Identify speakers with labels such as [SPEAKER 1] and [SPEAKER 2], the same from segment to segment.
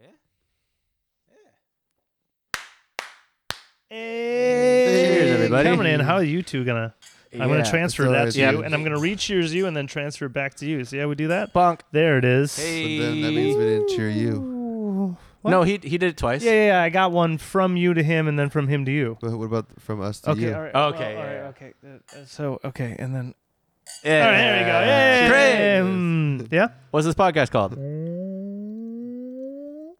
[SPEAKER 1] Yeah. Yeah.
[SPEAKER 2] Cheers, everybody.
[SPEAKER 3] Coming in. How are you two gonna? I'm gonna
[SPEAKER 2] Yeah,
[SPEAKER 3] transfer
[SPEAKER 2] that's
[SPEAKER 3] that
[SPEAKER 2] always
[SPEAKER 3] to
[SPEAKER 2] what
[SPEAKER 3] you,
[SPEAKER 2] we
[SPEAKER 3] and
[SPEAKER 2] do.
[SPEAKER 3] I'm gonna re-cheers you, and then transfer back to you. See how we do that?
[SPEAKER 2] Bonk.
[SPEAKER 3] There it is.
[SPEAKER 1] Hey.
[SPEAKER 2] But then that means we didn't cheer you.
[SPEAKER 3] Ooh. What?
[SPEAKER 1] No, he he did it twice.
[SPEAKER 3] Yeah, yeah, yeah. I got one from you to him, and then from him to you.
[SPEAKER 2] But what about from us to
[SPEAKER 3] Okay, uh,
[SPEAKER 2] you?
[SPEAKER 3] all right.
[SPEAKER 1] Okay,
[SPEAKER 3] well, all right,
[SPEAKER 1] yeah,
[SPEAKER 3] okay. Uh, uh, so, okay, and then.
[SPEAKER 1] Yeah.
[SPEAKER 3] All right, there we go. Yeah,
[SPEAKER 1] Great.
[SPEAKER 3] yeah.
[SPEAKER 1] What's this podcast called?
[SPEAKER 3] Mm,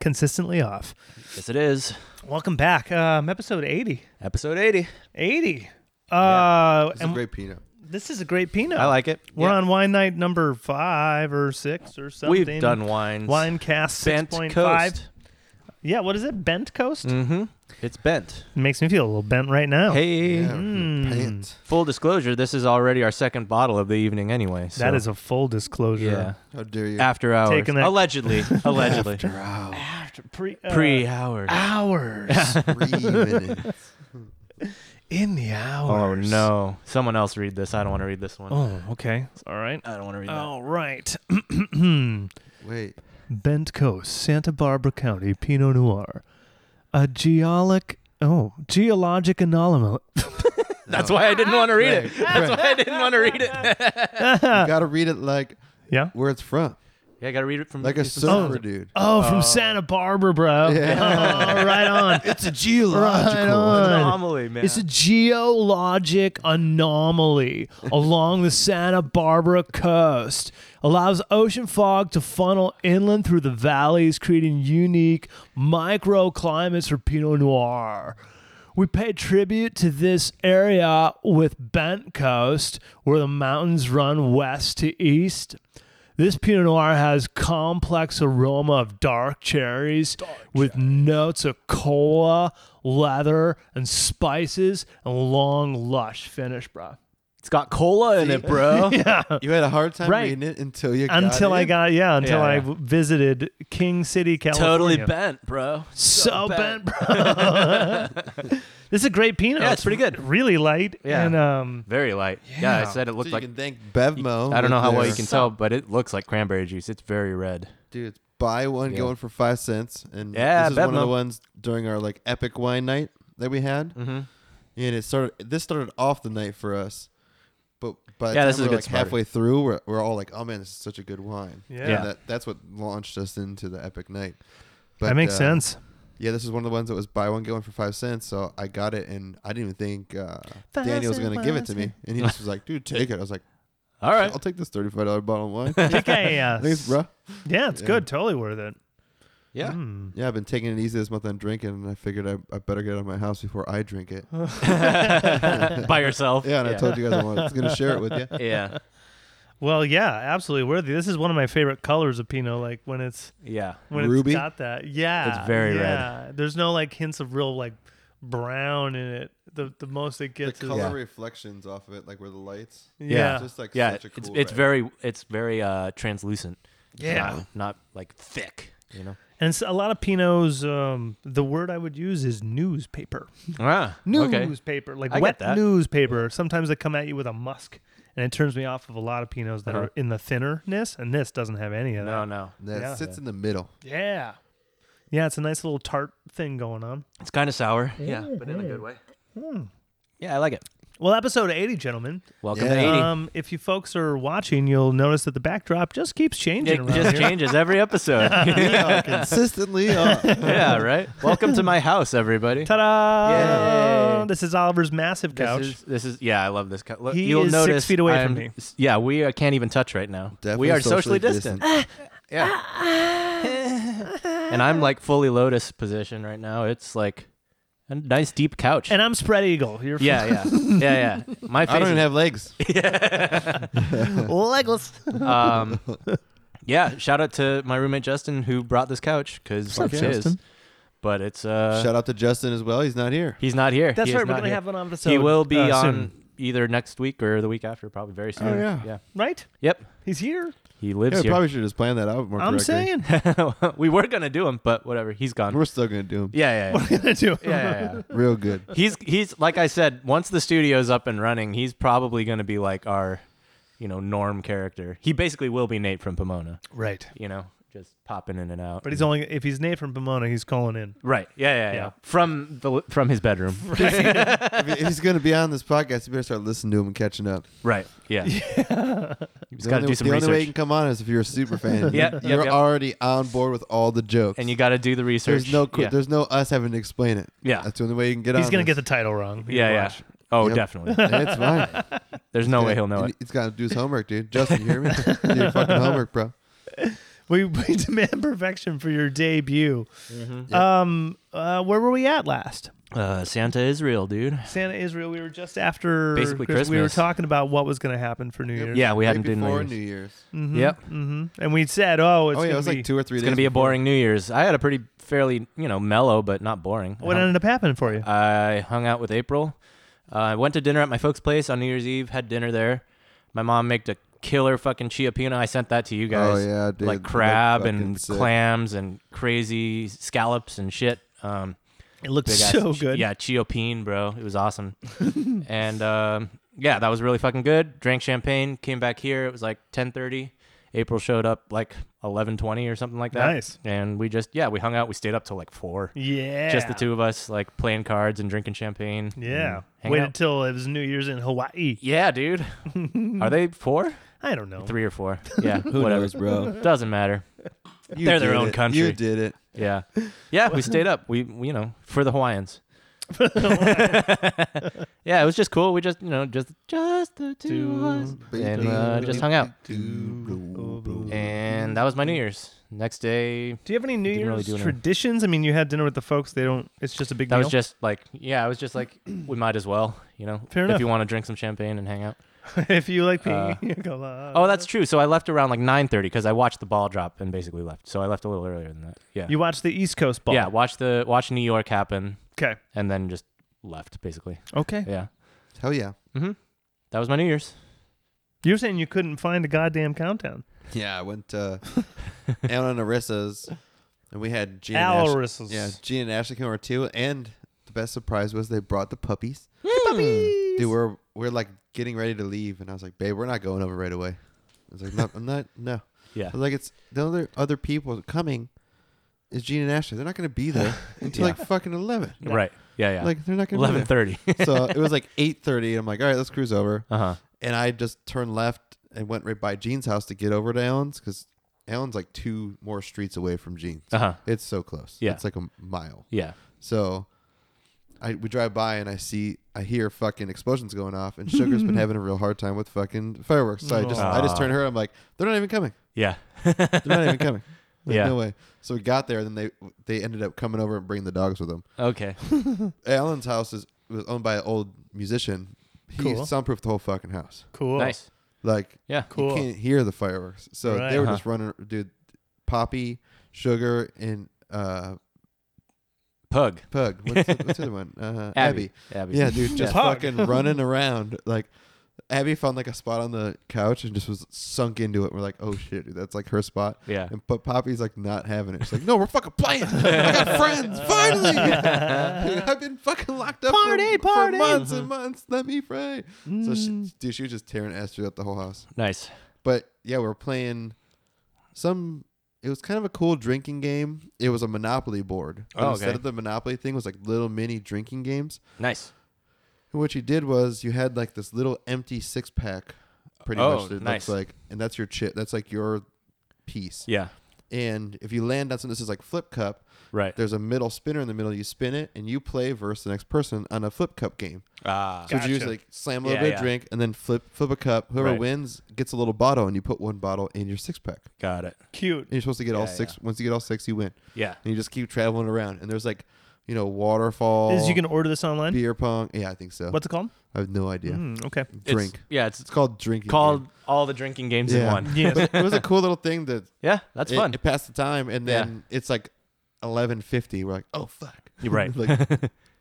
[SPEAKER 3] Consistently off.
[SPEAKER 1] Yes, it is.
[SPEAKER 3] Welcome back. Um, episode 80.
[SPEAKER 1] Episode 80.
[SPEAKER 3] 80. Uh,
[SPEAKER 2] It's a
[SPEAKER 3] and
[SPEAKER 2] great peanut.
[SPEAKER 3] this is a great peanut.
[SPEAKER 1] I like it.
[SPEAKER 3] We're
[SPEAKER 1] Yeah.
[SPEAKER 3] on wine night number five or six or something.
[SPEAKER 1] We've done wines.
[SPEAKER 3] wine cast
[SPEAKER 1] Bent
[SPEAKER 3] 6.5.
[SPEAKER 1] Coast.
[SPEAKER 3] Yeah, what is it? Bent Coast?
[SPEAKER 1] Mm-hmm. It's bent.
[SPEAKER 3] Makes me feel a little bent right now.
[SPEAKER 1] Hey.
[SPEAKER 2] Yeah,
[SPEAKER 3] Mm.
[SPEAKER 2] pants.
[SPEAKER 1] Full disclosure, this is already our second bottle of the evening anyway. So.
[SPEAKER 3] that is a full disclosure.
[SPEAKER 1] yeah.
[SPEAKER 2] How dare you?
[SPEAKER 1] After hours.
[SPEAKER 3] Taking that-
[SPEAKER 1] Allegedly. Allegedly.
[SPEAKER 2] Wow.
[SPEAKER 3] After pre uh,
[SPEAKER 1] Pre hours.
[SPEAKER 3] hours
[SPEAKER 2] Three minutes.
[SPEAKER 3] in the
[SPEAKER 1] Oh
[SPEAKER 3] hours.
[SPEAKER 1] no. Someone else read this. I don't want to read this one.
[SPEAKER 3] Oh, okay. All right.
[SPEAKER 1] I don't want to read
[SPEAKER 3] All right.
[SPEAKER 2] Wait.
[SPEAKER 3] Bent Coast, Santa Barbara County, Pinot Noir. A geolic oh, geologic anomaly.
[SPEAKER 1] that. That's why I didn't want to read it.
[SPEAKER 2] Right,
[SPEAKER 1] That's why I didn't want to read it.
[SPEAKER 3] Uh.
[SPEAKER 2] You gotta read it like
[SPEAKER 3] Yeah.
[SPEAKER 2] where it's from.
[SPEAKER 1] Yeah, I gotta read it from
[SPEAKER 2] Like a
[SPEAKER 1] some-
[SPEAKER 2] surfer dude.
[SPEAKER 3] Oh, from Santa Barbara, bro.
[SPEAKER 2] Uh, Yeah.
[SPEAKER 3] Oh, right on.
[SPEAKER 2] It's a geological.
[SPEAKER 3] on.
[SPEAKER 1] anomaly, man.
[SPEAKER 3] It's a geologic anomaly along the Santa Barbara coast. Allows ocean fog to funnel inland through the valleys, creating unique microclimates for Pinot Noir. We pay tribute to this area with Bent Coast, where the mountains run west to east. This Pinot Noir has complex aroma of dark cherries with notes of cola, leather, and spices, and long, lush finish, bro.
[SPEAKER 1] it's got cola in it, bro.
[SPEAKER 2] You had a hard time
[SPEAKER 3] uh, Right.
[SPEAKER 2] reading it until you got
[SPEAKER 3] Until I
[SPEAKER 2] in?
[SPEAKER 3] got yeah, until
[SPEAKER 1] Yeah,
[SPEAKER 3] I
[SPEAKER 1] yeah.
[SPEAKER 3] w- visited King City, California.
[SPEAKER 1] Totally bent, bro.
[SPEAKER 3] So
[SPEAKER 1] bent.
[SPEAKER 3] bent, bro. this is a great Pinot.
[SPEAKER 1] Yeah, it's pretty good.
[SPEAKER 3] Really light.
[SPEAKER 1] Yeah.
[SPEAKER 3] And um,
[SPEAKER 1] Very light. Yeah, I said it
[SPEAKER 2] So
[SPEAKER 1] looked
[SPEAKER 2] you
[SPEAKER 1] like.
[SPEAKER 2] can thank Bevmo.
[SPEAKER 1] I don't know
[SPEAKER 2] with
[SPEAKER 1] how well you
[SPEAKER 2] their-
[SPEAKER 1] can tell, but it looks like cranberry juice. It's very red.
[SPEAKER 2] Dude, it's buy one,
[SPEAKER 1] Yeah.
[SPEAKER 2] get one for five cents. And
[SPEAKER 1] Yeah,
[SPEAKER 2] this is one of the
[SPEAKER 1] Bevmo.
[SPEAKER 2] ones during our like epic wine night that we had.
[SPEAKER 1] Mm-hmm.
[SPEAKER 2] And it started. This started off the night for us, but by the
[SPEAKER 1] Yeah,
[SPEAKER 2] time
[SPEAKER 1] this is a
[SPEAKER 2] we're
[SPEAKER 1] good
[SPEAKER 2] like
[SPEAKER 1] starter.
[SPEAKER 2] halfway through, we're, we're all like, "Oh man, this is such a good wine."
[SPEAKER 3] yeah,
[SPEAKER 2] And
[SPEAKER 1] Yeah.
[SPEAKER 2] that, that's what launched us into the epic night. But,
[SPEAKER 3] that makes
[SPEAKER 2] uh,
[SPEAKER 3] sense.
[SPEAKER 2] Yeah, this is one of the ones that was buy one get one for five cents. So I got it, and I didn't even think uh, Daniel was
[SPEAKER 3] cent,
[SPEAKER 2] gonna give it
[SPEAKER 3] five
[SPEAKER 2] to me, and he just was like, "Dude, take it." I was like,
[SPEAKER 1] All right.
[SPEAKER 2] "I'll take this thirty-five dollar bottle of wine."
[SPEAKER 3] Okay, yeah.
[SPEAKER 2] Thanks, bro.
[SPEAKER 3] Yeah, it's
[SPEAKER 2] Yeah.
[SPEAKER 3] good. Totally worth it.
[SPEAKER 1] Yeah.
[SPEAKER 3] Mm.
[SPEAKER 2] Yeah, I've been taking it easy this month on drinking, and I figured I, I better get it out of my house before I drink it.
[SPEAKER 1] By yourself.
[SPEAKER 2] Yeah, and I told you guys I was going to share it with you.
[SPEAKER 1] Yeah.
[SPEAKER 3] Well, yeah, absolutely worthy. This is one of my favorite colors of Pinot. Like when it's
[SPEAKER 1] Yeah.
[SPEAKER 3] when
[SPEAKER 2] Ruby?
[SPEAKER 3] it's got that. Yeah,
[SPEAKER 1] It's very red.
[SPEAKER 3] yeah. There's no like hints of real like brown in it. The the most it
[SPEAKER 2] The
[SPEAKER 3] gets is
[SPEAKER 2] color
[SPEAKER 1] Yeah.
[SPEAKER 2] reflections off of it, like where the lights.
[SPEAKER 3] yeah.
[SPEAKER 2] It's just like
[SPEAKER 1] yeah.
[SPEAKER 2] such a
[SPEAKER 1] it's
[SPEAKER 2] cool.
[SPEAKER 1] it's
[SPEAKER 2] red.
[SPEAKER 1] very it's very uh translucent. It's
[SPEAKER 3] Yeah.
[SPEAKER 1] Not, not, like thick. You know.
[SPEAKER 3] And s a a lot of Pinots. Um, the word I would use is newspaper.
[SPEAKER 1] Ah. Okay.
[SPEAKER 3] Newspaper, like
[SPEAKER 1] I get
[SPEAKER 3] wet
[SPEAKER 1] that.
[SPEAKER 3] newspaper. Sometimes they come at you with a musk, and it turns me off of a lot of Pinots that
[SPEAKER 1] Uh-huh.
[SPEAKER 3] are in the thinnerness, and this doesn't have any of that.
[SPEAKER 1] No, no.
[SPEAKER 2] That
[SPEAKER 3] yeah.
[SPEAKER 2] sits in the middle.
[SPEAKER 3] Yeah. Yeah, it's a nice little tart thing going on.
[SPEAKER 1] It's kind of sour. Yeah, but in a good way.
[SPEAKER 2] Hmm.
[SPEAKER 1] Yeah, I like it.
[SPEAKER 3] Well, episode 80, gentlemen.
[SPEAKER 1] Welcome
[SPEAKER 2] Yeah. Uh,
[SPEAKER 1] to 80.
[SPEAKER 3] Um, if you folks are watching, you'll notice that the backdrop just keeps changing
[SPEAKER 1] it
[SPEAKER 3] around
[SPEAKER 1] just
[SPEAKER 3] here.
[SPEAKER 1] changes every episode.
[SPEAKER 2] Consistently up.
[SPEAKER 1] yeah, right. Welcome to my house, everybody.
[SPEAKER 3] Ta-da!
[SPEAKER 1] Yay.
[SPEAKER 3] This is Oliver's massive couch.
[SPEAKER 1] This is, this is yeah, I love this. Co- look,
[SPEAKER 3] He
[SPEAKER 1] You'll
[SPEAKER 3] is six
[SPEAKER 1] notice
[SPEAKER 3] feet away from
[SPEAKER 1] I'm-
[SPEAKER 3] me.
[SPEAKER 1] s- Yeah, we uh, can't even touch right now.
[SPEAKER 2] Definitely
[SPEAKER 1] we are socially, distant. Yeah. and I'm like fully lotus position right now. It's like a nice deep couch.
[SPEAKER 3] and I'm spread eagle. You're
[SPEAKER 1] yeah, yeah, yeah, yeah. My face.
[SPEAKER 2] I don't even
[SPEAKER 1] is-
[SPEAKER 2] have legs.
[SPEAKER 3] legless.
[SPEAKER 1] um, yeah. Shout out to my roommate Justin who brought this couch because
[SPEAKER 3] up,
[SPEAKER 1] it's his.
[SPEAKER 3] Justin?
[SPEAKER 1] But it's uh,
[SPEAKER 2] Shout out to Justin as well. He's not here.
[SPEAKER 1] he's not here.
[SPEAKER 3] That's
[SPEAKER 1] He is
[SPEAKER 3] right. We're
[SPEAKER 1] not
[SPEAKER 3] going to
[SPEAKER 1] here.
[SPEAKER 3] have an episode.
[SPEAKER 1] He will be
[SPEAKER 3] uh,
[SPEAKER 1] on
[SPEAKER 3] soon.
[SPEAKER 1] either next week or the week after, probably very soon.
[SPEAKER 2] Oh, yeah.
[SPEAKER 1] Yeah.
[SPEAKER 3] Right?
[SPEAKER 1] Yep.
[SPEAKER 3] He's here.
[SPEAKER 1] He
[SPEAKER 2] Yeah,
[SPEAKER 1] lives
[SPEAKER 2] we
[SPEAKER 1] here.
[SPEAKER 2] probably should just plan that out more
[SPEAKER 3] I'm
[SPEAKER 2] correctly.
[SPEAKER 3] saying.
[SPEAKER 1] we were gonna do him, but whatever. He's gone.
[SPEAKER 2] We're still going to do him
[SPEAKER 1] yeah, yeah,
[SPEAKER 3] What are you going to do?
[SPEAKER 1] yeah. yeah, yeah, yeah.
[SPEAKER 2] real good.
[SPEAKER 1] He's he's like I said. Once the studio's up and running, he's probably gonna be like our, you know, norm character. He basically will be Nate from Pomona.
[SPEAKER 3] Right.
[SPEAKER 1] You know, just popping in and out.
[SPEAKER 4] But he's only if he's Nate from Pomona, he's calling in.
[SPEAKER 1] right. Yeah, yeah, yeah,
[SPEAKER 4] Yeah.
[SPEAKER 1] From the from his bedroom.
[SPEAKER 2] if, he- if he's gonna be on this podcast, you better start listening to him and catching up.
[SPEAKER 1] right. Yeah. You just
[SPEAKER 2] The
[SPEAKER 1] got to
[SPEAKER 2] only-
[SPEAKER 1] do some
[SPEAKER 2] the only way you
[SPEAKER 1] research.
[SPEAKER 2] can come on is if you're a super fan.
[SPEAKER 1] Yeah, yep,
[SPEAKER 2] you're
[SPEAKER 1] yep.
[SPEAKER 2] already on board with all the jokes.
[SPEAKER 1] And you got to do the research.
[SPEAKER 2] there's no qu-
[SPEAKER 1] yeah.
[SPEAKER 2] there's no us having to explain it.
[SPEAKER 1] Yeah.
[SPEAKER 2] that's the only way you can get on.
[SPEAKER 4] He's gonna get
[SPEAKER 2] this.
[SPEAKER 4] the title wrong.
[SPEAKER 1] yeah, yeah.
[SPEAKER 4] Watch.
[SPEAKER 1] Oh,
[SPEAKER 2] Yep.
[SPEAKER 1] definitely.
[SPEAKER 2] It's fine.
[SPEAKER 1] There's no way he'll know
[SPEAKER 2] And
[SPEAKER 1] it.
[SPEAKER 2] He's got to do his homework, dude. Justin, you hear me? do your fucking homework, bro.
[SPEAKER 4] We, we demand perfection for your debut.
[SPEAKER 2] Yep.
[SPEAKER 4] Um, uh, where were we at last?
[SPEAKER 1] Uh, Santa is real, dude.
[SPEAKER 4] Santa Israel. We were just after
[SPEAKER 1] Basically
[SPEAKER 4] We were
[SPEAKER 1] Christmas.
[SPEAKER 4] talking about what was going to happen for New Year's.
[SPEAKER 1] Yeah, we
[SPEAKER 2] Right
[SPEAKER 1] hadn't done
[SPEAKER 2] before
[SPEAKER 1] New
[SPEAKER 2] New
[SPEAKER 1] Year's.
[SPEAKER 2] Year's.
[SPEAKER 4] Mm-hmm,
[SPEAKER 1] Yep.
[SPEAKER 4] hmm And we said, oh, it's
[SPEAKER 2] oh yeah,
[SPEAKER 4] going
[SPEAKER 2] it was
[SPEAKER 4] to be
[SPEAKER 2] like two or three.
[SPEAKER 1] It's
[SPEAKER 2] days
[SPEAKER 1] gonna be a
[SPEAKER 2] before.
[SPEAKER 1] boring New Year's. I had a pretty fairly, you know, mellow but not boring.
[SPEAKER 4] what
[SPEAKER 1] I hung,
[SPEAKER 4] ended up happening for
[SPEAKER 1] Uh,
[SPEAKER 4] you.
[SPEAKER 1] I hung out with April. Uh, I went to dinner at my folks' place on New Year's Eve. Had dinner there. My mom made a killer fucking chia pino. I sent that to you guys.
[SPEAKER 2] Oh yeah, dude.
[SPEAKER 1] like crab
[SPEAKER 2] That's fucking
[SPEAKER 1] and
[SPEAKER 2] sick.
[SPEAKER 1] clams and crazy scallops and shit. Um,
[SPEAKER 4] It looked
[SPEAKER 1] big ass
[SPEAKER 4] so
[SPEAKER 1] chi-
[SPEAKER 4] good.
[SPEAKER 1] Yeah, chiopine, bro. It was awesome. and um, yeah, that was really fucking good. Drank champagne, came back here. It was like 10:30. April showed up like 11:20 or something like that.
[SPEAKER 4] Nice.
[SPEAKER 1] And we just yeah, we hung out. We stayed up till like 4.
[SPEAKER 4] Yeah.
[SPEAKER 1] Just the two of us like playing cards and drinking champagne.
[SPEAKER 4] Yeah.
[SPEAKER 1] and hanging
[SPEAKER 4] Wait
[SPEAKER 1] out.
[SPEAKER 4] until it was New Year's in Hawaii.
[SPEAKER 1] yeah, dude. Are they 4?
[SPEAKER 4] I don't know.
[SPEAKER 1] 3 or 4? Yeah,
[SPEAKER 2] Who
[SPEAKER 1] whatever.
[SPEAKER 2] knows, bro?
[SPEAKER 1] Doesn't matter.
[SPEAKER 2] You
[SPEAKER 1] They're their
[SPEAKER 2] did
[SPEAKER 1] own
[SPEAKER 2] it.
[SPEAKER 1] country.
[SPEAKER 2] You did it.
[SPEAKER 1] Yeah. Yeah, we stayed up. We, we, you know, for the Hawaiians. yeah, it was just cool. We just, you know, just just the two of us. And uh, just hung out. And that was my New Year's. Next day,
[SPEAKER 4] Do you have any New
[SPEAKER 1] Didn't really
[SPEAKER 4] Year's
[SPEAKER 1] do anything.
[SPEAKER 4] traditions? I mean, you had dinner with the folks. They don't. It's just a big
[SPEAKER 1] that
[SPEAKER 4] deal.
[SPEAKER 1] was just like, yeah, I was just like, we might as well, you know,
[SPEAKER 4] Fair
[SPEAKER 1] if
[SPEAKER 4] enough.
[SPEAKER 1] you want to drink some champagne and hang out.
[SPEAKER 4] if you like
[SPEAKER 1] Uh,
[SPEAKER 4] pina colada.
[SPEAKER 1] Oh, that's true. So I left around like 9:30 because I watched the ball drop and basically left. So I left a little earlier than that. Yeah,
[SPEAKER 4] You watched the East Coast ball.
[SPEAKER 1] yeah. Watch the watch New York happen
[SPEAKER 4] Okay.
[SPEAKER 1] and then just left basically.
[SPEAKER 4] Okay.
[SPEAKER 1] Yeah, Mm-hmm.
[SPEAKER 2] Hell yeah.
[SPEAKER 1] that was my New Year's.
[SPEAKER 4] You're saying you couldn't find a goddamn countdown.
[SPEAKER 2] Yeah, I went uh, out on Arissa's, and we had Gina. and Ashley.
[SPEAKER 4] Alaris's.
[SPEAKER 2] Yeah, Gina and Ashley came over too, and the best surprise was they brought the puppies. Dude, we're we're like getting ready to leave, and I was like, "Babe, we're not going over right away." I was like, "No, I'm not. No."
[SPEAKER 1] Yeah.
[SPEAKER 2] I was like, "It's the other other people coming." Is Gina and Ashley? They're not going to be there until
[SPEAKER 1] Yeah.
[SPEAKER 2] like fucking eleven.
[SPEAKER 1] Right. Yeah, yeah.
[SPEAKER 2] Like they're not going to be
[SPEAKER 1] Eleven
[SPEAKER 2] there.
[SPEAKER 1] thirty.
[SPEAKER 2] so it was like 8.30 i'm like all right let's cruise over
[SPEAKER 1] Uh huh.
[SPEAKER 2] and i just turned left and went right by jean's house to get over to ellen's because ellen's like two more streets away from jean's
[SPEAKER 1] Uh huh.
[SPEAKER 2] it's so close
[SPEAKER 1] Yeah.
[SPEAKER 2] it's like a mile
[SPEAKER 1] Yeah.
[SPEAKER 2] so I we drive by and I see I hear fucking explosions going off and Sugar's been having a real hard time with fucking fireworks. So I just I just
[SPEAKER 1] Aw.
[SPEAKER 2] turn to her. I'm like, they're not even coming.
[SPEAKER 1] Yeah.
[SPEAKER 2] They're not even coming. There's
[SPEAKER 1] Yeah.
[SPEAKER 2] no way. So we got there, and then they they ended up coming over and bringing the dogs with them.
[SPEAKER 1] Okay.
[SPEAKER 2] Alan's house is was owned by an old musician. He
[SPEAKER 4] Cool.
[SPEAKER 2] soundproofed the whole fucking house.
[SPEAKER 4] Cool.
[SPEAKER 1] Nice.
[SPEAKER 2] Like
[SPEAKER 1] Yeah.
[SPEAKER 4] Cool.
[SPEAKER 2] you can't hear the fireworks. So
[SPEAKER 4] Right.
[SPEAKER 2] they were
[SPEAKER 1] Uh-huh.
[SPEAKER 2] just running dude Poppy, Sugar, and uh
[SPEAKER 1] Pug.
[SPEAKER 2] Pug. What's the, what's the other one? Uh
[SPEAKER 1] Abby. Abby.
[SPEAKER 2] Yeah, dude, just
[SPEAKER 4] Pug.
[SPEAKER 2] fucking running around. Like Abby found like a spot on the couch and just was sunk into it. We're like, oh shit, dude, that's like her spot.
[SPEAKER 1] Yeah.
[SPEAKER 2] And but Poppy's like not having it. She's like, no, we're fucking playing. I got friends. Finally, I've been fucking locked up
[SPEAKER 4] Party,
[SPEAKER 2] for,
[SPEAKER 4] party. Mm-hmm. Mm.
[SPEAKER 2] for months and months. Let me pray. So
[SPEAKER 3] Mm.
[SPEAKER 2] she, dude, she was just tearing ass throughout the whole house.
[SPEAKER 1] Nice.
[SPEAKER 2] But yeah, we were playing some. It was kind of a cool drinking game. It was a Monopoly board. But
[SPEAKER 1] Oh,
[SPEAKER 2] Instead
[SPEAKER 1] okay.
[SPEAKER 2] of the Monopoly thing, it was like little mini drinking games.
[SPEAKER 1] Nice.
[SPEAKER 2] And what you did was you had like this little empty six pack, pretty
[SPEAKER 1] Oh,
[SPEAKER 2] much. That
[SPEAKER 1] nice.
[SPEAKER 2] That's like, and that's your chip. That's like your piece.
[SPEAKER 1] Yeah.
[SPEAKER 2] And if you land on something, this is like flip cup.
[SPEAKER 1] Right.
[SPEAKER 2] There's a middle spinner in the middle. You spin it, and you play versus the next person on a flip cup game.
[SPEAKER 1] Ah.
[SPEAKER 2] So what you
[SPEAKER 4] Gotcha.
[SPEAKER 2] usually like slam a little
[SPEAKER 1] Yeah,
[SPEAKER 2] bit
[SPEAKER 1] yeah.
[SPEAKER 2] of drink, and then flip flip a cup. Whoever
[SPEAKER 1] Right.
[SPEAKER 2] wins gets a little bottle, and you put one bottle in your six pack.
[SPEAKER 1] Got it.
[SPEAKER 4] Cute.
[SPEAKER 2] And you're supposed to get all
[SPEAKER 1] Yeah,
[SPEAKER 2] six. Once you get all six, you win.
[SPEAKER 1] Yeah.
[SPEAKER 2] And you just keep traveling around. And there's like, you know, waterfall.
[SPEAKER 4] Is you can order this online?
[SPEAKER 2] beer pong. Yeah, I think so.
[SPEAKER 4] What's it called?
[SPEAKER 2] I have no idea.
[SPEAKER 4] Mm, okay.
[SPEAKER 2] Drink.
[SPEAKER 1] Mm-hmm. It's, yeah. It's
[SPEAKER 2] It's called drinking.
[SPEAKER 1] called all the drinking games in
[SPEAKER 2] Yeah.
[SPEAKER 1] one.
[SPEAKER 4] Yes.
[SPEAKER 2] But it was a cool little thing that
[SPEAKER 1] Yeah. That's
[SPEAKER 2] it,
[SPEAKER 1] fun.
[SPEAKER 2] it passed the time, and
[SPEAKER 1] Yeah.
[SPEAKER 2] then it's like eleven fifty. We're like, oh fuck,
[SPEAKER 1] You're right.
[SPEAKER 2] like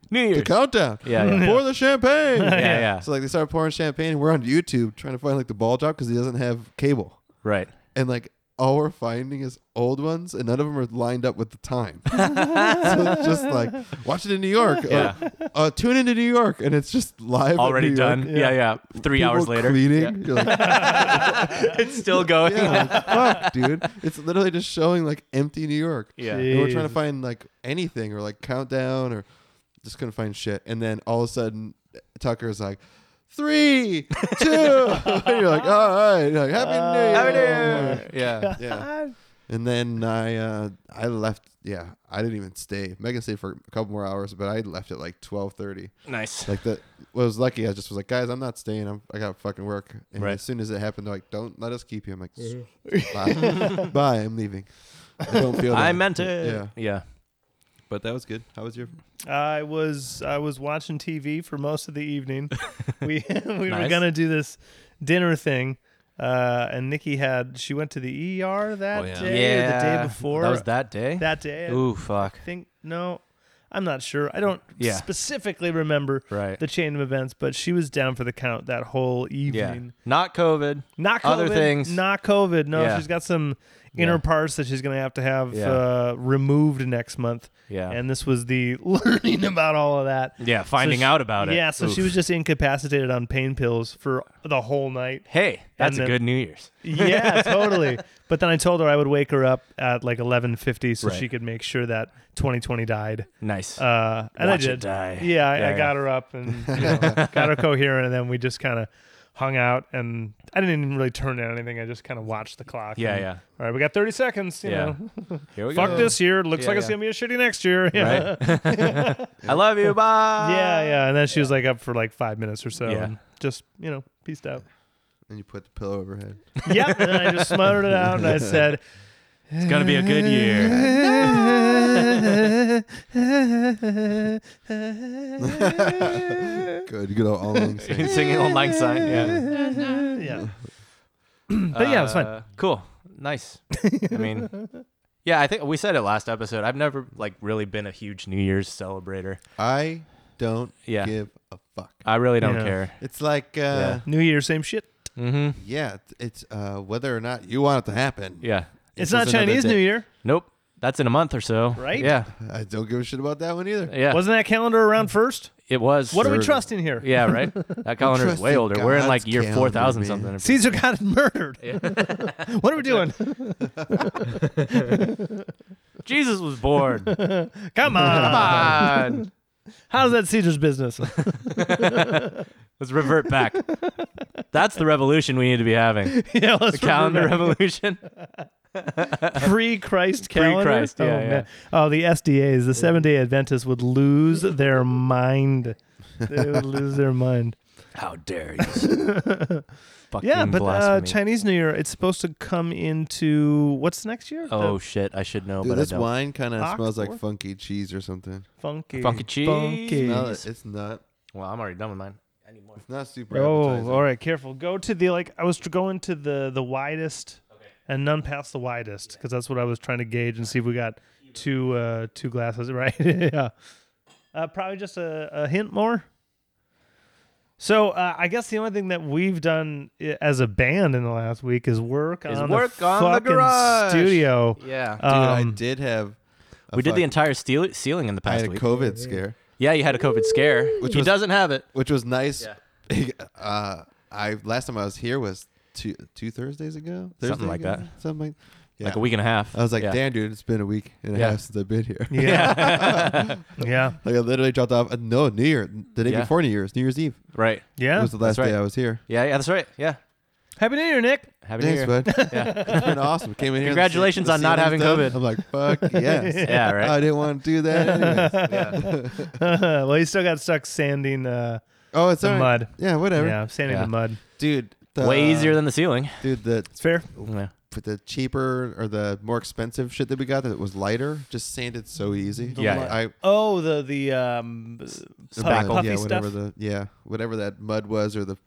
[SPEAKER 1] New
[SPEAKER 2] the
[SPEAKER 1] Year's.
[SPEAKER 2] countdown.
[SPEAKER 1] Yeah. Yeah.
[SPEAKER 2] Pour the champagne.
[SPEAKER 1] yeah. yeah.
[SPEAKER 2] So like they
[SPEAKER 3] uh,
[SPEAKER 2] started pouring champagne, and we're on YouTube trying to find like the ball drop because he doesn't have cable,
[SPEAKER 1] Right.
[SPEAKER 2] and like all we're finding is old ones, and none of them are lined up with the time. so it's just like watch it in New York. or,
[SPEAKER 1] Yeah.
[SPEAKER 2] uh, tune into New York, and it's just live. at
[SPEAKER 1] Already
[SPEAKER 2] New York.
[SPEAKER 1] done. Yeah, yeah. Three hours
[SPEAKER 2] People
[SPEAKER 1] later,
[SPEAKER 2] cleaning. You're like,
[SPEAKER 1] it's still going.
[SPEAKER 2] yeah, like, fuck, dude. It's literally just showing like empty New York.
[SPEAKER 1] Yeah.
[SPEAKER 3] Jeez.
[SPEAKER 2] And we're trying to find like anything or like countdown or just couldn't find shit. And then all of a sudden, Tucker's like, three, two. and you're like, all right. You're like, Happy New
[SPEAKER 1] Uh,
[SPEAKER 2] Year.
[SPEAKER 1] Happy New Year. Yeah.
[SPEAKER 2] Yeah. And then I uh, I left. Yeah, I didn't even stay. Megan stayed for a couple more hours, but I left at like twelve thirty.
[SPEAKER 1] Nice.
[SPEAKER 2] Like that well, I was lucky. I just was like, guys, I'm not staying. I'm, I got fucking work. And
[SPEAKER 1] Right.
[SPEAKER 2] as soon as it happened, they're like, don't let us keep you. I'm like, bye, bye. I'm leaving. I don't feel.
[SPEAKER 1] I
[SPEAKER 2] that.
[SPEAKER 1] meant it. Yeah.
[SPEAKER 2] But that was good. How was your?
[SPEAKER 3] I was I was watching TV for most of the evening. we we were
[SPEAKER 1] Nice.
[SPEAKER 3] gonna do this dinner thing, uh, and Nikki had she went to the ER that
[SPEAKER 1] Oh, yeah.
[SPEAKER 3] day or the day before.
[SPEAKER 1] That was that day.
[SPEAKER 3] that day.
[SPEAKER 1] Ooh, fuck.
[SPEAKER 3] I think no, I'm not sure. I don't
[SPEAKER 1] Yeah.
[SPEAKER 3] specifically remember
[SPEAKER 1] Right.
[SPEAKER 3] the chain of events, but she was down for the count that whole
[SPEAKER 1] Yeah.
[SPEAKER 3] evening.
[SPEAKER 1] Not COVID.
[SPEAKER 3] Not COVID,
[SPEAKER 1] Other things.
[SPEAKER 3] Not COVID. No,
[SPEAKER 1] Yeah.
[SPEAKER 3] she's got some inner
[SPEAKER 1] Yeah.
[SPEAKER 3] parts that she's gonna have to have
[SPEAKER 1] Yeah.
[SPEAKER 3] uh, removed next month.
[SPEAKER 1] Yeah.
[SPEAKER 3] And this was the learning about all of that.
[SPEAKER 1] yeah. Finding
[SPEAKER 3] she-
[SPEAKER 1] out about it.
[SPEAKER 3] Yeah, so she
[SPEAKER 1] Oof.
[SPEAKER 3] was just incapacitated on pain pills for the whole night.
[SPEAKER 1] Hey, that's
[SPEAKER 3] And
[SPEAKER 1] a
[SPEAKER 3] then-
[SPEAKER 1] good New Year's.
[SPEAKER 3] Yeah, totally. But then I told her I would wake her up at like 11:50 so
[SPEAKER 1] Right.
[SPEAKER 3] she could make sure that 2020 died.
[SPEAKER 1] Nice.
[SPEAKER 3] Uh, and I
[SPEAKER 1] Watch it
[SPEAKER 3] did.
[SPEAKER 1] die.
[SPEAKER 3] Yeah, I,
[SPEAKER 1] Yeah,
[SPEAKER 3] I
[SPEAKER 1] yeah.
[SPEAKER 3] got her up and you know, got her coherent, and then we just kind of hung out. And I didn't even really turn down anything. I just kind of watched the clock.
[SPEAKER 1] yeah.
[SPEAKER 3] and,
[SPEAKER 1] Yeah.
[SPEAKER 3] All right, we got 30 seconds. You
[SPEAKER 1] Yeah.
[SPEAKER 3] know,
[SPEAKER 1] Here we
[SPEAKER 3] fuck
[SPEAKER 1] go.
[SPEAKER 3] this year. Looks
[SPEAKER 1] Yeah,
[SPEAKER 3] like it's
[SPEAKER 1] yeah.
[SPEAKER 3] gonna be a shitty next year. Yeah.
[SPEAKER 1] Right? I love you. Bye.
[SPEAKER 3] Yeah, Uh, yeah. And then she was like up for like five minutes or so.
[SPEAKER 1] Yeah.
[SPEAKER 3] And just, you know, peaced out.
[SPEAKER 2] And you put the pillow over her head.
[SPEAKER 3] yep. And I just smothered it out and I said,
[SPEAKER 1] It's gonna be a good year.
[SPEAKER 2] good. You go all along saying,
[SPEAKER 1] Singing old lang syne. Yeah.
[SPEAKER 3] yeah. But yeah, it was fun.
[SPEAKER 1] Uh, Cool. Nice. I mean, yeah, I think we said it last episode. I've never like really been a huge New Year's celebrator.
[SPEAKER 2] I don't
[SPEAKER 1] Yeah.
[SPEAKER 2] give a fuck.
[SPEAKER 1] I really don't
[SPEAKER 3] Yeah.
[SPEAKER 1] care.
[SPEAKER 2] It's like, uh, yeah,
[SPEAKER 3] New Year, same shit.
[SPEAKER 1] Mm-hmm.
[SPEAKER 2] it's uh, whether or not you want it to happen.
[SPEAKER 1] Yeah.
[SPEAKER 3] It's,
[SPEAKER 2] It's
[SPEAKER 3] not
[SPEAKER 2] just another
[SPEAKER 3] Chinese
[SPEAKER 2] day.
[SPEAKER 3] New Year.
[SPEAKER 1] Nope. That's in a month or so.
[SPEAKER 3] Right?
[SPEAKER 1] Yeah.
[SPEAKER 2] I don't give a shit about that one either.
[SPEAKER 1] Yeah.
[SPEAKER 3] Wasn't that calendar around first?
[SPEAKER 1] it was.
[SPEAKER 3] What are we
[SPEAKER 2] Sure.
[SPEAKER 3] trusting here?
[SPEAKER 1] Yeah, right. That calendar is
[SPEAKER 2] trust
[SPEAKER 1] way
[SPEAKER 2] in
[SPEAKER 1] older. We're in like
[SPEAKER 2] God's
[SPEAKER 1] year
[SPEAKER 2] calendar,
[SPEAKER 1] four thousand
[SPEAKER 2] man.
[SPEAKER 1] something.
[SPEAKER 3] Caesar got murdered. what are we doing?
[SPEAKER 1] Jesus was born. Come
[SPEAKER 3] Come on.
[SPEAKER 1] on.
[SPEAKER 3] How's that Caesar's business?
[SPEAKER 1] Let's revert back. That's the revolution we need to be having.
[SPEAKER 3] yeah, let's
[SPEAKER 1] The calendar
[SPEAKER 3] remember.
[SPEAKER 1] revolution.
[SPEAKER 3] pre-Christ calendar.
[SPEAKER 1] Pre-Christ, yeah,
[SPEAKER 3] oh,
[SPEAKER 1] yeah.
[SPEAKER 3] man. oh, the SDAs, the Seventh Day Adventists, would lose their mind. They would lose their mind.
[SPEAKER 1] How dare you? Fucking
[SPEAKER 3] Yeah, but uh,
[SPEAKER 1] blasphemy.
[SPEAKER 3] Chinese New Year, it's supposed to come into what's next year?
[SPEAKER 1] Oh
[SPEAKER 3] The
[SPEAKER 1] shit! I should know,
[SPEAKER 2] Dude,
[SPEAKER 1] but I
[SPEAKER 2] this
[SPEAKER 1] don't.
[SPEAKER 2] wine kind of smells like
[SPEAKER 3] October?
[SPEAKER 2] funky cheese or something.
[SPEAKER 3] funky,
[SPEAKER 1] Funky cheese.
[SPEAKER 3] funky.
[SPEAKER 2] Smell it. It's not.
[SPEAKER 1] Well, I'm already done with mine. I need more.
[SPEAKER 2] It's not super.
[SPEAKER 3] Oh,
[SPEAKER 2] appetizing.
[SPEAKER 3] all right, careful. Go to the like. I was tr- going to the the widest, and none past the widest, because that's what I was trying to gauge and see if we got two uh two glasses right. yeah, uh, probably just a, a hint more. So uh, I guess the only thing that we've done i- as a band in the last week is work
[SPEAKER 1] Is
[SPEAKER 3] on
[SPEAKER 1] work
[SPEAKER 3] the
[SPEAKER 1] on the
[SPEAKER 3] fucking
[SPEAKER 1] garage.
[SPEAKER 3] studio.
[SPEAKER 1] Yeah,
[SPEAKER 2] Dude, I
[SPEAKER 3] Um,
[SPEAKER 2] did have.
[SPEAKER 1] Uh,
[SPEAKER 2] a
[SPEAKER 1] we did the
[SPEAKER 2] fuck-
[SPEAKER 1] entire steel- ceiling in the
[SPEAKER 2] I
[SPEAKER 1] past
[SPEAKER 2] had a
[SPEAKER 1] week.
[SPEAKER 2] COVID scare,
[SPEAKER 1] yeah, you had a COVID scare.
[SPEAKER 2] Which
[SPEAKER 1] he
[SPEAKER 2] was-
[SPEAKER 1] doesn't have it.
[SPEAKER 2] which was nice.
[SPEAKER 1] Yeah.
[SPEAKER 2] uh, I last time I was here was two two Thursdays ago. Thursday
[SPEAKER 1] Something like
[SPEAKER 2] ago?
[SPEAKER 1] that.
[SPEAKER 2] Something like. Yeah.
[SPEAKER 1] Like a week and a half.
[SPEAKER 2] I was like,
[SPEAKER 1] yeah.
[SPEAKER 2] damn, dude, it's been a week and a
[SPEAKER 1] Yeah.
[SPEAKER 2] half since I've been here.
[SPEAKER 3] Yeah, yeah,
[SPEAKER 2] like I literally dropped off. uh, No, New Year, the day
[SPEAKER 1] Yeah.
[SPEAKER 2] before New Year's, New Year's Eve
[SPEAKER 1] Right.
[SPEAKER 3] yeah.
[SPEAKER 2] was the last
[SPEAKER 1] That's
[SPEAKER 2] day
[SPEAKER 1] right.
[SPEAKER 2] I was here.
[SPEAKER 1] Yeah, yeah, that's right. Yeah.
[SPEAKER 3] Happy New Year, Nick.
[SPEAKER 1] Happy New
[SPEAKER 2] Thanks,
[SPEAKER 1] Year.
[SPEAKER 2] bud.
[SPEAKER 1] Yeah.
[SPEAKER 2] It's been awesome. Came in here. and the
[SPEAKER 1] Congratulations
[SPEAKER 2] ce- the
[SPEAKER 1] on not
[SPEAKER 2] ceiling's
[SPEAKER 1] having
[SPEAKER 2] done.
[SPEAKER 1] COVID.
[SPEAKER 2] I'm like, fuck yes. Oh,
[SPEAKER 1] Yeah,
[SPEAKER 2] I
[SPEAKER 1] right.
[SPEAKER 2] didn't want to do that. anyways.
[SPEAKER 3] well, you still got stuck sanding uh,
[SPEAKER 2] oh, it's
[SPEAKER 3] the
[SPEAKER 2] all right.
[SPEAKER 3] mud.
[SPEAKER 2] Yeah, whatever,
[SPEAKER 3] Yeah, sanding
[SPEAKER 1] Yeah.
[SPEAKER 3] the mud.
[SPEAKER 2] dude. The,
[SPEAKER 1] Way easier than the ceiling.
[SPEAKER 2] dude. The
[SPEAKER 3] It's fair.
[SPEAKER 1] Yeah.
[SPEAKER 2] but the cheaper or the more expensive shit that we got that was lighter just sanded so easy.
[SPEAKER 1] The Yeah. li-
[SPEAKER 2] I
[SPEAKER 3] Oh, the the um,
[SPEAKER 2] the
[SPEAKER 3] puff-
[SPEAKER 2] mud,
[SPEAKER 3] puffy
[SPEAKER 2] yeah,
[SPEAKER 3] stuff.
[SPEAKER 2] whatever the yeah, whatever that mud was or the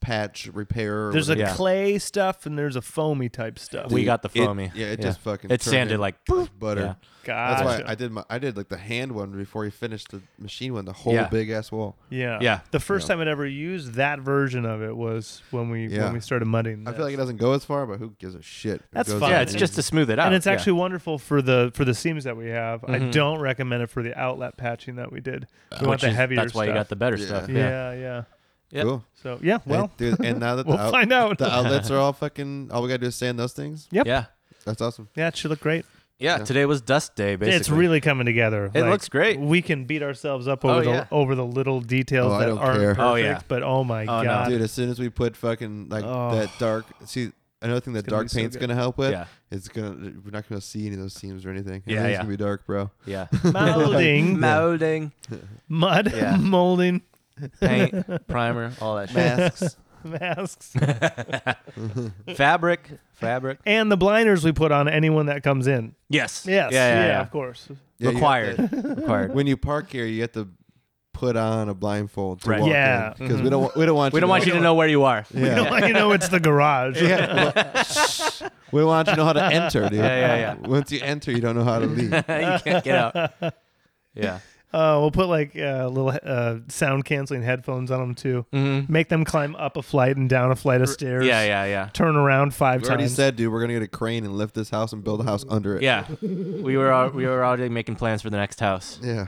[SPEAKER 2] patch repair. or
[SPEAKER 3] There's a
[SPEAKER 2] whatever.
[SPEAKER 1] Yeah.
[SPEAKER 3] clay stuff and there's a foamy type stuff.
[SPEAKER 1] we
[SPEAKER 2] Dude,
[SPEAKER 1] got the
[SPEAKER 2] it-
[SPEAKER 1] foamy.
[SPEAKER 2] yeah, it just fucking
[SPEAKER 1] It
[SPEAKER 2] turned
[SPEAKER 1] sanded
[SPEAKER 2] in-
[SPEAKER 1] like
[SPEAKER 2] Like butter.
[SPEAKER 1] Yeah.
[SPEAKER 3] Ah, Gotcha.
[SPEAKER 2] That's why I did my I did like the hand one before he finished the machine one. The whole
[SPEAKER 1] Yeah.
[SPEAKER 2] big ass wall.
[SPEAKER 3] yeah.
[SPEAKER 1] Yeah.
[SPEAKER 3] The first
[SPEAKER 2] Yeah.
[SPEAKER 3] time I'd ever used that version of it was when we
[SPEAKER 2] Yeah.
[SPEAKER 3] when we started mudding.
[SPEAKER 2] I feel like it doesn't go as far, but who gives a shit? It
[SPEAKER 3] That's
[SPEAKER 2] goes
[SPEAKER 3] fine.
[SPEAKER 1] yeah,
[SPEAKER 2] in
[SPEAKER 1] it's
[SPEAKER 2] there.
[SPEAKER 1] just to smooth it out.
[SPEAKER 3] and it's
[SPEAKER 1] yeah.
[SPEAKER 3] actually wonderful for the for the seams that we have. I
[SPEAKER 1] Mhm.
[SPEAKER 3] don't recommend it for the outlet patching that we did. We want
[SPEAKER 1] Uh, Which
[SPEAKER 3] the
[SPEAKER 1] is-
[SPEAKER 3] heavier
[SPEAKER 1] That's why you got the better
[SPEAKER 2] Yeah.
[SPEAKER 1] stuff.
[SPEAKER 3] yeah. yeah,
[SPEAKER 1] Yep.
[SPEAKER 2] cool.
[SPEAKER 3] So yeah,
[SPEAKER 2] Hey,
[SPEAKER 3] well,
[SPEAKER 2] dude, and now that
[SPEAKER 3] we'll
[SPEAKER 2] the, out-
[SPEAKER 3] find out.
[SPEAKER 2] the outlets are all fucking, all we gotta do is sand those things.
[SPEAKER 3] Yep.
[SPEAKER 1] Yeah.
[SPEAKER 2] That's awesome.
[SPEAKER 3] yeah, it should look great.
[SPEAKER 1] Yeah.
[SPEAKER 2] Yeah.
[SPEAKER 1] Today was dust day, basically.
[SPEAKER 3] It's really coming together.
[SPEAKER 1] It
[SPEAKER 3] Like,
[SPEAKER 1] looks great.
[SPEAKER 3] We can beat ourselves up over
[SPEAKER 1] Oh,
[SPEAKER 3] the
[SPEAKER 1] yeah.
[SPEAKER 3] over the little details
[SPEAKER 2] Oh, I
[SPEAKER 3] that
[SPEAKER 2] don't
[SPEAKER 3] aren't
[SPEAKER 2] care.
[SPEAKER 3] perfect.
[SPEAKER 1] Oh, yeah.
[SPEAKER 3] But oh my
[SPEAKER 1] Oh, no.
[SPEAKER 3] god,
[SPEAKER 2] Dude, as soon as we put fucking like
[SPEAKER 3] Oh.
[SPEAKER 2] that dark, see another thing that
[SPEAKER 3] gonna
[SPEAKER 2] dark
[SPEAKER 3] be so
[SPEAKER 2] paint's
[SPEAKER 3] good.
[SPEAKER 2] gonna help with.
[SPEAKER 1] Yeah.
[SPEAKER 2] It's gonna, we're not gonna see any of those seams or anything.
[SPEAKER 1] Yeah,
[SPEAKER 2] Everything's
[SPEAKER 1] yeah.
[SPEAKER 2] gonna be dark, bro.
[SPEAKER 1] Yeah.
[SPEAKER 3] molding,
[SPEAKER 1] Molding,
[SPEAKER 3] mud,
[SPEAKER 1] Yeah.
[SPEAKER 3] molding
[SPEAKER 1] paint, primer, all that shit.
[SPEAKER 2] Masks.
[SPEAKER 3] masks,
[SPEAKER 1] fabric. Fabric.
[SPEAKER 3] and the blinders we put on anyone that comes in.
[SPEAKER 1] Yes.
[SPEAKER 3] Yes,
[SPEAKER 1] Yeah. yeah, yeah.
[SPEAKER 3] of course.
[SPEAKER 2] Yeah, you
[SPEAKER 1] Required.
[SPEAKER 2] have to-
[SPEAKER 1] Required.
[SPEAKER 2] when you park here, you have to put on a blindfold. To
[SPEAKER 1] Right. Mm-hmm.
[SPEAKER 2] Walk
[SPEAKER 3] Yeah.
[SPEAKER 2] Because we don't, wa- we don't want
[SPEAKER 1] We
[SPEAKER 2] you
[SPEAKER 1] don't want you to know where you are.
[SPEAKER 2] Yeah.
[SPEAKER 3] You know, you know it's the garage.
[SPEAKER 2] Yeah. well, shh. we want you to know how to enter, dude.
[SPEAKER 1] Yeah, yeah, yeah.
[SPEAKER 2] Once you enter, you don't know how to leave.
[SPEAKER 1] you can't get out. Yeah.
[SPEAKER 3] Uh, we'll put like uh, little uh, sound canceling headphones on them too.
[SPEAKER 1] Mm-hmm.
[SPEAKER 3] Make them climb up a flight and down a flight of stairs.
[SPEAKER 1] Yeah, yeah, yeah.
[SPEAKER 3] Turn around five
[SPEAKER 2] We already
[SPEAKER 3] times.
[SPEAKER 2] said, dude, we're gonna get a crane and lift this house and build a house under it.
[SPEAKER 1] Yeah. We were al- we were already making plans for the next house.
[SPEAKER 2] Yeah.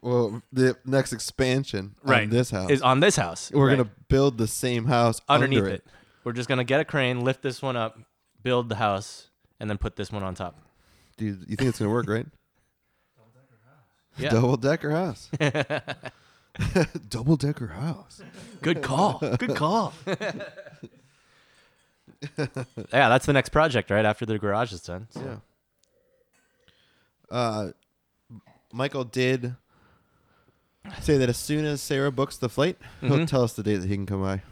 [SPEAKER 2] Well, the next expansion
[SPEAKER 1] Right.
[SPEAKER 2] on this house,
[SPEAKER 1] Is on this house.
[SPEAKER 2] we're
[SPEAKER 1] Right.
[SPEAKER 2] gonna build the same house
[SPEAKER 1] underneath
[SPEAKER 2] under
[SPEAKER 1] it. We're just gonna get a crane, lift this one up, build the house, and then put this one on top.
[SPEAKER 2] Dude, you think it's gonna work, right?
[SPEAKER 1] Yeah.
[SPEAKER 2] Double decker house. Double decker house.
[SPEAKER 1] Good call. Good call. yeah, that's the next project, right? After the garage is done. So.
[SPEAKER 2] Yeah. Uh, Michael did say that as soon as Sarah books the flight, he'll tell us the date that he can come by.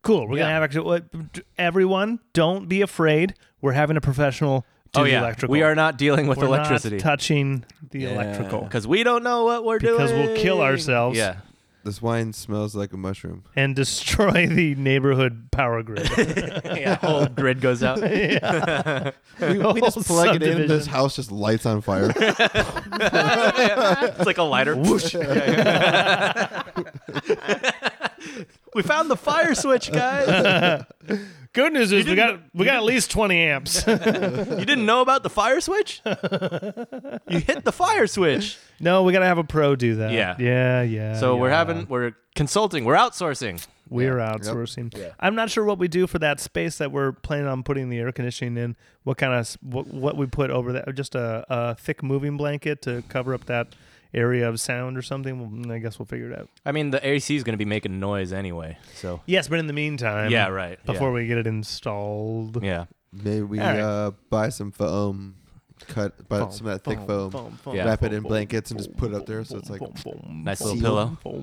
[SPEAKER 3] Cool. We're gonna
[SPEAKER 1] Yeah.
[SPEAKER 3] have actually. what- d- Everyone, don't be afraid. We're having a professional do
[SPEAKER 1] Oh
[SPEAKER 3] the
[SPEAKER 1] yeah,
[SPEAKER 3] electrical.
[SPEAKER 1] we are not dealing with
[SPEAKER 3] We're not
[SPEAKER 1] electricity
[SPEAKER 3] touching the electrical
[SPEAKER 1] because we don't know what we're
[SPEAKER 3] because
[SPEAKER 1] doing.
[SPEAKER 3] we'll kill ourselves
[SPEAKER 1] Yeah,
[SPEAKER 2] This wine smells like a mushroom.
[SPEAKER 3] and destroy the neighborhood power grid.
[SPEAKER 1] yeah. Whole grid goes out.
[SPEAKER 2] We, we just
[SPEAKER 3] Whole
[SPEAKER 2] plug it in. This
[SPEAKER 3] subdivision.
[SPEAKER 2] house just lights on fire.
[SPEAKER 1] It's like a lighter. Whoosh. we found the fire switch, guys.
[SPEAKER 3] Good news is we got we got at least twenty amps.
[SPEAKER 1] You didn't know about the fire switch? You hit the fire switch.
[SPEAKER 3] no, we gotta have a pro do that.
[SPEAKER 1] Yeah.
[SPEAKER 3] yeah, yeah.
[SPEAKER 1] So we're
[SPEAKER 3] yeah.
[SPEAKER 1] having we're consulting, we're outsourcing.
[SPEAKER 3] We're outsourcing. I'm not sure what we do for that space that we're planning on putting the air conditioning in. What kind of s- what, what we put over that? Just a, a thick moving blanket to cover up that area of sound or something. Well, mm, I guess we'll figure it out.
[SPEAKER 1] I mean, the AC is going to be making noise anyway. So
[SPEAKER 3] Yes, but in the meantime,
[SPEAKER 1] yeah, right. yeah,
[SPEAKER 3] Before we get it installed,
[SPEAKER 1] yeah,
[SPEAKER 2] Maybe we
[SPEAKER 3] All right.
[SPEAKER 2] uh, buy some foam, cut buy some of that thick foam,
[SPEAKER 1] Yeah.
[SPEAKER 2] wrap it in blankets, and just put it up there so it's like.
[SPEAKER 1] nice
[SPEAKER 2] See?
[SPEAKER 1] little pillow.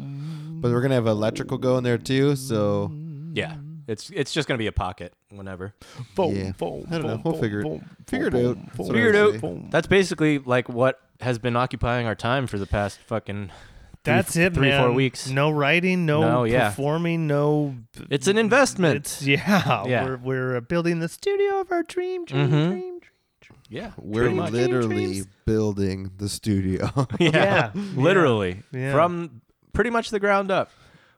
[SPEAKER 2] But we're gonna have electrical go in there too, so
[SPEAKER 1] Yeah, it's it's just going to be a pocket whenever.
[SPEAKER 2] Yeah. I don't know. We'll figure it- figure it out. That's what I
[SPEAKER 1] Figure it
[SPEAKER 2] would
[SPEAKER 1] out.
[SPEAKER 2] say.
[SPEAKER 1] That's basically like what has been occupying our time for the past fucking.
[SPEAKER 3] That's it.
[SPEAKER 1] three, four
[SPEAKER 3] man.
[SPEAKER 1] weeks.
[SPEAKER 3] No writing. No,
[SPEAKER 1] No, yeah.
[SPEAKER 3] performing. No.
[SPEAKER 1] It's an investment.
[SPEAKER 3] It's yeah.
[SPEAKER 1] Yeah.
[SPEAKER 3] We're we're uh, building the studio of our dream. Dream.
[SPEAKER 1] Mhm.
[SPEAKER 3] Dream. dream.
[SPEAKER 1] yeah,
[SPEAKER 2] We're
[SPEAKER 1] pretty much.
[SPEAKER 2] literally building the studio.
[SPEAKER 1] yeah,
[SPEAKER 3] Yeah.
[SPEAKER 1] literally
[SPEAKER 3] Yeah.
[SPEAKER 1] from pretty much the ground up.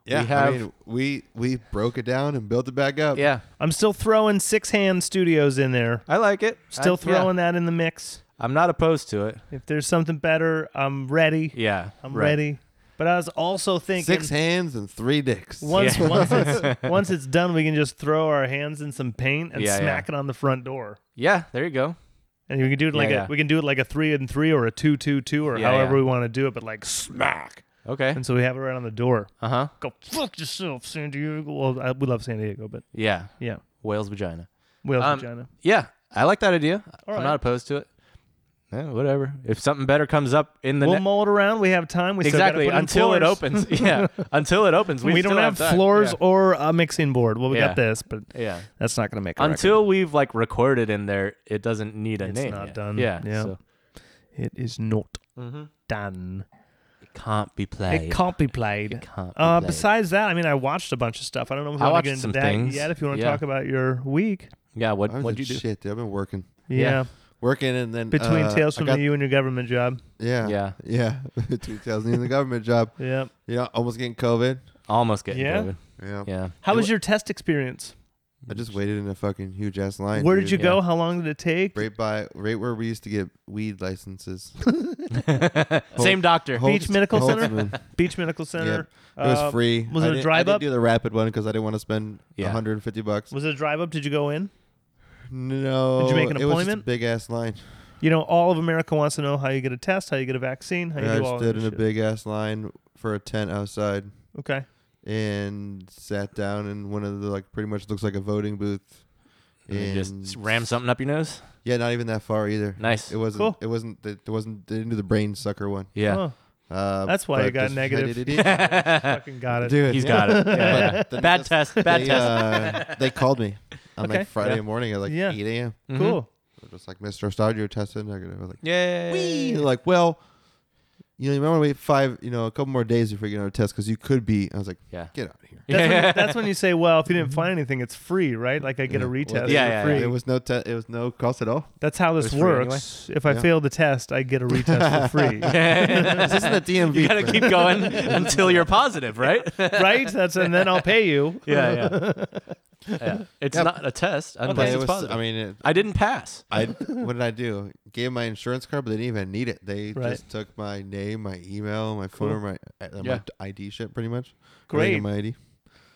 [SPEAKER 2] yeah,
[SPEAKER 1] we have
[SPEAKER 2] I mean, we we broke it down and built it back up.
[SPEAKER 1] yeah.
[SPEAKER 3] I'm still throwing six hand studios in there.
[SPEAKER 1] I like it.
[SPEAKER 3] Still
[SPEAKER 1] I-
[SPEAKER 3] throwing
[SPEAKER 1] Yeah.
[SPEAKER 3] that in the mix.
[SPEAKER 1] I'm not opposed to it.
[SPEAKER 3] If there's something better, I'm ready.
[SPEAKER 1] Yeah,
[SPEAKER 3] I'm
[SPEAKER 1] right.
[SPEAKER 3] ready. But I was also thinking
[SPEAKER 2] six hands and three dicks.
[SPEAKER 3] once
[SPEAKER 1] Yeah.
[SPEAKER 3] once it's once it's done, we can just throw our hands in some paint and
[SPEAKER 1] Yeah,
[SPEAKER 3] smack it on the front door.
[SPEAKER 1] Yeah, there you go.
[SPEAKER 3] And we can do it like
[SPEAKER 1] Yeah, yeah.
[SPEAKER 3] a we can do it like a three and three or a two two two or
[SPEAKER 1] Yeah,
[SPEAKER 3] however we
[SPEAKER 1] yeah.
[SPEAKER 3] want to do it, but like smack.
[SPEAKER 1] Okay.
[SPEAKER 3] And so we have it right on the door.
[SPEAKER 1] Uh huh.
[SPEAKER 3] Go fuck yourself, San Diego. Well, I, we love San Diego, but
[SPEAKER 1] Yeah.
[SPEAKER 3] yeah,
[SPEAKER 1] Whale's vagina.
[SPEAKER 3] Wales,
[SPEAKER 1] Um,
[SPEAKER 3] Regina.
[SPEAKER 1] Yeah, I like that idea.
[SPEAKER 3] All
[SPEAKER 1] I'm
[SPEAKER 3] right.
[SPEAKER 1] not opposed to it. Yeah, whatever. If something better comes up in the
[SPEAKER 3] We'll
[SPEAKER 1] ne-
[SPEAKER 3] mull it around. We have time. We still gotta
[SPEAKER 1] exactly
[SPEAKER 3] put in
[SPEAKER 1] until it
[SPEAKER 3] floors.
[SPEAKER 1] opens. yeah, until it opens, we,
[SPEAKER 3] We, don't
[SPEAKER 1] still
[SPEAKER 3] have,
[SPEAKER 1] time.
[SPEAKER 3] floors
[SPEAKER 1] Yeah.
[SPEAKER 3] or a mixing board. Well, we
[SPEAKER 1] Yeah.
[SPEAKER 3] got this, but
[SPEAKER 1] yeah.
[SPEAKER 3] that's not going to make a
[SPEAKER 1] Until we've like recorded in there, it doesn't need a
[SPEAKER 3] It's
[SPEAKER 1] name.
[SPEAKER 3] not
[SPEAKER 1] yet.
[SPEAKER 3] done.
[SPEAKER 1] Yeah.
[SPEAKER 3] Yeah.
[SPEAKER 1] So.
[SPEAKER 3] record. it is not
[SPEAKER 1] Mm-hmm.
[SPEAKER 3] done.
[SPEAKER 1] It can't be played.
[SPEAKER 3] It can't be played.
[SPEAKER 1] It can't be
[SPEAKER 3] uh,
[SPEAKER 1] played.
[SPEAKER 3] Besides that, I mean, I watched a bunch of stuff. I don't know if
[SPEAKER 1] I
[SPEAKER 3] I want
[SPEAKER 1] watched
[SPEAKER 3] to get into
[SPEAKER 1] some
[SPEAKER 3] that
[SPEAKER 1] things.
[SPEAKER 3] yet. If you want to
[SPEAKER 1] Yeah.
[SPEAKER 3] talk about your week,
[SPEAKER 1] yeah, what
[SPEAKER 2] I was
[SPEAKER 1] what'd you
[SPEAKER 2] like,
[SPEAKER 1] do?
[SPEAKER 2] Shit, dude, I've been working,
[SPEAKER 3] yeah,
[SPEAKER 1] Yeah.
[SPEAKER 2] working, and then
[SPEAKER 3] between
[SPEAKER 2] uh,
[SPEAKER 3] tales
[SPEAKER 2] I
[SPEAKER 3] from
[SPEAKER 2] got-
[SPEAKER 3] you and your government job,
[SPEAKER 2] Yeah,
[SPEAKER 1] Yeah.
[SPEAKER 2] yeah. Between tales and the government job.
[SPEAKER 3] yeah.
[SPEAKER 2] Yeah, almost getting COVID.
[SPEAKER 1] Almost getting
[SPEAKER 3] Yeah?
[SPEAKER 1] COVID.
[SPEAKER 2] Yeah.
[SPEAKER 1] Yeah.
[SPEAKER 3] How
[SPEAKER 2] It
[SPEAKER 3] was
[SPEAKER 2] wa-
[SPEAKER 3] your test experience?
[SPEAKER 2] Oh. I just waited in a fucking huge ass line.
[SPEAKER 3] Where
[SPEAKER 2] dude.
[SPEAKER 3] did you
[SPEAKER 1] yeah.
[SPEAKER 3] go? How long did it take?
[SPEAKER 2] Right by, right where we used to get weed licenses.
[SPEAKER 1] Same doctor.
[SPEAKER 3] Beach
[SPEAKER 2] Holtz-
[SPEAKER 3] Medical Center?
[SPEAKER 2] Holtzman.
[SPEAKER 3] Beach Medical Center.
[SPEAKER 2] It was
[SPEAKER 3] Uh,
[SPEAKER 2] free.
[SPEAKER 3] was
[SPEAKER 2] I
[SPEAKER 3] it a
[SPEAKER 2] didn't-
[SPEAKER 3] drive
[SPEAKER 2] I didn't
[SPEAKER 3] up?
[SPEAKER 2] do the rapid one because I didn't want to spend
[SPEAKER 1] Yeah.
[SPEAKER 2] 150 bucks.
[SPEAKER 3] Was it a drive up? Did you go in?
[SPEAKER 2] No.
[SPEAKER 3] Did you make an
[SPEAKER 2] it was just a
[SPEAKER 3] appointment?
[SPEAKER 2] big ass line.
[SPEAKER 3] You know, all of America wants to know how you get a test, how you get a vaccine, how you
[SPEAKER 2] I
[SPEAKER 3] do all
[SPEAKER 2] just stood
[SPEAKER 3] that
[SPEAKER 2] in a
[SPEAKER 3] shit.
[SPEAKER 2] big ass line for a tent outside
[SPEAKER 3] Okay.
[SPEAKER 2] and sat down in one of the like pretty much looks like a voting booth.
[SPEAKER 1] And you
[SPEAKER 2] And-
[SPEAKER 1] just ram something up your nose.
[SPEAKER 2] Yeah, not even that far either.
[SPEAKER 1] Nice.
[SPEAKER 2] It wasn't.
[SPEAKER 3] Cool.
[SPEAKER 2] It wasn't. It wasn't. They didn't do the brain sucker one.
[SPEAKER 1] Yeah.
[SPEAKER 3] Oh,
[SPEAKER 2] Uh,
[SPEAKER 3] That's why
[SPEAKER 2] but
[SPEAKER 3] you got
[SPEAKER 2] just
[SPEAKER 3] negative.
[SPEAKER 2] headed it in.
[SPEAKER 3] fucking got it.
[SPEAKER 2] Dude,
[SPEAKER 1] He's
[SPEAKER 2] yeah.
[SPEAKER 1] got it. Yeah,
[SPEAKER 2] But
[SPEAKER 1] yeah.
[SPEAKER 2] then
[SPEAKER 1] Bad
[SPEAKER 2] just-
[SPEAKER 1] test. Bad
[SPEAKER 2] They,
[SPEAKER 1] test.
[SPEAKER 2] uh, they called me on
[SPEAKER 3] Okay.
[SPEAKER 2] like Friday
[SPEAKER 1] Yeah.
[SPEAKER 2] morning at like
[SPEAKER 3] Yeah.
[SPEAKER 2] 8 a.m.
[SPEAKER 1] Mhm.
[SPEAKER 3] Cool.
[SPEAKER 2] They're Just like Mr. Stadio tested negative. I was like,
[SPEAKER 1] Yay.
[SPEAKER 2] Whee! They're like, well, you know, you might want to wait five, you know, a couple more days before you get another test because you could be. I was like,
[SPEAKER 1] Yeah.
[SPEAKER 2] get out of here.
[SPEAKER 3] That's, when, that's when you say, well, if you didn't find anything, it's free, right? Like I get a
[SPEAKER 2] Mm-hmm. Yeah.
[SPEAKER 3] retest.
[SPEAKER 2] Well,
[SPEAKER 3] for
[SPEAKER 1] Yeah, yeah,
[SPEAKER 3] free.
[SPEAKER 1] yeah.
[SPEAKER 2] It was no te- It was no cost at all.
[SPEAKER 3] That's how this
[SPEAKER 1] It was free
[SPEAKER 3] works. If I
[SPEAKER 2] Yeah.
[SPEAKER 3] fail the test, I get a retest for free.
[SPEAKER 2] This isn't a DMV.
[SPEAKER 1] you gotta
[SPEAKER 2] friend.
[SPEAKER 1] keep going until you're positive, right?
[SPEAKER 3] right? That's and then I'll pay you.
[SPEAKER 1] yeah, yeah. yeah. It's
[SPEAKER 2] Yep.
[SPEAKER 1] not a test
[SPEAKER 2] But
[SPEAKER 1] unless
[SPEAKER 2] it
[SPEAKER 1] it's
[SPEAKER 2] was,
[SPEAKER 1] positive.
[SPEAKER 2] I
[SPEAKER 1] I,
[SPEAKER 2] mean, it,
[SPEAKER 1] didn't pass.
[SPEAKER 2] I what did I do? Gave my insurance card, but they didn't even need it. They
[SPEAKER 3] Right.
[SPEAKER 2] just took my name, my email, my
[SPEAKER 3] Cool.
[SPEAKER 2] phone, number, my, uh,
[SPEAKER 1] Yeah.
[SPEAKER 2] my ID shit, pretty much. Everything
[SPEAKER 3] Great.
[SPEAKER 2] in My ID.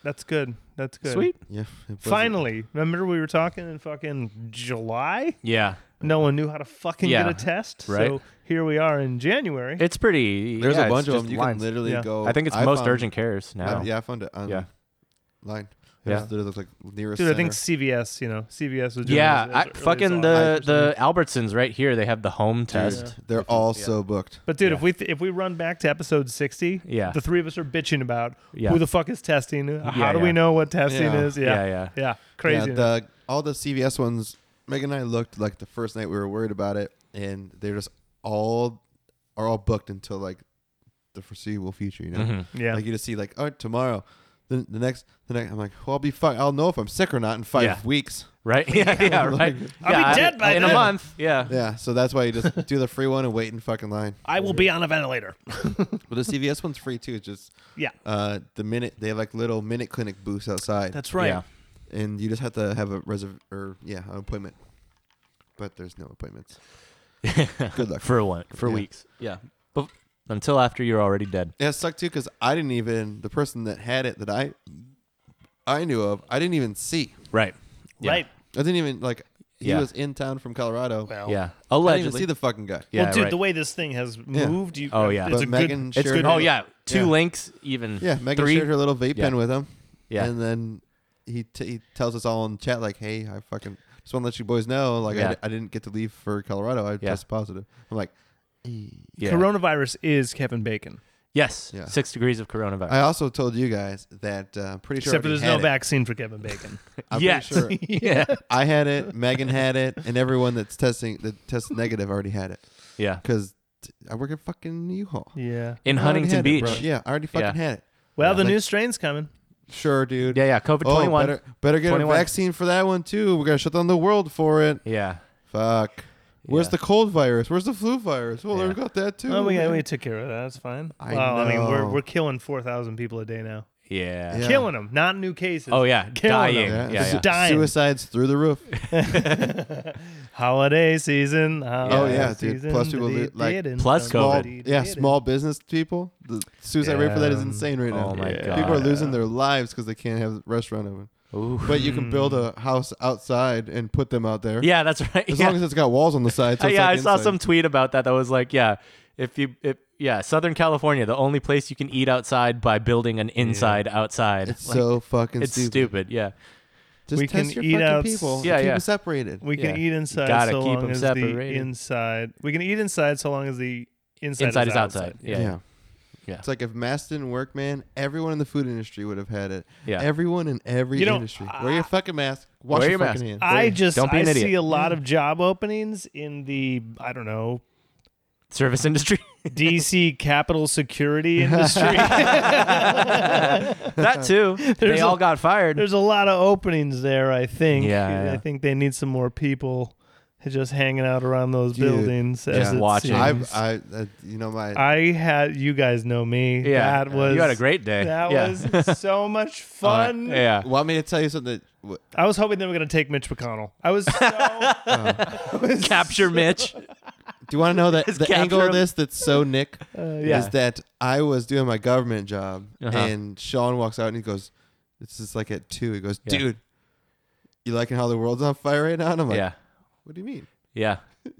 [SPEAKER 3] That's good. That's good.
[SPEAKER 1] Sweet.
[SPEAKER 2] Yeah. it wasn't-
[SPEAKER 3] Finally, remember we were talking in fucking July?
[SPEAKER 1] Yeah,
[SPEAKER 3] No one knew how to fucking
[SPEAKER 1] Yeah,
[SPEAKER 3] get a test. So
[SPEAKER 1] right.
[SPEAKER 3] here we are in January.
[SPEAKER 1] it's pretty.
[SPEAKER 2] There's
[SPEAKER 1] yeah,
[SPEAKER 2] a
[SPEAKER 1] it's
[SPEAKER 2] bunch of
[SPEAKER 1] just
[SPEAKER 2] them. You
[SPEAKER 1] lines.
[SPEAKER 2] can literally
[SPEAKER 3] Yeah.
[SPEAKER 2] go.
[SPEAKER 1] I think it's most
[SPEAKER 2] found-
[SPEAKER 1] urgent cares
[SPEAKER 2] I-
[SPEAKER 1] now.
[SPEAKER 2] yeah, I found it on
[SPEAKER 1] Yeah.
[SPEAKER 2] line. It
[SPEAKER 1] Yeah.
[SPEAKER 2] was literally looks like nearest.
[SPEAKER 3] Dude, I think
[SPEAKER 2] center.
[SPEAKER 3] CVS, you know, CVS was doing
[SPEAKER 1] Yeah,
[SPEAKER 3] this as
[SPEAKER 1] I,
[SPEAKER 3] early as
[SPEAKER 1] fucking the
[SPEAKER 3] August.
[SPEAKER 1] the Albertsons right here. They have the home test.
[SPEAKER 2] Dude, They're all so booked.
[SPEAKER 3] But dude,
[SPEAKER 1] yeah.
[SPEAKER 3] if we th- if we run back to episode 60,
[SPEAKER 1] Yeah.
[SPEAKER 3] the three of us are bitching about
[SPEAKER 1] Yeah.
[SPEAKER 3] who the fuck is testing, how
[SPEAKER 1] Yeah,
[SPEAKER 3] do
[SPEAKER 1] yeah.
[SPEAKER 3] we know what testing
[SPEAKER 2] Yeah.
[SPEAKER 3] is? Yeah.
[SPEAKER 1] Yeah,
[SPEAKER 3] Yeah,
[SPEAKER 1] yeah.
[SPEAKER 3] crazy.
[SPEAKER 2] Yeah, the all the CVS ones. Megan and I looked like the first night we were worried about it, and they're just all are all booked until like the foreseeable future. You know,
[SPEAKER 1] Mhm.
[SPEAKER 3] yeah.
[SPEAKER 2] like you just see like, oh, tomorrow, the, the next, the next. I'm like, well, I'll be fuck. I'll know if I'm sick or not in five
[SPEAKER 1] Yeah.
[SPEAKER 2] weeks.
[SPEAKER 1] Right? Yeah, yeah, right.
[SPEAKER 3] I'll be
[SPEAKER 1] yeah,
[SPEAKER 3] dead by
[SPEAKER 1] in
[SPEAKER 3] then.
[SPEAKER 1] a month. Yeah.
[SPEAKER 2] Yeah, so that's why you just do the free one and wait in fucking line.
[SPEAKER 3] I will be on a ventilator.
[SPEAKER 2] But the CVS one's free too. It's just
[SPEAKER 3] yeah.
[SPEAKER 2] uh, the minute they have like little minute clinic booths outside.
[SPEAKER 3] That's right.
[SPEAKER 1] Yeah.
[SPEAKER 2] and you just have to have a reserv or yeah an appointment. But there's no appointments. Good luck.
[SPEAKER 1] For one, for
[SPEAKER 2] Yeah.
[SPEAKER 1] weeks. Yeah. But until after you're already dead.
[SPEAKER 2] Yeah, it sucked too because I didn't even the person that had it that I I knew of I didn't even see.
[SPEAKER 1] Right. Yeah.
[SPEAKER 3] Right.
[SPEAKER 2] I didn't even like he
[SPEAKER 1] Yeah.
[SPEAKER 2] was in town from Colorado.
[SPEAKER 3] Well,
[SPEAKER 1] Yeah.
[SPEAKER 2] I didn't even
[SPEAKER 1] Allegedly.
[SPEAKER 2] see the fucking guy.
[SPEAKER 1] yeah,
[SPEAKER 3] well, dude,
[SPEAKER 1] right.
[SPEAKER 3] the way this thing has moved, you.
[SPEAKER 1] Oh, yeah.
[SPEAKER 3] it's
[SPEAKER 2] but
[SPEAKER 3] a
[SPEAKER 2] Megan
[SPEAKER 3] good.
[SPEAKER 1] It's
[SPEAKER 2] shared.
[SPEAKER 1] good.
[SPEAKER 2] her-
[SPEAKER 1] Oh yeah, two
[SPEAKER 2] Yeah.
[SPEAKER 1] links even.
[SPEAKER 2] yeah. Megan
[SPEAKER 1] three.
[SPEAKER 2] shared her little vape
[SPEAKER 1] Yeah.
[SPEAKER 2] pen with him.
[SPEAKER 1] Yeah.
[SPEAKER 2] and then he t- he tells us all in chat like, "Hey, I fucking just want to let you boys know like I
[SPEAKER 1] Yeah.
[SPEAKER 2] d- I, didn't get to leave for Colorado. I
[SPEAKER 1] Yeah.
[SPEAKER 2] tested positive." I'm like,
[SPEAKER 1] yeah.
[SPEAKER 3] Coronavirus is Kevin Bacon,
[SPEAKER 1] yes.
[SPEAKER 2] Yeah.
[SPEAKER 1] Six degrees of coronavirf.
[SPEAKER 2] I also told you guys that uh, I'm pretty sure
[SPEAKER 3] except for
[SPEAKER 2] I already
[SPEAKER 3] there's no
[SPEAKER 2] had it.
[SPEAKER 3] vaccine for Kevin Bacon.
[SPEAKER 2] I'm
[SPEAKER 1] yes.
[SPEAKER 2] pretty sure
[SPEAKER 1] yeah.
[SPEAKER 2] I had it, Megan had it, and everyone that's testing that tests negative already had it.
[SPEAKER 1] Yeah.
[SPEAKER 2] Because I work at fucking U-Haul.
[SPEAKER 3] yeah.
[SPEAKER 1] In
[SPEAKER 2] I already
[SPEAKER 1] Huntington
[SPEAKER 2] had it,
[SPEAKER 1] Beach.
[SPEAKER 2] bro. yeah, I already fucking
[SPEAKER 1] Yeah.
[SPEAKER 2] had it.
[SPEAKER 3] Well, the
[SPEAKER 2] Like-
[SPEAKER 3] new strain's coming.
[SPEAKER 2] Sure, dude.
[SPEAKER 1] Yeah, yeah. COVID
[SPEAKER 2] Oh,
[SPEAKER 1] twenty one.
[SPEAKER 2] better, better get
[SPEAKER 1] 21.
[SPEAKER 2] a vaccine for that one too. We're gonna shut down the world for it.
[SPEAKER 1] Yeah.
[SPEAKER 2] Fuck. Where's
[SPEAKER 1] Yeah.
[SPEAKER 2] the cold virus? Where's the flu virus? Well,
[SPEAKER 1] Yeah.
[SPEAKER 2] they've got that too.
[SPEAKER 3] Oh, we,
[SPEAKER 2] man.
[SPEAKER 3] we took care of that. That's fine.
[SPEAKER 2] I
[SPEAKER 3] well, I mean, we're
[SPEAKER 2] know.
[SPEAKER 3] we're killing four thousand people a day now.
[SPEAKER 1] Yeah.
[SPEAKER 2] Yeah.
[SPEAKER 3] Killing them, not new cases.
[SPEAKER 1] Oh yeah.
[SPEAKER 3] Killing 'em.
[SPEAKER 1] Dying.
[SPEAKER 2] Yeah.
[SPEAKER 1] Yeah. Yeah.
[SPEAKER 3] Just dying.
[SPEAKER 2] Suicides through the roof.
[SPEAKER 3] Holiday season. Holiday
[SPEAKER 1] Oh, yeah,
[SPEAKER 2] dude.
[SPEAKER 3] season,
[SPEAKER 2] Plus people
[SPEAKER 3] did-
[SPEAKER 2] lo- like-
[SPEAKER 3] did-
[SPEAKER 1] Plus
[SPEAKER 2] Small,
[SPEAKER 1] COVID.
[SPEAKER 2] yeah, small business people. The suicide rate for that is insane right now.
[SPEAKER 1] Oh my
[SPEAKER 3] Yeah.
[SPEAKER 1] god.
[SPEAKER 2] People are losing their lives because they can't have restaurant open.
[SPEAKER 1] Ooh.
[SPEAKER 2] But you can build a house outside and put them out there.
[SPEAKER 1] Hmm. Yeah, that's right.
[SPEAKER 2] As
[SPEAKER 1] yeah.
[SPEAKER 2] long as it's got walls on the side. So
[SPEAKER 1] Uh,
[SPEAKER 2] it's
[SPEAKER 1] yeah,
[SPEAKER 2] like
[SPEAKER 1] I saw
[SPEAKER 2] inside.
[SPEAKER 1] some tweet about that that was like, yeah, if you if yeah, Southern California, the only place you can eat outside by building an inside outside.
[SPEAKER 2] It's
[SPEAKER 1] Like,
[SPEAKER 2] so fucking
[SPEAKER 1] it's
[SPEAKER 2] stupid.
[SPEAKER 1] stupid. Yeah.
[SPEAKER 2] Just
[SPEAKER 3] We
[SPEAKER 2] test
[SPEAKER 3] can
[SPEAKER 2] your
[SPEAKER 3] eat
[SPEAKER 2] fucking
[SPEAKER 3] outs-
[SPEAKER 2] people.
[SPEAKER 1] Yeah,
[SPEAKER 2] Yeah, keep
[SPEAKER 1] yeah.
[SPEAKER 2] them separated.
[SPEAKER 3] We can
[SPEAKER 1] Yeah.
[SPEAKER 3] eat inside
[SPEAKER 1] gotta
[SPEAKER 3] so
[SPEAKER 1] keep
[SPEAKER 3] long
[SPEAKER 1] 'em
[SPEAKER 3] as
[SPEAKER 1] separated.
[SPEAKER 3] the inside. We can eat inside so long as the inside,
[SPEAKER 1] Inside
[SPEAKER 3] is outside.
[SPEAKER 1] Yeah. Yeah. Yeah.
[SPEAKER 2] It's like if masks didn't work, man, everyone in the food industry would have had it.
[SPEAKER 1] Yeah.
[SPEAKER 2] Everyone in every
[SPEAKER 3] You know,
[SPEAKER 2] industry. Wear your fucking mask. Wash
[SPEAKER 1] Wear
[SPEAKER 2] your,
[SPEAKER 1] your
[SPEAKER 2] fucking
[SPEAKER 1] mask.
[SPEAKER 2] hands.
[SPEAKER 3] I
[SPEAKER 1] There-
[SPEAKER 3] just
[SPEAKER 1] don't be an
[SPEAKER 3] I
[SPEAKER 1] idiot.
[SPEAKER 3] see a lot of job openings in the I don't know
[SPEAKER 1] service industry.
[SPEAKER 3] DC Capital Security Industry.
[SPEAKER 1] that too. they
[SPEAKER 3] There's
[SPEAKER 1] all
[SPEAKER 3] a-
[SPEAKER 1] got fired.
[SPEAKER 3] There's a lot of openings there, I think.
[SPEAKER 1] Yeah,
[SPEAKER 3] I
[SPEAKER 1] yeah.
[SPEAKER 3] think they need some more people just hanging out around those
[SPEAKER 2] Dude,
[SPEAKER 3] buildings. as
[SPEAKER 1] just
[SPEAKER 3] it
[SPEAKER 1] watching.
[SPEAKER 3] seems.
[SPEAKER 2] I've, I, uh, you know, my
[SPEAKER 3] I had you guys know me.
[SPEAKER 1] yeah,
[SPEAKER 3] that was
[SPEAKER 1] you had a great day.
[SPEAKER 3] That
[SPEAKER 1] yeah. Uh,
[SPEAKER 3] was so much fun.
[SPEAKER 1] yeah.
[SPEAKER 2] want me to tell you something. That,
[SPEAKER 3] I was hoping they were gonna take Mitch McConnell. I was so uh,
[SPEAKER 1] Capture Mitch.
[SPEAKER 2] Do you want to know that
[SPEAKER 1] Just
[SPEAKER 2] the angle
[SPEAKER 1] capture
[SPEAKER 2] of
[SPEAKER 1] 'em.
[SPEAKER 2] this that's so Nick
[SPEAKER 3] yeah.
[SPEAKER 2] is that I was doing my government job
[SPEAKER 1] Uh-huh.
[SPEAKER 2] and Sean walks out and he goes, "This is like at two. He goes,
[SPEAKER 1] Yeah.
[SPEAKER 2] "Dude, you liking how the world's on fire right now?" And I'm like,
[SPEAKER 1] yeah.
[SPEAKER 2] "What do you mean?"
[SPEAKER 1] Yeah.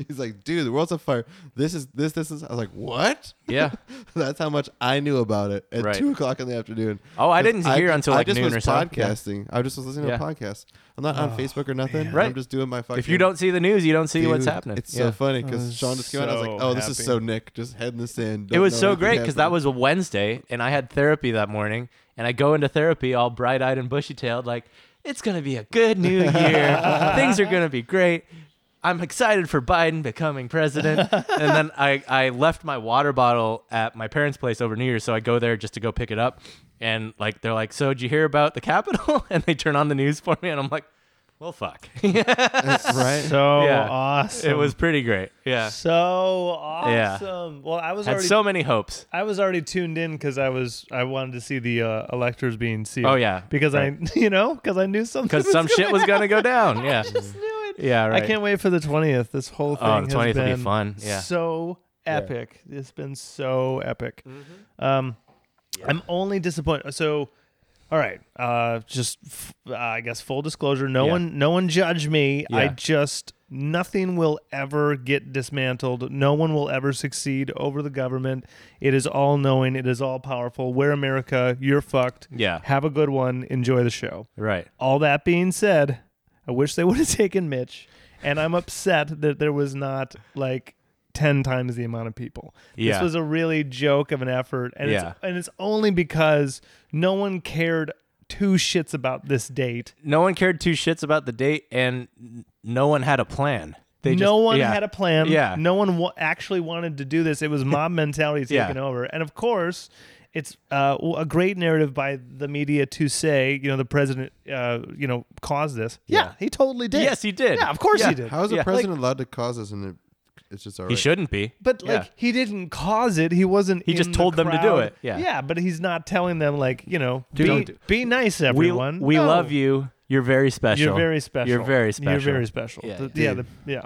[SPEAKER 2] He's like, "Dude, the world's on fire. This is this this is." I was like, "What?"
[SPEAKER 1] Yeah.
[SPEAKER 2] That's how much I knew about it at
[SPEAKER 1] Right.
[SPEAKER 2] two o'clock in the afternoon.
[SPEAKER 1] Oh, I didn't
[SPEAKER 2] 'Cause
[SPEAKER 1] hear
[SPEAKER 2] ju-
[SPEAKER 1] until
[SPEAKER 2] I
[SPEAKER 1] like
[SPEAKER 2] just
[SPEAKER 1] noon
[SPEAKER 2] was
[SPEAKER 1] or something. Yeah.
[SPEAKER 2] podcasting. I just was listening to
[SPEAKER 1] Yeah.
[SPEAKER 2] podcasts. I'm not
[SPEAKER 3] Oh,
[SPEAKER 2] on Facebook or nothing.
[SPEAKER 1] Right.
[SPEAKER 2] I'm just doing my fucking.
[SPEAKER 1] If you don't see the news, you don't see what's
[SPEAKER 2] Dude,
[SPEAKER 1] happening.
[SPEAKER 2] It's
[SPEAKER 1] Yeah.
[SPEAKER 2] so funny because
[SPEAKER 3] was
[SPEAKER 2] Sean just came out. I was like,
[SPEAKER 3] Oh, so
[SPEAKER 2] "Oh, this is
[SPEAKER 3] happy.
[SPEAKER 2] so Nick, just head in the sand."
[SPEAKER 1] it was so great because that was a Wednesday, and I had therapy that morning. And I go into therapy all bright eyed and bushy tailed, like, it's going to be a good new year. Things are going to be great. I'm excited for Biden becoming president. and then I, I left my water bottle at my parents' place over New Year's. So I go there just to go pick it up. And like, they're like, so did you hear about the Capitol? And they turn on the news for me. And I'm like, well, fuck.
[SPEAKER 2] right.
[SPEAKER 3] so
[SPEAKER 1] Yeah.
[SPEAKER 3] awesome.
[SPEAKER 1] it was pretty great. Yeah.
[SPEAKER 3] so
[SPEAKER 1] Yeah.
[SPEAKER 3] awesome. Well, I was
[SPEAKER 1] Had
[SPEAKER 3] already
[SPEAKER 1] so many hopes.
[SPEAKER 3] I was already tuned in because I was I wanted to see the uh, electors being sealed.
[SPEAKER 1] Oh, yeah.
[SPEAKER 3] because I you know because I knew something
[SPEAKER 1] Because some shit was going to go down. Yeah.
[SPEAKER 3] knew it.
[SPEAKER 1] Yeah, right.
[SPEAKER 3] I can't wait for the twentieth. This whole thing
[SPEAKER 1] Oh, the
[SPEAKER 3] has
[SPEAKER 1] 20th will be
[SPEAKER 3] been
[SPEAKER 1] fun. Yeah.
[SPEAKER 3] so epic. It's been so epic. Um, I'm only disappointed. So, all right, uh, just f- uh, I guess full disclosure. No
[SPEAKER 1] Yeah.
[SPEAKER 3] one, no one judge me. I
[SPEAKER 1] Yeah.
[SPEAKER 3] just nothing will ever get dismantled. No one will ever succeed over the government. It is all knowing. It is all powerful. We're America. You're fucked.
[SPEAKER 1] Yeah.
[SPEAKER 3] Have a good one. Enjoy the show.
[SPEAKER 1] Right.
[SPEAKER 3] All that being said, I wish they would have taken Mitch, and I'm upset that there was not like ten times the amount of people.
[SPEAKER 1] Yeah.
[SPEAKER 3] This was a really joke of an effort, and
[SPEAKER 1] Yeah.
[SPEAKER 3] it's and it's only because no one cared two shits about this date.
[SPEAKER 1] No one cared two shits about the date, and n- no one had a plan. They
[SPEAKER 3] no
[SPEAKER 1] just,
[SPEAKER 3] one
[SPEAKER 1] yeah.
[SPEAKER 3] had a plan.
[SPEAKER 1] Yeah.
[SPEAKER 3] No one wa- actually wanted to do this. It was mob mentality
[SPEAKER 1] Yeah.
[SPEAKER 3] taking over, and of course. It's uh, w- a great narrative by the media to say, you know, the president, uh, you know, caused this. Yeah, he totally did.
[SPEAKER 1] Yes, he did.
[SPEAKER 3] Yeah, of course
[SPEAKER 1] Yeah.
[SPEAKER 3] he did.
[SPEAKER 2] How is a
[SPEAKER 1] Yeah.
[SPEAKER 2] president allowed to cause this? And it, it's just all right.
[SPEAKER 1] He shouldn't be.
[SPEAKER 3] But
[SPEAKER 1] Yeah.
[SPEAKER 3] like he didn't cause it. He wasn't.
[SPEAKER 1] He just
[SPEAKER 3] in the
[SPEAKER 1] told them to do
[SPEAKER 3] crowd.
[SPEAKER 1] it. Yeah.
[SPEAKER 3] Yeah, but he's not telling them like you know
[SPEAKER 1] don't
[SPEAKER 3] be,
[SPEAKER 1] do-
[SPEAKER 3] be nice
[SPEAKER 1] we
[SPEAKER 3] everyone.
[SPEAKER 1] we
[SPEAKER 3] No.
[SPEAKER 1] love you. You're very special.
[SPEAKER 3] You're very special.
[SPEAKER 1] You're very special.
[SPEAKER 3] You're very special.
[SPEAKER 1] Yeah,
[SPEAKER 3] The- yeah. the- yeah.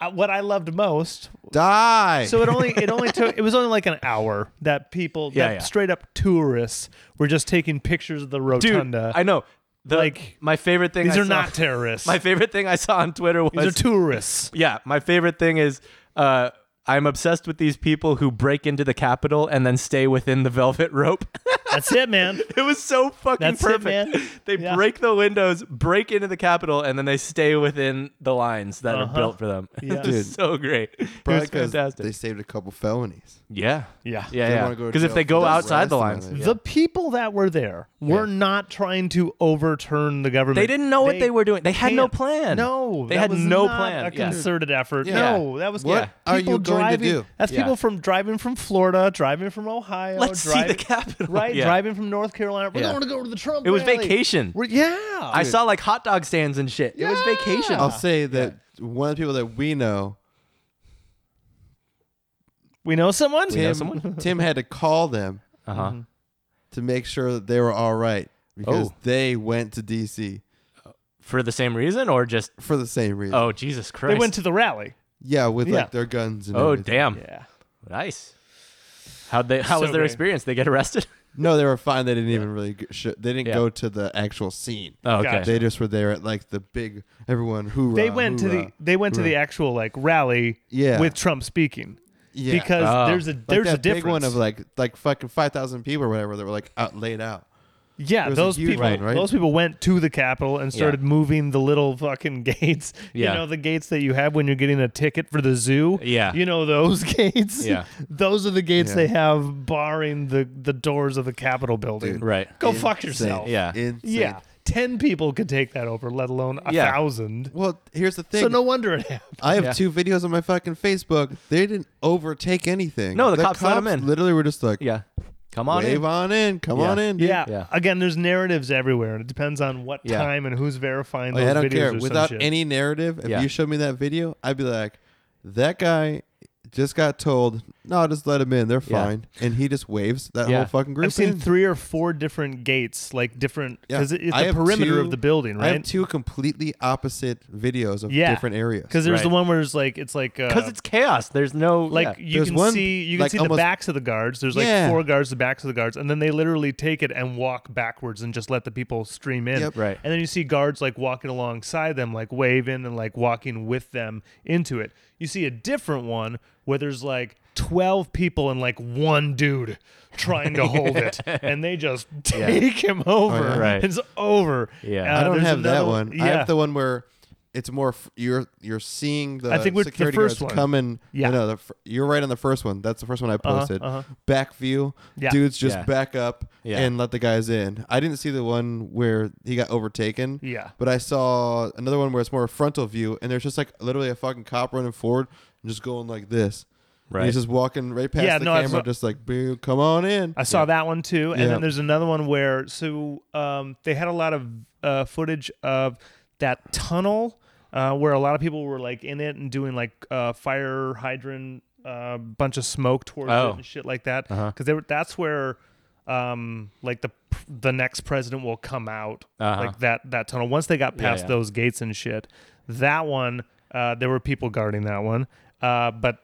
[SPEAKER 3] Uh, what I loved most.
[SPEAKER 2] Die.
[SPEAKER 3] So it only it only took it was only like an hour that people
[SPEAKER 1] Yeah,
[SPEAKER 3] that
[SPEAKER 1] yeah.
[SPEAKER 3] straight up tourists were just taking pictures of the
[SPEAKER 1] Dude,
[SPEAKER 3] rotunda.
[SPEAKER 1] I know. The,
[SPEAKER 3] Like,
[SPEAKER 1] like my favorite thing.
[SPEAKER 3] These
[SPEAKER 1] I
[SPEAKER 3] are
[SPEAKER 1] saw-
[SPEAKER 3] not terrorists.
[SPEAKER 1] My favorite thing I saw on Twitter was
[SPEAKER 3] These are tourists.
[SPEAKER 1] yeah. My favorite thing is. uh I'm obsessed with these people who break into the Capitol and then stay within the velvet rope.
[SPEAKER 3] That's it, man.
[SPEAKER 1] It was so fucking
[SPEAKER 3] That's it,
[SPEAKER 1] perfect.
[SPEAKER 3] man.
[SPEAKER 1] They
[SPEAKER 3] Yeah.
[SPEAKER 1] break the windows, break into the Capitol, and then they stay within the lines that
[SPEAKER 3] Uh-huh.
[SPEAKER 1] are built for them.
[SPEAKER 3] Yeah.
[SPEAKER 1] It's just so great.
[SPEAKER 2] Probably
[SPEAKER 1] it was
[SPEAKER 2] 'cause
[SPEAKER 1] fantastic.
[SPEAKER 2] They saved a couple felonies.
[SPEAKER 1] yeah.
[SPEAKER 3] Yeah.
[SPEAKER 1] Yeah,
[SPEAKER 2] They
[SPEAKER 1] yeah.
[SPEAKER 2] wanna go to
[SPEAKER 1] Because if
[SPEAKER 2] jail
[SPEAKER 1] they
[SPEAKER 2] for
[SPEAKER 1] go
[SPEAKER 2] the
[SPEAKER 1] outside the
[SPEAKER 2] rest
[SPEAKER 1] lines,
[SPEAKER 2] of it.
[SPEAKER 3] The people that were there were not trying to overturn the government.
[SPEAKER 1] they didn't know what they were doing. They had no
[SPEAKER 3] can't-
[SPEAKER 1] plan.
[SPEAKER 3] No,
[SPEAKER 1] they
[SPEAKER 3] that
[SPEAKER 1] had
[SPEAKER 3] was
[SPEAKER 1] no
[SPEAKER 3] not
[SPEAKER 1] plan.
[SPEAKER 3] A
[SPEAKER 1] Yeah.
[SPEAKER 3] concerted effort.
[SPEAKER 1] Yeah.
[SPEAKER 3] No, that was
[SPEAKER 2] What
[SPEAKER 3] people
[SPEAKER 2] are you going to
[SPEAKER 3] driving-
[SPEAKER 2] do?
[SPEAKER 3] That's
[SPEAKER 1] Yeah.
[SPEAKER 3] people from driving from Florida, driving from Ohio.
[SPEAKER 1] Let's see
[SPEAKER 3] driving,
[SPEAKER 1] the Capitol.
[SPEAKER 3] Right,
[SPEAKER 1] Yeah.
[SPEAKER 3] driving from North Carolina. We're
[SPEAKER 1] Yeah.
[SPEAKER 3] going to go to the Trump.
[SPEAKER 1] It was
[SPEAKER 3] rally.
[SPEAKER 1] vacation.
[SPEAKER 3] We're- yeah,
[SPEAKER 1] I saw like hot dog stands and shit. It was
[SPEAKER 3] Yeah.
[SPEAKER 1] vacation.
[SPEAKER 2] I'll say that one of the people that we know,
[SPEAKER 3] we know someone.
[SPEAKER 1] know
[SPEAKER 2] Tim,
[SPEAKER 1] someone?
[SPEAKER 2] Tim had to call them
[SPEAKER 1] Uh
[SPEAKER 3] Mm-hmm.
[SPEAKER 1] huh.
[SPEAKER 2] to make sure that they were all right because
[SPEAKER 1] Oh.
[SPEAKER 2] they went to D.C.
[SPEAKER 1] For the same reason or just,
[SPEAKER 2] for the same reason.
[SPEAKER 1] oh, Jesus Christ.
[SPEAKER 3] They went to the rally.
[SPEAKER 2] Yeah, with
[SPEAKER 3] Yeah.
[SPEAKER 2] like their guns. And
[SPEAKER 1] oh,
[SPEAKER 2] everything.
[SPEAKER 1] damn.
[SPEAKER 3] Yeah.
[SPEAKER 1] Nice. How'd they, how
[SPEAKER 3] So
[SPEAKER 1] was their
[SPEAKER 3] great.
[SPEAKER 1] experience? They get arrested?
[SPEAKER 2] No, they were fine. They didn't even really. Go, sh- they didn't
[SPEAKER 1] Yeah.
[SPEAKER 2] go to the actual scene.
[SPEAKER 1] Oh, okay.
[SPEAKER 3] Gotcha.
[SPEAKER 2] They just were there at like the big everyone hoorah.
[SPEAKER 3] They went to the
[SPEAKER 2] hoorah.
[SPEAKER 3] they went to the
[SPEAKER 2] Hoorah.
[SPEAKER 3] actual like rally
[SPEAKER 2] Yeah.
[SPEAKER 3] with Trump speaking
[SPEAKER 2] yeah.
[SPEAKER 3] because
[SPEAKER 1] Oh.
[SPEAKER 3] there's a
[SPEAKER 2] Like
[SPEAKER 3] there's
[SPEAKER 2] that
[SPEAKER 3] a difference.
[SPEAKER 2] big one of like like fucking five thousand people or whatever that were like out laid out.
[SPEAKER 3] Yeah,
[SPEAKER 2] It was a
[SPEAKER 3] those
[SPEAKER 2] huge
[SPEAKER 3] people,
[SPEAKER 2] one, right?
[SPEAKER 3] those people went to the Capitol and started moving the little fucking gates.
[SPEAKER 1] Yeah.
[SPEAKER 3] You know the gates that you have when you're getting a ticket for the zoo.
[SPEAKER 1] Yeah.
[SPEAKER 3] you know those gates.
[SPEAKER 1] Yeah.
[SPEAKER 3] those are the gates
[SPEAKER 2] Yeah.
[SPEAKER 3] they have barring the the doors of the Capitol building.
[SPEAKER 2] Dude.
[SPEAKER 1] right.
[SPEAKER 3] Go fuck
[SPEAKER 2] Insane.
[SPEAKER 3] yourself.
[SPEAKER 1] Yeah.
[SPEAKER 2] Insane.
[SPEAKER 3] Yeah. ten people could take that over, let alone a
[SPEAKER 1] Yeah.
[SPEAKER 3] thousand.
[SPEAKER 2] Well, here's the thing.
[SPEAKER 3] So no wonder it happened.
[SPEAKER 2] I have
[SPEAKER 1] Yeah.
[SPEAKER 2] two videos on my fucking Facebook. They didn't overtake anything.
[SPEAKER 1] No, the cops let 'em in.
[SPEAKER 2] Literally, were just like,
[SPEAKER 1] Yeah. Come on
[SPEAKER 2] wave
[SPEAKER 1] in.
[SPEAKER 2] on in, come
[SPEAKER 1] Yeah.
[SPEAKER 2] on in. dude."
[SPEAKER 3] Yeah.
[SPEAKER 1] Yeah.
[SPEAKER 3] Again, there's narratives everywhere, and it depends on what
[SPEAKER 1] Yeah.
[SPEAKER 3] time and who's verifying
[SPEAKER 2] Like,
[SPEAKER 3] those
[SPEAKER 2] Oh, I don't
[SPEAKER 3] videos
[SPEAKER 2] care.
[SPEAKER 3] or
[SPEAKER 2] Without
[SPEAKER 3] some shit.
[SPEAKER 2] any narrative, if
[SPEAKER 1] Yeah.
[SPEAKER 2] you showed me that video, I'd be like, that guy just got told, no, just let him in. They're
[SPEAKER 1] Yeah.
[SPEAKER 2] fine. And he just waves that
[SPEAKER 1] Yeah.
[SPEAKER 2] whole fucking group
[SPEAKER 3] I've seen
[SPEAKER 2] in.
[SPEAKER 3] three or four different gates, like different
[SPEAKER 2] Yeah.
[SPEAKER 3] because it's
[SPEAKER 2] I
[SPEAKER 3] the
[SPEAKER 2] have
[SPEAKER 3] perimeter
[SPEAKER 2] two-
[SPEAKER 3] of the building,
[SPEAKER 2] I have
[SPEAKER 3] right?
[SPEAKER 2] two completely opposite videos of
[SPEAKER 3] Yeah.
[SPEAKER 2] different areas.
[SPEAKER 3] Because there's the
[SPEAKER 1] Right.
[SPEAKER 3] one where it's like it's like
[SPEAKER 1] Because
[SPEAKER 3] uh,
[SPEAKER 1] it's chaos. There's no
[SPEAKER 3] like
[SPEAKER 1] yeah.
[SPEAKER 3] you
[SPEAKER 2] There's
[SPEAKER 3] can
[SPEAKER 2] one,
[SPEAKER 3] see you can
[SPEAKER 2] like,
[SPEAKER 3] see the
[SPEAKER 2] almost-
[SPEAKER 3] backs of the guards. There's like
[SPEAKER 2] Yeah.
[SPEAKER 3] four guards, the backs of the guards, and then they literally take it and walk backwards and just let the people stream in.
[SPEAKER 2] Yep.
[SPEAKER 1] Right.
[SPEAKER 3] And then you see guards like walking alongside them, like waving and like walking with them into it. You see a different one where there's like twelve people and like one dude trying to hold it, and they just take him over.
[SPEAKER 2] Oh, yeah.
[SPEAKER 1] Right.
[SPEAKER 3] It's over. Uh,
[SPEAKER 1] Yeah.
[SPEAKER 2] I don't
[SPEAKER 3] there's
[SPEAKER 2] have that
[SPEAKER 3] another-
[SPEAKER 2] one.
[SPEAKER 3] Yeah.
[SPEAKER 2] I have the one where it's more f- you're you're seeing the
[SPEAKER 3] I think we're- the
[SPEAKER 2] security
[SPEAKER 3] first
[SPEAKER 2] guards
[SPEAKER 3] one.
[SPEAKER 2] coming.
[SPEAKER 3] Yeah.
[SPEAKER 2] no, no, the, fir- you're right on the first one. That's the first one I posted.
[SPEAKER 3] uh-huh.
[SPEAKER 2] Back view,
[SPEAKER 3] Yeah.
[SPEAKER 2] dudes just
[SPEAKER 1] Yeah.
[SPEAKER 2] back up
[SPEAKER 1] Yeah.
[SPEAKER 2] and let the guys in. I didn't see the one where he got overtaken.
[SPEAKER 3] Yeah.
[SPEAKER 2] but I saw another one where it's more a frontal view, and there's just like literally a fucking cop running forward and just going like this. And
[SPEAKER 1] Right.
[SPEAKER 2] he's just walking right past
[SPEAKER 3] Yeah,
[SPEAKER 2] the
[SPEAKER 3] no, I
[SPEAKER 2] camera,
[SPEAKER 3] saw-
[SPEAKER 2] just like, "Boo, come on in."
[SPEAKER 3] I saw that one too, and
[SPEAKER 2] Yeah.
[SPEAKER 3] then there's another one where so um, they had a lot of uh, footage of that tunnel uh, where a lot of people were like in it and doing like uh, fire hydrant, uh, bunch of smoke towards
[SPEAKER 1] Oh.
[SPEAKER 3] it and shit like that, because they were that's where um, like the the next president will come out
[SPEAKER 1] Uh-huh.
[SPEAKER 3] like that that tunnel once they got past
[SPEAKER 1] yeah.
[SPEAKER 3] those gates and shit. That one uh, there were people guarding that one, uh, but.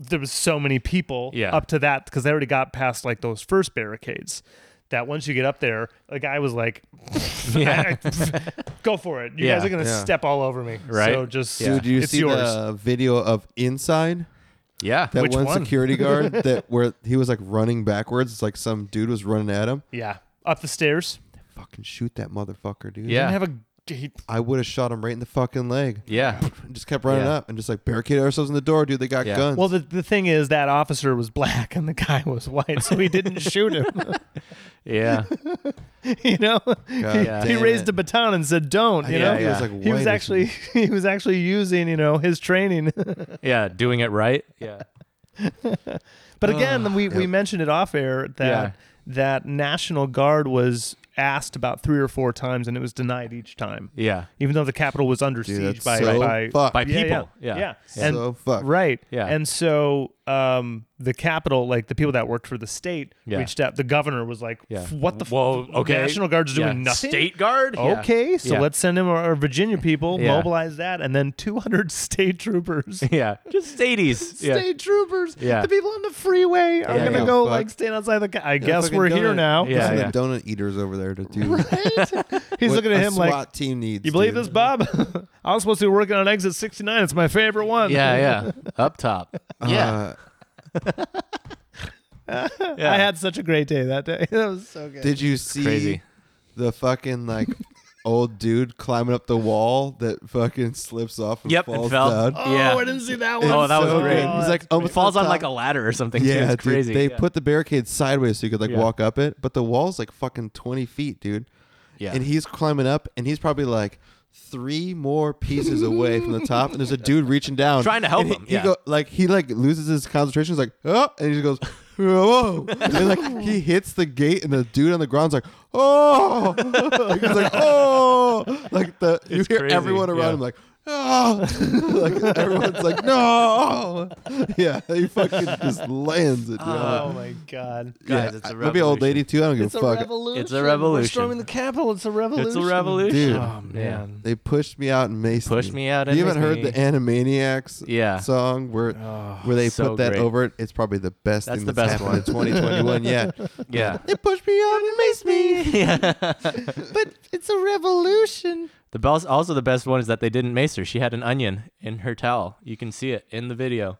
[SPEAKER 3] There was so many people
[SPEAKER 1] Yeah.
[SPEAKER 3] up to that because they already got past like those first barricades. That once you get up there, the guy was like,
[SPEAKER 1] Yeah.
[SPEAKER 3] I- I- "Go for it! You
[SPEAKER 1] Yeah.
[SPEAKER 3] guys are gonna
[SPEAKER 2] Yeah.
[SPEAKER 3] step all over me."
[SPEAKER 1] Right.
[SPEAKER 3] So just
[SPEAKER 1] Yeah.
[SPEAKER 2] Dude, do you
[SPEAKER 3] it's
[SPEAKER 2] see
[SPEAKER 3] yours.
[SPEAKER 2] the video of inside?
[SPEAKER 1] yeah.
[SPEAKER 2] That
[SPEAKER 3] Which
[SPEAKER 2] one,
[SPEAKER 3] one?
[SPEAKER 2] security guard that where he was like running backwards, it's like some dude was running at him.
[SPEAKER 3] yeah, up the stairs.
[SPEAKER 2] Fucking shoot that motherfucker, dude.
[SPEAKER 1] Yeah.
[SPEAKER 3] Didn't have a he-
[SPEAKER 2] I would have shot him right in the fucking leg.
[SPEAKER 1] Yeah.
[SPEAKER 2] And just kept running
[SPEAKER 1] Yeah.
[SPEAKER 2] up and just like barricaded ourselves in the door, dude. They got
[SPEAKER 1] Yeah.
[SPEAKER 2] guns.
[SPEAKER 3] well. The, the thing is that officer was black and the guy was white, so he didn't shoot him.
[SPEAKER 1] Yeah.
[SPEAKER 3] You know,
[SPEAKER 2] God
[SPEAKER 3] he
[SPEAKER 2] damn
[SPEAKER 3] raised
[SPEAKER 2] it.
[SPEAKER 3] a baton and said, "Don't." You
[SPEAKER 2] Yeah,
[SPEAKER 3] know,
[SPEAKER 2] he was
[SPEAKER 1] Yeah.
[SPEAKER 2] like
[SPEAKER 3] he
[SPEAKER 2] white
[SPEAKER 3] was
[SPEAKER 2] as-
[SPEAKER 3] actually he was actually using you know his training.
[SPEAKER 1] Yeah. Doing it right. Yeah.
[SPEAKER 3] But again, we, we
[SPEAKER 2] Yep.
[SPEAKER 3] mentioned it off air that
[SPEAKER 1] Yeah.
[SPEAKER 3] that National Guard was asked about three or four times and it was denied each time,
[SPEAKER 1] Yeah.
[SPEAKER 3] even though the Capitol was under
[SPEAKER 2] Dude,
[SPEAKER 3] siege
[SPEAKER 2] that's
[SPEAKER 3] by
[SPEAKER 2] so
[SPEAKER 3] by,
[SPEAKER 2] fucked.
[SPEAKER 1] By
[SPEAKER 3] Yeah,
[SPEAKER 1] people.
[SPEAKER 3] yeah,
[SPEAKER 1] Yeah.
[SPEAKER 3] yeah. And
[SPEAKER 2] so fucked.
[SPEAKER 3] right,
[SPEAKER 1] Yeah.
[SPEAKER 3] And so um, the Capitol, like the people that worked for the state,
[SPEAKER 1] Yeah.
[SPEAKER 3] reached out. The governor was like,
[SPEAKER 1] Yeah.
[SPEAKER 3] "F- "What the? f-
[SPEAKER 1] Whoa, okay.
[SPEAKER 3] National Guard's doing nothing."
[SPEAKER 1] State guard. Yeah.
[SPEAKER 3] Okay, so
[SPEAKER 1] Yeah.
[SPEAKER 3] let's send in our, our Virginia people,
[SPEAKER 1] Yeah.
[SPEAKER 3] mobilize that, and then 200 state troopers
[SPEAKER 1] Yeah. Just stadies. yeah.
[SPEAKER 3] state troopers.
[SPEAKER 1] Yeah.
[SPEAKER 3] The people on the freeway are
[SPEAKER 1] Yeah,
[SPEAKER 3] gonna
[SPEAKER 1] yeah.
[SPEAKER 3] go
[SPEAKER 2] Fuck.
[SPEAKER 3] like stand outside the. Ca- I
[SPEAKER 2] Yeah,
[SPEAKER 3] guess
[SPEAKER 2] fucking
[SPEAKER 3] we're here
[SPEAKER 2] donut-
[SPEAKER 3] now.
[SPEAKER 1] Yeah,
[SPEAKER 2] listen
[SPEAKER 1] yeah.
[SPEAKER 2] to donut eaters over there to do. Right?
[SPEAKER 3] He's looking at him
[SPEAKER 2] SWAT
[SPEAKER 3] like,
[SPEAKER 2] team needs.
[SPEAKER 3] "You believe
[SPEAKER 2] dude.
[SPEAKER 3] this, Bob? I was supposed to be working on exit 69. It's my favorite one."
[SPEAKER 1] Yeah. Yeah. Up top. Yeah.
[SPEAKER 2] Uh,
[SPEAKER 1] yeah.
[SPEAKER 3] I had E such a great day that day. That was so good.
[SPEAKER 2] Did you see
[SPEAKER 1] Crazy.
[SPEAKER 2] the fucking like old dude climbing up the wall that fucking slips off and
[SPEAKER 1] Yep.
[SPEAKER 2] falls
[SPEAKER 1] And fell.
[SPEAKER 2] down?
[SPEAKER 3] oh,
[SPEAKER 1] Yeah.
[SPEAKER 3] I didn't see that one.
[SPEAKER 2] It's
[SPEAKER 1] Oh, that was
[SPEAKER 2] so
[SPEAKER 1] great.
[SPEAKER 2] good. He's
[SPEAKER 3] that's
[SPEAKER 2] like, almost
[SPEAKER 1] falls
[SPEAKER 2] on
[SPEAKER 1] on
[SPEAKER 2] top.
[SPEAKER 1] like a ladder or something. too.
[SPEAKER 2] Yeah,
[SPEAKER 1] It's
[SPEAKER 2] dude,
[SPEAKER 1] crazy.
[SPEAKER 2] they
[SPEAKER 1] yeah.
[SPEAKER 2] put the barricade sideways so you could like
[SPEAKER 1] Yeah.
[SPEAKER 2] walk up it, but the wall's like fucking twenty feet, dude.
[SPEAKER 1] Yeah.
[SPEAKER 2] And he's climbing up, and he's probably like three more pieces away from the top, and there's a dude reaching down
[SPEAKER 1] Trying to help
[SPEAKER 2] And he-
[SPEAKER 1] him,
[SPEAKER 2] He
[SPEAKER 1] yeah.
[SPEAKER 2] go, like he like loses his concentration. He's like, oh, and he goes, whoa, and like he hits the gate, and the dude on the ground's like, oh, like, he's like, oh, like the you
[SPEAKER 1] It's
[SPEAKER 2] hear
[SPEAKER 1] crazy,
[SPEAKER 2] everyone around
[SPEAKER 1] yeah.
[SPEAKER 2] him like. Oh, like everyone's like, no, yeah, he fucking just lands it. Dude. I'm like,
[SPEAKER 3] Oh my god.
[SPEAKER 1] Guys, it's Uh, a
[SPEAKER 2] Maybe old lady too. I don't give
[SPEAKER 3] It's
[SPEAKER 2] a
[SPEAKER 3] a
[SPEAKER 2] fuck.
[SPEAKER 3] revolution.
[SPEAKER 1] It's a
[SPEAKER 3] We're
[SPEAKER 1] revolution.
[SPEAKER 3] storming the Capitol. It's a revolution.
[SPEAKER 1] It's a revolution.
[SPEAKER 2] Dude.
[SPEAKER 3] Oh man.
[SPEAKER 2] They pushed me out in Mason.
[SPEAKER 1] Pushed me out in
[SPEAKER 2] You haven't heard
[SPEAKER 1] Mason.
[SPEAKER 2] the Animaniacs
[SPEAKER 1] Yeah.
[SPEAKER 2] song where where they
[SPEAKER 1] so
[SPEAKER 2] put that
[SPEAKER 1] great.
[SPEAKER 2] over it? It's probably the best
[SPEAKER 1] That's
[SPEAKER 2] thing
[SPEAKER 1] the
[SPEAKER 2] that's
[SPEAKER 1] best
[SPEAKER 2] happened in 2021. yeah.
[SPEAKER 1] Yeah.
[SPEAKER 2] They pushed me out and maced me.
[SPEAKER 3] But it's a revolution.
[SPEAKER 1] The best, also the best one is that they didn't mace her. She had an onion in her towel. You can see it in the video.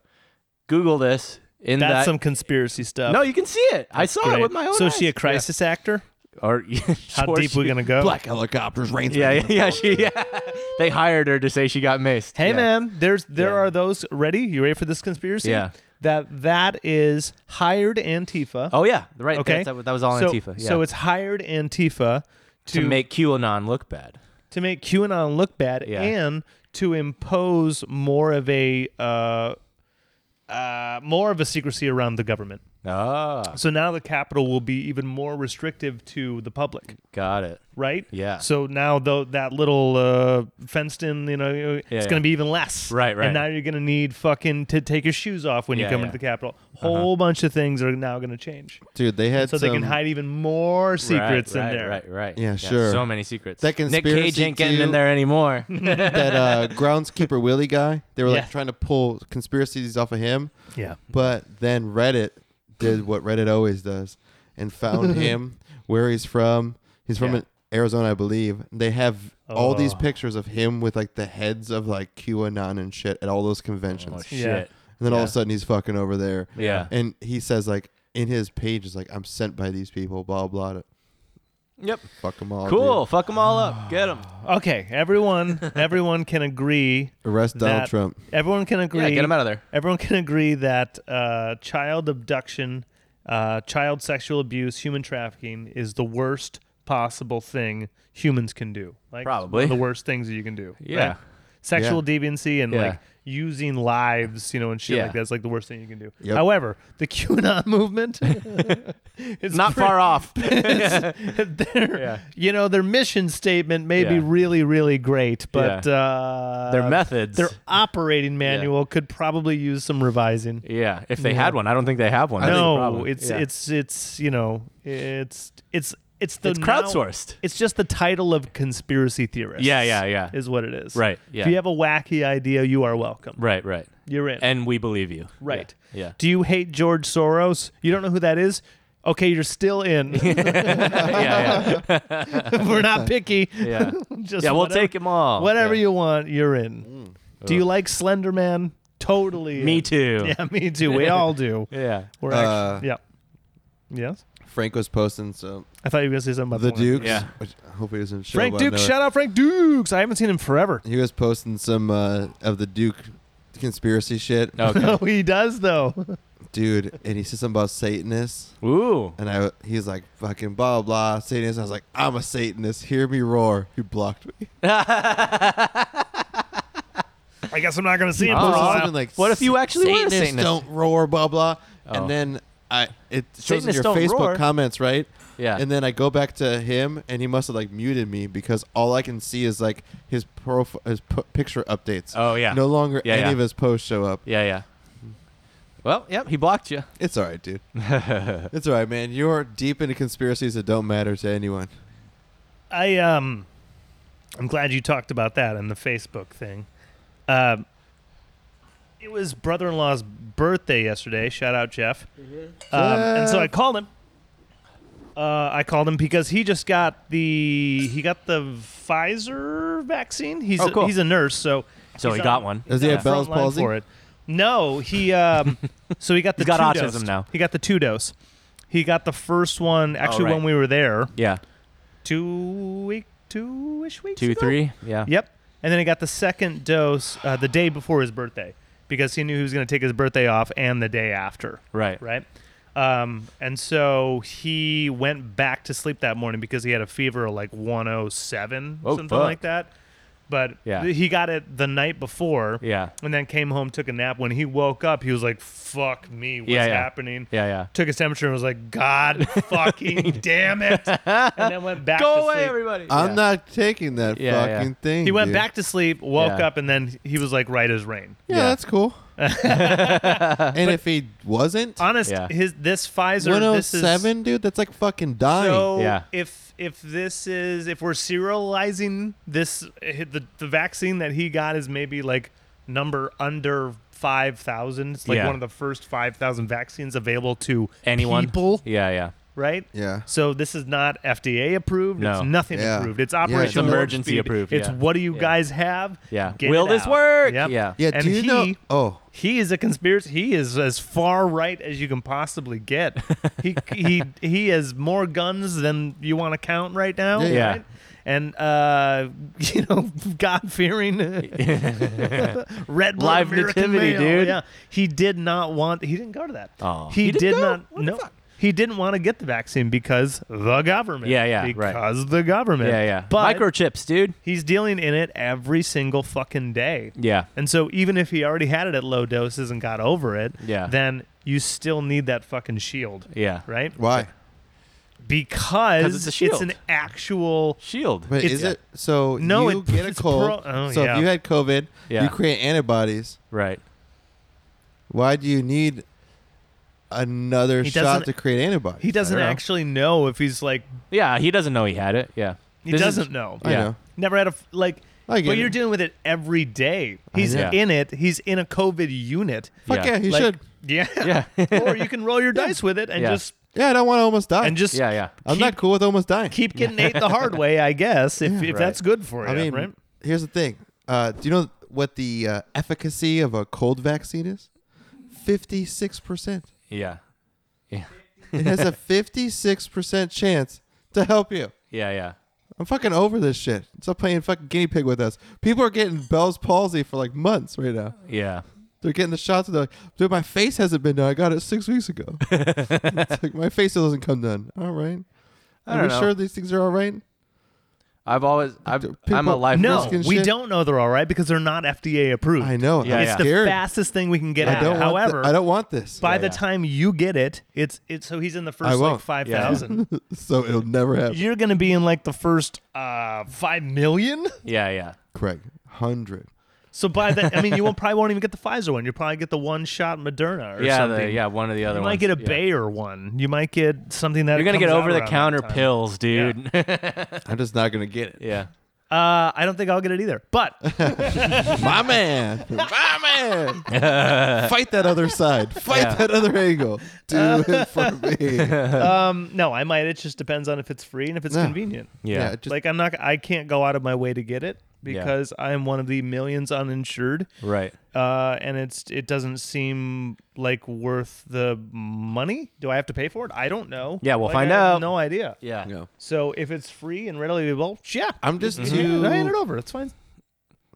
[SPEAKER 1] Google this. In
[SPEAKER 3] That's
[SPEAKER 1] that,
[SPEAKER 3] some conspiracy stuff.
[SPEAKER 1] no, you can see it. I saw it
[SPEAKER 3] Great.
[SPEAKER 1] with my own
[SPEAKER 3] So
[SPEAKER 1] eyes.
[SPEAKER 3] is she a crisis actor?
[SPEAKER 1] Yeah. Or
[SPEAKER 3] How
[SPEAKER 1] or
[SPEAKER 3] deep
[SPEAKER 1] she-
[SPEAKER 3] we gonna go?
[SPEAKER 2] Black helicopters rains.
[SPEAKER 1] Yeah, yeah, yeah. She, yeah. They hired her to say she got maced.
[SPEAKER 3] Hey
[SPEAKER 1] yeah.
[SPEAKER 3] man, there's there
[SPEAKER 1] Yeah.
[SPEAKER 3] are those ready. You ready for this conspiracy?
[SPEAKER 1] Yeah.
[SPEAKER 3] That that is hired Antifa.
[SPEAKER 1] Oh yeah, right.
[SPEAKER 3] okay.
[SPEAKER 1] That's- That, was all
[SPEAKER 3] so,
[SPEAKER 1] Antifa. Yeah.
[SPEAKER 3] So it's hired Antifa
[SPEAKER 1] to, make QAnon look bad.
[SPEAKER 3] to make QAnon look bad
[SPEAKER 1] Yeah.
[SPEAKER 3] and to impose more of a uh, uh, more of a secrecy around the government.
[SPEAKER 1] Ah,
[SPEAKER 3] So now the capital will be even more restrictive to the public,
[SPEAKER 1] got it.
[SPEAKER 3] right?
[SPEAKER 1] Yeah.
[SPEAKER 3] So now though that little uh, fenced in, you know, it's
[SPEAKER 1] Yeah,
[SPEAKER 3] going
[SPEAKER 1] yeah.
[SPEAKER 3] to be even less.
[SPEAKER 1] Right, right.
[SPEAKER 3] And now you're going to need fucking to take your shoes off when you
[SPEAKER 1] Yeah,
[SPEAKER 3] come
[SPEAKER 1] yeah. Uh-huh.
[SPEAKER 3] into the capital. Whole bunch of things are now going to change,
[SPEAKER 2] Dude, they had
[SPEAKER 3] so they can
[SPEAKER 2] some-
[SPEAKER 3] hide even more secrets
[SPEAKER 1] right,
[SPEAKER 3] in there.
[SPEAKER 1] Right, right.
[SPEAKER 2] Yeah, sure.
[SPEAKER 1] So many secrets.
[SPEAKER 2] That
[SPEAKER 1] Nick Cage
[SPEAKER 2] conspiracy
[SPEAKER 1] ain't getting in
[SPEAKER 2] too.
[SPEAKER 1] there anymore. Oh,
[SPEAKER 2] that uh, groundskeeper Willie guy. They were
[SPEAKER 3] Yeah.
[SPEAKER 2] like trying to pull conspiracies off of him,
[SPEAKER 3] Yeah.
[SPEAKER 2] but then Reddit did what Reddit always does and found him where he's from. He's from
[SPEAKER 3] Yeah.
[SPEAKER 2] Arizona, I believe. They have all these
[SPEAKER 3] Oh.
[SPEAKER 2] pictures of him with like the heads of like QAnon and shit at all those
[SPEAKER 1] oh
[SPEAKER 2] conventions.
[SPEAKER 1] shit.
[SPEAKER 2] and then all of
[SPEAKER 3] yeah.
[SPEAKER 2] a sudden he's fucking over there.
[SPEAKER 1] Yeah.
[SPEAKER 2] And he says like in his page is like I'm sent by these people, blah blah. blah.
[SPEAKER 1] Yep.
[SPEAKER 2] Fuck them all.
[SPEAKER 1] Cool. Fuck them all up. Get them.
[SPEAKER 3] Okay, everyone, everyone can agree.
[SPEAKER 2] dude. Arrest Donald
[SPEAKER 3] That-
[SPEAKER 2] Trump.
[SPEAKER 3] Everyone can agree.
[SPEAKER 1] Yeah, get them out of there.
[SPEAKER 3] Everyone can agree that uh, child abduction, uh, child sexual abuse, human trafficking is the worst possible thing humans can do. Like
[SPEAKER 1] Probably.
[SPEAKER 3] one of the worst things that you can do.
[SPEAKER 1] Yeah.
[SPEAKER 3] right? Sexual deviancy and
[SPEAKER 1] Yeah.
[SPEAKER 3] like using lives, you know, and shit
[SPEAKER 1] Yeah.
[SPEAKER 3] like that's like the worst thing you can do.
[SPEAKER 2] Yep.
[SPEAKER 3] However, the QAnon movement is
[SPEAKER 1] Not far off.
[SPEAKER 3] their,
[SPEAKER 1] Yeah.
[SPEAKER 3] you know, their mission statement may be
[SPEAKER 1] Yeah.
[SPEAKER 3] really, really great, but uh,
[SPEAKER 1] Their methods.
[SPEAKER 3] their operating manual could probably use some revising.
[SPEAKER 1] yeah. If they
[SPEAKER 3] Yeah.
[SPEAKER 1] had one, I don't think they have one. That's the
[SPEAKER 3] no,
[SPEAKER 1] problem.
[SPEAKER 3] it's
[SPEAKER 1] Yeah.
[SPEAKER 3] it's it's you know, it's it's it's the
[SPEAKER 1] it's
[SPEAKER 3] now-
[SPEAKER 1] crowdsourced.
[SPEAKER 3] it's just the title of conspiracy theorist.
[SPEAKER 1] Yeah, yeah, yeah.
[SPEAKER 3] Is what it is.
[SPEAKER 1] Right,
[SPEAKER 3] If you
[SPEAKER 1] yeah.
[SPEAKER 3] have a wacky idea, you are welcome.
[SPEAKER 1] right, right.
[SPEAKER 3] You're in.
[SPEAKER 1] And we believe you.
[SPEAKER 3] right.
[SPEAKER 1] Yeah.
[SPEAKER 3] Do you hate George Soros? You don't know who that is? Okay, you're still in.
[SPEAKER 1] Yeah, yeah. yeah.
[SPEAKER 3] We're not picky.
[SPEAKER 1] Yeah.
[SPEAKER 3] Just
[SPEAKER 1] yeah, we'll
[SPEAKER 3] whatever-
[SPEAKER 1] take them all.
[SPEAKER 3] Whatever
[SPEAKER 1] Yeah.
[SPEAKER 3] you want, you're in. Do you like Slender Man? Totally.
[SPEAKER 1] Me
[SPEAKER 3] in.
[SPEAKER 1] too.
[SPEAKER 3] Yeah, me too. We all do.
[SPEAKER 1] Yeah.
[SPEAKER 3] We're
[SPEAKER 2] Uh,
[SPEAKER 3] actually, yeah. Yes?
[SPEAKER 2] Frank was posting some
[SPEAKER 3] I thought you were going to say something about
[SPEAKER 2] the
[SPEAKER 3] porn.
[SPEAKER 2] Dukes.
[SPEAKER 1] Yeah.
[SPEAKER 2] Which I hope he doesn't show
[SPEAKER 3] Frank
[SPEAKER 2] up.
[SPEAKER 3] Dukes.
[SPEAKER 2] No,
[SPEAKER 3] Shout out Frank Dukes. I haven't seen him forever.
[SPEAKER 2] He was posting some uh, of the Duke conspiracy shit,
[SPEAKER 1] Okay.
[SPEAKER 3] Oh, he does though.
[SPEAKER 2] dude, and he said something about Satanists,
[SPEAKER 1] Ooh.
[SPEAKER 2] and I he's like fucking blah blah blah, Satanist. I was like, I'm a Satanist. Hear me roar. He blocked me.
[SPEAKER 3] I guess I'm not going to see him
[SPEAKER 2] He
[SPEAKER 1] Oh.
[SPEAKER 3] for a
[SPEAKER 2] posted
[SPEAKER 1] wow.
[SPEAKER 2] something
[SPEAKER 3] while.
[SPEAKER 2] like,
[SPEAKER 1] What if you
[SPEAKER 2] "Sa-
[SPEAKER 1] actually were a
[SPEAKER 2] Satanists
[SPEAKER 1] Satanist?"
[SPEAKER 2] don't roar blah blah,
[SPEAKER 1] Oh.
[SPEAKER 2] and then I it shows
[SPEAKER 1] Satanists
[SPEAKER 2] in your
[SPEAKER 1] don't
[SPEAKER 2] Facebook
[SPEAKER 1] roar.
[SPEAKER 2] comments right,
[SPEAKER 1] Yeah.
[SPEAKER 2] and then I go back to him, and he must have like muted me because all I can see is like his profile, his p- picture updates.
[SPEAKER 1] oh yeah.
[SPEAKER 2] No longer
[SPEAKER 1] Yeah,
[SPEAKER 2] any
[SPEAKER 1] yeah.
[SPEAKER 2] of his posts show up.
[SPEAKER 1] Yeah, yeah. Well, yep, he blocked you.
[SPEAKER 2] It's all right, dude. it's all right, man. You're deep into conspiracies that don't matter to anyone.
[SPEAKER 3] I um, I'm glad you talked about that and the Facebook thing. Um, it was brother-in-law's birthday yesterday. Shout out Jeff. Um, and so I
[SPEAKER 2] Mm-hmm. Jeff.
[SPEAKER 3] called him. Uh, I called him because he just got the he got the Pfizer vaccine. He's
[SPEAKER 1] Oh,
[SPEAKER 3] a,
[SPEAKER 1] cool.
[SPEAKER 3] he's a nurse, so
[SPEAKER 1] So
[SPEAKER 3] he's
[SPEAKER 1] he got
[SPEAKER 3] on-
[SPEAKER 1] one.
[SPEAKER 2] Does he
[SPEAKER 3] on
[SPEAKER 2] have
[SPEAKER 3] the
[SPEAKER 2] Bell's
[SPEAKER 3] front line
[SPEAKER 2] palsy?
[SPEAKER 3] for it. No, he um, so he got the
[SPEAKER 1] He's got
[SPEAKER 3] two
[SPEAKER 1] autism
[SPEAKER 3] dosed.
[SPEAKER 1] now.
[SPEAKER 3] He got the two dose. He got the first one actually
[SPEAKER 1] right.
[SPEAKER 3] when we were there
[SPEAKER 1] Yeah.
[SPEAKER 3] two week two ish weeks
[SPEAKER 1] Two,
[SPEAKER 3] ago?
[SPEAKER 1] three. Yeah.
[SPEAKER 3] Yep, and then he got the second dose uh, the day before his birthday because he knew he was going to take his birthday off and the day after
[SPEAKER 1] Right.
[SPEAKER 3] right? Um, and so he went back to sleep that morning because he had a fever of like 107,
[SPEAKER 1] Oh,
[SPEAKER 3] something
[SPEAKER 1] fuck.
[SPEAKER 3] like that. But
[SPEAKER 1] Yeah.
[SPEAKER 3] th- he got it the night before
[SPEAKER 1] Yeah.
[SPEAKER 3] and then came home, took a nap. When he woke up, he was like, fuck me, what's
[SPEAKER 1] Yeah, yeah.
[SPEAKER 3] happening?
[SPEAKER 1] Yeah, yeah.
[SPEAKER 3] Took his temperature and was like, God fucking damn it. And then went back to
[SPEAKER 1] Go away,
[SPEAKER 3] sleep.
[SPEAKER 1] everybody.
[SPEAKER 2] I'm
[SPEAKER 1] Yeah.
[SPEAKER 2] not taking that
[SPEAKER 1] Yeah, yeah.
[SPEAKER 2] fucking thing.
[SPEAKER 3] He went
[SPEAKER 2] dude.
[SPEAKER 3] back to sleep, woke
[SPEAKER 1] Yeah.
[SPEAKER 3] up, and then he was like, right as rain.
[SPEAKER 2] Yeah,
[SPEAKER 1] Yeah.
[SPEAKER 2] that's cool. and if he wasn't
[SPEAKER 3] Honest,
[SPEAKER 1] Yeah.
[SPEAKER 3] his this Pfizer, this is
[SPEAKER 2] 107, dude, that's like fucking dying.
[SPEAKER 3] So
[SPEAKER 1] Yeah.
[SPEAKER 3] if if this is if we're serializing this, eh, the the vaccine that he got is maybe like number under five thousand. It's like
[SPEAKER 1] Yeah.
[SPEAKER 3] one of the first five thousand vaccines available to
[SPEAKER 1] Anyone?
[SPEAKER 3] people,
[SPEAKER 1] Yeah, yeah.
[SPEAKER 3] right?
[SPEAKER 2] yeah.
[SPEAKER 3] So this is not FDA approved.
[SPEAKER 1] No.
[SPEAKER 3] It's nothing
[SPEAKER 2] Yeah.
[SPEAKER 3] approved. It's
[SPEAKER 2] Yeah, it's
[SPEAKER 3] operational warp
[SPEAKER 1] emergency
[SPEAKER 3] speed.
[SPEAKER 1] approved,
[SPEAKER 3] It's
[SPEAKER 1] yeah.
[SPEAKER 3] what do you
[SPEAKER 1] Yeah.
[SPEAKER 3] guys have?
[SPEAKER 1] Yeah.
[SPEAKER 3] Get
[SPEAKER 1] Will
[SPEAKER 3] it
[SPEAKER 1] this
[SPEAKER 3] out.
[SPEAKER 1] work?
[SPEAKER 3] Yep.
[SPEAKER 1] Yeah.
[SPEAKER 2] Yeah,
[SPEAKER 3] And
[SPEAKER 2] do you
[SPEAKER 3] he,
[SPEAKER 2] know Oh,
[SPEAKER 3] he is a conspiracy. He is as far right as you can possibly get. he he he has more guns than you want to count right now.
[SPEAKER 2] Yeah, yeah.
[SPEAKER 3] right? And uh, you know, God fearing, red blood
[SPEAKER 1] Live
[SPEAKER 3] American
[SPEAKER 1] nativity,
[SPEAKER 3] male,
[SPEAKER 1] dude.
[SPEAKER 3] Yeah, he did not want. He didn't go to that.
[SPEAKER 1] Oh.
[SPEAKER 3] he,
[SPEAKER 1] He
[SPEAKER 3] did
[SPEAKER 1] didn't go?
[SPEAKER 3] not.
[SPEAKER 1] What the
[SPEAKER 3] no,
[SPEAKER 1] fuck?
[SPEAKER 3] he didn't want to get the vaccine because the government.
[SPEAKER 1] Yeah, yeah, right.
[SPEAKER 3] Because the government.
[SPEAKER 1] Yeah, yeah.
[SPEAKER 3] But
[SPEAKER 1] Microchips, dude.
[SPEAKER 3] he's dealing in it every single fucking day.
[SPEAKER 1] Yeah.
[SPEAKER 3] And so even if he already had it at low doses and got over it,
[SPEAKER 1] Yeah.
[SPEAKER 3] then you still need that fucking shield,
[SPEAKER 1] Yeah.
[SPEAKER 3] right?
[SPEAKER 2] Why?
[SPEAKER 3] Because
[SPEAKER 1] it's a
[SPEAKER 3] it's
[SPEAKER 1] shield.
[SPEAKER 3] an actual
[SPEAKER 1] Shield.
[SPEAKER 2] But
[SPEAKER 3] It's-
[SPEAKER 2] is it so?
[SPEAKER 3] No,
[SPEAKER 2] you
[SPEAKER 3] it-
[SPEAKER 2] get a
[SPEAKER 3] it's
[SPEAKER 2] cold.
[SPEAKER 3] pro- oh,
[SPEAKER 2] so
[SPEAKER 3] yeah.
[SPEAKER 2] if you had COVID,
[SPEAKER 1] Yeah.
[SPEAKER 2] you create antibodies.
[SPEAKER 1] Right.
[SPEAKER 2] Why do you need another
[SPEAKER 3] He
[SPEAKER 2] shot
[SPEAKER 3] doesn't-
[SPEAKER 2] to create antibodies?
[SPEAKER 3] he doesn't
[SPEAKER 1] I don't know.
[SPEAKER 3] actually know if he's like
[SPEAKER 1] Yeah, he doesn't know he had it. Yeah.
[SPEAKER 3] he
[SPEAKER 1] This is-
[SPEAKER 3] doesn't know.
[SPEAKER 2] I
[SPEAKER 1] Yeah.
[SPEAKER 2] know.
[SPEAKER 3] Never had a f- like
[SPEAKER 2] I get
[SPEAKER 3] but you're
[SPEAKER 2] it.
[SPEAKER 3] dealing with it every day. He's
[SPEAKER 1] know.
[SPEAKER 3] in it. He's in a COVID unit.
[SPEAKER 2] Fuck
[SPEAKER 1] Yeah.
[SPEAKER 2] yeah, he
[SPEAKER 3] Like,
[SPEAKER 2] should.
[SPEAKER 3] Yeah.
[SPEAKER 1] Yeah.
[SPEAKER 3] or you can roll your dice with it and
[SPEAKER 1] Yeah.
[SPEAKER 3] just
[SPEAKER 2] Yeah, I don't want to almost die.
[SPEAKER 3] and just
[SPEAKER 1] Yeah, yeah.
[SPEAKER 2] I'm not cool with almost dying.
[SPEAKER 3] keep getting ate the hard way, I guess, if, if
[SPEAKER 1] Right.
[SPEAKER 3] that's good for you,
[SPEAKER 2] I mean,
[SPEAKER 3] right?
[SPEAKER 2] here's the thing. Uh, do you know what the uh, efficacy of a cold vaccine is? Fifty-six percent.
[SPEAKER 1] Yeah. Yeah.
[SPEAKER 2] It has a fifty-six percent chance to help you.
[SPEAKER 1] Yeah, yeah.
[SPEAKER 2] I'm fucking over this shit. Stop playing fucking guinea pig with us. People are getting Bell's palsy for like months right now.
[SPEAKER 1] Yeah.
[SPEAKER 2] They're getting the shots. And they're like, dude, my face hasn't been done. I got it six weeks ago. it's like my face still doesn't come done. All right.
[SPEAKER 1] I
[SPEAKER 2] Are
[SPEAKER 1] don't
[SPEAKER 2] we
[SPEAKER 1] know.
[SPEAKER 2] sure these things are all right?
[SPEAKER 1] I've always I've, I'm a
[SPEAKER 2] People-
[SPEAKER 1] life
[SPEAKER 3] No,
[SPEAKER 2] risk and
[SPEAKER 3] we
[SPEAKER 2] shit.
[SPEAKER 3] don't know they're all right because they're not FDA approved.
[SPEAKER 2] I know.
[SPEAKER 1] Yeah, yeah.
[SPEAKER 2] I'm
[SPEAKER 3] It's the
[SPEAKER 2] scared.
[SPEAKER 3] fastest thing we can get
[SPEAKER 2] I
[SPEAKER 3] at.
[SPEAKER 2] don't. want thi-
[SPEAKER 3] However,
[SPEAKER 2] I don't want this.
[SPEAKER 3] by
[SPEAKER 1] Yeah,
[SPEAKER 3] the
[SPEAKER 1] yeah.
[SPEAKER 3] time you get it, it's it's so he's in the first like
[SPEAKER 2] won't.
[SPEAKER 3] five
[SPEAKER 1] Yeah.
[SPEAKER 3] thousand.
[SPEAKER 2] so it'll never happen.
[SPEAKER 3] You're gonna be in like the first uh five million.
[SPEAKER 1] Yeah, yeah.
[SPEAKER 2] Craig, hundred.
[SPEAKER 3] So by that, I mean you won't probably won't even get the Pfizer one. You'll probably get the one shot Moderna or
[SPEAKER 1] Yeah,
[SPEAKER 3] something.
[SPEAKER 1] the, yeah, one or the other
[SPEAKER 3] You
[SPEAKER 1] one.
[SPEAKER 3] might get a
[SPEAKER 1] yeah.
[SPEAKER 3] Bayer one. You might get something that
[SPEAKER 1] You're going to
[SPEAKER 3] comes
[SPEAKER 1] get
[SPEAKER 3] out
[SPEAKER 1] over the
[SPEAKER 3] around
[SPEAKER 1] counter
[SPEAKER 3] that time.
[SPEAKER 1] pills, dude. Yeah.
[SPEAKER 2] I'm just not gonna get it.
[SPEAKER 3] Uh, I don't think I'll get it either. But
[SPEAKER 2] My man, my man. Fight that other side. Fight
[SPEAKER 1] Yeah.
[SPEAKER 2] that other angle. Do it for me. Yeah.
[SPEAKER 3] um, no, I might. It just depends on if it's free and if it's
[SPEAKER 2] No.
[SPEAKER 3] convenient.
[SPEAKER 1] Yeah.
[SPEAKER 2] just,
[SPEAKER 3] like I'm not. I can't go out of my way to get it
[SPEAKER 1] Yeah.
[SPEAKER 3] because I am one of the millions uninsured.
[SPEAKER 1] Right.
[SPEAKER 3] uh, and it's it doesn't seem like worth the money. Do I have to pay for it? I don't know.
[SPEAKER 1] Yeah, we'll
[SPEAKER 3] Like,
[SPEAKER 1] find
[SPEAKER 3] I have
[SPEAKER 1] out.
[SPEAKER 3] no idea.
[SPEAKER 1] Yeah.
[SPEAKER 2] you know.
[SPEAKER 3] So if it's free and readily available, yeah,
[SPEAKER 2] I'm just
[SPEAKER 1] Mm-hmm.
[SPEAKER 3] Just
[SPEAKER 2] too.
[SPEAKER 3] hand it over. It's fine.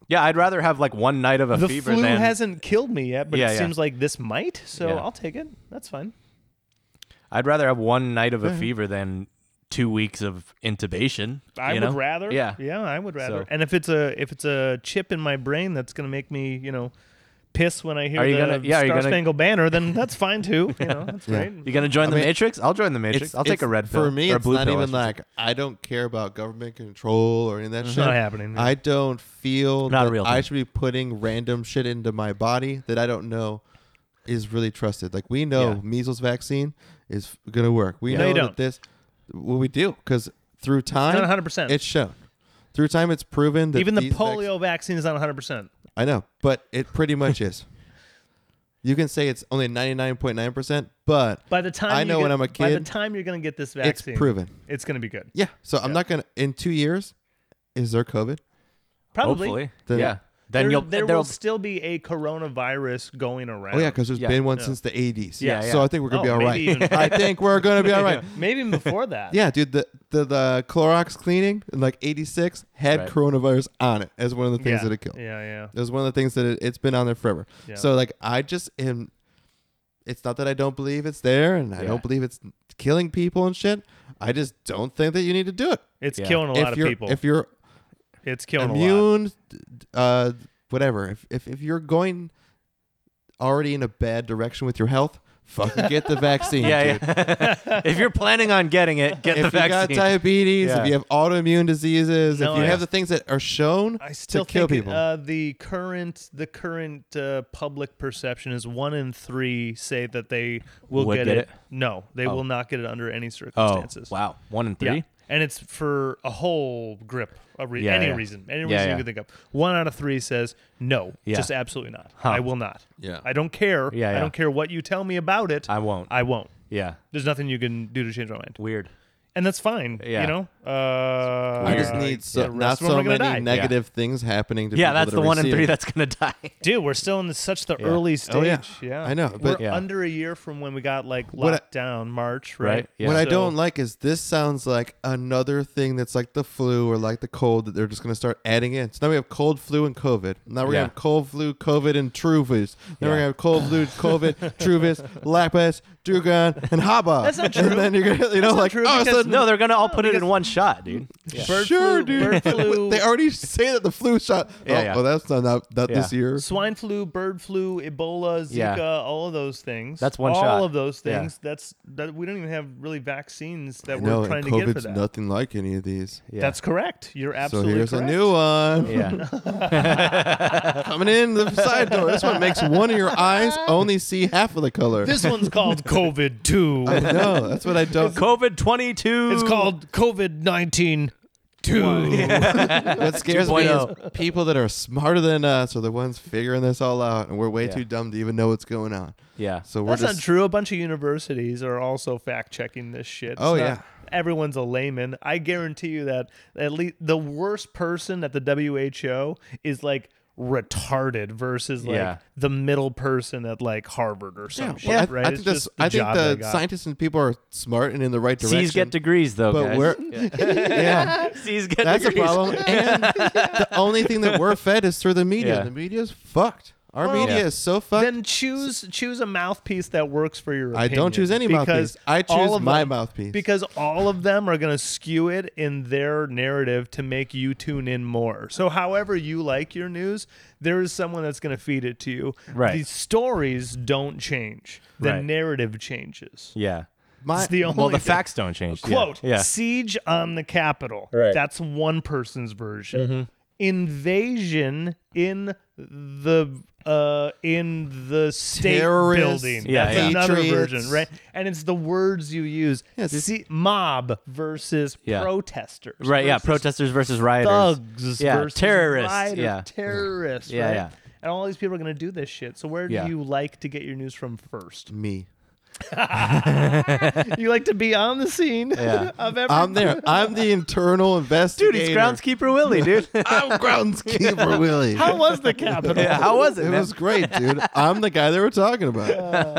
[SPEAKER 1] Yeah, I'd rather have like one night of a
[SPEAKER 3] the
[SPEAKER 1] fever
[SPEAKER 3] flu
[SPEAKER 1] than
[SPEAKER 3] hasn't killed me yet, but
[SPEAKER 1] Yeah,
[SPEAKER 3] it
[SPEAKER 1] yeah.
[SPEAKER 3] seems like this might. So
[SPEAKER 1] Yeah.
[SPEAKER 3] I'll take it. That's fine.
[SPEAKER 1] I'd rather have one night
[SPEAKER 2] Mm-hmm.
[SPEAKER 1] of a fever than two weeks of intubation.
[SPEAKER 3] I
[SPEAKER 1] you
[SPEAKER 3] would
[SPEAKER 1] know?
[SPEAKER 3] rather.
[SPEAKER 1] Yeah.
[SPEAKER 3] yeah, I would rather.
[SPEAKER 1] So-
[SPEAKER 3] And if it's a if it's a chip in my brain that's gonna make me you know piss when I hear
[SPEAKER 1] Are you
[SPEAKER 3] the
[SPEAKER 1] gonna- yeah, are you
[SPEAKER 3] Star
[SPEAKER 1] gonna-
[SPEAKER 3] Spangled Banner, then that's fine too. You know, that's
[SPEAKER 2] Yeah.
[SPEAKER 3] great.
[SPEAKER 1] You gonna join
[SPEAKER 2] I
[SPEAKER 1] the
[SPEAKER 2] mean,
[SPEAKER 1] Matrix? I'll join the Matrix. I'll take a red pill
[SPEAKER 2] For me,
[SPEAKER 1] or a
[SPEAKER 2] it's
[SPEAKER 1] blue
[SPEAKER 2] not
[SPEAKER 1] pill, I
[SPEAKER 2] even
[SPEAKER 1] should say.
[SPEAKER 2] like I don't care about government control or any of that shit.
[SPEAKER 3] not happening.
[SPEAKER 2] I don't feel
[SPEAKER 1] Not a
[SPEAKER 2] that
[SPEAKER 1] real
[SPEAKER 2] I
[SPEAKER 1] thing.
[SPEAKER 2] should be putting random shit into my body that I don't know is really trusted. Like we know
[SPEAKER 1] Yeah.
[SPEAKER 2] measles vaccine is gonna work. We
[SPEAKER 1] Yeah.
[SPEAKER 3] No,
[SPEAKER 2] know
[SPEAKER 3] you
[SPEAKER 2] that
[SPEAKER 3] don't.
[SPEAKER 2] this. Well, we do because through time,
[SPEAKER 3] not 100%.
[SPEAKER 2] It's shown. Through time, it's proven that
[SPEAKER 3] Even the
[SPEAKER 2] these vac-
[SPEAKER 3] polio vaccine is not 100. percent
[SPEAKER 2] I know, but it pretty much is. You can say it's only ninety nine point nine percent, but
[SPEAKER 3] By the time
[SPEAKER 2] I
[SPEAKER 3] you
[SPEAKER 2] know
[SPEAKER 3] get-
[SPEAKER 2] when I'm a
[SPEAKER 3] by the
[SPEAKER 2] kid,
[SPEAKER 3] time you're going to get this
[SPEAKER 2] it's
[SPEAKER 3] vaccine,
[SPEAKER 2] proven.
[SPEAKER 3] it's going to be good.
[SPEAKER 2] Yeah. So I'm not gonna in two years, is there COVID?
[SPEAKER 3] Probably.
[SPEAKER 1] Hopefully.
[SPEAKER 2] Then-
[SPEAKER 1] yeah. Then
[SPEAKER 3] There,
[SPEAKER 1] you'll
[SPEAKER 3] there
[SPEAKER 1] there'll-
[SPEAKER 3] will still be a coronavirus going around.
[SPEAKER 2] Oh yeah, because there's
[SPEAKER 1] Yeah.
[SPEAKER 2] been one since the 80s.
[SPEAKER 1] Yeah,
[SPEAKER 2] So
[SPEAKER 1] yeah.
[SPEAKER 2] I think we're gonna be
[SPEAKER 3] Oh,
[SPEAKER 2] all right.
[SPEAKER 3] maybe even-
[SPEAKER 2] I think we're gonna be all right.
[SPEAKER 3] maybe even before that.
[SPEAKER 2] Yeah, dude. The the, the Clorox cleaning in like '86 had
[SPEAKER 1] Right.
[SPEAKER 2] coronavirus on it as one of the
[SPEAKER 3] yeah.
[SPEAKER 2] things that it killed.
[SPEAKER 3] Yeah, yeah.
[SPEAKER 2] It was one of the things that it, it's been on there forever.
[SPEAKER 3] Yeah.
[SPEAKER 2] So like I just am. It's not that I don't believe it's there, and I
[SPEAKER 1] Yeah.
[SPEAKER 2] don't believe it's killing people and shit. I just don't think that you need to do it.
[SPEAKER 3] It's
[SPEAKER 1] Yeah.
[SPEAKER 3] killing a lot
[SPEAKER 2] if
[SPEAKER 3] of
[SPEAKER 2] you're
[SPEAKER 3] people.
[SPEAKER 2] if you're
[SPEAKER 3] it's killing a lot.
[SPEAKER 2] immune, d- d- uh, whatever. If, if if you're going already in a bad direction with your health, fucking get the vaccine.
[SPEAKER 1] yeah,
[SPEAKER 2] dude.
[SPEAKER 1] yeah. if you're planning on getting it, get
[SPEAKER 2] If
[SPEAKER 1] the
[SPEAKER 2] you got
[SPEAKER 1] vaccine.
[SPEAKER 2] diabetes,
[SPEAKER 1] Yeah.
[SPEAKER 2] if you have autoimmune diseases,
[SPEAKER 3] No,
[SPEAKER 2] if you
[SPEAKER 3] I-
[SPEAKER 2] have the things that are shown
[SPEAKER 3] I still
[SPEAKER 2] to kill
[SPEAKER 3] think
[SPEAKER 2] people,
[SPEAKER 3] Uh, the current the current uh, public perception is one in three say that they will
[SPEAKER 1] Would get
[SPEAKER 3] it.
[SPEAKER 1] it?
[SPEAKER 3] No, they
[SPEAKER 1] Oh.
[SPEAKER 3] will not get it under any
[SPEAKER 1] oh,
[SPEAKER 3] circumstances.
[SPEAKER 1] wow. One in
[SPEAKER 3] Yeah.
[SPEAKER 1] three?
[SPEAKER 3] And it's for a whole grip, a re-
[SPEAKER 1] Yeah,
[SPEAKER 3] any
[SPEAKER 1] yeah.
[SPEAKER 3] reason, any
[SPEAKER 1] Yeah,
[SPEAKER 3] reason you
[SPEAKER 1] yeah.
[SPEAKER 3] can think of. One out of three says no,
[SPEAKER 1] Yeah.
[SPEAKER 3] just absolutely not.
[SPEAKER 1] Huh.
[SPEAKER 3] I will not.
[SPEAKER 2] Yeah.
[SPEAKER 3] I don't care.
[SPEAKER 1] Yeah,
[SPEAKER 3] I
[SPEAKER 1] yeah.
[SPEAKER 3] don't care what you tell me about it.
[SPEAKER 1] I won't.
[SPEAKER 3] I won't.
[SPEAKER 1] yeah.
[SPEAKER 3] There's nothing you can do to change my mind,
[SPEAKER 1] Weird.
[SPEAKER 3] and that's fine.
[SPEAKER 1] Yeah.
[SPEAKER 3] You know, uh,
[SPEAKER 2] I just need so,
[SPEAKER 3] the rest
[SPEAKER 2] not
[SPEAKER 3] of them
[SPEAKER 2] so
[SPEAKER 3] are gonna
[SPEAKER 2] many
[SPEAKER 3] die.
[SPEAKER 2] negative things happening to
[SPEAKER 1] Yeah,
[SPEAKER 2] people
[SPEAKER 1] that's
[SPEAKER 2] that
[SPEAKER 1] the
[SPEAKER 2] are
[SPEAKER 1] one in three
[SPEAKER 2] receiving it.
[SPEAKER 1] that's going to die.
[SPEAKER 3] Dude, we're still in the, such the early stage.
[SPEAKER 2] Oh, yeah.
[SPEAKER 3] yeah.
[SPEAKER 2] I know, but-
[SPEAKER 3] we're
[SPEAKER 1] Yeah.
[SPEAKER 3] under a year from when we got like
[SPEAKER 2] What I-
[SPEAKER 3] locked down March, right?
[SPEAKER 1] Right, yeah.
[SPEAKER 2] What I
[SPEAKER 3] So-
[SPEAKER 2] don't like is this sounds like another thing that's like the flu or like the cold that they're just going to start adding in. So now we have cold, flu, and COVID. Now
[SPEAKER 1] Yeah.
[SPEAKER 2] we're going to have cold, flu, COVID, and Truvis.
[SPEAKER 1] Yeah.
[SPEAKER 2] Then we're going to have cold, flu, COVID, Truvis, Lapis, Dugan, and Haba.
[SPEAKER 3] That's not true.
[SPEAKER 2] And then you're gonna, you know, like,
[SPEAKER 3] true,
[SPEAKER 2] oh, all of a
[SPEAKER 3] because
[SPEAKER 2] sudden,
[SPEAKER 1] No, they're gonna all put it in one shot, dude. Yeah.
[SPEAKER 3] Bird flu,
[SPEAKER 2] sure,
[SPEAKER 3] bird
[SPEAKER 2] dude.
[SPEAKER 3] flu.
[SPEAKER 2] they already say that the flu shot.
[SPEAKER 1] Yeah,
[SPEAKER 2] oh,
[SPEAKER 1] yeah.
[SPEAKER 2] well, that's not that, that this
[SPEAKER 1] Yeah.
[SPEAKER 2] year.
[SPEAKER 3] swine flu, bird flu, Ebola, Zika,
[SPEAKER 1] Yeah.
[SPEAKER 3] all of those things.
[SPEAKER 1] That's one
[SPEAKER 3] all
[SPEAKER 1] shot.
[SPEAKER 3] of those
[SPEAKER 1] Yeah.
[SPEAKER 3] things. That's that we don't even have really vaccines that
[SPEAKER 2] No,
[SPEAKER 3] we're trying
[SPEAKER 2] and
[SPEAKER 3] to get for
[SPEAKER 2] COVID's
[SPEAKER 3] that.
[SPEAKER 2] nothing like any of these.
[SPEAKER 1] Yeah.
[SPEAKER 3] That's correct. You're
[SPEAKER 2] So
[SPEAKER 3] absolutely
[SPEAKER 2] here's
[SPEAKER 3] correct.
[SPEAKER 2] a new one
[SPEAKER 1] yeah.
[SPEAKER 2] coming in the side door. This one makes one of your eyes only see half of the color.
[SPEAKER 3] This one's called COVID two.
[SPEAKER 2] no, that's what I don't.
[SPEAKER 1] COVID twenty two.
[SPEAKER 3] It's called COVID nineteen two.
[SPEAKER 2] What scares me
[SPEAKER 1] 2.0.
[SPEAKER 2] is
[SPEAKER 3] oh.
[SPEAKER 2] people that are smarter than us are the ones figuring this all out, and we're way
[SPEAKER 1] Yeah.
[SPEAKER 2] too dumb to even know what's going on.
[SPEAKER 1] Yeah.
[SPEAKER 2] So we're
[SPEAKER 3] That's
[SPEAKER 2] just
[SPEAKER 3] not true. A bunch of universities are also fact checking this shit. It's
[SPEAKER 2] Oh,
[SPEAKER 3] not-
[SPEAKER 2] yeah.
[SPEAKER 3] everyone's a layman. I guarantee you that at least the worst person at the WHO is like retarded versus like
[SPEAKER 1] Yeah.
[SPEAKER 3] the middle person at like Harvard or some shit.
[SPEAKER 2] Well, I,
[SPEAKER 3] right?
[SPEAKER 2] I
[SPEAKER 3] It's
[SPEAKER 2] think that's
[SPEAKER 3] just
[SPEAKER 2] I think
[SPEAKER 3] job they
[SPEAKER 2] the
[SPEAKER 3] got.
[SPEAKER 2] scientists and people are smart and in the right direction.
[SPEAKER 1] C's get degrees though,
[SPEAKER 2] but
[SPEAKER 1] guys.
[SPEAKER 2] we're yeah,
[SPEAKER 1] C's get
[SPEAKER 2] that's a
[SPEAKER 1] degrees.
[SPEAKER 2] problem. And the only thing that we're fed is through the media.
[SPEAKER 1] Yeah.
[SPEAKER 2] The media's fucked. Our
[SPEAKER 3] Well,
[SPEAKER 2] media
[SPEAKER 1] Yeah.
[SPEAKER 2] is so fucked.
[SPEAKER 3] Then choose choose a mouthpiece that works for your.
[SPEAKER 2] I
[SPEAKER 3] Opinion
[SPEAKER 2] don't choose any
[SPEAKER 3] because
[SPEAKER 2] mouthpiece. I choose
[SPEAKER 3] all of
[SPEAKER 2] my
[SPEAKER 3] them-
[SPEAKER 2] mouthpiece.
[SPEAKER 3] because all of them are going to skew it in their narrative to make you tune in more. So, however you like your news, there is someone that's going to feed it to you.
[SPEAKER 1] Right.
[SPEAKER 3] The stories don't change. The
[SPEAKER 1] Right.
[SPEAKER 3] narrative changes.
[SPEAKER 1] Yeah.
[SPEAKER 2] my,
[SPEAKER 3] It's the only
[SPEAKER 1] Well, the
[SPEAKER 3] thing.
[SPEAKER 1] facts don't change. Yeah.
[SPEAKER 3] Quote:
[SPEAKER 1] Yeah.
[SPEAKER 3] Siege on the Capitol.
[SPEAKER 1] Right. Mm-hmm.
[SPEAKER 3] That's one person's version. Invasion in the uh in the state
[SPEAKER 2] Terrorists,
[SPEAKER 3] building.
[SPEAKER 1] Yeah,
[SPEAKER 3] That's
[SPEAKER 1] yeah.
[SPEAKER 3] another
[SPEAKER 2] patriots.
[SPEAKER 3] version, right? And it's the words you use.
[SPEAKER 2] Yes, it's-
[SPEAKER 3] See, mob versus
[SPEAKER 1] Yeah.
[SPEAKER 3] protesters.
[SPEAKER 1] Right. Yeah.
[SPEAKER 3] versus
[SPEAKER 1] Protesters versus rioters.
[SPEAKER 3] Thugs
[SPEAKER 1] Yeah,
[SPEAKER 3] versus
[SPEAKER 1] terrorists,
[SPEAKER 3] rioters,
[SPEAKER 1] yeah.
[SPEAKER 3] terrorists.
[SPEAKER 1] Yeah,
[SPEAKER 3] right?
[SPEAKER 1] yeah.
[SPEAKER 3] And all these people are going to do this shit. So where do
[SPEAKER 1] Yeah.
[SPEAKER 3] you like to get your news from first?
[SPEAKER 2] me.
[SPEAKER 3] you like to be on the scene
[SPEAKER 1] Yeah.
[SPEAKER 3] of every
[SPEAKER 2] I'm there. I'm the internal investigator.
[SPEAKER 1] Dude, he's groundskeeper Willie, dude.
[SPEAKER 2] I'm groundskeeper Willie.
[SPEAKER 3] How was the Capitol?
[SPEAKER 1] yeah. How was it?
[SPEAKER 2] it
[SPEAKER 1] man?
[SPEAKER 2] was great, dude. I'm the guy they were talking about.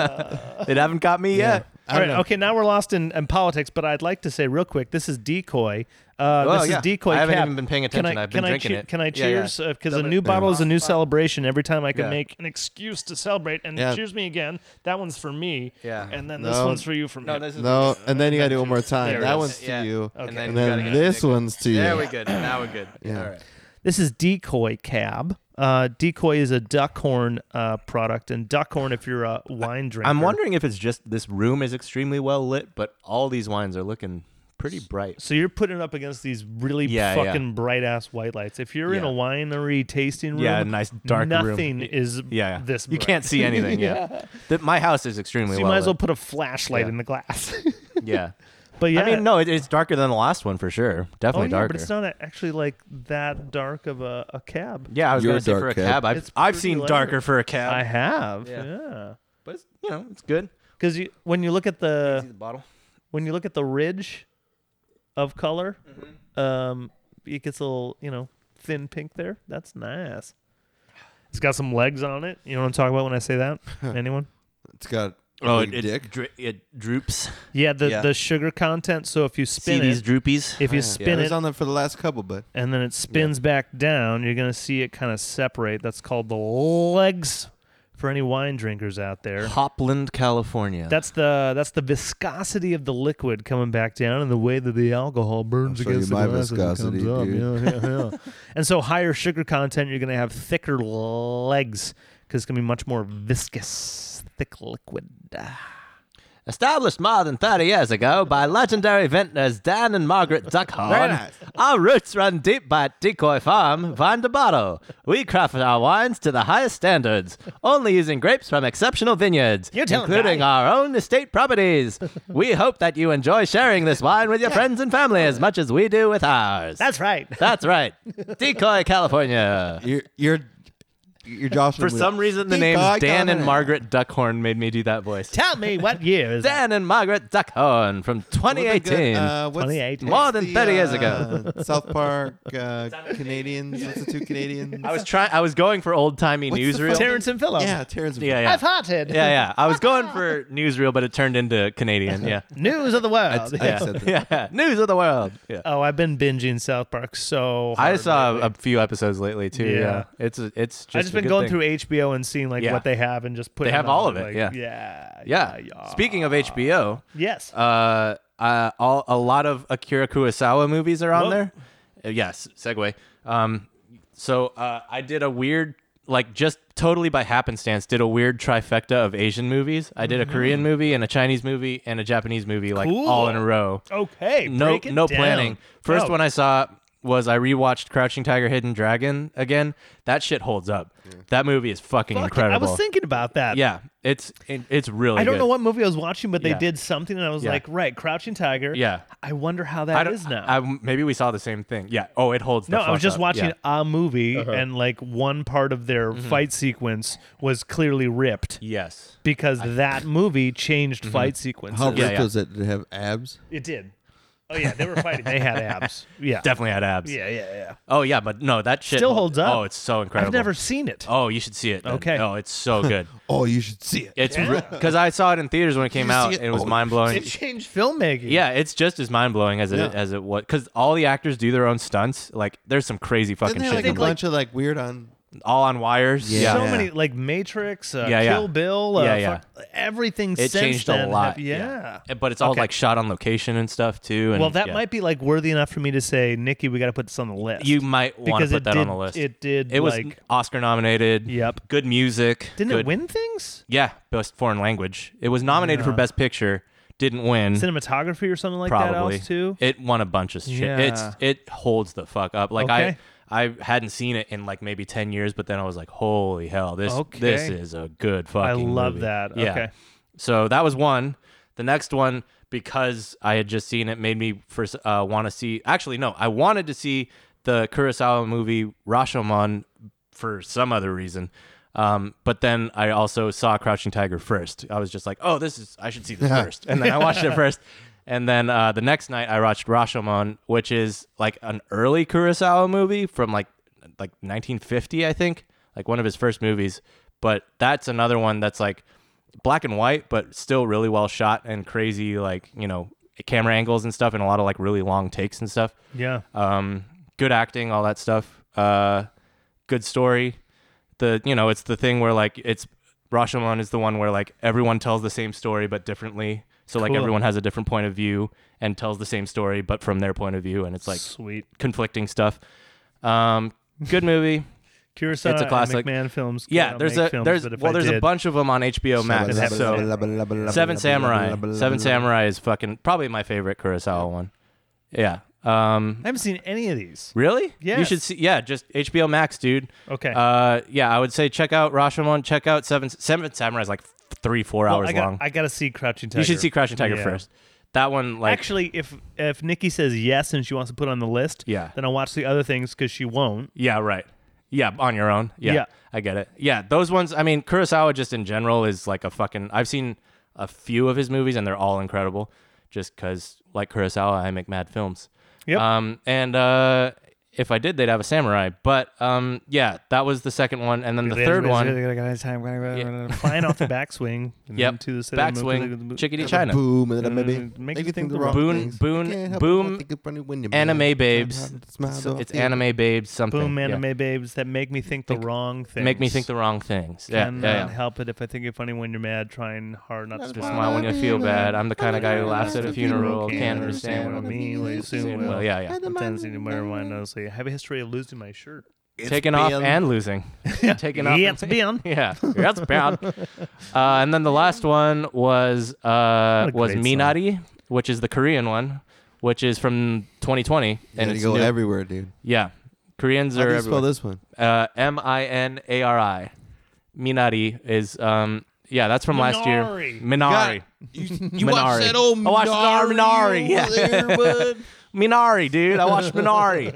[SPEAKER 1] It haven't got me yet.
[SPEAKER 2] I
[SPEAKER 3] All
[SPEAKER 2] don't
[SPEAKER 3] right,
[SPEAKER 2] know.
[SPEAKER 3] okay, now we're lost in, in politics, but I'd like to say real quick, this is decoy. Uh,
[SPEAKER 1] Well,
[SPEAKER 3] this
[SPEAKER 1] yeah.
[SPEAKER 3] is decoy.
[SPEAKER 1] I haven't
[SPEAKER 3] Cap.
[SPEAKER 1] even been paying
[SPEAKER 3] Can I-
[SPEAKER 1] attention. I've been
[SPEAKER 3] can I
[SPEAKER 1] drinking
[SPEAKER 3] chee-
[SPEAKER 1] it.
[SPEAKER 3] Can I
[SPEAKER 1] Yeah, yeah.
[SPEAKER 3] cheers? Because a new bottle is a new celebration. Every time I can
[SPEAKER 1] Yeah.
[SPEAKER 3] make an excuse to celebrate and
[SPEAKER 2] Yeah.
[SPEAKER 3] cheers me again. That one's for me.
[SPEAKER 1] Yeah.
[SPEAKER 3] And then this
[SPEAKER 2] No.
[SPEAKER 3] one's for you. From
[SPEAKER 1] No,
[SPEAKER 3] him.
[SPEAKER 1] this is
[SPEAKER 2] No, and then you gotta do it one more
[SPEAKER 3] There
[SPEAKER 2] time.
[SPEAKER 3] it
[SPEAKER 2] That
[SPEAKER 3] is.
[SPEAKER 2] one's to
[SPEAKER 1] Yeah.
[SPEAKER 2] you.
[SPEAKER 1] Okay.
[SPEAKER 2] And
[SPEAKER 1] And
[SPEAKER 2] then,
[SPEAKER 1] then you gotta
[SPEAKER 2] this
[SPEAKER 1] get-
[SPEAKER 2] one's to you.
[SPEAKER 1] There we good. Now we're good.
[SPEAKER 2] Yeah.
[SPEAKER 1] All right.
[SPEAKER 3] This is Decoy Cab. Uh, decoy is a duckhorn uh, product, and duckhorn, if you're a wine drinker,
[SPEAKER 1] I'm wondering if it's just this room is extremely well lit, but all these wines are looking pretty bright.
[SPEAKER 3] So you're putting it up against these really
[SPEAKER 1] Yeah, yeah.
[SPEAKER 3] fucking bright ass white lights. If you're in a
[SPEAKER 1] Yeah.
[SPEAKER 3] winery tasting room,
[SPEAKER 1] Yeah, a nice dark room.
[SPEAKER 3] nothing is
[SPEAKER 1] Yeah, yeah.
[SPEAKER 3] this.
[SPEAKER 1] you
[SPEAKER 3] bright.
[SPEAKER 1] can't see anything. Yeah, That- my house is extremely
[SPEAKER 3] So you
[SPEAKER 1] well.
[SPEAKER 3] might as well
[SPEAKER 1] lit.
[SPEAKER 3] put a flashlight
[SPEAKER 1] Yeah.
[SPEAKER 3] in the glass.
[SPEAKER 1] yeah.
[SPEAKER 3] but yeah,
[SPEAKER 1] I mean, no, it, it's darker than the last one for sure.
[SPEAKER 3] oh,
[SPEAKER 1] Definitely
[SPEAKER 3] yeah,
[SPEAKER 1] darker.
[SPEAKER 3] but it's not actually like that dark of a, a cab.
[SPEAKER 1] yeah, I was
[SPEAKER 2] You're
[SPEAKER 1] gonna say
[SPEAKER 2] dark
[SPEAKER 1] for a
[SPEAKER 2] cab.
[SPEAKER 1] cab, I've,
[SPEAKER 3] It's
[SPEAKER 1] I've
[SPEAKER 3] pretty
[SPEAKER 1] seen
[SPEAKER 3] light.
[SPEAKER 1] darker for a cab,
[SPEAKER 3] I have.
[SPEAKER 1] Yeah.
[SPEAKER 3] Yeah,
[SPEAKER 1] but it's, you know, it's good.
[SPEAKER 3] because you when you look at the
[SPEAKER 1] See the bottle.
[SPEAKER 3] when you look at the ridge of color,
[SPEAKER 1] Mm-hmm.
[SPEAKER 3] um, it gets a little, you know, thin pink there. That's nice. It's got some legs on it. You know what I'm talking about when I say that? Anyone?
[SPEAKER 2] It's got a
[SPEAKER 1] Oh,
[SPEAKER 2] big
[SPEAKER 1] it,
[SPEAKER 2] dick.
[SPEAKER 1] it, dri- it droops.
[SPEAKER 3] Yeah, the,
[SPEAKER 1] Yeah.
[SPEAKER 3] the sugar content. So if you
[SPEAKER 1] See
[SPEAKER 3] spin
[SPEAKER 1] these
[SPEAKER 3] it,
[SPEAKER 1] droopies?
[SPEAKER 3] if you
[SPEAKER 2] I
[SPEAKER 3] spin
[SPEAKER 2] was
[SPEAKER 3] it
[SPEAKER 2] on there for the last couple, but
[SPEAKER 3] and then it spins back down, you're going to see it kind of separate. That's called the legs for any wine drinkers out there.
[SPEAKER 1] Hopland, California.
[SPEAKER 3] That's the that's the viscosity of the liquid coming back down, and the way that the alcohol burns
[SPEAKER 2] I'll show
[SPEAKER 3] against
[SPEAKER 2] you my
[SPEAKER 3] the glass as it comes
[SPEAKER 2] viscosity,
[SPEAKER 3] up.
[SPEAKER 2] dude.
[SPEAKER 3] Yeah, yeah, yeah. and so higher sugar content, you're gonna have thicker legs because it's gonna be much more viscous, thick liquid.
[SPEAKER 1] Established more than 30 years ago by legendary inventors Dan and Margaret Duckhorn,
[SPEAKER 2] Very nice.
[SPEAKER 1] our roots run deep by Decoy Farm, Vine de Bottle. We craft our wines to the highest standards, only using grapes from exceptional vineyards,
[SPEAKER 3] You tell 'em,
[SPEAKER 1] including
[SPEAKER 3] Guy.
[SPEAKER 1] our own estate properties. we hope that you enjoy sharing this wine with your friends and family as much as we do with ours.
[SPEAKER 3] That's right.
[SPEAKER 1] That's right. Decoy, California.
[SPEAKER 2] you're you're you're Josh.
[SPEAKER 1] For some reason, the names Dan and Margaret Duckhorn made me do that voice.
[SPEAKER 3] Tell me what year is that?
[SPEAKER 1] Dan and Margaret Duckhorn from 2018.
[SPEAKER 2] Uh, what's-
[SPEAKER 3] 2018.
[SPEAKER 1] More
[SPEAKER 2] what's
[SPEAKER 1] than
[SPEAKER 2] the,
[SPEAKER 1] 30 years
[SPEAKER 2] uh, South Park uh, Canadians. What's the two Canadians?
[SPEAKER 1] I was trying. I was going for old timey
[SPEAKER 2] What's the
[SPEAKER 1] newsreel.
[SPEAKER 2] fucking-
[SPEAKER 3] Terrence and Philip.
[SPEAKER 2] yeah, Terrence.
[SPEAKER 1] yeah, yeah,
[SPEAKER 3] hearted.
[SPEAKER 1] yeah, yeah. I was going for newsreel, but it turned into Canadian. Yeah,
[SPEAKER 3] News of the world.
[SPEAKER 2] I
[SPEAKER 1] yeah,
[SPEAKER 2] said that.
[SPEAKER 1] yeah. News of the world. Yeah.
[SPEAKER 3] Oh, I've been binging South Park so. Hard
[SPEAKER 1] I saw
[SPEAKER 3] lately.
[SPEAKER 1] a few episodes lately too. Yeah,
[SPEAKER 3] Yeah.
[SPEAKER 1] it's it's just
[SPEAKER 3] I just
[SPEAKER 1] a
[SPEAKER 3] been going
[SPEAKER 1] good thing.
[SPEAKER 3] through HBO and seeing like
[SPEAKER 1] Yeah.
[SPEAKER 3] what they have and just putting
[SPEAKER 1] have
[SPEAKER 3] it
[SPEAKER 1] all
[SPEAKER 3] on,
[SPEAKER 1] of it,
[SPEAKER 3] like,
[SPEAKER 1] yeah.
[SPEAKER 3] yeah.
[SPEAKER 1] Yeah. Speaking of HBO,
[SPEAKER 3] Yes.
[SPEAKER 1] uh, uh, all, a lot of Akira Kurosawa movies are on
[SPEAKER 3] Whoa.
[SPEAKER 1] there. Uh, yes, segue. Um, so uh, I did a weird, like, just totally by happenstance, did a weird trifecta of Asian movies. I did a Korean movie and a Chinese movie and a Japanese movie, like all in a
[SPEAKER 3] Mm-hmm. Cool.
[SPEAKER 1] row.
[SPEAKER 3] okay.
[SPEAKER 1] No,
[SPEAKER 3] break it
[SPEAKER 1] no
[SPEAKER 3] down.
[SPEAKER 1] planning. First
[SPEAKER 3] Oh,
[SPEAKER 1] one I saw was I rewatched Crouching Tiger, Hidden Dragon again. That shit holds up. That movie is fucking
[SPEAKER 3] fuck,
[SPEAKER 1] incredible.
[SPEAKER 3] I was thinking about that.
[SPEAKER 1] yeah, it's it- it's really.
[SPEAKER 3] I don't
[SPEAKER 1] good.
[SPEAKER 3] know what movie I was watching, but they
[SPEAKER 1] Yeah.
[SPEAKER 3] did something, and I was
[SPEAKER 1] Yeah.
[SPEAKER 3] like, right, Crouching Tiger.
[SPEAKER 1] Yeah.
[SPEAKER 3] I wonder how
[SPEAKER 1] I
[SPEAKER 3] that
[SPEAKER 1] don't-
[SPEAKER 3] is now.
[SPEAKER 1] I- maybe we saw the same thing. Yeah. Oh, it holds. The
[SPEAKER 3] no, I
[SPEAKER 1] fuck
[SPEAKER 3] was just
[SPEAKER 1] up.
[SPEAKER 3] watching
[SPEAKER 1] Yeah. Mm-hmm.
[SPEAKER 3] a movie, and like one part of their fight sequence was clearly ripped
[SPEAKER 1] Yes.
[SPEAKER 3] because that movie changed
[SPEAKER 1] Mm-hmm.
[SPEAKER 3] fight sequences.
[SPEAKER 2] How
[SPEAKER 1] Yeah,
[SPEAKER 2] ripped
[SPEAKER 1] yeah.
[SPEAKER 2] was it? Did it have abs?
[SPEAKER 3] It did. Oh yeah, they were fighting. they had abs. Yeah.
[SPEAKER 1] Definitely had abs.
[SPEAKER 3] Yeah, yeah, yeah.
[SPEAKER 1] Oh yeah, but no, that shit
[SPEAKER 3] Still
[SPEAKER 1] hold-
[SPEAKER 3] holds up.
[SPEAKER 1] Oh, it's so incredible.
[SPEAKER 3] I've never seen it.
[SPEAKER 1] Oh, you should see it. then.
[SPEAKER 3] Okay.
[SPEAKER 1] Oh, it's so good.
[SPEAKER 2] Oh, you should see it.
[SPEAKER 1] It's because I saw it in theaters when it came
[SPEAKER 2] you see
[SPEAKER 1] out.
[SPEAKER 2] it?
[SPEAKER 1] and It was
[SPEAKER 2] Oh,
[SPEAKER 1] mind blowing.
[SPEAKER 3] It changed filmmaking.
[SPEAKER 1] Yeah, it's just as mind blowing as it
[SPEAKER 2] Yeah.
[SPEAKER 1] as it was because all the actors do their own stunts. Like there's some crazy
[SPEAKER 2] Didn't
[SPEAKER 1] fucking
[SPEAKER 2] they
[SPEAKER 1] shit,
[SPEAKER 2] have like a
[SPEAKER 1] going on.
[SPEAKER 2] bunch of like weird on?
[SPEAKER 1] all on wires.
[SPEAKER 2] Yeah.
[SPEAKER 3] So
[SPEAKER 2] Yeah.
[SPEAKER 3] many like Matrix, uh,
[SPEAKER 1] Yeah, yeah.
[SPEAKER 3] Kill Bill, uh,
[SPEAKER 1] Yeah, yeah.
[SPEAKER 3] fuck- everything
[SPEAKER 1] it
[SPEAKER 3] since
[SPEAKER 1] changed
[SPEAKER 3] then
[SPEAKER 1] a
[SPEAKER 3] have-
[SPEAKER 1] lot.
[SPEAKER 3] yeah.
[SPEAKER 1] And- but it's all
[SPEAKER 3] Okay.
[SPEAKER 1] like shot on location and stuff too. And
[SPEAKER 3] Well, that
[SPEAKER 1] yeah.
[SPEAKER 3] might be like worthy enough for me to say, Nikki, we got to put this on the list.
[SPEAKER 1] you might want
[SPEAKER 3] because
[SPEAKER 1] to
[SPEAKER 3] it
[SPEAKER 1] put that
[SPEAKER 3] did,
[SPEAKER 1] on the list.
[SPEAKER 3] It did.
[SPEAKER 1] It was
[SPEAKER 3] like,
[SPEAKER 1] Oscar nominated.
[SPEAKER 3] Yep.
[SPEAKER 1] Good music.
[SPEAKER 3] didn't it
[SPEAKER 1] good-
[SPEAKER 3] win things?
[SPEAKER 1] Yeah, best foreign language. It was nominated for best picture. Didn't win.
[SPEAKER 3] Cinematography or something like that
[SPEAKER 1] probably
[SPEAKER 3] else too.
[SPEAKER 1] It won a bunch of shit. It's it holds the fuck up. Like
[SPEAKER 3] Okay.
[SPEAKER 1] I I hadn't seen it in like maybe ten years, but then I was like, holy hell, this
[SPEAKER 3] Okay.
[SPEAKER 1] this is a good fucking.
[SPEAKER 3] love
[SPEAKER 1] movie.
[SPEAKER 3] that.
[SPEAKER 1] Yeah.
[SPEAKER 3] Okay.
[SPEAKER 1] So that was one. The next one because I had just seen it made me first uh, want to see. Actually, no, I wanted to see the Kurosawa movie Rashomon for some other reason. Um, but then I also saw Crouching Tiger first. I was just like, oh, this is I should see this first, and then I watched it first. And then uh, the next night I watched Rashomon, which is like an early Kurosawa movie from like like 1950, I think, like one of his first movies. But that's another one that's like black and white, but still really well shot and crazy, like you know, camera angles and stuff, and a lot of like really long takes and stuff.
[SPEAKER 3] Yeah.
[SPEAKER 1] Um, good acting, all that stuff. Uh, good story. The you know, it's the thing where like it's Rashomon is the one where like everyone tells the same story but differently. So like
[SPEAKER 3] Cool.
[SPEAKER 1] everyone has a different point of view and tells the same story but from their point of view, and it's like
[SPEAKER 3] Sweet.
[SPEAKER 1] conflicting stuff. Um, good movie.
[SPEAKER 3] Kurosawa
[SPEAKER 1] it's a classic.
[SPEAKER 3] and McMahon films.
[SPEAKER 1] Yeah,
[SPEAKER 3] cannot
[SPEAKER 1] there's
[SPEAKER 3] make
[SPEAKER 1] a
[SPEAKER 3] films,
[SPEAKER 1] there's
[SPEAKER 3] but if
[SPEAKER 1] well
[SPEAKER 3] I
[SPEAKER 1] there's a
[SPEAKER 3] did-
[SPEAKER 1] bunch of them on HBO Max.
[SPEAKER 3] Seven
[SPEAKER 1] so Seven Samurai. Seven Samurai is fucking probably my favorite Kurosawa one. Yeah. Um
[SPEAKER 3] I haven't seen any of these.
[SPEAKER 1] really? You
[SPEAKER 3] Yes.
[SPEAKER 1] should see yeah, just HBO Max, dude.
[SPEAKER 3] Okay.
[SPEAKER 1] Uh yeah, I would say check out Rashomon, check out Seven Seven Samurai is like 3 4
[SPEAKER 3] Well,
[SPEAKER 1] hours
[SPEAKER 3] I got,
[SPEAKER 1] long.
[SPEAKER 3] I got to see Crouching Tiger.
[SPEAKER 1] you should see Crouching Tiger
[SPEAKER 3] Yeah.
[SPEAKER 1] first. That one like
[SPEAKER 3] Actually, if if Nikki says yes and she wants to put it on the list,
[SPEAKER 1] Yeah.
[SPEAKER 3] then I'll watch the other things because she won't.
[SPEAKER 1] Yeah, right. Yeah, on your own. Yeah,
[SPEAKER 3] Yeah.
[SPEAKER 1] I get it. Yeah, those ones. I mean, Kurosawa just in general is like a fucking. I've seen a few of his movies and they're all incredible. Just because, like Kurosawa, I make mad films.
[SPEAKER 3] Yep.
[SPEAKER 1] Um, and uh, if I did, they'd have a samurai. But um, yeah, that was the second one, and then the third one.
[SPEAKER 3] Flying off the backswing. And
[SPEAKER 1] Yep.
[SPEAKER 3] then To the city,
[SPEAKER 1] Backswing, Chickadee China.
[SPEAKER 2] Boom, and
[SPEAKER 3] Mm,
[SPEAKER 2] then maybe
[SPEAKER 3] makes you think the wrong
[SPEAKER 1] Boon-
[SPEAKER 2] things.
[SPEAKER 1] Boon-
[SPEAKER 2] Can't help
[SPEAKER 1] Boom
[SPEAKER 2] but think of running when you-
[SPEAKER 1] Anime babes.
[SPEAKER 2] Smile
[SPEAKER 1] So
[SPEAKER 2] off
[SPEAKER 1] it's
[SPEAKER 2] you.
[SPEAKER 1] anime babes something.
[SPEAKER 3] Boom,
[SPEAKER 1] Yeah.
[SPEAKER 3] anime babes that make me think the
[SPEAKER 1] Think-
[SPEAKER 3] wrong things.
[SPEAKER 1] Make me think the wrong things. Yeah,
[SPEAKER 3] Cannot
[SPEAKER 1] yeah, yeah.
[SPEAKER 3] help it if I think you're funny when you're mad. Trying hard not to
[SPEAKER 1] Just smile when you feel bad. I'm the kind of guy who laughs at a funeral. Can't understand what I mean.
[SPEAKER 3] soon
[SPEAKER 1] Well, yeah, yeah.
[SPEAKER 3] Sometimes you wear mine honestly. I have a history of losing my shirt.
[SPEAKER 2] It's
[SPEAKER 1] taking off
[SPEAKER 2] been-
[SPEAKER 1] and losing. taking off.
[SPEAKER 3] Yeah,
[SPEAKER 1] and
[SPEAKER 3] it's been.
[SPEAKER 1] Yeah, that's bad. Uh, and then the last one was uh,
[SPEAKER 3] What a
[SPEAKER 1] was
[SPEAKER 3] great
[SPEAKER 1] Minari, which is the Korean one, which is from 2020, and
[SPEAKER 2] And you
[SPEAKER 1] it's
[SPEAKER 2] go
[SPEAKER 1] new.
[SPEAKER 2] everywhere, dude.
[SPEAKER 1] yeah, Koreans
[SPEAKER 2] How
[SPEAKER 1] are
[SPEAKER 2] do you spell
[SPEAKER 1] everywhere.
[SPEAKER 2] this one?
[SPEAKER 1] Uh, M I N A R I. Minari is um yeah, that's from last year.
[SPEAKER 3] Minari.
[SPEAKER 1] Minari. You watched that old Minari. I watched our Minari. Yeah. Minari, dude. I watched Minari.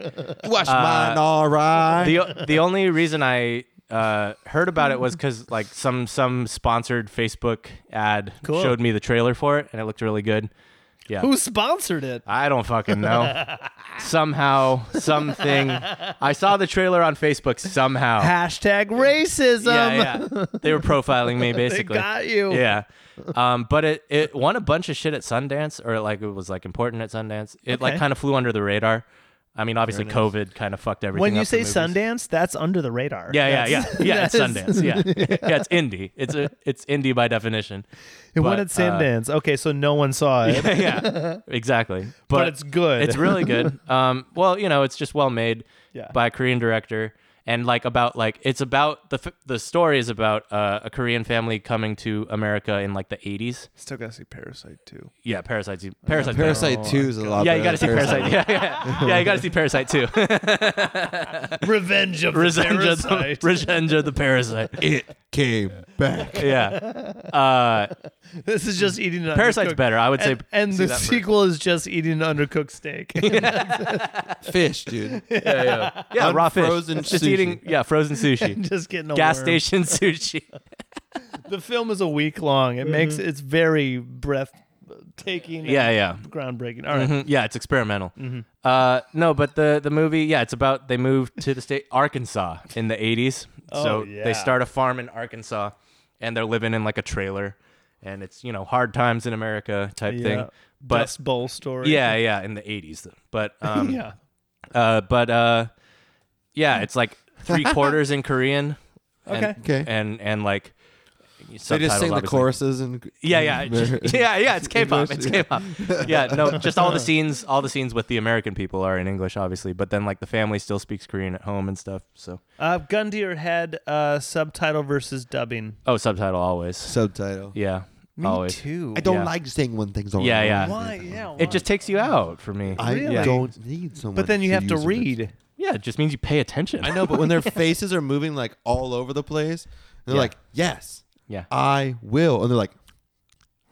[SPEAKER 2] Watch mine, all right.
[SPEAKER 1] the the only reason I uh, heard about it was because like some some sponsored Facebook ad
[SPEAKER 3] Cool.
[SPEAKER 1] showed me the trailer for it, and it looked really good. Yeah,
[SPEAKER 3] Who sponsored it?
[SPEAKER 1] I don't fucking know. somehow, something. I saw the trailer on Facebook somehow.
[SPEAKER 3] Hashtag racism.
[SPEAKER 1] yeah, yeah. They were profiling me basically.
[SPEAKER 3] got you.
[SPEAKER 1] Yeah. Um, but it, it won a bunch of shit at Sundance, or like it was like important at Sundance. It like
[SPEAKER 3] Okay.
[SPEAKER 1] kind of flew under the radar. I mean, obviously,
[SPEAKER 2] enough.
[SPEAKER 1] COVID kind of fucked everything.
[SPEAKER 3] When you
[SPEAKER 1] up for
[SPEAKER 3] say
[SPEAKER 1] movies.
[SPEAKER 3] Sundance, that's under the radar.
[SPEAKER 1] Yeah, yeah, yeah,
[SPEAKER 3] That's-
[SPEAKER 1] yeah. It's
[SPEAKER 3] that's-
[SPEAKER 1] Sundance. Yeah, yeah. It's indie. It's a, it's indie by definition.
[SPEAKER 3] It won
[SPEAKER 1] But,
[SPEAKER 3] at
[SPEAKER 1] uh,
[SPEAKER 3] Sundance. okay, so no one saw it,
[SPEAKER 1] yeah, exactly. But,
[SPEAKER 3] but it's good.
[SPEAKER 1] it's really good. Um, well, you know, it's just well made
[SPEAKER 3] Yeah.
[SPEAKER 1] by a Korean director, and like about like it's about the f- the story is about uh, a Korean family coming to America in like the '80s.
[SPEAKER 3] Still gotta see Parasite too.
[SPEAKER 1] Yeah, Parasite. Parasite.
[SPEAKER 2] Parasite
[SPEAKER 3] Oh,
[SPEAKER 2] 2 is a lot
[SPEAKER 1] Yeah,
[SPEAKER 2] better
[SPEAKER 1] you got to
[SPEAKER 2] than
[SPEAKER 1] see Parasite. Yeah, yeah, yeah. You got to see Parasite too.
[SPEAKER 3] Revenge of the
[SPEAKER 1] Revenge of the
[SPEAKER 3] Parasite.
[SPEAKER 1] Revenge of the Parasite.
[SPEAKER 2] It came back.
[SPEAKER 1] Yeah. Uh,
[SPEAKER 3] this is just eating. An
[SPEAKER 1] Parasite's
[SPEAKER 3] undercooked-
[SPEAKER 1] better. I would say.
[SPEAKER 3] And, and
[SPEAKER 1] see
[SPEAKER 3] the
[SPEAKER 1] that first.
[SPEAKER 3] sequel is just eating an undercooked steak.
[SPEAKER 2] Fish, dude.
[SPEAKER 1] Yeah, yeah. Yeah, raw fish.
[SPEAKER 2] Unfrozen
[SPEAKER 1] It's just
[SPEAKER 2] sushi.
[SPEAKER 1] eating. Yeah, frozen sushi.
[SPEAKER 3] just getting a
[SPEAKER 1] Gas
[SPEAKER 3] worm.
[SPEAKER 1] station sushi.
[SPEAKER 3] The film is a week long. It makes
[SPEAKER 2] Mm-hmm.
[SPEAKER 3] it's very breathtaking. and
[SPEAKER 1] Yeah, yeah.
[SPEAKER 3] Groundbreaking. All right. Mm-hmm.
[SPEAKER 1] Mhm. Yeah, it's experimental. Uh, no, but the the movie, yeah, it's about they moved to the state Arkansas in the eighties. so
[SPEAKER 3] Oh, yeah.
[SPEAKER 1] they start a farm in Arkansas, and they're living in like a trailer, and it's you know hard times in America type
[SPEAKER 3] Yeah.
[SPEAKER 1] Mm-hmm. thing. But
[SPEAKER 3] Dust Bowl story.
[SPEAKER 1] yeah, yeah, in the eighties. But um,
[SPEAKER 3] Yeah.
[SPEAKER 1] uh, but uh, yeah, it's like three quarters in Korean. and-
[SPEAKER 3] Okay.
[SPEAKER 2] Okay.
[SPEAKER 1] and and like
[SPEAKER 2] They just sing the
[SPEAKER 1] obviously.
[SPEAKER 2] choruses and
[SPEAKER 1] Yeah, yeah, just- yeah, yeah. It's K-pop.
[SPEAKER 2] Mm. English,
[SPEAKER 1] It's K-pop. Yeah, no, just all the scenes, all the scenes with the American people are in English, obviously. But then, like, the family still speaks Korean at home and stuff. So,
[SPEAKER 3] Uh, gun to your head. Uh, subtitle versus dubbing.
[SPEAKER 1] oh, subtitle always.
[SPEAKER 2] subtitle.
[SPEAKER 1] Yeah, always.
[SPEAKER 3] too.
[SPEAKER 2] I don't
[SPEAKER 1] Yeah.
[SPEAKER 2] like saying one thing's only.
[SPEAKER 1] Yeah, yeah.
[SPEAKER 3] Why? Yeah.
[SPEAKER 1] It just takes you out for me.
[SPEAKER 2] I
[SPEAKER 3] Really?
[SPEAKER 2] don't need someone.
[SPEAKER 3] But then you have to
[SPEAKER 2] use it.
[SPEAKER 3] read.
[SPEAKER 1] yeah, it just means you pay attention.
[SPEAKER 2] I know, but when their faces are moving like all over the place, they're
[SPEAKER 1] Yeah.
[SPEAKER 2] like, "Yes,
[SPEAKER 1] Yeah,
[SPEAKER 2] I will,'" and they're like,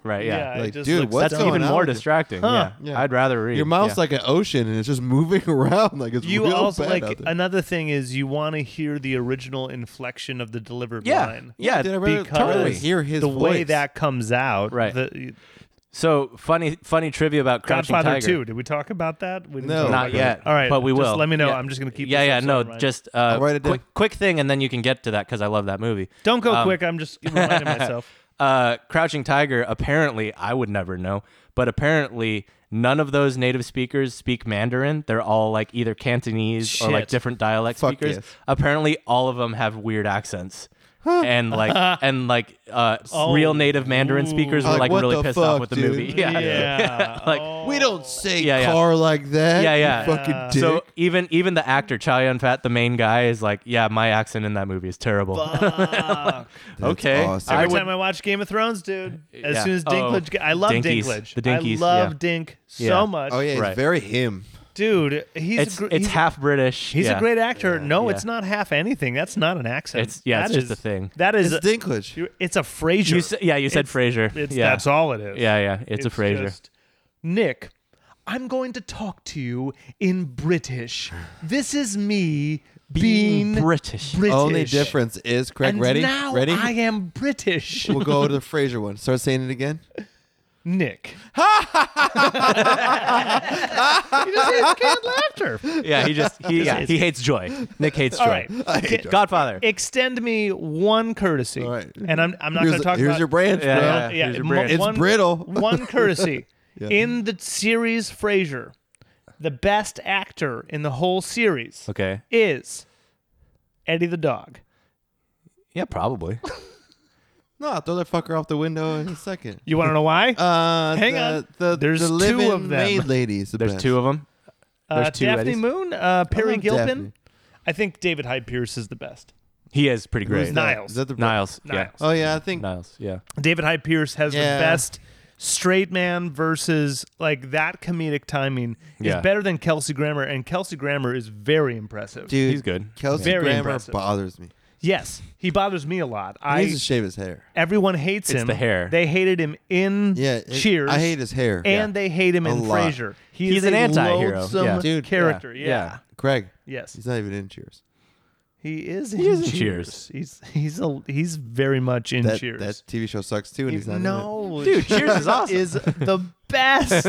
[SPEAKER 1] right. Yeah,
[SPEAKER 3] it
[SPEAKER 2] Like,
[SPEAKER 3] just
[SPEAKER 2] dude,
[SPEAKER 3] looks
[SPEAKER 2] what's
[SPEAKER 1] that's
[SPEAKER 3] dumb.
[SPEAKER 2] going
[SPEAKER 1] even
[SPEAKER 2] on
[SPEAKER 1] more
[SPEAKER 2] with it?
[SPEAKER 1] distracting.
[SPEAKER 3] Huh.
[SPEAKER 1] Yeah.
[SPEAKER 2] Yeah.
[SPEAKER 1] I'd rather read.
[SPEAKER 2] "Your mouth's
[SPEAKER 1] yeah.
[SPEAKER 2] like an ocean, and it's just moving around like it's
[SPEAKER 3] You
[SPEAKER 2] real
[SPEAKER 3] also
[SPEAKER 2] bad
[SPEAKER 3] like
[SPEAKER 2] out there."
[SPEAKER 3] another thing is you want to hear the original inflection of the delivered
[SPEAKER 1] yeah,
[SPEAKER 3] line.
[SPEAKER 1] yeah,
[SPEAKER 2] Did I ever
[SPEAKER 3] because
[SPEAKER 2] totally hear his
[SPEAKER 3] the way
[SPEAKER 2] voice?
[SPEAKER 3] that comes out.
[SPEAKER 1] Right.
[SPEAKER 3] The,
[SPEAKER 1] So funny, funny trivia about Crouching
[SPEAKER 3] Godfather
[SPEAKER 1] Tiger.
[SPEAKER 3] Two. Did we talk about that? We didn't
[SPEAKER 2] No.
[SPEAKER 3] talk
[SPEAKER 1] Not
[SPEAKER 3] about
[SPEAKER 1] yet.
[SPEAKER 3] that. All right,
[SPEAKER 1] but we
[SPEAKER 3] just
[SPEAKER 1] will.
[SPEAKER 3] Let me know.
[SPEAKER 1] Yeah.
[SPEAKER 3] I'm just gonna keep.
[SPEAKER 1] Yeah,
[SPEAKER 3] this
[SPEAKER 1] yeah,
[SPEAKER 3] episode
[SPEAKER 1] no,
[SPEAKER 3] running.
[SPEAKER 1] just uh,
[SPEAKER 2] write it down.
[SPEAKER 1] quick, quick thing, and then you can get to that because I love that movie.
[SPEAKER 3] don't go
[SPEAKER 1] um,
[SPEAKER 3] quick. I'm just reminding myself.
[SPEAKER 1] Uh, Crouching Tiger. Apparently, I would never know, but apparently, none of those native speakers speak Mandarin. They're all like either Cantonese or like
[SPEAKER 3] Shit.
[SPEAKER 1] different dialect
[SPEAKER 2] Fuck
[SPEAKER 1] speakers.
[SPEAKER 2] yes.
[SPEAKER 1] Apparently, all of them have weird accents. And like and like uh,
[SPEAKER 3] Oh.
[SPEAKER 1] real native Mandarin speakers were
[SPEAKER 2] Like,
[SPEAKER 1] like
[SPEAKER 2] what
[SPEAKER 1] really
[SPEAKER 2] the
[SPEAKER 1] pissed
[SPEAKER 2] fuck,
[SPEAKER 1] off with the
[SPEAKER 2] dude?
[SPEAKER 1] movie. Yeah, like
[SPEAKER 3] Oh.
[SPEAKER 2] we don't say
[SPEAKER 1] Yeah, yeah.
[SPEAKER 2] car like that.
[SPEAKER 1] Yeah,
[SPEAKER 2] you
[SPEAKER 1] yeah.
[SPEAKER 2] fucking dick.
[SPEAKER 1] so even even the actor Chow Yun Fat, the main guy, is like, yeah, my accent in that movie is terrible.
[SPEAKER 3] Fuck.
[SPEAKER 2] That's
[SPEAKER 1] okay,
[SPEAKER 2] awesome.
[SPEAKER 3] Every
[SPEAKER 1] would-
[SPEAKER 3] time I watch Game of Thrones, dude, as
[SPEAKER 1] Yeah.
[SPEAKER 3] soon as
[SPEAKER 1] Oh.
[SPEAKER 3] Dinklage, I love
[SPEAKER 1] Dinkies.
[SPEAKER 3] Dinklage.
[SPEAKER 1] The Dinkies,
[SPEAKER 3] I love
[SPEAKER 1] yeah.
[SPEAKER 3] Dink so
[SPEAKER 1] Yeah.
[SPEAKER 3] much.
[SPEAKER 2] oh yeah, it's
[SPEAKER 1] Right.
[SPEAKER 2] very him.
[SPEAKER 3] dude, he's
[SPEAKER 1] it's
[SPEAKER 3] a gr-
[SPEAKER 1] it's
[SPEAKER 3] he's,
[SPEAKER 1] half British.
[SPEAKER 3] he's
[SPEAKER 1] yeah.
[SPEAKER 3] a great actor. no, it's
[SPEAKER 1] Yeah.
[SPEAKER 3] not half anything. That's not an accent.
[SPEAKER 1] It's yeah, it's
[SPEAKER 3] That
[SPEAKER 1] just a
[SPEAKER 3] is-
[SPEAKER 1] thing.
[SPEAKER 3] That is,
[SPEAKER 2] It's Dinklage.
[SPEAKER 3] you- it's a Frasier.
[SPEAKER 1] You s- yeah, you said
[SPEAKER 3] It's-
[SPEAKER 1] Fraser.
[SPEAKER 3] It's,
[SPEAKER 1] yeah.
[SPEAKER 3] That's all it is.
[SPEAKER 1] yeah, yeah, it's, a Fraser.
[SPEAKER 3] just, Nick, I'm going to talk to you in British. This is me being,
[SPEAKER 1] British.
[SPEAKER 3] British.
[SPEAKER 2] Only difference is correct.
[SPEAKER 3] And
[SPEAKER 2] ready?
[SPEAKER 3] now
[SPEAKER 2] ready?
[SPEAKER 3] I am British.
[SPEAKER 2] we'll go to the Fraser one. Start saying it again.
[SPEAKER 3] Nick. you just hate canned laughter.
[SPEAKER 1] yeah, he just he
[SPEAKER 3] Yeah.
[SPEAKER 1] he hates joy. Nick hates joy.
[SPEAKER 3] All right. Ca-
[SPEAKER 1] Godfather.
[SPEAKER 3] Extend me one courtesy.
[SPEAKER 2] All right.
[SPEAKER 3] And I'm, I'm not
[SPEAKER 2] here's
[SPEAKER 3] going to talk
[SPEAKER 2] here's
[SPEAKER 3] about
[SPEAKER 2] your branch,
[SPEAKER 1] Yeah,
[SPEAKER 2] bro.
[SPEAKER 1] yeah.
[SPEAKER 3] yeah,
[SPEAKER 1] Here's your
[SPEAKER 3] mo-
[SPEAKER 1] brand.
[SPEAKER 2] It's brittle.
[SPEAKER 3] one courtesy.
[SPEAKER 2] Yeah.
[SPEAKER 3] In the series Frasier, the best actor in the whole series
[SPEAKER 1] Okay.
[SPEAKER 3] is Eddie the dog.
[SPEAKER 1] Yeah, probably.
[SPEAKER 2] No, throw that fucker off the window in a second.
[SPEAKER 3] You want to know why?
[SPEAKER 2] Uh,
[SPEAKER 3] Hang
[SPEAKER 2] the,
[SPEAKER 3] on.
[SPEAKER 2] The,
[SPEAKER 3] There's
[SPEAKER 2] the
[SPEAKER 3] two
[SPEAKER 2] living
[SPEAKER 3] of them.
[SPEAKER 2] maid ladies. The
[SPEAKER 1] There's
[SPEAKER 2] best.
[SPEAKER 1] two of them.
[SPEAKER 3] Uh,
[SPEAKER 1] two
[SPEAKER 3] Daphne
[SPEAKER 1] Eddies.
[SPEAKER 3] Moon, uh, Perry
[SPEAKER 2] love
[SPEAKER 3] Gilpin.
[SPEAKER 2] Daphne.
[SPEAKER 3] I think David Hyde Pierce is the best.
[SPEAKER 1] He is pretty great.
[SPEAKER 2] Who's that?
[SPEAKER 3] Niles.
[SPEAKER 2] Is that the
[SPEAKER 1] Niles.
[SPEAKER 3] Niles.
[SPEAKER 2] Oh yeah, I think.
[SPEAKER 1] Yeah. Niles. Yeah.
[SPEAKER 3] David Hyde Pierce has
[SPEAKER 2] Yeah.
[SPEAKER 3] the best straight man versus like that comedic timing
[SPEAKER 1] Yeah.
[SPEAKER 3] is better than Kelsey Grammer, and Kelsey Grammer is very impressive.
[SPEAKER 2] Dude,
[SPEAKER 1] He's good.
[SPEAKER 2] Kelsey
[SPEAKER 3] Very
[SPEAKER 2] Grammer
[SPEAKER 3] impressive.
[SPEAKER 2] bothers me.
[SPEAKER 3] Yes, he bothers me a lot.
[SPEAKER 2] He
[SPEAKER 3] I
[SPEAKER 2] needs to shave his hair.
[SPEAKER 3] everyone hates
[SPEAKER 1] It's
[SPEAKER 3] him.
[SPEAKER 1] the hair.
[SPEAKER 3] They hated him in
[SPEAKER 2] Yeah, it-
[SPEAKER 3] Cheers.
[SPEAKER 2] I hate his hair.
[SPEAKER 3] and they hate him
[SPEAKER 2] A
[SPEAKER 3] in
[SPEAKER 2] lot.
[SPEAKER 3] Frasier. He
[SPEAKER 1] He's
[SPEAKER 3] is
[SPEAKER 1] an
[SPEAKER 3] a
[SPEAKER 1] anti-hero.
[SPEAKER 3] loathsome
[SPEAKER 1] Yeah.
[SPEAKER 2] Dude, yeah.
[SPEAKER 3] character. Yeah.
[SPEAKER 1] Yeah.
[SPEAKER 2] Craig.
[SPEAKER 3] Yes,
[SPEAKER 2] He's not even in Cheers.
[SPEAKER 3] he is.
[SPEAKER 1] He
[SPEAKER 3] in
[SPEAKER 1] is in
[SPEAKER 3] Cheers. He's he's a, he's very much in
[SPEAKER 2] That,
[SPEAKER 3] Cheers.
[SPEAKER 2] that TV show sucks too, and he's not. In it.
[SPEAKER 3] no,
[SPEAKER 1] Dude, Cheers is awesome.
[SPEAKER 3] Is the best.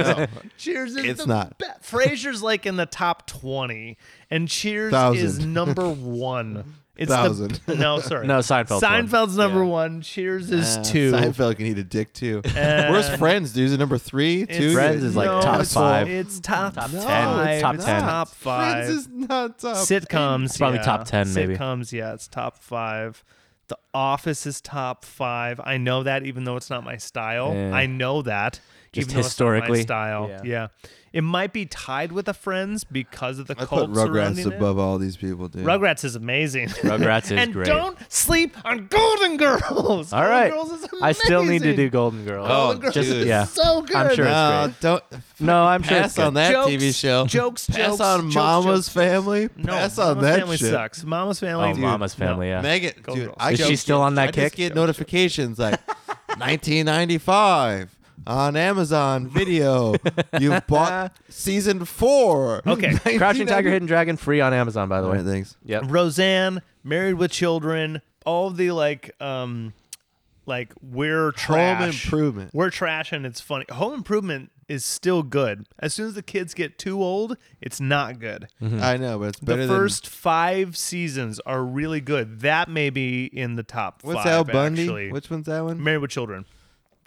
[SPEAKER 3] Cheers is
[SPEAKER 2] It's
[SPEAKER 3] the
[SPEAKER 2] not.
[SPEAKER 3] Be- Frasier's like in the top twenty, and Cheers
[SPEAKER 2] Thousand.
[SPEAKER 3] is number one It's
[SPEAKER 2] Thousand.
[SPEAKER 3] the no, sorry,
[SPEAKER 1] No, Seinfeld's one.
[SPEAKER 3] Seinfeld's number
[SPEAKER 1] Yeah.
[SPEAKER 3] one. Cheers is
[SPEAKER 2] Uh,
[SPEAKER 3] two.
[SPEAKER 2] Seinfeld can eat a dick too. Where's Friends, dude? Is it number three? Two?
[SPEAKER 1] Friends is like top
[SPEAKER 3] Uh, it's,
[SPEAKER 1] five.
[SPEAKER 3] It's top,
[SPEAKER 1] Top
[SPEAKER 3] five.
[SPEAKER 1] ten. It's top
[SPEAKER 3] It's
[SPEAKER 1] ten.
[SPEAKER 3] Top five.
[SPEAKER 2] Friends is not top.
[SPEAKER 3] Sitcoms.
[SPEAKER 1] It's probably
[SPEAKER 3] yeah.
[SPEAKER 1] top 10 maybe.
[SPEAKER 3] Sitcoms. Yeah, it's top five. The Office is top five. I know that, even though it's not my style.
[SPEAKER 1] Yeah.
[SPEAKER 3] I know that.
[SPEAKER 1] Just
[SPEAKER 3] even though it's not my
[SPEAKER 1] historically.
[SPEAKER 3] style. Yeah. it might be tied with the Friends because of the
[SPEAKER 2] I
[SPEAKER 3] cult
[SPEAKER 2] put Rugrats
[SPEAKER 3] surrounding it.
[SPEAKER 2] above all these people, dude.
[SPEAKER 3] Rugrats is amazing.
[SPEAKER 1] Rugrats is
[SPEAKER 3] and
[SPEAKER 1] great.
[SPEAKER 3] don't sleep on Golden Girls.
[SPEAKER 1] All right.
[SPEAKER 3] Golden Girls is
[SPEAKER 1] I still need to
[SPEAKER 3] amazing.
[SPEAKER 1] do Golden Girls.
[SPEAKER 2] Oh,
[SPEAKER 1] just
[SPEAKER 2] dude.
[SPEAKER 1] yeah.
[SPEAKER 3] so good.
[SPEAKER 1] I'm sure
[SPEAKER 2] No,
[SPEAKER 1] it's great.
[SPEAKER 2] don't
[SPEAKER 1] No, I'm sure
[SPEAKER 2] pass
[SPEAKER 1] it's good.
[SPEAKER 2] on that
[SPEAKER 3] Jokes,
[SPEAKER 2] TV show.
[SPEAKER 3] jokes,
[SPEAKER 2] pass
[SPEAKER 3] jokes,
[SPEAKER 2] on
[SPEAKER 3] jokes,
[SPEAKER 2] Mama's
[SPEAKER 3] jokes.
[SPEAKER 2] Family.
[SPEAKER 3] No,
[SPEAKER 2] pass on
[SPEAKER 3] Mama's
[SPEAKER 2] that
[SPEAKER 3] family
[SPEAKER 2] shit.
[SPEAKER 3] sucks. Mama's family.
[SPEAKER 1] Oh, Mama's family. Yeah.
[SPEAKER 2] Megan,
[SPEAKER 3] Go
[SPEAKER 2] dude,
[SPEAKER 3] girls.
[SPEAKER 2] I
[SPEAKER 1] Is she
[SPEAKER 2] just
[SPEAKER 1] still
[SPEAKER 2] get-
[SPEAKER 1] on that
[SPEAKER 2] I just
[SPEAKER 1] kick?
[SPEAKER 2] get notifications like 1995 on Amazon Video. you bought season four.
[SPEAKER 3] Okay.
[SPEAKER 1] Crouching Tiger,
[SPEAKER 2] 1990
[SPEAKER 1] Hidden Dragon, free on Amazon, by the
[SPEAKER 2] All
[SPEAKER 1] way.
[SPEAKER 2] right, thanks.
[SPEAKER 1] Yep.
[SPEAKER 3] Roseanne, Married with Children, all the like, um, like we're trash.
[SPEAKER 2] Improvement.
[SPEAKER 3] We're trash, and it's funny. Home Improvement is still good. As soon as the kids get too old, it's not good.
[SPEAKER 2] I know, but it's Mm-hmm. better
[SPEAKER 3] Hmm. The first five seasons are really good. That may be in the top
[SPEAKER 2] than what's
[SPEAKER 3] five.
[SPEAKER 2] Al Bundy?
[SPEAKER 3] Actually.
[SPEAKER 2] Which one's that one?
[SPEAKER 3] Married with Children.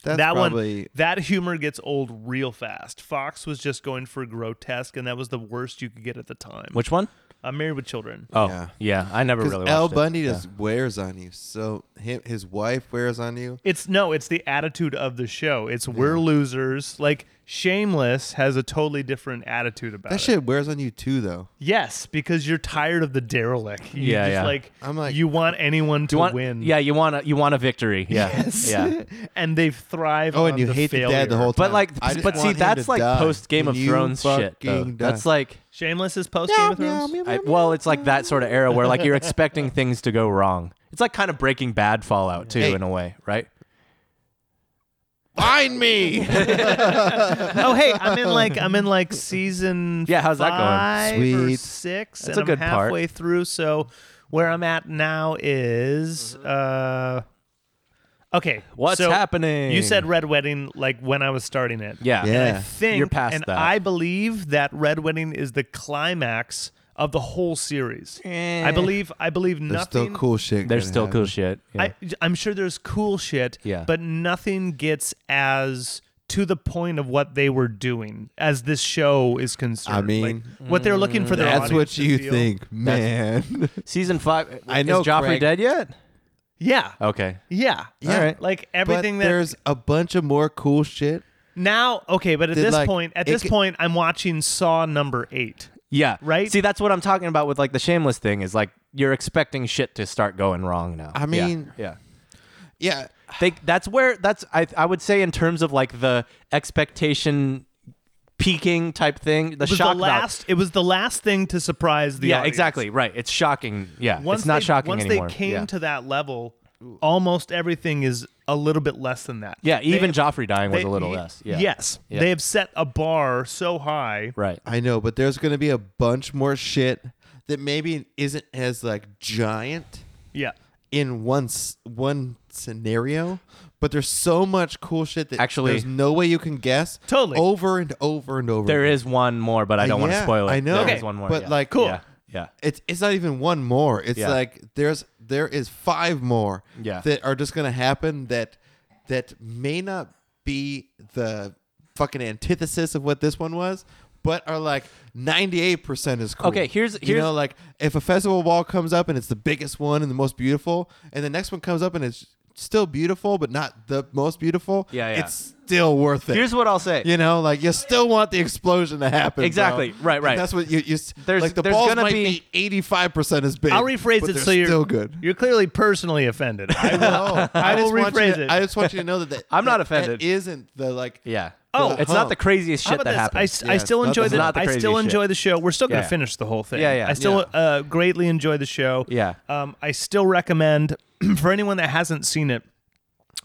[SPEAKER 2] That's
[SPEAKER 3] that
[SPEAKER 2] probably
[SPEAKER 3] one, that humor gets old real fast. Fox was just going for grotesque, and that was the worst you could get at the time.
[SPEAKER 1] Which one?
[SPEAKER 3] I'm married with children.
[SPEAKER 1] Oh, yeah.
[SPEAKER 2] Yeah.
[SPEAKER 1] I never
[SPEAKER 2] because
[SPEAKER 1] really watched
[SPEAKER 2] Al
[SPEAKER 1] it.
[SPEAKER 2] Bundy
[SPEAKER 1] Yeah.
[SPEAKER 2] just wears on you. So him, his wife wears on you.
[SPEAKER 3] It's no, it's the attitude of the show. It's we're losers. Like Shameless has a totally different attitude about it.
[SPEAKER 2] That shit wears on you too, though.
[SPEAKER 3] Yes, because you're tired of the derelict. You
[SPEAKER 1] Yeah,
[SPEAKER 3] just
[SPEAKER 1] yeah.
[SPEAKER 3] like
[SPEAKER 2] I'm like-
[SPEAKER 3] you want anyone to
[SPEAKER 1] You want,
[SPEAKER 3] win.
[SPEAKER 1] Yeah, you want a you want a victory. Yeah. Yeah.
[SPEAKER 3] and they thrive.
[SPEAKER 2] Oh, and
[SPEAKER 3] on
[SPEAKER 2] you
[SPEAKER 3] the
[SPEAKER 2] hate
[SPEAKER 3] failure.
[SPEAKER 2] the dad the whole time.
[SPEAKER 1] But like,
[SPEAKER 2] I just
[SPEAKER 1] but see,
[SPEAKER 2] want him
[SPEAKER 1] that's
[SPEAKER 2] to
[SPEAKER 1] like
[SPEAKER 2] die.
[SPEAKER 1] post Game of
[SPEAKER 2] You
[SPEAKER 1] Thrones shit. though.
[SPEAKER 2] fucking die.
[SPEAKER 1] That's like,
[SPEAKER 3] Shameless is post Game of Thrones.
[SPEAKER 1] I, well, it's like that sort of era where like you're expecting things to go wrong. It's like kind of Breaking Bad Fallout too,
[SPEAKER 2] Hey.
[SPEAKER 1] in a way, right?
[SPEAKER 2] find me.
[SPEAKER 3] oh hey, I'm in like I'm in like season
[SPEAKER 1] Yeah, how's that going?
[SPEAKER 3] five or
[SPEAKER 2] Sweet.
[SPEAKER 3] six,
[SPEAKER 1] That's
[SPEAKER 3] and
[SPEAKER 1] a good
[SPEAKER 3] I'm
[SPEAKER 1] part.
[SPEAKER 3] halfway through. So where I'm at now is uh, okay.
[SPEAKER 1] Mm-hmm. What's
[SPEAKER 3] so
[SPEAKER 1] happening?
[SPEAKER 3] You said Red Wedding like when I was starting it.
[SPEAKER 1] yeah.
[SPEAKER 2] Yeah.
[SPEAKER 3] And I think
[SPEAKER 1] You're past
[SPEAKER 3] and
[SPEAKER 1] that.
[SPEAKER 3] I believe that Red Wedding is the climax of the whole series. I believe I believe
[SPEAKER 2] There's
[SPEAKER 3] nothing.
[SPEAKER 2] Eh. still cool shit.
[SPEAKER 1] There's
[SPEAKER 2] gonna
[SPEAKER 1] still
[SPEAKER 2] happen.
[SPEAKER 1] cool shit. Yeah.
[SPEAKER 3] I, I'm sure there's cool shit,
[SPEAKER 1] Yeah.
[SPEAKER 3] but nothing gets as to the point of what they were doing as this show is concerned.
[SPEAKER 2] I
[SPEAKER 3] Like,
[SPEAKER 2] mean, mm,
[SPEAKER 3] what they're looking for. Their
[SPEAKER 2] That's
[SPEAKER 3] audience
[SPEAKER 2] what
[SPEAKER 3] to
[SPEAKER 2] you
[SPEAKER 3] feel.
[SPEAKER 2] think, man.
[SPEAKER 1] Season five.
[SPEAKER 2] I know,
[SPEAKER 1] Is Joffrey
[SPEAKER 2] Craig.
[SPEAKER 1] dead yet?
[SPEAKER 3] Yeah,
[SPEAKER 1] Okay.
[SPEAKER 3] yeah,
[SPEAKER 2] Yeah.
[SPEAKER 1] All right.
[SPEAKER 3] Like
[SPEAKER 2] Oh. but
[SPEAKER 3] everything that
[SPEAKER 2] there's a bunch of more cool shit.
[SPEAKER 3] now. Okay, but at
[SPEAKER 2] Did,
[SPEAKER 3] this
[SPEAKER 2] like,
[SPEAKER 3] point, at
[SPEAKER 2] it
[SPEAKER 3] this
[SPEAKER 2] ca-
[SPEAKER 3] point, I'm watching Saw number eight.
[SPEAKER 1] Yeah.
[SPEAKER 3] Right?
[SPEAKER 1] See, that's what I'm talking about with like the shameless thing is like you're expecting shit to start going wrong now.
[SPEAKER 2] I
[SPEAKER 1] Yeah.
[SPEAKER 2] mean-
[SPEAKER 1] yeah.
[SPEAKER 2] Yeah,
[SPEAKER 1] They, that's where that's I I would say in terms of like the expectation peaking type thing, the
[SPEAKER 3] It was
[SPEAKER 1] shock
[SPEAKER 3] the
[SPEAKER 1] value-
[SPEAKER 3] last. It was the last thing to surprise the
[SPEAKER 1] yeah,
[SPEAKER 3] audience.
[SPEAKER 1] exactly. Right. It's shocking. Yeah.
[SPEAKER 3] Once
[SPEAKER 1] it's
[SPEAKER 3] they,
[SPEAKER 1] not shocking
[SPEAKER 3] once
[SPEAKER 1] anymore.
[SPEAKER 3] they came
[SPEAKER 1] yeah.
[SPEAKER 3] to that level, almost everything is a little bit less than that.
[SPEAKER 1] yeah, even
[SPEAKER 3] They-
[SPEAKER 1] Joffrey dying was
[SPEAKER 3] they-
[SPEAKER 1] a little
[SPEAKER 3] y-
[SPEAKER 1] less. Yeah.
[SPEAKER 3] Yes,
[SPEAKER 1] Yeah.
[SPEAKER 3] they have set a bar so high.
[SPEAKER 1] Right.
[SPEAKER 2] I know, but there's gonna be a bunch more shit that maybe isn't as like giant
[SPEAKER 3] Yeah,
[SPEAKER 2] in one s- one scenario, but there's so much cool shit that
[SPEAKER 1] Actually-
[SPEAKER 2] there's no way you can guess
[SPEAKER 3] Totally.
[SPEAKER 2] over and over and over.
[SPEAKER 1] There
[SPEAKER 2] again.
[SPEAKER 1] is one more, but I don't want to
[SPEAKER 2] yeah,
[SPEAKER 1] spoil it.
[SPEAKER 2] I know.
[SPEAKER 1] There
[SPEAKER 2] Okay.
[SPEAKER 1] is one more.
[SPEAKER 2] But,
[SPEAKER 1] yeah.
[SPEAKER 2] like, Cool.
[SPEAKER 1] Yeah. Yeah.
[SPEAKER 2] It's it's not even one more. It's
[SPEAKER 1] Yeah.
[SPEAKER 2] like there's there is five more
[SPEAKER 1] Yeah.
[SPEAKER 2] that are just gonna happen that that may not be the fucking antithesis of what this one was, but are like ninety eight percent is cool.
[SPEAKER 1] Okay, here's-
[SPEAKER 2] you
[SPEAKER 1] here's-
[SPEAKER 2] know like if a festival wall comes up and it's the biggest one and the most beautiful, and the next one comes up and it's still beautiful but not the most beautiful.
[SPEAKER 1] Yeah, yeah.
[SPEAKER 2] It's still worth it.
[SPEAKER 1] Here's what I'll say.
[SPEAKER 2] you know, like you still want the explosion to happen. bro.
[SPEAKER 1] Exactly. Right,
[SPEAKER 2] And
[SPEAKER 1] right.
[SPEAKER 2] that's what you. you s-
[SPEAKER 1] There's-
[SPEAKER 2] like the
[SPEAKER 1] there's
[SPEAKER 2] balls
[SPEAKER 1] gonna
[SPEAKER 2] might
[SPEAKER 1] be-
[SPEAKER 2] be eighty five percent as big.
[SPEAKER 3] I'll rephrase
[SPEAKER 2] but
[SPEAKER 3] it
[SPEAKER 2] they're
[SPEAKER 3] so you're
[SPEAKER 2] still good.
[SPEAKER 3] You're clearly personally offended. I will-
[SPEAKER 2] No,
[SPEAKER 3] I will
[SPEAKER 2] just want you
[SPEAKER 3] rephrase
[SPEAKER 2] to-
[SPEAKER 3] it.
[SPEAKER 2] I just want you to know that, that
[SPEAKER 1] I'm not
[SPEAKER 2] that-
[SPEAKER 1] offended.
[SPEAKER 2] That isn't the like.
[SPEAKER 1] Yeah.
[SPEAKER 2] Oh,
[SPEAKER 1] it's not the
[SPEAKER 2] hump.
[SPEAKER 1] craziest
[SPEAKER 3] How
[SPEAKER 1] shit
[SPEAKER 3] about
[SPEAKER 1] that
[SPEAKER 3] this?
[SPEAKER 1] happens.
[SPEAKER 3] I s- I,
[SPEAKER 2] Yeah,
[SPEAKER 3] still
[SPEAKER 2] it's not
[SPEAKER 3] enjoy
[SPEAKER 2] the-
[SPEAKER 3] the,
[SPEAKER 1] not the
[SPEAKER 3] I
[SPEAKER 1] craziest
[SPEAKER 3] still
[SPEAKER 1] shit.
[SPEAKER 3] enjoy the show. We're still gonna
[SPEAKER 1] Yeah.
[SPEAKER 3] finish the whole thing.
[SPEAKER 1] Yeah, yeah.
[SPEAKER 3] I still
[SPEAKER 2] Yeah.
[SPEAKER 3] uh, greatly enjoy the show.
[SPEAKER 1] Yeah.
[SPEAKER 3] Um, I still recommend for anyone that hasn't seen it,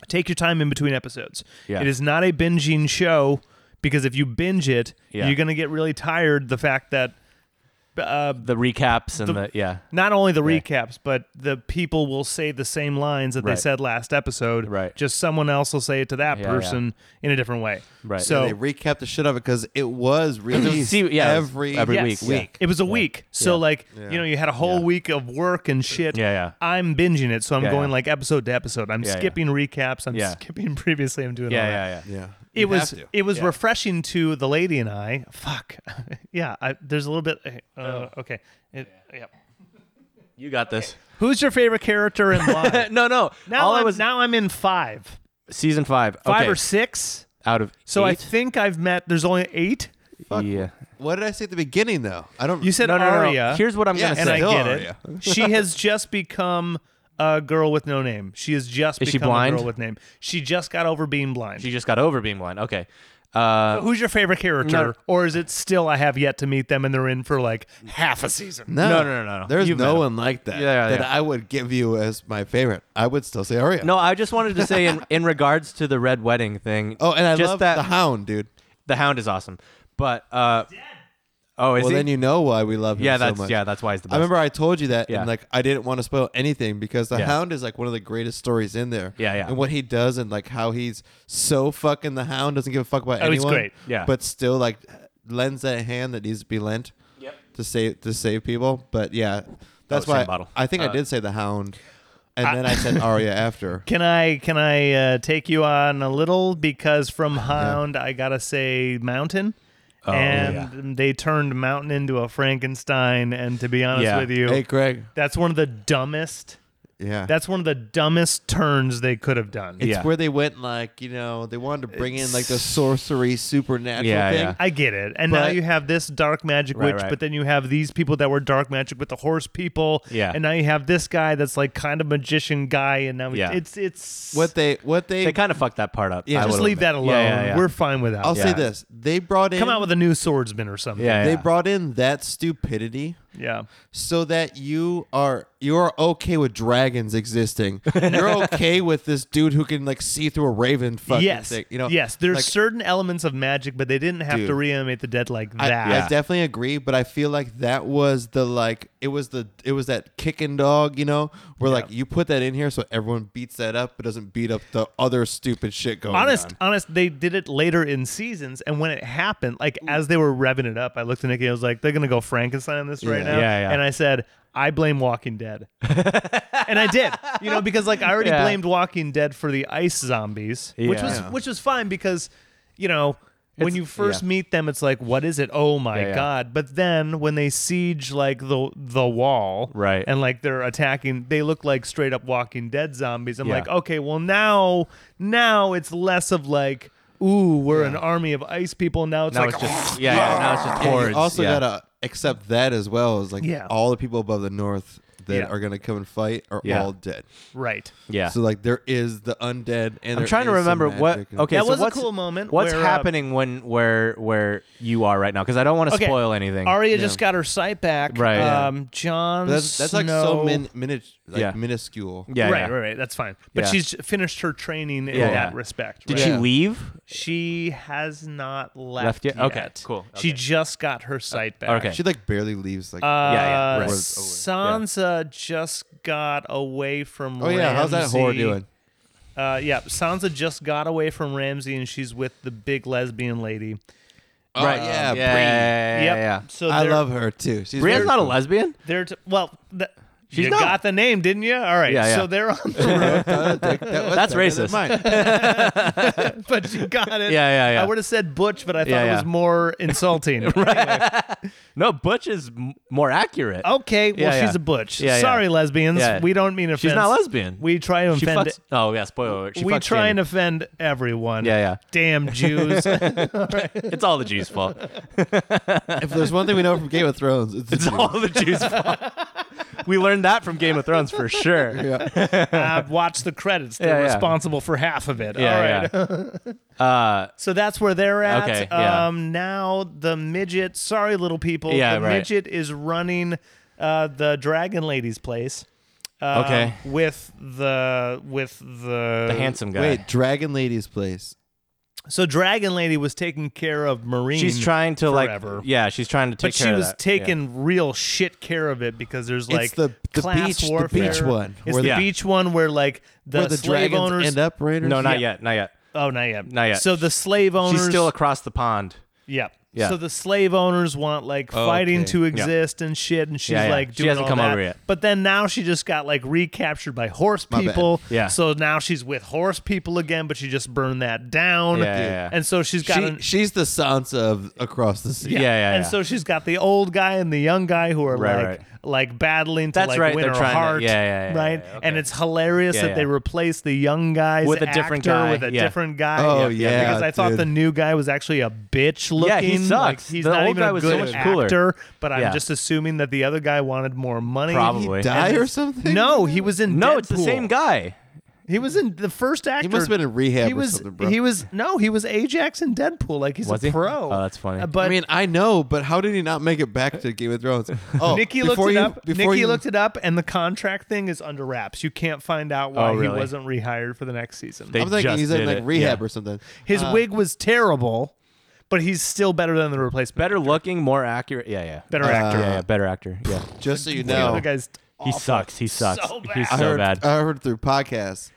[SPEAKER 3] take your time in between episodes.
[SPEAKER 1] Yeah.
[SPEAKER 3] It is not a binging show because if you binge it,
[SPEAKER 1] Yeah.
[SPEAKER 3] you're gonna get really tired. The fact that uh,
[SPEAKER 1] the recaps and the, yeah,
[SPEAKER 3] not only the recaps, but the people will say the same lines that they
[SPEAKER 1] Right.
[SPEAKER 3] said last episode.
[SPEAKER 1] Right.
[SPEAKER 3] Just someone else will say it to that
[SPEAKER 1] Yeah, yeah.
[SPEAKER 3] person in a different way.
[SPEAKER 1] Right. Yeah,
[SPEAKER 3] So
[SPEAKER 2] they recap the shit of it because it was released
[SPEAKER 1] See- yeah, it was
[SPEAKER 2] every,
[SPEAKER 1] every
[SPEAKER 3] Yes.
[SPEAKER 1] week, yeah. Week.
[SPEAKER 3] It was a week. So
[SPEAKER 1] Yeah.
[SPEAKER 3] like
[SPEAKER 2] Yeah.
[SPEAKER 3] you know, you had a whole week of work and shit.
[SPEAKER 1] Yeah, yeah.
[SPEAKER 3] I'm binging it, so I'm
[SPEAKER 1] Yeah,
[SPEAKER 3] going
[SPEAKER 1] yeah.
[SPEAKER 3] like episode to episode. I'm
[SPEAKER 1] Yeah, yeah.
[SPEAKER 3] skipping recaps. I'm
[SPEAKER 1] Yeah.
[SPEAKER 3] skipping previously. I'm doing all
[SPEAKER 1] yeah,
[SPEAKER 3] that.
[SPEAKER 1] yeah, yeah.
[SPEAKER 2] Yeah,
[SPEAKER 3] It
[SPEAKER 2] You
[SPEAKER 3] was
[SPEAKER 2] have to.
[SPEAKER 3] it was
[SPEAKER 1] Yeah.
[SPEAKER 3] refreshing to the lady and I. Fuck, yeah. I, there's a little bit.
[SPEAKER 1] Oh.
[SPEAKER 3] Uh, Okay. It, yep.
[SPEAKER 1] You got this.
[SPEAKER 3] Who's your favorite character and why?
[SPEAKER 1] no, no.
[SPEAKER 3] now
[SPEAKER 1] All
[SPEAKER 3] I'm,
[SPEAKER 1] I was
[SPEAKER 3] now I'm in five,
[SPEAKER 1] season five.
[SPEAKER 3] five
[SPEAKER 1] Okay.
[SPEAKER 3] or six.
[SPEAKER 1] out of
[SPEAKER 3] So I
[SPEAKER 1] eight?
[SPEAKER 3] think I've met. There's only eight.
[SPEAKER 2] Fuck.
[SPEAKER 1] yeah.
[SPEAKER 2] What did I say at the beginning though? I don't.
[SPEAKER 3] You said
[SPEAKER 1] No, no, no, no.
[SPEAKER 3] Arya.
[SPEAKER 1] Here's what I'm
[SPEAKER 2] Yeah,
[SPEAKER 1] gonna
[SPEAKER 3] and
[SPEAKER 1] say.
[SPEAKER 3] I
[SPEAKER 2] Still
[SPEAKER 3] get
[SPEAKER 2] Arya.
[SPEAKER 3] it. she has just become a girl with no name. She has just
[SPEAKER 1] Is she
[SPEAKER 3] become
[SPEAKER 1] blind?
[SPEAKER 3] a girl with name. She just got over being blind.
[SPEAKER 1] She just got over being blind. Okay. Uh,
[SPEAKER 3] Who's your favorite character?
[SPEAKER 1] No.
[SPEAKER 3] Or is it still I have yet to meet them and they're in for like half a season?
[SPEAKER 2] No,
[SPEAKER 1] No, no, no, no, no.
[SPEAKER 2] There's
[SPEAKER 1] You've met
[SPEAKER 2] no
[SPEAKER 1] him.
[SPEAKER 2] one like that.
[SPEAKER 1] Yeah, yeah,
[SPEAKER 2] that
[SPEAKER 1] yeah.
[SPEAKER 2] I would give you as my favorite. I would still say Arya.
[SPEAKER 1] no, I just wanted to say in, in regards to the red wedding thing.
[SPEAKER 2] Oh, and I
[SPEAKER 1] just
[SPEAKER 2] love
[SPEAKER 1] that
[SPEAKER 2] the Hound, dude.
[SPEAKER 1] the hound is awesome, but uh, oh, is
[SPEAKER 2] Well,
[SPEAKER 1] he?
[SPEAKER 2] then you know why we love him
[SPEAKER 1] yeah,
[SPEAKER 2] so
[SPEAKER 1] that's
[SPEAKER 2] much.
[SPEAKER 1] yeah, that's why he's the best.
[SPEAKER 2] I remember I told you that,
[SPEAKER 1] Yeah.
[SPEAKER 2] and like I didn't want to spoil anything because the
[SPEAKER 1] Yeah.
[SPEAKER 2] Hound is like one of the greatest stories in there.
[SPEAKER 1] Yeah, yeah.
[SPEAKER 2] And what he does, and like how he's so fucking the Hound doesn't give a fuck about
[SPEAKER 3] Oh, he's
[SPEAKER 2] anyone.
[SPEAKER 3] great.
[SPEAKER 1] Yeah.
[SPEAKER 2] But still, like, lends that hand that needs to be lent. Yep. To save to save people, but yeah, that's
[SPEAKER 1] Oh, same
[SPEAKER 2] why
[SPEAKER 1] bottle.
[SPEAKER 2] I think I did say the Hound, and then I said Arya after.
[SPEAKER 3] Can I can I uh, take you on a little because from Hound I gotta say Mountain,
[SPEAKER 1] Oh,
[SPEAKER 3] and they turned Mountain into a Frankenstein. And to be honest
[SPEAKER 1] Yeah.
[SPEAKER 3] with you,
[SPEAKER 2] Hey, Craig.
[SPEAKER 3] that's one of the dumbest.
[SPEAKER 2] Yeah.
[SPEAKER 3] That's one of the dumbest turns they could have done.
[SPEAKER 2] It's
[SPEAKER 1] Yeah.
[SPEAKER 2] where they went like you know they wanted to bring in like the sorcery supernatural
[SPEAKER 1] Yeah,
[SPEAKER 2] thing.
[SPEAKER 1] yeah.
[SPEAKER 3] I get it. And now
[SPEAKER 2] But-
[SPEAKER 3] you have this dark magic
[SPEAKER 1] Right,
[SPEAKER 3] witch,
[SPEAKER 1] right.
[SPEAKER 3] but then you have these people that were dark magic with the horse people.
[SPEAKER 1] Yeah.
[SPEAKER 3] And now you have this guy that's like kind of magician guy. And now
[SPEAKER 1] Yeah.
[SPEAKER 3] it's it's
[SPEAKER 2] What they what they,
[SPEAKER 1] they kind of fucked that part up.
[SPEAKER 2] Yeah.
[SPEAKER 1] I
[SPEAKER 3] just
[SPEAKER 1] will
[SPEAKER 3] leave
[SPEAKER 1] admit.
[SPEAKER 3] that alone.
[SPEAKER 1] Yeah, yeah, yeah.
[SPEAKER 3] We're fine without.
[SPEAKER 2] I'll
[SPEAKER 3] it.
[SPEAKER 2] say
[SPEAKER 1] Yeah.
[SPEAKER 2] this they brought in
[SPEAKER 3] Come out with a new swordsman or something.
[SPEAKER 1] yeah, yeah.
[SPEAKER 2] they brought in that stupidity
[SPEAKER 3] Yeah.
[SPEAKER 2] so that you are you are okay with dragons existing. You're okay with this dude who can like see through a raven fucking
[SPEAKER 3] Yes.
[SPEAKER 2] thing. You know
[SPEAKER 3] yes. There's
[SPEAKER 2] like,
[SPEAKER 3] certain elements of magic, but they didn't have
[SPEAKER 2] Dude.
[SPEAKER 3] to reanimate the dead like
[SPEAKER 2] I,
[SPEAKER 3] that.
[SPEAKER 2] I definitely agree, but I feel like that was the like it was the it was that kicking dog, you know, where like you put that in here so everyone beats that up, but doesn't beat up the other stupid shit going
[SPEAKER 3] honest,
[SPEAKER 2] on.
[SPEAKER 3] honest, they did it later in seasons, and when it happened, like
[SPEAKER 1] Mm.
[SPEAKER 3] as they were revving it up, I looked at Nikki. I was like, "They're gonna go Frankenstein on this right
[SPEAKER 2] Yeah.
[SPEAKER 3] now,"
[SPEAKER 1] Yeah, yeah.
[SPEAKER 3] and I said. I blame Walking Dead. and I did. You know, because like I already
[SPEAKER 1] Yeah.
[SPEAKER 3] blamed Walking Dead for the ice zombies, which
[SPEAKER 1] Yeah.
[SPEAKER 3] was
[SPEAKER 1] Yeah.
[SPEAKER 3] which was fine because you know, when
[SPEAKER 1] It's-
[SPEAKER 3] you first
[SPEAKER 1] yeah.
[SPEAKER 3] meet them it's like what is it? Oh my
[SPEAKER 1] Yeah, yeah.
[SPEAKER 3] god. But then when they siege like the the wall
[SPEAKER 1] Right.
[SPEAKER 3] and like they're attacking, they look like straight up Walking Dead zombies. I'm
[SPEAKER 1] Yeah.
[SPEAKER 3] like, okay, well now now it's less of like, ooh, we're an army of ice people. Now it's
[SPEAKER 1] Now
[SPEAKER 3] like,
[SPEAKER 1] it's just yeah, yeah. Now it's just
[SPEAKER 2] Yeah,
[SPEAKER 1] hordes.
[SPEAKER 2] you also
[SPEAKER 1] yeah.
[SPEAKER 2] gotta accept that as well as like
[SPEAKER 3] Yeah.
[SPEAKER 2] all the people above the north that
[SPEAKER 3] Yeah.
[SPEAKER 2] are gonna come and fight are
[SPEAKER 1] Yeah.
[SPEAKER 2] all dead.
[SPEAKER 3] right.
[SPEAKER 1] yeah.
[SPEAKER 2] So like there is the undead and
[SPEAKER 1] I'm trying to remember what. Okay,
[SPEAKER 3] That
[SPEAKER 1] so
[SPEAKER 3] was a
[SPEAKER 1] what's,
[SPEAKER 3] cool moment
[SPEAKER 1] What's
[SPEAKER 3] where, uh,
[SPEAKER 1] happening when where where you are right now? Because I don't want to
[SPEAKER 3] Okay.
[SPEAKER 1] spoil anything.
[SPEAKER 3] Arya just got her sight back.
[SPEAKER 1] Right. Yeah.
[SPEAKER 3] Um, John.
[SPEAKER 2] That's, that's like so min, minute, like
[SPEAKER 1] Yeah.
[SPEAKER 2] minuscule.
[SPEAKER 1] yeah,
[SPEAKER 3] right,
[SPEAKER 1] yeah.
[SPEAKER 3] right, right. That's fine. But
[SPEAKER 1] Yeah.
[SPEAKER 3] she's finished her training in
[SPEAKER 1] Yeah.
[SPEAKER 3] that respect.
[SPEAKER 1] Did
[SPEAKER 3] right?
[SPEAKER 1] she
[SPEAKER 2] Yeah.
[SPEAKER 1] leave?
[SPEAKER 3] She has not left,
[SPEAKER 1] Left yet? Okay, cool.
[SPEAKER 3] She
[SPEAKER 1] Okay.
[SPEAKER 3] just got her sight back.
[SPEAKER 1] okay.
[SPEAKER 2] She like barely leaves. Like
[SPEAKER 3] Uh,
[SPEAKER 1] yeah, right.
[SPEAKER 2] Words over.
[SPEAKER 3] Sansa just got away from.
[SPEAKER 2] oh yeah, how's that whore
[SPEAKER 3] Ramsay.
[SPEAKER 2] doing?
[SPEAKER 3] Uh, yeah, Sansa just got away from Ramsey, and she's with the big lesbian lady.
[SPEAKER 2] Oh,
[SPEAKER 1] Right. Yeah, yeah,
[SPEAKER 2] Yeah.
[SPEAKER 3] yep.
[SPEAKER 1] yeah, yeah.
[SPEAKER 3] So
[SPEAKER 2] I
[SPEAKER 3] they're-
[SPEAKER 2] love her too. She's
[SPEAKER 1] Brienne's
[SPEAKER 2] very
[SPEAKER 1] not a
[SPEAKER 2] cool.
[SPEAKER 1] lesbian.
[SPEAKER 3] They're t- well. Th-
[SPEAKER 1] She's
[SPEAKER 3] you
[SPEAKER 1] not.
[SPEAKER 3] got the name, didn't you? All right.
[SPEAKER 1] Yeah, yeah.
[SPEAKER 3] So they're on the
[SPEAKER 2] Uh, that- that was
[SPEAKER 1] That's
[SPEAKER 2] better than
[SPEAKER 1] racist.
[SPEAKER 2] mine.
[SPEAKER 3] road, but you got it.
[SPEAKER 1] Yeah, yeah, yeah.
[SPEAKER 3] I would have said Butch, but I thought
[SPEAKER 1] Yeah,
[SPEAKER 3] it
[SPEAKER 1] yeah.
[SPEAKER 3] was more insulting.
[SPEAKER 1] No, Butch is m- more accurate.
[SPEAKER 3] Okay. Well,
[SPEAKER 1] Yeah, yeah.
[SPEAKER 3] she's a Butch.
[SPEAKER 1] Yeah, yeah.
[SPEAKER 3] Sorry, lesbians.
[SPEAKER 1] Yeah.
[SPEAKER 3] We don't mean offense.
[SPEAKER 1] she's not lesbian.
[SPEAKER 3] We try to
[SPEAKER 1] she
[SPEAKER 3] offend.
[SPEAKER 1] fucks. Oh yeah, spoiler. Alert. She
[SPEAKER 3] we
[SPEAKER 1] fucks
[SPEAKER 3] try and
[SPEAKER 1] Jamie.
[SPEAKER 3] offend everyone.
[SPEAKER 1] Yeah, yeah.
[SPEAKER 3] Damn Jews.
[SPEAKER 1] It's all the Jews' fault.
[SPEAKER 2] if there's one thing we know from Game of Thrones, it's,
[SPEAKER 1] It's
[SPEAKER 2] the
[SPEAKER 1] all the Jews' fault. We learned that from Game of Thrones for sure.
[SPEAKER 2] Jews. Yeah.
[SPEAKER 3] I've watched the credits. They're
[SPEAKER 1] Yeah, yeah.
[SPEAKER 3] responsible for half of it. All right.
[SPEAKER 1] Yeah, yeah. Uh,
[SPEAKER 3] So that's where they're at.
[SPEAKER 1] Okay, yeah.
[SPEAKER 3] Um now the midget, sorry little people,
[SPEAKER 1] Yeah,
[SPEAKER 3] the
[SPEAKER 1] right.
[SPEAKER 3] midget is running uh the dragon lady's place. Um,
[SPEAKER 1] Okay.
[SPEAKER 3] With the with the
[SPEAKER 1] the handsome guy.
[SPEAKER 2] Wait, Dragon Lady's place.
[SPEAKER 3] So Dragon Lady was taking care of Marine.
[SPEAKER 1] She's trying to
[SPEAKER 3] forever.
[SPEAKER 1] like yeah, she's trying to take
[SPEAKER 3] but
[SPEAKER 1] care
[SPEAKER 3] she
[SPEAKER 1] of
[SPEAKER 3] was
[SPEAKER 1] that.
[SPEAKER 3] taking real shit care of it because there's like
[SPEAKER 2] the- the
[SPEAKER 3] class
[SPEAKER 2] beach- the
[SPEAKER 3] warfare.
[SPEAKER 2] beach one,
[SPEAKER 3] It's
[SPEAKER 2] where
[SPEAKER 3] the
[SPEAKER 1] the-
[SPEAKER 3] beach one where like the,
[SPEAKER 2] Where the
[SPEAKER 3] slave
[SPEAKER 2] dragons
[SPEAKER 3] owners
[SPEAKER 2] end up raiders?
[SPEAKER 1] yeah. No, not
[SPEAKER 3] Yeah.
[SPEAKER 1] yet, not yet.
[SPEAKER 3] Oh, not yet.
[SPEAKER 1] Not yet.
[SPEAKER 3] So the slave owners.
[SPEAKER 1] She's still across the pond.
[SPEAKER 3] yeah.
[SPEAKER 1] Yeah.
[SPEAKER 3] So the slave owners want like fighting
[SPEAKER 2] Okay.
[SPEAKER 3] to exist and shit, and she's
[SPEAKER 1] Yeah, yeah.
[SPEAKER 3] like
[SPEAKER 1] She
[SPEAKER 3] doing
[SPEAKER 1] hasn't
[SPEAKER 3] all
[SPEAKER 1] come
[SPEAKER 3] that.
[SPEAKER 1] over yet.
[SPEAKER 3] But then now she just got like recaptured by horse
[SPEAKER 2] My bad.
[SPEAKER 3] people.
[SPEAKER 1] Yeah.
[SPEAKER 3] So now she's with horse people again, but she just burned that down.
[SPEAKER 1] Yeah, yeah, yeah.
[SPEAKER 3] And so she's got
[SPEAKER 2] She,
[SPEAKER 3] an,
[SPEAKER 2] she's the Sansa of across the sea.
[SPEAKER 1] Yeah, yeah,
[SPEAKER 3] And
[SPEAKER 1] yeah.
[SPEAKER 3] so she's got the old guy and the young guy who are
[SPEAKER 1] Right,
[SPEAKER 3] like
[SPEAKER 1] right.
[SPEAKER 3] like battling to
[SPEAKER 1] That's
[SPEAKER 3] like
[SPEAKER 1] right,
[SPEAKER 3] win
[SPEAKER 1] they're
[SPEAKER 3] her
[SPEAKER 1] trying to-
[SPEAKER 3] heart.
[SPEAKER 1] yeah, yeah, yeah,
[SPEAKER 3] right.
[SPEAKER 1] yeah, yeah,
[SPEAKER 3] And
[SPEAKER 1] okay.
[SPEAKER 3] it's hilarious
[SPEAKER 1] Yeah,
[SPEAKER 3] that they
[SPEAKER 1] yeah.
[SPEAKER 3] replace the young guy's
[SPEAKER 1] With a different
[SPEAKER 3] actor
[SPEAKER 1] guy,
[SPEAKER 3] with a
[SPEAKER 1] yeah.
[SPEAKER 3] different guy.
[SPEAKER 2] Oh, yeah,
[SPEAKER 3] Because I thought
[SPEAKER 2] dude.
[SPEAKER 3] the new guy was actually a bitch looking.
[SPEAKER 1] Yeah, he
[SPEAKER 3] Like,
[SPEAKER 1] sucks.
[SPEAKER 3] he's
[SPEAKER 1] The
[SPEAKER 3] not
[SPEAKER 1] old
[SPEAKER 3] even
[SPEAKER 1] guy
[SPEAKER 3] a
[SPEAKER 1] was
[SPEAKER 3] good
[SPEAKER 1] so much cooler.
[SPEAKER 3] actor. But I'm
[SPEAKER 1] Yeah.
[SPEAKER 3] just assuming that the other guy wanted more money.
[SPEAKER 1] Probably.
[SPEAKER 2] Did
[SPEAKER 1] Boy,
[SPEAKER 2] he
[SPEAKER 1] and
[SPEAKER 2] die or
[SPEAKER 3] this-
[SPEAKER 2] something?
[SPEAKER 3] No, he was in.
[SPEAKER 1] No, it's the
[SPEAKER 3] Deadpool.
[SPEAKER 1] same guy.
[SPEAKER 3] He was in the first actor.
[SPEAKER 2] must've been in rehab
[SPEAKER 3] He
[SPEAKER 2] or
[SPEAKER 3] was.
[SPEAKER 2] something, bro.
[SPEAKER 3] He was no. He was Ajax in Deadpool. Like he's
[SPEAKER 1] Was
[SPEAKER 3] a
[SPEAKER 1] he?
[SPEAKER 3] pro.
[SPEAKER 1] Oh, that's funny.
[SPEAKER 3] Uh, But
[SPEAKER 2] I mean, I know, but how did he not make it back to Game of Thrones? Oh,
[SPEAKER 3] Nikki looked
[SPEAKER 2] before
[SPEAKER 3] it
[SPEAKER 2] you,
[SPEAKER 3] up.
[SPEAKER 2] Before
[SPEAKER 3] Nikki
[SPEAKER 2] you,
[SPEAKER 3] looked it up, and the contract thing is under wraps. You can't find out why
[SPEAKER 1] Oh,
[SPEAKER 3] he
[SPEAKER 1] really?
[SPEAKER 3] wasn't rehired for the next season. Um,
[SPEAKER 1] They Uh.
[SPEAKER 2] I'm thinking
[SPEAKER 1] just
[SPEAKER 2] he's in
[SPEAKER 1] did
[SPEAKER 2] like
[SPEAKER 1] it.
[SPEAKER 2] rehab
[SPEAKER 1] Yeah.
[SPEAKER 2] or something.
[SPEAKER 3] His wig was terrible, but he's still better than the replacement.
[SPEAKER 1] Better looking, more accurate. Yeah, yeah.
[SPEAKER 3] Better actor.
[SPEAKER 1] Yeah, yeah, better actor. Yeah.
[SPEAKER 2] Just so you
[SPEAKER 3] The
[SPEAKER 2] know,
[SPEAKER 3] other guy's
[SPEAKER 1] He
[SPEAKER 3] awful.
[SPEAKER 1] sucks. He sucks.
[SPEAKER 3] So
[SPEAKER 1] He's
[SPEAKER 3] bad. uh,
[SPEAKER 2] I
[SPEAKER 1] so
[SPEAKER 2] heard,
[SPEAKER 1] bad.
[SPEAKER 2] I heard through podcasts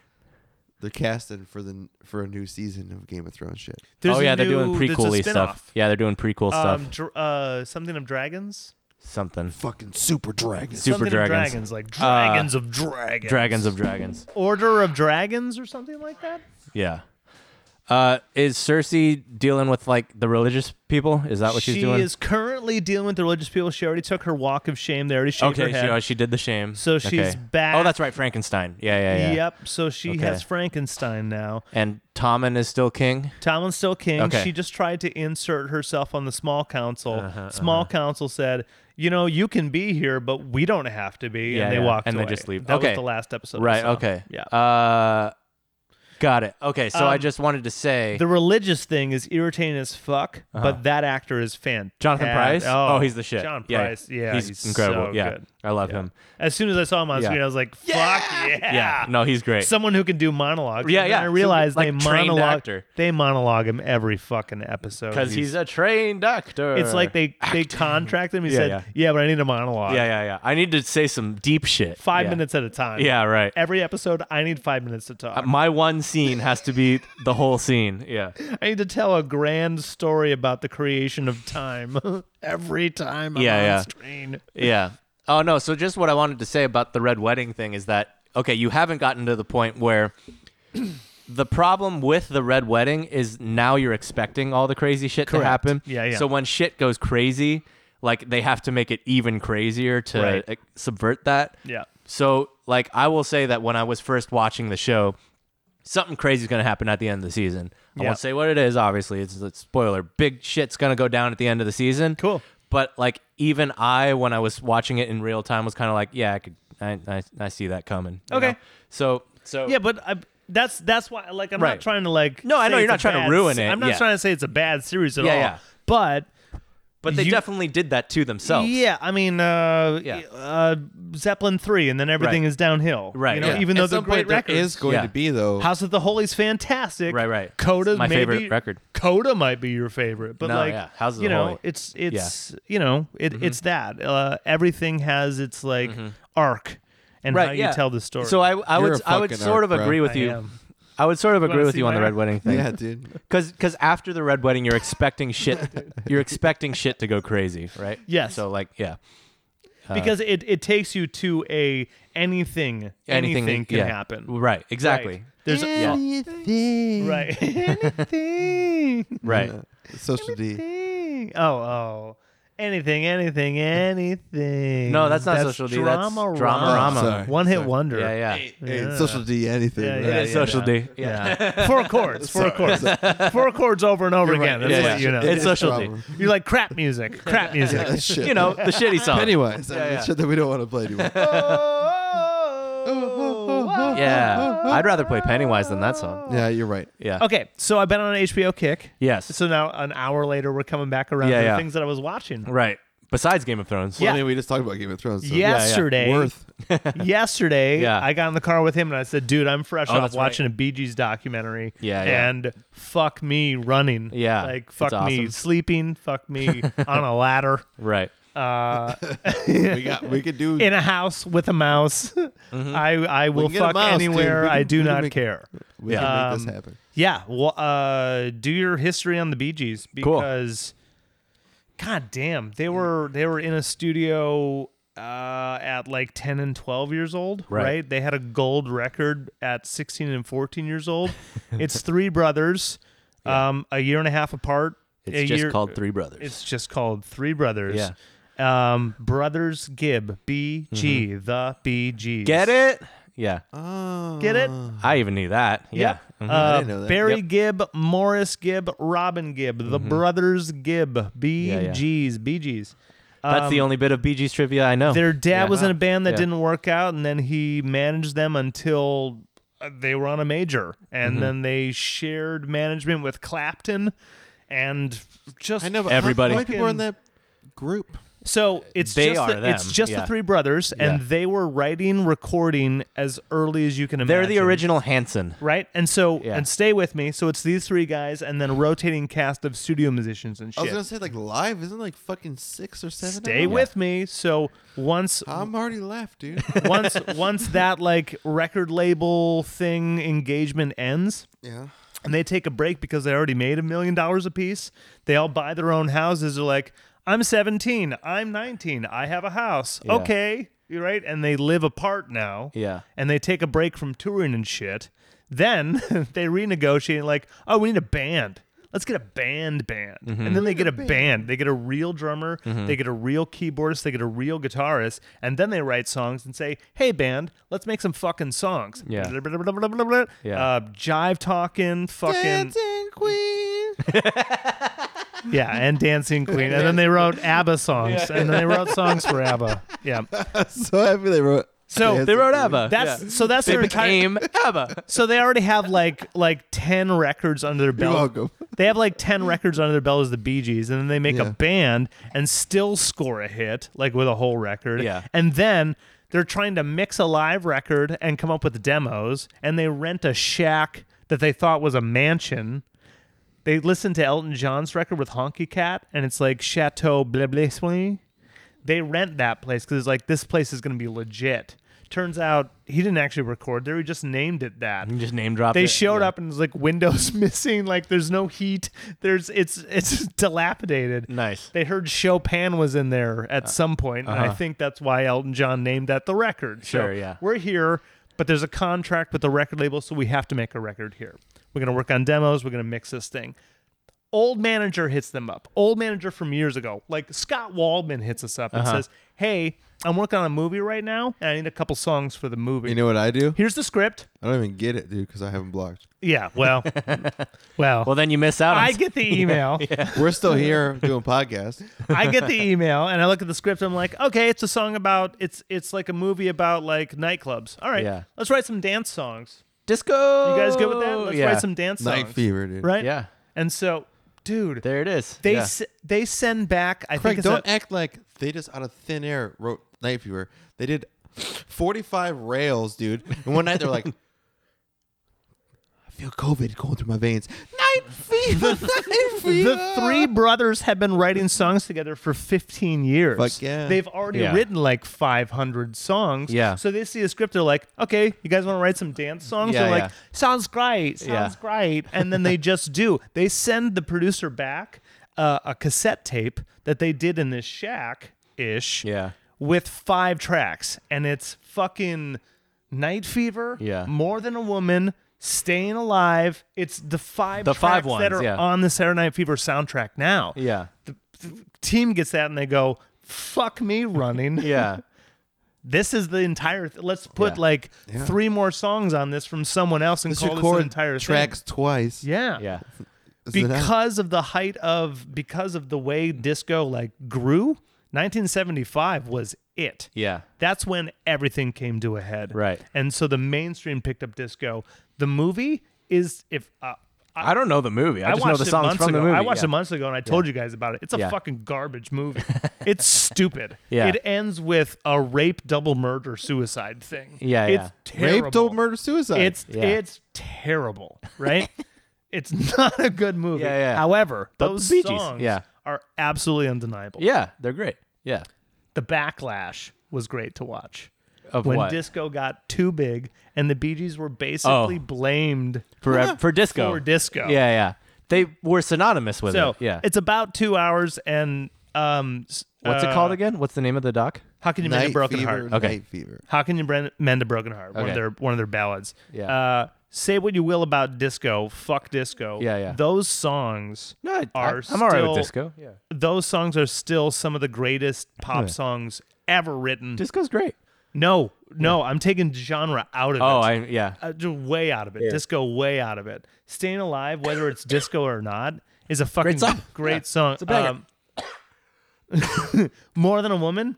[SPEAKER 2] they're casting for the for a new season of Game of Thrones shit.
[SPEAKER 3] There's
[SPEAKER 1] oh
[SPEAKER 3] a
[SPEAKER 1] yeah, they're doing
[SPEAKER 3] new- there's a
[SPEAKER 1] prequely
[SPEAKER 3] spin-off.
[SPEAKER 1] stuff. Yeah, they're doing prequel
[SPEAKER 3] Um,
[SPEAKER 1] stuff.
[SPEAKER 3] dr- uh, something of dragons.
[SPEAKER 1] Something.
[SPEAKER 2] Fucking super dragons.
[SPEAKER 1] Super
[SPEAKER 3] something Of
[SPEAKER 1] Dragons. Uh,
[SPEAKER 3] dragons, like dragons of dragons,
[SPEAKER 1] Dragons of Dragons.
[SPEAKER 3] Order of Dragons, or something like that.
[SPEAKER 1] Yeah. Uh, is Cersei dealing with like the religious people? Is that what
[SPEAKER 3] she
[SPEAKER 1] she's doing?
[SPEAKER 3] is currently dealing with the religious people. She already took her walk of shame. They already shaved
[SPEAKER 1] okay,
[SPEAKER 3] her head.
[SPEAKER 1] she, oh, she did the shame.
[SPEAKER 3] So she's
[SPEAKER 1] Okay.
[SPEAKER 3] back.
[SPEAKER 1] Oh, that's right, Frankenstein. Yeah, yeah, yeah.
[SPEAKER 3] Yep. So she
[SPEAKER 1] Okay.
[SPEAKER 3] has Frankenstein now.
[SPEAKER 1] And Tommen is still king.
[SPEAKER 3] Tomlin's still king.
[SPEAKER 1] Okay. Uh-huh,
[SPEAKER 3] She just tried to insert herself on the small council. small council said, "You know, you can be here, but we don't have to be."
[SPEAKER 1] Yeah,
[SPEAKER 3] and they
[SPEAKER 1] yeah.
[SPEAKER 3] walked
[SPEAKER 1] And they
[SPEAKER 3] away.
[SPEAKER 1] just leave.
[SPEAKER 3] That was
[SPEAKER 1] Okay.
[SPEAKER 3] the last episode. we
[SPEAKER 1] Right.
[SPEAKER 3] saw.
[SPEAKER 1] Okay.
[SPEAKER 3] Yeah.
[SPEAKER 1] Uh, got it. Okay. So I
[SPEAKER 3] Um,
[SPEAKER 1] just wanted to say
[SPEAKER 3] the religious thing is irritating as fuck, but that actor is fantastic.
[SPEAKER 1] Uh-huh. Jonathan Price.
[SPEAKER 3] Oh,
[SPEAKER 1] Oh, he's the shit.
[SPEAKER 3] John
[SPEAKER 1] Yeah,
[SPEAKER 3] Price. Yeah,
[SPEAKER 1] he's,
[SPEAKER 3] he's
[SPEAKER 1] incredible.
[SPEAKER 3] so
[SPEAKER 1] yeah,
[SPEAKER 3] good.
[SPEAKER 1] I love him.
[SPEAKER 3] As soon as I saw him on
[SPEAKER 1] Yeah.
[SPEAKER 3] screen, I was like, "Fuck yeah!"
[SPEAKER 1] Yeah. No, he's great.
[SPEAKER 3] Someone who can do monologues.
[SPEAKER 1] Yeah,
[SPEAKER 3] And
[SPEAKER 1] yeah.
[SPEAKER 3] then I realized
[SPEAKER 1] Like,
[SPEAKER 3] they
[SPEAKER 1] trained
[SPEAKER 3] monologue.
[SPEAKER 1] actor.
[SPEAKER 3] They monologue him every fucking episode
[SPEAKER 1] Because he's, a trained actor.
[SPEAKER 3] It's like they they contract him. He
[SPEAKER 1] Uh, Yeah,
[SPEAKER 3] said, yeah.
[SPEAKER 1] yeah.
[SPEAKER 3] but I need a monologue.
[SPEAKER 1] Yeah, yeah, yeah. I need to say some deep shit.
[SPEAKER 3] Five
[SPEAKER 1] Yeah.
[SPEAKER 3] minutes at a time.
[SPEAKER 1] Yeah, right.
[SPEAKER 3] Every episode, I need five minutes to talk.
[SPEAKER 1] My one scene has to be the whole scene. Yeah.
[SPEAKER 3] I need to tell a grand story about the creation of time. Every time I'm
[SPEAKER 1] Yeah,
[SPEAKER 3] on
[SPEAKER 1] yeah.
[SPEAKER 3] screen.
[SPEAKER 1] Yeah. Oh no. So just what I wanted to say about the red wedding thing is that okay, you haven't gotten to the point where the problem with the red wedding is now you're expecting all the crazy shit
[SPEAKER 3] Correct.
[SPEAKER 1] to happen.
[SPEAKER 3] Yeah, yeah.
[SPEAKER 1] So when shit goes crazy, like they have to make it even crazier to
[SPEAKER 3] Right.
[SPEAKER 1] uh, subvert that.
[SPEAKER 3] Yeah.
[SPEAKER 1] So like I will say that when I was first watching the show, something crazy is going to happen at the end of the season. I
[SPEAKER 3] Yeah.
[SPEAKER 1] won't say what it is. Obviously, it's a spoiler. Big shit's going to go down at the end of the season.
[SPEAKER 3] Cool.
[SPEAKER 1] But like even I, when I was watching it in real time, was kind of like, yeah, I could, I, I, I see that coming. you
[SPEAKER 3] Okay.
[SPEAKER 1] know? So so
[SPEAKER 3] Yeah, but I, that's that's why. Like, I'm not
[SPEAKER 1] Right.
[SPEAKER 3] trying to like.
[SPEAKER 1] No, I
[SPEAKER 3] say
[SPEAKER 1] know you're
[SPEAKER 3] it's a
[SPEAKER 1] not trying to
[SPEAKER 3] bad
[SPEAKER 1] ruin
[SPEAKER 3] se-
[SPEAKER 1] it,
[SPEAKER 3] I'm not
[SPEAKER 1] yeah.
[SPEAKER 3] trying to say it's a bad series at
[SPEAKER 1] Yeah,
[SPEAKER 3] all.
[SPEAKER 1] yeah.
[SPEAKER 3] But
[SPEAKER 1] but they
[SPEAKER 3] you-
[SPEAKER 1] definitely did that to themselves.
[SPEAKER 3] Yeah, I mean, uh,
[SPEAKER 1] Yeah.
[SPEAKER 3] uh, Zeppelin three, and then everything
[SPEAKER 1] Right.
[SPEAKER 3] is downhill.
[SPEAKER 1] Right,
[SPEAKER 3] You know,
[SPEAKER 1] yeah.
[SPEAKER 3] even though
[SPEAKER 2] At
[SPEAKER 3] they're
[SPEAKER 2] some
[SPEAKER 3] great
[SPEAKER 2] point, there
[SPEAKER 3] records.
[SPEAKER 2] is going
[SPEAKER 1] Yeah.
[SPEAKER 2] to be though.
[SPEAKER 3] House of the Holy's fantastic.
[SPEAKER 1] Right, right.
[SPEAKER 3] Coda,
[SPEAKER 1] It's my
[SPEAKER 3] maybe,
[SPEAKER 1] favorite record.
[SPEAKER 3] Coda might be your favorite, but
[SPEAKER 1] No,
[SPEAKER 3] like,
[SPEAKER 1] yeah, House of
[SPEAKER 3] you
[SPEAKER 1] the
[SPEAKER 3] know,
[SPEAKER 1] Holy. Mm-hmm.
[SPEAKER 3] it's it's you know, it, it's that. Uh, everything has its like arc and
[SPEAKER 1] Right.
[SPEAKER 3] how
[SPEAKER 1] yeah.
[SPEAKER 3] you tell the story.
[SPEAKER 1] So I I
[SPEAKER 2] You're
[SPEAKER 1] would
[SPEAKER 2] a
[SPEAKER 1] I would
[SPEAKER 2] fucking
[SPEAKER 1] sort
[SPEAKER 2] arc,
[SPEAKER 1] of agree
[SPEAKER 2] bro.
[SPEAKER 1] with
[SPEAKER 3] I
[SPEAKER 1] you.
[SPEAKER 3] am.
[SPEAKER 1] I would sort of
[SPEAKER 3] wanna
[SPEAKER 1] agree with
[SPEAKER 3] see
[SPEAKER 1] you on
[SPEAKER 3] my
[SPEAKER 1] the red
[SPEAKER 3] arc?
[SPEAKER 1] wedding thing.
[SPEAKER 2] yeah, dude.
[SPEAKER 1] Cause, cause after the red wedding, you're expecting shit. you're expecting shit to go crazy, right?
[SPEAKER 3] Yes.
[SPEAKER 1] So like, yeah, Uh,
[SPEAKER 3] because it, it takes you to a anything anything, can
[SPEAKER 1] yeah.
[SPEAKER 3] happen.
[SPEAKER 1] Right. Exactly.
[SPEAKER 3] Right. There's a-
[SPEAKER 1] Yeah.
[SPEAKER 2] Anything.
[SPEAKER 3] right anything.
[SPEAKER 1] Right.
[SPEAKER 2] Social D.
[SPEAKER 3] anything. Oh, oh. Anything, anything, anything.
[SPEAKER 1] No, that's not Social D, that's
[SPEAKER 3] Dramarama.
[SPEAKER 1] Dramarama.
[SPEAKER 2] Sorry,
[SPEAKER 3] One hit
[SPEAKER 2] sorry.
[SPEAKER 3] wonder.
[SPEAKER 1] Yeah. Yeah.
[SPEAKER 2] Hey, social D. Anything.
[SPEAKER 3] Yeah,
[SPEAKER 2] right?
[SPEAKER 1] It is
[SPEAKER 3] yeah,
[SPEAKER 1] social
[SPEAKER 3] yeah.
[SPEAKER 1] D.
[SPEAKER 3] Yeah. Four chords. Four chords. Four chords over and over again.
[SPEAKER 1] right.
[SPEAKER 3] That's
[SPEAKER 1] Yeah,
[SPEAKER 3] what
[SPEAKER 1] yeah.
[SPEAKER 3] you know.
[SPEAKER 1] It's social
[SPEAKER 2] Problem.
[SPEAKER 1] D.
[SPEAKER 3] you like crap music. Crap music.
[SPEAKER 2] That shit.
[SPEAKER 1] You know the shitty song.
[SPEAKER 2] Pennywise. I mean,
[SPEAKER 1] yeah.
[SPEAKER 2] Shit that we don't want to play
[SPEAKER 3] Oh,
[SPEAKER 2] anymore.
[SPEAKER 1] Yeah. I'd rather play Pennywise than that song.
[SPEAKER 2] yeah, you're right.
[SPEAKER 1] Yeah.
[SPEAKER 3] Okay, so I've been on an HBO kick.
[SPEAKER 1] Yes.
[SPEAKER 3] So now an hour later, we're coming back around
[SPEAKER 1] Yeah,
[SPEAKER 3] to the
[SPEAKER 1] yeah.
[SPEAKER 3] things that I was watching.
[SPEAKER 1] Right. Besides Game of Thrones.
[SPEAKER 2] Well,
[SPEAKER 3] Yeah.
[SPEAKER 2] I mean, we just talked about Game of Thrones. So
[SPEAKER 3] yesterday,
[SPEAKER 2] Worth.
[SPEAKER 3] yesterday,
[SPEAKER 1] Yeah.
[SPEAKER 3] I got in the car with him and I said, "Dude, I'm fresh
[SPEAKER 1] Oh,
[SPEAKER 3] off
[SPEAKER 1] that's
[SPEAKER 3] watching a Bee Gees documentary.
[SPEAKER 1] Yeah, yeah.
[SPEAKER 3] and fuck me running.
[SPEAKER 1] Yeah,
[SPEAKER 3] like
[SPEAKER 1] it's
[SPEAKER 3] fuck me
[SPEAKER 1] awesome.
[SPEAKER 3] sleeping. Fuck me on a ladder.
[SPEAKER 1] Right.
[SPEAKER 3] Uh,
[SPEAKER 2] We got. We could do.
[SPEAKER 3] in a house with a mouse. I I will
[SPEAKER 2] Mm-hmm. can get a
[SPEAKER 3] fuck
[SPEAKER 2] mouse, dude.
[SPEAKER 3] anywhere.
[SPEAKER 2] We can-
[SPEAKER 3] I
[SPEAKER 2] we
[SPEAKER 3] do
[SPEAKER 2] can
[SPEAKER 3] not
[SPEAKER 2] make-
[SPEAKER 3] care.
[SPEAKER 2] we can
[SPEAKER 3] Yeah.
[SPEAKER 2] make
[SPEAKER 3] Um,
[SPEAKER 2] this happen.
[SPEAKER 3] Yeah, well, uh, do your history on the Bee Gees
[SPEAKER 1] Cool.
[SPEAKER 3] because, god damn, they were they were in a studio uh, at like ten and twelve years old,
[SPEAKER 1] Right.
[SPEAKER 3] right? They had a gold record at sixteen and fourteen years old. it's three brothers, um, a year and a half apart.
[SPEAKER 1] It's
[SPEAKER 3] a
[SPEAKER 1] just
[SPEAKER 3] year-
[SPEAKER 1] called Three Brothers.
[SPEAKER 3] It's just called Three Brothers.
[SPEAKER 1] Yeah.
[SPEAKER 3] Um, brothers Gibb, B G, the B G.
[SPEAKER 1] Mm-hmm. Get it? Yeah.
[SPEAKER 2] Oh.
[SPEAKER 3] Get it?
[SPEAKER 1] I even knew that. Yeah. Mhm.
[SPEAKER 3] Uh,
[SPEAKER 2] didn't know that.
[SPEAKER 3] Barry Gibb, Morris Gibb, Robin Gibb, the brothers Gibb,
[SPEAKER 1] Yeah, Mm-hmm. yeah.
[SPEAKER 3] BGs, BGs.
[SPEAKER 1] That's the
[SPEAKER 3] Um,
[SPEAKER 1] only bit of Bee Gees trivia I know.
[SPEAKER 3] Their dad
[SPEAKER 1] Yeah.
[SPEAKER 3] was in a band that
[SPEAKER 1] Yeah.
[SPEAKER 3] didn't work out, and then he managed them until uh, they were on a major, and
[SPEAKER 1] Mm-hmm.
[SPEAKER 3] then they shared management with Clapton, and just
[SPEAKER 2] I know. But
[SPEAKER 1] Everybody.
[SPEAKER 2] Everybody. How, many people are in that group?
[SPEAKER 3] so it's
[SPEAKER 1] They
[SPEAKER 3] just
[SPEAKER 1] are
[SPEAKER 3] the, it's
[SPEAKER 1] them,
[SPEAKER 3] just
[SPEAKER 1] yeah.
[SPEAKER 3] the three brothers, and
[SPEAKER 1] Yeah.
[SPEAKER 3] they were writing, recording as early as you can imagine.
[SPEAKER 1] They're the original Hanson.
[SPEAKER 3] right? And so,
[SPEAKER 1] Yeah.
[SPEAKER 3] and stay with me. So it's these three guys, and then a rotating cast of studio musicians and
[SPEAKER 2] I was
[SPEAKER 3] shit.
[SPEAKER 2] gonna say like live. Isn't it like fucking six or seven?
[SPEAKER 3] Stay
[SPEAKER 2] of them?
[SPEAKER 3] with me. So once,
[SPEAKER 2] I'm already left, dude.
[SPEAKER 3] once, once that like record label thing engagement ends,
[SPEAKER 2] yeah.
[SPEAKER 3] and they take a break because they already made a million dollars apiece. They all buy their own houses. They're like, I'm 17. I'm 19. I have a house.
[SPEAKER 1] Yeah.
[SPEAKER 3] Okay. You're right. And they live apart now.
[SPEAKER 1] Yeah.
[SPEAKER 3] And they take a break from touring and shit. Then they renegotiate, like, oh, we need a band. Let's get a band band.
[SPEAKER 1] Mm-hmm.
[SPEAKER 3] And then they get a band. They get a real drummer. They get a real keyboardist. They get a real guitarist. And then they write songs and say, hey, band, let's make some fucking songs.
[SPEAKER 1] Yeah. Yeah.
[SPEAKER 3] Uh, jive talking, fucking.
[SPEAKER 2] Dancing Queen.
[SPEAKER 3] Yeah, and Dancing Queen. And then they wrote ABBA songs. And then they wrote songs for ABBA. Yeah.
[SPEAKER 2] so happy they wrote.
[SPEAKER 3] So
[SPEAKER 1] They wrote ABBA.
[SPEAKER 3] That's
[SPEAKER 1] Yeah.
[SPEAKER 3] so that's
[SPEAKER 1] they
[SPEAKER 3] their entire
[SPEAKER 1] became ABBA.
[SPEAKER 3] So they already have like like ten records under their belt.
[SPEAKER 2] welcome.
[SPEAKER 3] They have like ten records under their belt as the Bee Gees, and then they make a
[SPEAKER 2] Yeah.
[SPEAKER 3] band and still score a hit, like with a whole record.
[SPEAKER 1] Yeah.
[SPEAKER 3] And then they're trying to mix a live record and come up with demos, and they rent a shack that they thought was a mansion. They listen to Elton John's record with Honky Cat, and it's like Chateau Blablaiswing they rent that place because it's like this place is going to be legit. Turns out he didn't actually record there; he just named it that.
[SPEAKER 1] You just name dropped
[SPEAKER 3] They
[SPEAKER 1] it.
[SPEAKER 3] showed up and it's like windows missing, like there's no heat, there's it's it's dilapidated.
[SPEAKER 1] Nice. Uh,
[SPEAKER 3] They heard Chopin was in there at some point, and I think that's why Elton John named that the record. So
[SPEAKER 1] uh-huh. Sure, yeah.
[SPEAKER 3] We're here, but there's a contract with the record label, so we have to make a record here. We're gonna work on demos. We're gonna mix this thing. Old manager hits them up. Old manager from years ago, like Scott Waldman hits us up and
[SPEAKER 1] Uh-huh.
[SPEAKER 3] says, "Hey, I'm working on a movie right now, and I need a couple songs for the movie.
[SPEAKER 2] You know what I do?
[SPEAKER 3] Here's the script.
[SPEAKER 2] I don't even get it, dude, because I haven't blocked.
[SPEAKER 3] Yeah, well, well,
[SPEAKER 1] Well, then you miss out on
[SPEAKER 3] I get the email.
[SPEAKER 2] We're still here doing podcasts.
[SPEAKER 3] I get the email and I look at the script. I'm like, okay, it's a song about it's it's like a movie about like nightclubs. All right,
[SPEAKER 1] Yeah.
[SPEAKER 3] let's write some dance songs.
[SPEAKER 1] disco.
[SPEAKER 3] You guys good with that? Let's
[SPEAKER 1] yeah.
[SPEAKER 3] write some dance songs.
[SPEAKER 2] Night Fever, dude.
[SPEAKER 3] right?
[SPEAKER 1] Yeah.
[SPEAKER 3] And so, dude,
[SPEAKER 1] There it is.
[SPEAKER 3] they
[SPEAKER 1] yeah.
[SPEAKER 3] s- they send back. I
[SPEAKER 2] Craig,
[SPEAKER 3] think it's a-
[SPEAKER 2] don't act like they just out of thin air wrote Night Fever. They did 45 rails, dude. And one night they're like, I feel COVID going through my veins. Night Fever, Night Fever.
[SPEAKER 3] the three brothers have been writing songs together for 15 years.
[SPEAKER 2] Fuck yeah.
[SPEAKER 3] They've already
[SPEAKER 1] Yeah.
[SPEAKER 3] written like 500 songs.
[SPEAKER 1] Yeah.
[SPEAKER 3] So they see a script, they're like, okay, you guys want to write some dance songs?
[SPEAKER 1] Yeah,
[SPEAKER 3] they're
[SPEAKER 1] yeah.
[SPEAKER 3] like, sounds great, sounds
[SPEAKER 1] Yeah.
[SPEAKER 3] great. And then they just do. They send the producer back uh, a cassette tape that they did in this shack ish
[SPEAKER 1] Yeah.
[SPEAKER 3] with five tracks. And it's fucking Night Fever,
[SPEAKER 1] Yeah.
[SPEAKER 3] More Than a Woman. Staying alive, it's the five
[SPEAKER 1] The five
[SPEAKER 3] tracks that
[SPEAKER 1] ones,
[SPEAKER 3] are
[SPEAKER 1] yeah.
[SPEAKER 3] on the Saturday Night Fever soundtrack now.
[SPEAKER 1] Yeah.
[SPEAKER 3] Team gets that and they go, "Fuck me, running."
[SPEAKER 1] Yeah.
[SPEAKER 3] This is the entire. Th- let's put
[SPEAKER 1] Yeah.
[SPEAKER 3] like three more songs on this from someone else and
[SPEAKER 2] Let's
[SPEAKER 3] call this
[SPEAKER 2] record
[SPEAKER 3] an entire
[SPEAKER 2] tracks twice.
[SPEAKER 3] Thing. Yeah.
[SPEAKER 1] Yeah.
[SPEAKER 2] Is it out?
[SPEAKER 3] Because of the height of because of the way disco like grew, 1975 was it.
[SPEAKER 1] Yeah.
[SPEAKER 3] That's when everything came to a head.
[SPEAKER 1] Right.
[SPEAKER 3] And so the mainstream picked up disco. The movie is if uh,
[SPEAKER 1] I don't know the movie. I, just know
[SPEAKER 3] watched
[SPEAKER 1] the
[SPEAKER 3] it
[SPEAKER 1] songs
[SPEAKER 3] months
[SPEAKER 1] from
[SPEAKER 3] ago.
[SPEAKER 1] the movie.
[SPEAKER 3] I watched
[SPEAKER 1] yeah.
[SPEAKER 3] it months ago and I told you guys about it. It's a
[SPEAKER 1] Yeah.
[SPEAKER 3] fucking garbage movie. it's stupid.
[SPEAKER 1] Yeah.
[SPEAKER 3] It ends with a rape, double murder, suicide thing.
[SPEAKER 1] Yeah,
[SPEAKER 3] It's
[SPEAKER 1] yeah.
[SPEAKER 3] terrible.
[SPEAKER 2] Rape, double murder, suicide.
[SPEAKER 3] It's
[SPEAKER 1] Yeah.
[SPEAKER 3] it's terrible, right? it's not a good movie.
[SPEAKER 1] Yeah, yeah.
[SPEAKER 3] However,
[SPEAKER 1] But the
[SPEAKER 3] those
[SPEAKER 1] Bee Gees,
[SPEAKER 3] songs
[SPEAKER 1] yeah.
[SPEAKER 3] are absolutely undeniable.
[SPEAKER 1] Yeah, they're great. Yeah.
[SPEAKER 3] The backlash was great to watch.
[SPEAKER 1] Of
[SPEAKER 3] when
[SPEAKER 1] what?
[SPEAKER 3] disco got too big and the Bee Gees were basically
[SPEAKER 1] Oh.
[SPEAKER 3] blamed
[SPEAKER 1] for for disco.
[SPEAKER 3] for disco.
[SPEAKER 1] Yeah, yeah. They were synonymous with
[SPEAKER 3] So
[SPEAKER 1] it. Yeah.
[SPEAKER 3] it's about two hours and um. s-
[SPEAKER 1] What's
[SPEAKER 3] uh,
[SPEAKER 1] it called again? What's the name of the doc?
[SPEAKER 3] How can you mend
[SPEAKER 2] night
[SPEAKER 3] a broken
[SPEAKER 2] fever.
[SPEAKER 3] heart?
[SPEAKER 1] Okay.
[SPEAKER 2] Night fever.
[SPEAKER 3] How can you bren- mend a broken heart? One
[SPEAKER 1] Okay.
[SPEAKER 3] of their one of their ballads.
[SPEAKER 1] Yeah.
[SPEAKER 3] Uh, say what you will about disco. Fuck disco.
[SPEAKER 1] Yeah, yeah.
[SPEAKER 3] Those songs
[SPEAKER 1] No, I,
[SPEAKER 3] are.
[SPEAKER 1] am all right
[SPEAKER 3] still-
[SPEAKER 1] with disco. Yeah.
[SPEAKER 3] Those songs are still some of the greatest pop
[SPEAKER 1] Yeah.
[SPEAKER 3] songs ever written.
[SPEAKER 1] Disco's great.
[SPEAKER 3] no, no, I'm taking genre out of
[SPEAKER 1] Oh,
[SPEAKER 3] it.
[SPEAKER 1] I yeah.
[SPEAKER 3] uh, just way out of it. Disco way out of it. Staying alive, whether it's disco or not, is a fucking great
[SPEAKER 1] song.
[SPEAKER 3] song.
[SPEAKER 1] Yeah. It's a banger.
[SPEAKER 3] Um, More than a woman.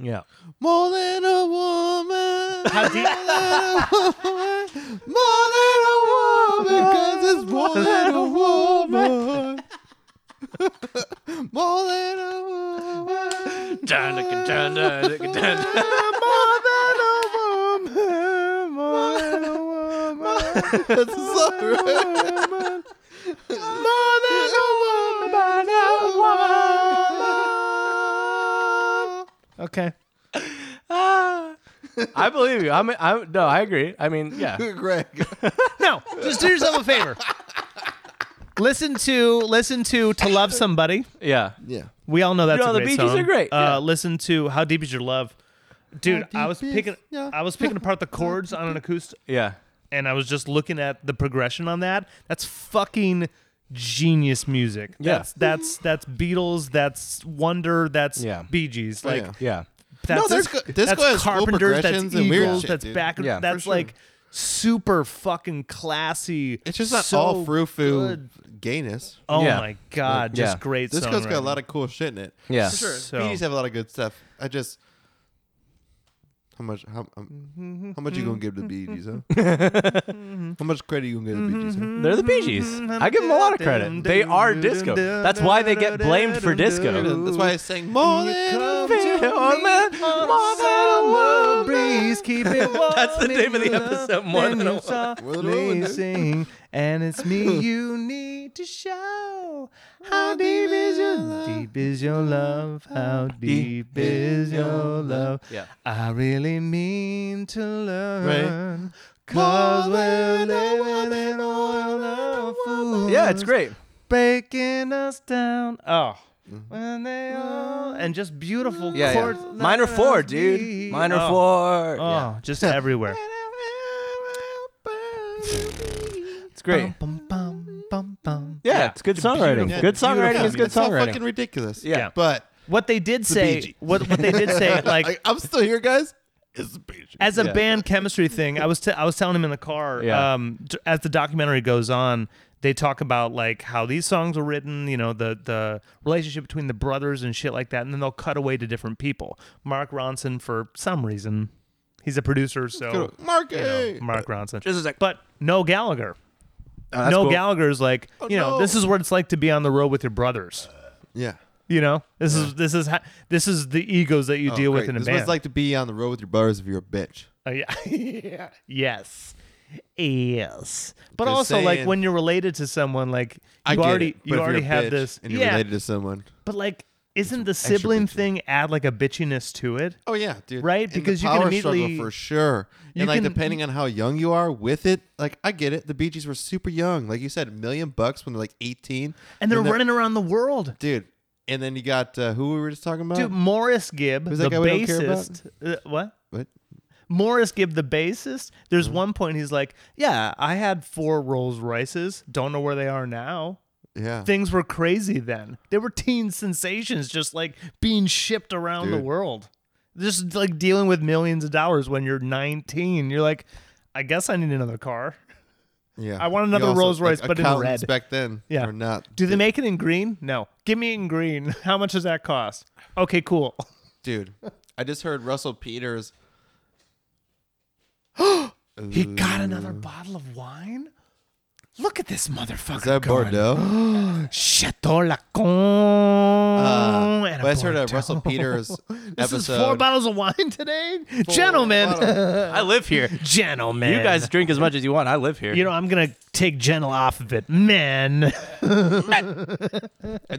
[SPEAKER 1] Yeah.
[SPEAKER 2] More than a woman.
[SPEAKER 3] How deep?
[SPEAKER 2] More than a woman, 'cause it's more than a woman. more than a woman. More than a woman. More than a woman. That's the song, right? More than a woman. More than a woman.
[SPEAKER 3] Okay.
[SPEAKER 1] I believe you. I'm, I'm no, I agree. I mean, yeah.
[SPEAKER 2] Greg.
[SPEAKER 3] No, just do yourself a favor. Listen to listen to to love somebody.
[SPEAKER 1] Yeah.
[SPEAKER 2] Yeah.
[SPEAKER 3] We all know that's
[SPEAKER 1] Yeah,
[SPEAKER 3] a
[SPEAKER 1] the
[SPEAKER 3] great
[SPEAKER 1] Bee Gees
[SPEAKER 3] song.
[SPEAKER 1] are great,
[SPEAKER 3] Uh,
[SPEAKER 1] yeah.
[SPEAKER 3] Listen to how deep is your love, dude.
[SPEAKER 2] How
[SPEAKER 3] I was
[SPEAKER 2] deep is
[SPEAKER 3] picking
[SPEAKER 2] your
[SPEAKER 3] I was picking apart the chords on an acoustic,
[SPEAKER 1] Yeah.
[SPEAKER 3] and I was just looking at the progression on that. That's fucking genius music.
[SPEAKER 1] Yeah.
[SPEAKER 3] That's that's that's Beatles. That's Wonder. That's
[SPEAKER 1] Yeah.
[SPEAKER 3] Bee Gees. Like
[SPEAKER 2] Oh, yeah.
[SPEAKER 1] Yeah.
[SPEAKER 3] that's
[SPEAKER 2] No, there's go- disco
[SPEAKER 3] that's
[SPEAKER 2] has cool
[SPEAKER 3] Carpenters. That's
[SPEAKER 2] progressions and weird
[SPEAKER 3] Eagles.
[SPEAKER 2] shit,
[SPEAKER 3] that's
[SPEAKER 2] dude.
[SPEAKER 3] back.
[SPEAKER 1] Yeah, for
[SPEAKER 3] that's
[SPEAKER 1] sure.
[SPEAKER 3] like super fucking classy.
[SPEAKER 2] It's just not
[SPEAKER 3] so
[SPEAKER 2] all frou-frou
[SPEAKER 3] good.
[SPEAKER 2] gayness.
[SPEAKER 3] Oh
[SPEAKER 1] Yeah.
[SPEAKER 3] my god, just
[SPEAKER 1] Yeah.
[SPEAKER 3] great.
[SPEAKER 2] This
[SPEAKER 3] songwriting.
[SPEAKER 2] girl's got a lot of cool shit in it.
[SPEAKER 1] Yeah.
[SPEAKER 2] sure.
[SPEAKER 3] So-
[SPEAKER 2] Beatties have a lot of good stuff. I just how much how um, how much you gonna give to Beatties, huh?
[SPEAKER 3] Mm-hmm.
[SPEAKER 2] how much credit you gonna give to Beatties? Huh?
[SPEAKER 1] They're the Bee Gees. I give them a lot of credit. They are disco. That's why they get blamed for
[SPEAKER 3] Mm-hmm.
[SPEAKER 1] disco.
[SPEAKER 2] That's why I sang more than a
[SPEAKER 1] That's the name of the episode, More Than a Woman.
[SPEAKER 2] More than a woman, dude.
[SPEAKER 3] sing, and it's me you need to show. How deep is your love? Deep is your love. How deep is your love?
[SPEAKER 1] Yeah.
[SPEAKER 3] I really mean to learn.
[SPEAKER 2] More
[SPEAKER 3] Cause we're
[SPEAKER 2] than a
[SPEAKER 3] living
[SPEAKER 2] woman, more
[SPEAKER 3] on
[SPEAKER 2] than a
[SPEAKER 3] a
[SPEAKER 2] woman.
[SPEAKER 3] fool.
[SPEAKER 1] Yeah, it's great.
[SPEAKER 3] breaking us down. Oh, when they all and just beautiful
[SPEAKER 1] Mm-hmm. Yeah, yeah.
[SPEAKER 3] chords.
[SPEAKER 1] Minor four, dude.
[SPEAKER 3] me.
[SPEAKER 1] Minor
[SPEAKER 3] Oh.
[SPEAKER 1] four.
[SPEAKER 3] Oh,
[SPEAKER 1] Yeah.
[SPEAKER 3] just everywhere.
[SPEAKER 1] It's great.
[SPEAKER 3] Bum, bum, bum, bum.
[SPEAKER 1] Yeah, it's good songwriting.
[SPEAKER 2] Yeah,
[SPEAKER 1] Good songwriting
[SPEAKER 2] beautiful.
[SPEAKER 1] is good
[SPEAKER 2] It's all
[SPEAKER 1] songwriting.
[SPEAKER 2] fucking ridiculous.
[SPEAKER 1] Yeah.
[SPEAKER 2] but
[SPEAKER 3] What they did
[SPEAKER 2] Bee
[SPEAKER 3] say,
[SPEAKER 2] Gees.
[SPEAKER 3] what what they did say, like
[SPEAKER 2] I, I'm still here, guys. It's the Bee Gees.
[SPEAKER 3] as a
[SPEAKER 1] Yeah.
[SPEAKER 3] band chemistry thing, I was t- I was telling him in the car.
[SPEAKER 1] Yeah.
[SPEAKER 3] Um, d- as the documentary goes on, they talk about like how these songs were written. You know, the the relationship between the brothers and shit like that. And then they'll cut away to different people. Mark Ronson, for some reason, he's a producer, so
[SPEAKER 2] Mark,
[SPEAKER 3] you know, Mark Ronson.
[SPEAKER 1] Just a sec.
[SPEAKER 3] But no Gallagher.
[SPEAKER 1] Oh, that's
[SPEAKER 3] no
[SPEAKER 1] cool.
[SPEAKER 3] Gallagher's like you know
[SPEAKER 2] no.
[SPEAKER 3] this is what it's like to be on the road with your brothers.
[SPEAKER 2] yeah.
[SPEAKER 3] You know, this is this is ha- this is the egos that you
[SPEAKER 1] Oh,
[SPEAKER 3] deal with
[SPEAKER 2] Great.
[SPEAKER 3] in a
[SPEAKER 2] this is what
[SPEAKER 3] band.
[SPEAKER 2] It's like to be on the road with your brothers if you're a bitch.
[SPEAKER 3] Oh, yeah. yeah. Yes. Yes. But
[SPEAKER 2] Just
[SPEAKER 3] also like
[SPEAKER 2] saying.
[SPEAKER 3] when you're related to someone like you
[SPEAKER 2] I get
[SPEAKER 3] already
[SPEAKER 2] it, but if
[SPEAKER 3] you
[SPEAKER 2] you're
[SPEAKER 3] already
[SPEAKER 2] a
[SPEAKER 3] have
[SPEAKER 2] bitch
[SPEAKER 3] this
[SPEAKER 2] and you're
[SPEAKER 3] yeah,
[SPEAKER 2] related to someone.
[SPEAKER 3] but like isn't the sibling
[SPEAKER 2] bitchy.
[SPEAKER 3] thing add like a bitchiness to it?
[SPEAKER 2] Oh yeah, dude.
[SPEAKER 3] Right?
[SPEAKER 2] And the
[SPEAKER 3] Because you can
[SPEAKER 2] power
[SPEAKER 3] immediately-
[SPEAKER 2] struggle for sure.
[SPEAKER 3] you
[SPEAKER 2] And like
[SPEAKER 3] can-
[SPEAKER 2] depending on how young you are with it, like I get it. The Bee Gees were super young, like you said, a million bucks when they're like eighteen,
[SPEAKER 3] And they're running around the world.
[SPEAKER 2] dude. And then you got uh, who we were just talking about.
[SPEAKER 3] Dude, Morris Gibb,
[SPEAKER 2] Who's
[SPEAKER 3] the
[SPEAKER 2] that guy we don't care about?
[SPEAKER 3] bassist. Uh, what?
[SPEAKER 2] What?
[SPEAKER 3] Morris Gibb, the bassist. There's
[SPEAKER 2] Mm-hmm.
[SPEAKER 3] one point he's like, "Yeah, I had four Rolls Royces. Don't know where they are now."
[SPEAKER 2] Yeah,
[SPEAKER 3] Things were crazy then. They were teen sensations, just like being shipped around the
[SPEAKER 2] Dude.
[SPEAKER 3] world. Just like dealing with millions of dollars when you're 19. You're like, I guess I need another car.
[SPEAKER 2] yeah.
[SPEAKER 3] I want
[SPEAKER 2] You
[SPEAKER 3] another
[SPEAKER 2] also-
[SPEAKER 3] Rolls Royce,
[SPEAKER 2] like,
[SPEAKER 3] but in
[SPEAKER 2] accountants
[SPEAKER 3] red.
[SPEAKER 2] Back then,
[SPEAKER 3] Yeah.
[SPEAKER 2] or not,
[SPEAKER 3] Do they make it in green? No. Give me it in green. How much does that cost? Okay, cool.
[SPEAKER 2] dude. I just heard Russell Peters.
[SPEAKER 3] He got another bottle of wine? Look at this motherfucker.
[SPEAKER 2] Is that
[SPEAKER 3] going.
[SPEAKER 2] Bordeaux?
[SPEAKER 3] Chateau Lacan.
[SPEAKER 2] Uh,
[SPEAKER 3] and
[SPEAKER 2] but I just heard a
[SPEAKER 3] Bordeaux.
[SPEAKER 2] Russell Peters episode.
[SPEAKER 3] This is four bottles of wine today, gentlemen.
[SPEAKER 2] Gentlemen.
[SPEAKER 1] I live here.
[SPEAKER 3] Gentlemen,
[SPEAKER 1] You guys drink as much as you want. I live here.
[SPEAKER 3] You know, I'm gonna take gentle off of it, men.
[SPEAKER 2] I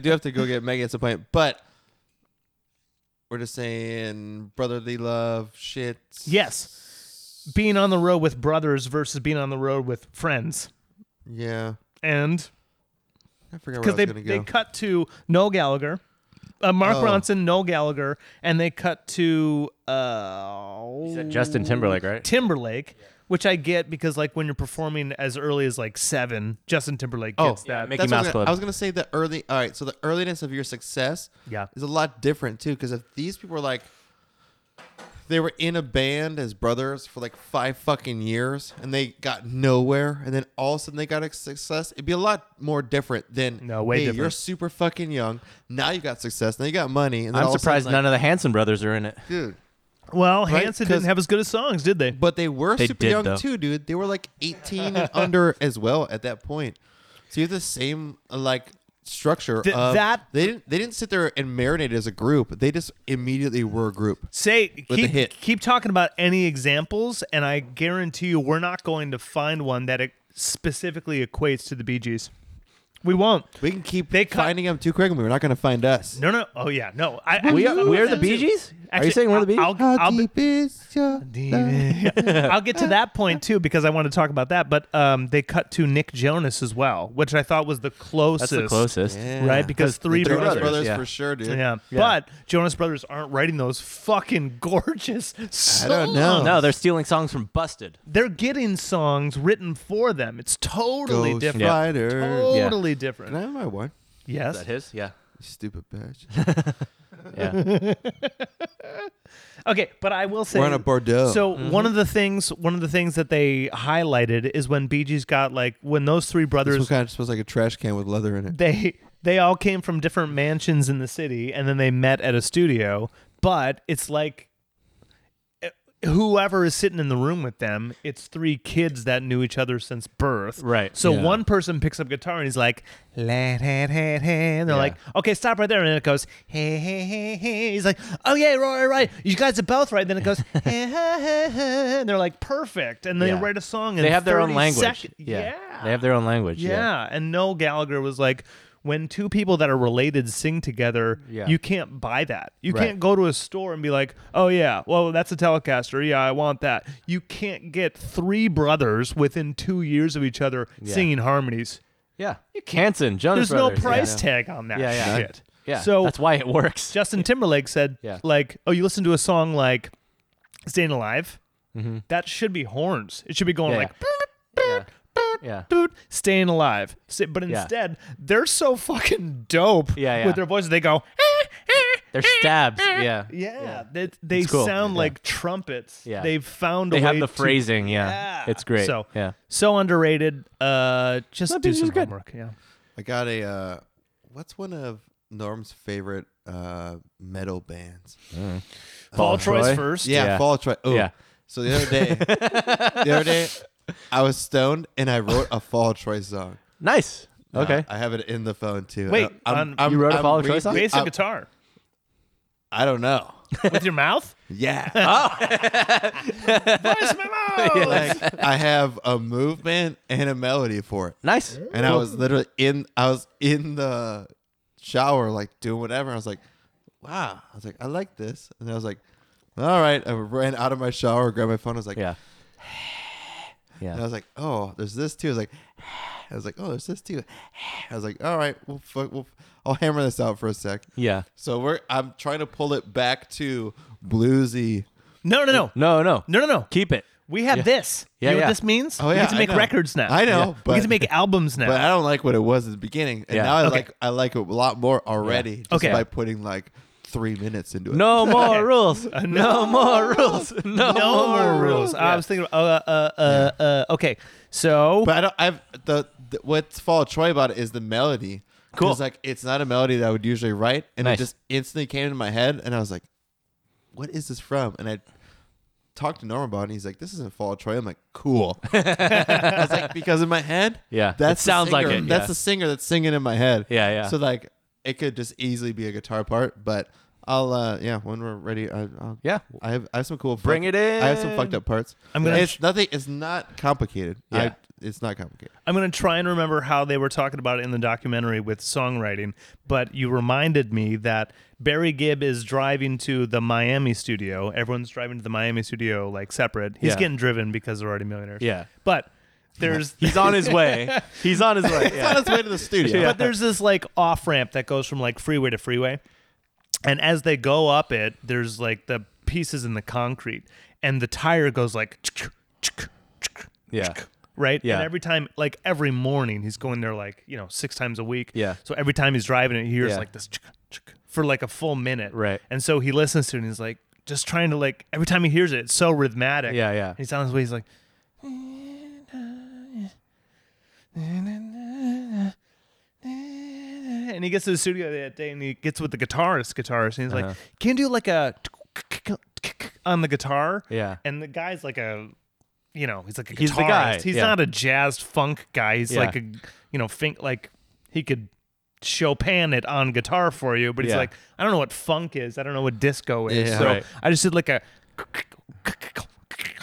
[SPEAKER 2] do have to go get Megan at some point, but we're just saying brotherly love, shit.
[SPEAKER 3] Yes, being on the road with brothers versus being on the road with friends,
[SPEAKER 2] Yeah.
[SPEAKER 3] and
[SPEAKER 2] I forgot
[SPEAKER 3] because
[SPEAKER 2] where I was
[SPEAKER 3] they
[SPEAKER 2] going to
[SPEAKER 3] they
[SPEAKER 2] go.
[SPEAKER 3] cut to Noel Gallagher, uh, Mark
[SPEAKER 2] Oh.
[SPEAKER 3] Ronson, Noel Gallagher, and they cut to uh,
[SPEAKER 1] Justin Timberlake, right?
[SPEAKER 3] Timberlake, which I get because like when you're performing as early as like seven, Justin Timberlake
[SPEAKER 2] Oh.
[SPEAKER 3] gets
[SPEAKER 1] yeah,
[SPEAKER 3] that.
[SPEAKER 1] Mickey
[SPEAKER 2] That's what I was
[SPEAKER 1] Mouse
[SPEAKER 2] gonna-
[SPEAKER 1] Club.
[SPEAKER 2] I was going to say the early. All right. So the earliness of your success
[SPEAKER 3] Yeah.
[SPEAKER 2] is a lot different, too, because if these people are like. They were in a band as brothers for like five fucking years and they got nowhere and then all of a sudden they got a success. It'd be a lot more different than
[SPEAKER 3] No, way
[SPEAKER 2] hey, you're
[SPEAKER 3] different.
[SPEAKER 2] super fucking young. Now you got success. Now you got money. And then
[SPEAKER 1] I'm
[SPEAKER 2] all
[SPEAKER 1] surprised
[SPEAKER 2] of a
[SPEAKER 1] none
[SPEAKER 2] sudden,
[SPEAKER 1] of the Hanson brothers are in it.
[SPEAKER 2] like, dude.
[SPEAKER 3] Well,
[SPEAKER 2] Right,
[SPEAKER 3] Hanson
[SPEAKER 2] 'cause-
[SPEAKER 3] didn't have as good as songs, did they?
[SPEAKER 2] But they were
[SPEAKER 1] They
[SPEAKER 2] super
[SPEAKER 1] did,
[SPEAKER 2] young
[SPEAKER 1] though.
[SPEAKER 2] too, dude. They were like 18 and under as well at that point. So you have the same uh, like structure.
[SPEAKER 3] Th-
[SPEAKER 2] of,
[SPEAKER 3] that-
[SPEAKER 2] they didn't they didn't sit there and marinate as a group. They just immediately were a group.
[SPEAKER 3] Say
[SPEAKER 2] With
[SPEAKER 3] keep
[SPEAKER 2] a hit.
[SPEAKER 3] keep talking about any examples, and I guarantee you, we're not going to find one that it specifically equates to the Bee Gees. We won't.
[SPEAKER 2] We can keep
[SPEAKER 3] They cut-
[SPEAKER 2] finding them too quick, and we're not going to find us.
[SPEAKER 3] No, no. Oh yeah, no. I, I-
[SPEAKER 1] We
[SPEAKER 3] I-
[SPEAKER 1] are, we're the Bee Gees? are
[SPEAKER 3] Actually,
[SPEAKER 1] you saying we're the Bee Gees?
[SPEAKER 3] I'll, I'll, I'll, be-
[SPEAKER 2] is your love?
[SPEAKER 3] I'll get to that point too because I want to talk about that. But um, they cut to Nick Jonas as well, which I thought was the closest.
[SPEAKER 1] That's the closest.
[SPEAKER 2] Yeah.
[SPEAKER 3] Right, because three
[SPEAKER 2] Jonas
[SPEAKER 3] brothers.
[SPEAKER 2] Brothers,
[SPEAKER 1] yeah.
[SPEAKER 2] for sure, dude.
[SPEAKER 3] Yeah. but Jonas Brothers aren't writing those fucking gorgeous songs.
[SPEAKER 2] I don't know.
[SPEAKER 1] No, they're stealing songs from Busted.
[SPEAKER 3] They're getting songs written for them. It's totally
[SPEAKER 2] Ghost
[SPEAKER 3] different.
[SPEAKER 2] Rider.
[SPEAKER 3] Totally
[SPEAKER 2] Can I
[SPEAKER 3] different.
[SPEAKER 2] have my one?
[SPEAKER 3] Yes.
[SPEAKER 1] Is that his? Yeah.
[SPEAKER 2] Stupid bitch.
[SPEAKER 1] Yeah.
[SPEAKER 3] Okay, but I will say
[SPEAKER 2] We're on a Bordeaux.
[SPEAKER 3] So one of the things, one of the things that they highlighted is when Bee Gees got like when those three
[SPEAKER 2] this one
[SPEAKER 3] brothers,
[SPEAKER 2] kind of smells like a trash can with leather in it.
[SPEAKER 3] they they all came from different mansions in the city, and then they met at a studio. But it's like eh, whoever is sitting in the room with them, it's three kids that knew each other since birth.
[SPEAKER 1] Right.
[SPEAKER 3] So
[SPEAKER 2] Yeah.
[SPEAKER 3] one person picks up guitar and he's like, la, da, da, da," and they're like, okay, stop right there. And then it goes, hey, hey, hey, hey. He's like, oh yeah, right, right, right. You guys are both right. Then it goes, "Hey, hey, hey, hey," and they're like, perfect. And they
[SPEAKER 1] Yeah.
[SPEAKER 3] write a song. In
[SPEAKER 1] they have their own
[SPEAKER 3] 30
[SPEAKER 1] language.
[SPEAKER 3] sec-
[SPEAKER 1] yeah.
[SPEAKER 3] yeah.
[SPEAKER 1] They have their own language.
[SPEAKER 3] yeah.
[SPEAKER 1] Yeah.
[SPEAKER 3] And Noel Gallagher was like, when two people that are related sing together,
[SPEAKER 1] Yeah.
[SPEAKER 3] you can't buy that. You
[SPEAKER 1] Right.
[SPEAKER 3] can't go to a store and be like, oh, yeah, well, that's a Telecaster. Yeah, I want that. You can't get three brothers within two years of each other singing harmonies.
[SPEAKER 1] Yeah. Hanson, Jonas
[SPEAKER 3] There's no
[SPEAKER 1] Brothers, yeah.
[SPEAKER 3] price tag on that
[SPEAKER 1] Yeah, yeah.
[SPEAKER 3] shit.
[SPEAKER 1] Yeah.
[SPEAKER 3] So
[SPEAKER 1] that's why it works.
[SPEAKER 3] Justin Timberlake said,
[SPEAKER 1] Yeah.
[SPEAKER 3] like, oh, you listen to a song like Staying Alive? That should be horns. It should be going
[SPEAKER 1] Mm-hmm. Yeah,
[SPEAKER 3] like,
[SPEAKER 1] yeah. Yeah.
[SPEAKER 3] dude, staying alive. Sa- But
[SPEAKER 1] Yeah.
[SPEAKER 3] instead, they're so fucking dope
[SPEAKER 1] Yeah, yeah.
[SPEAKER 3] with their voices. They go,
[SPEAKER 1] They're stabs. Yeah.
[SPEAKER 3] yeah, They, they
[SPEAKER 1] It's cool.
[SPEAKER 3] sound
[SPEAKER 1] Yeah.
[SPEAKER 3] like trumpets.
[SPEAKER 1] Yeah.
[SPEAKER 3] They've found
[SPEAKER 1] They
[SPEAKER 3] a
[SPEAKER 1] have
[SPEAKER 3] way
[SPEAKER 1] the
[SPEAKER 3] to-
[SPEAKER 1] phrasing. yeah.
[SPEAKER 3] Yeah.
[SPEAKER 1] It's great.
[SPEAKER 3] So,
[SPEAKER 1] yeah.
[SPEAKER 3] so underrated. Uh, just
[SPEAKER 1] That
[SPEAKER 3] do
[SPEAKER 1] piece is
[SPEAKER 3] some
[SPEAKER 1] good.
[SPEAKER 3] homework. Yeah.
[SPEAKER 2] I got a uh what's one of Norm's favorite uh metal bands?
[SPEAKER 3] Paul Troy's
[SPEAKER 1] Troy?
[SPEAKER 3] first.
[SPEAKER 2] Yeah,
[SPEAKER 1] Yeah.
[SPEAKER 2] Fall Troy. Oh.
[SPEAKER 1] Yeah.
[SPEAKER 2] So the other day the other day I was stoned and I wrote a Fall Troy song.
[SPEAKER 1] Nice.
[SPEAKER 2] Uh,
[SPEAKER 1] Okay.
[SPEAKER 2] I have it in the phone too.
[SPEAKER 3] Wait,
[SPEAKER 2] I,
[SPEAKER 3] on- You
[SPEAKER 1] wrote a Fall Troy
[SPEAKER 2] reading-
[SPEAKER 1] song?
[SPEAKER 3] Bass and
[SPEAKER 2] I'm-
[SPEAKER 3] guitar
[SPEAKER 2] I don't know.
[SPEAKER 3] with your mouth.
[SPEAKER 2] Yeah.
[SPEAKER 3] Oh. Where's my mouth?
[SPEAKER 2] like I have a movement and a melody for it.
[SPEAKER 1] nice.
[SPEAKER 2] And I was literally in I was in the shower, like doing whatever. I was like, wow. I was like, I like this. And I was like, all right. I ran out of my shower, grabbed my phone. I was like,
[SPEAKER 1] Yeah.
[SPEAKER 2] And I
[SPEAKER 1] Yeah.
[SPEAKER 2] was like, oh, there's this too. I was like, I was like, oh, there's this too. I was like, all right, we'll, fuck, we'll I'll hammer this out for a sec.
[SPEAKER 1] Yeah.
[SPEAKER 2] So we're I'm trying to pull it back to bluesy.
[SPEAKER 3] no, no, no,
[SPEAKER 1] No, no.
[SPEAKER 3] no, no, no.
[SPEAKER 1] Keep it.
[SPEAKER 3] We have this.
[SPEAKER 1] Yeah,
[SPEAKER 3] you know
[SPEAKER 1] yeah.
[SPEAKER 3] what this means?
[SPEAKER 2] Oh,
[SPEAKER 3] we
[SPEAKER 2] yeah,
[SPEAKER 3] get to
[SPEAKER 2] I
[SPEAKER 3] make
[SPEAKER 2] know.
[SPEAKER 3] records now.
[SPEAKER 2] I know,
[SPEAKER 3] we get
[SPEAKER 2] but-
[SPEAKER 3] to make albums now.
[SPEAKER 2] But I don't like what it was at the beginning. And
[SPEAKER 1] Yeah.
[SPEAKER 2] now I
[SPEAKER 3] Okay.
[SPEAKER 2] like I like it a lot more already just
[SPEAKER 3] Okay.
[SPEAKER 2] by putting like three minutes into it.
[SPEAKER 1] No more rules. No more rules. No,
[SPEAKER 3] no more rules. I was thinking, uh, uh, uh, uh, okay, so
[SPEAKER 2] But I don't. I've the, the what's Fall Troy about it is the melody.
[SPEAKER 1] Cool.
[SPEAKER 2] 'Cause, Like it's not a melody that I would usually write, and
[SPEAKER 1] Nice.
[SPEAKER 2] it just instantly came into my head, and I was like, "What is this from?" And I talked to Norm about it. And he's like, "This isn't Fall Out Troy." I'm like, "Cool." I was like, because in my head,
[SPEAKER 1] Yeah, it
[SPEAKER 2] that's the
[SPEAKER 1] sounds like
[SPEAKER 2] singer-
[SPEAKER 1] it,
[SPEAKER 2] That's
[SPEAKER 1] yeah.
[SPEAKER 2] the singer that's singing in my head.
[SPEAKER 1] Yeah, yeah.
[SPEAKER 2] So like, it could just easily be a guitar part, but I'll uh yeah when we're ready. I, I'll,
[SPEAKER 1] Yeah.
[SPEAKER 2] I have I have some cool.
[SPEAKER 1] Bring it in.
[SPEAKER 2] I have some fucked up parts.
[SPEAKER 3] I'm gonna-
[SPEAKER 2] It's nothing. It's not complicated.
[SPEAKER 1] Yeah.
[SPEAKER 2] I, it's not complicated.
[SPEAKER 3] I'm going to try and remember how they were talking about it in the documentary with songwriting, but you reminded me that Barry Gibb is driving to the Miami studio. Everyone's driving to the Miami studio like separate. He's
[SPEAKER 1] Yeah.
[SPEAKER 3] getting driven because they're already millionaires.
[SPEAKER 1] Yeah.
[SPEAKER 3] But there's
[SPEAKER 1] He's on his way. He's on his way.
[SPEAKER 2] It's
[SPEAKER 1] Yeah.
[SPEAKER 2] on its way to the studio.
[SPEAKER 3] but there's this like off ramp that goes from like freeway to freeway. And as they go up it, there's like the pieces in the concrete and the tire goes like
[SPEAKER 1] Yeah.
[SPEAKER 3] right?
[SPEAKER 1] Yeah.
[SPEAKER 3] And every time, like every morning, he's going there like you know six times a week.
[SPEAKER 1] Yeah.
[SPEAKER 3] So every time he's driving it, he hears
[SPEAKER 1] Yeah.
[SPEAKER 3] like this chick, chick, for like a full minute.
[SPEAKER 1] Right.
[SPEAKER 3] And so he listens to it and he's like just trying to like every time he hears it, it's so rhythmic.
[SPEAKER 1] Yeah, yeah.
[SPEAKER 3] And he's on his way. He's like. And he gets to the studio that day and he gets with the guitarist, guitarist, and he's
[SPEAKER 1] Uh-huh.
[SPEAKER 3] like, "Can you do like a on the guitar?"
[SPEAKER 1] Yeah.
[SPEAKER 3] And the guy's like a you know, he's like a guitarist.
[SPEAKER 1] He's
[SPEAKER 3] He's,
[SPEAKER 1] the guy, yeah.
[SPEAKER 3] not a jazzed funk guy. He's
[SPEAKER 1] Yeah.
[SPEAKER 3] like a you know, fink like he could Chopin it on guitar for you, but he's
[SPEAKER 1] Yeah.
[SPEAKER 3] like, I don't know what funk is. I don't know what disco is.
[SPEAKER 2] Yeah.
[SPEAKER 3] so
[SPEAKER 1] Right.
[SPEAKER 3] I just did like a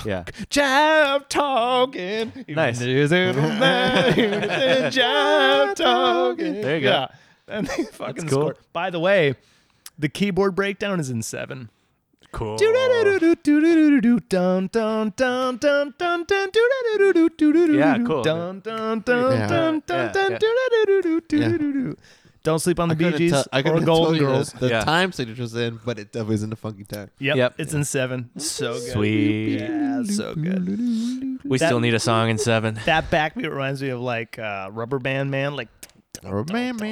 [SPEAKER 1] Yeah.
[SPEAKER 3] jive talking.
[SPEAKER 1] Nice.
[SPEAKER 3] jive talking.
[SPEAKER 1] There you go.
[SPEAKER 3] Yeah. And they fucking
[SPEAKER 1] cool.
[SPEAKER 3] score. By the way, the keyboard breakdown is in seven.
[SPEAKER 1] Cool. Yeah,
[SPEAKER 3] Yeah,
[SPEAKER 1] cool.
[SPEAKER 2] Yeah.
[SPEAKER 3] Don't sleep on the Bee
[SPEAKER 2] couldn't
[SPEAKER 3] Gees
[SPEAKER 2] tell- I
[SPEAKER 3] or
[SPEAKER 2] couldn't tell
[SPEAKER 3] Golden
[SPEAKER 2] you
[SPEAKER 3] Girls.
[SPEAKER 2] The, the
[SPEAKER 1] Yeah.
[SPEAKER 2] time signature's in, but it definitely isn't a funky time.
[SPEAKER 1] Yep.
[SPEAKER 3] Yep, it's in seven. So good.
[SPEAKER 1] Sweet.
[SPEAKER 3] Yeah, so good.
[SPEAKER 1] We
[SPEAKER 3] That-
[SPEAKER 1] still need a song in seven.
[SPEAKER 3] That backbeat reminds me of like uh, Rubber Band Man, like
[SPEAKER 2] Those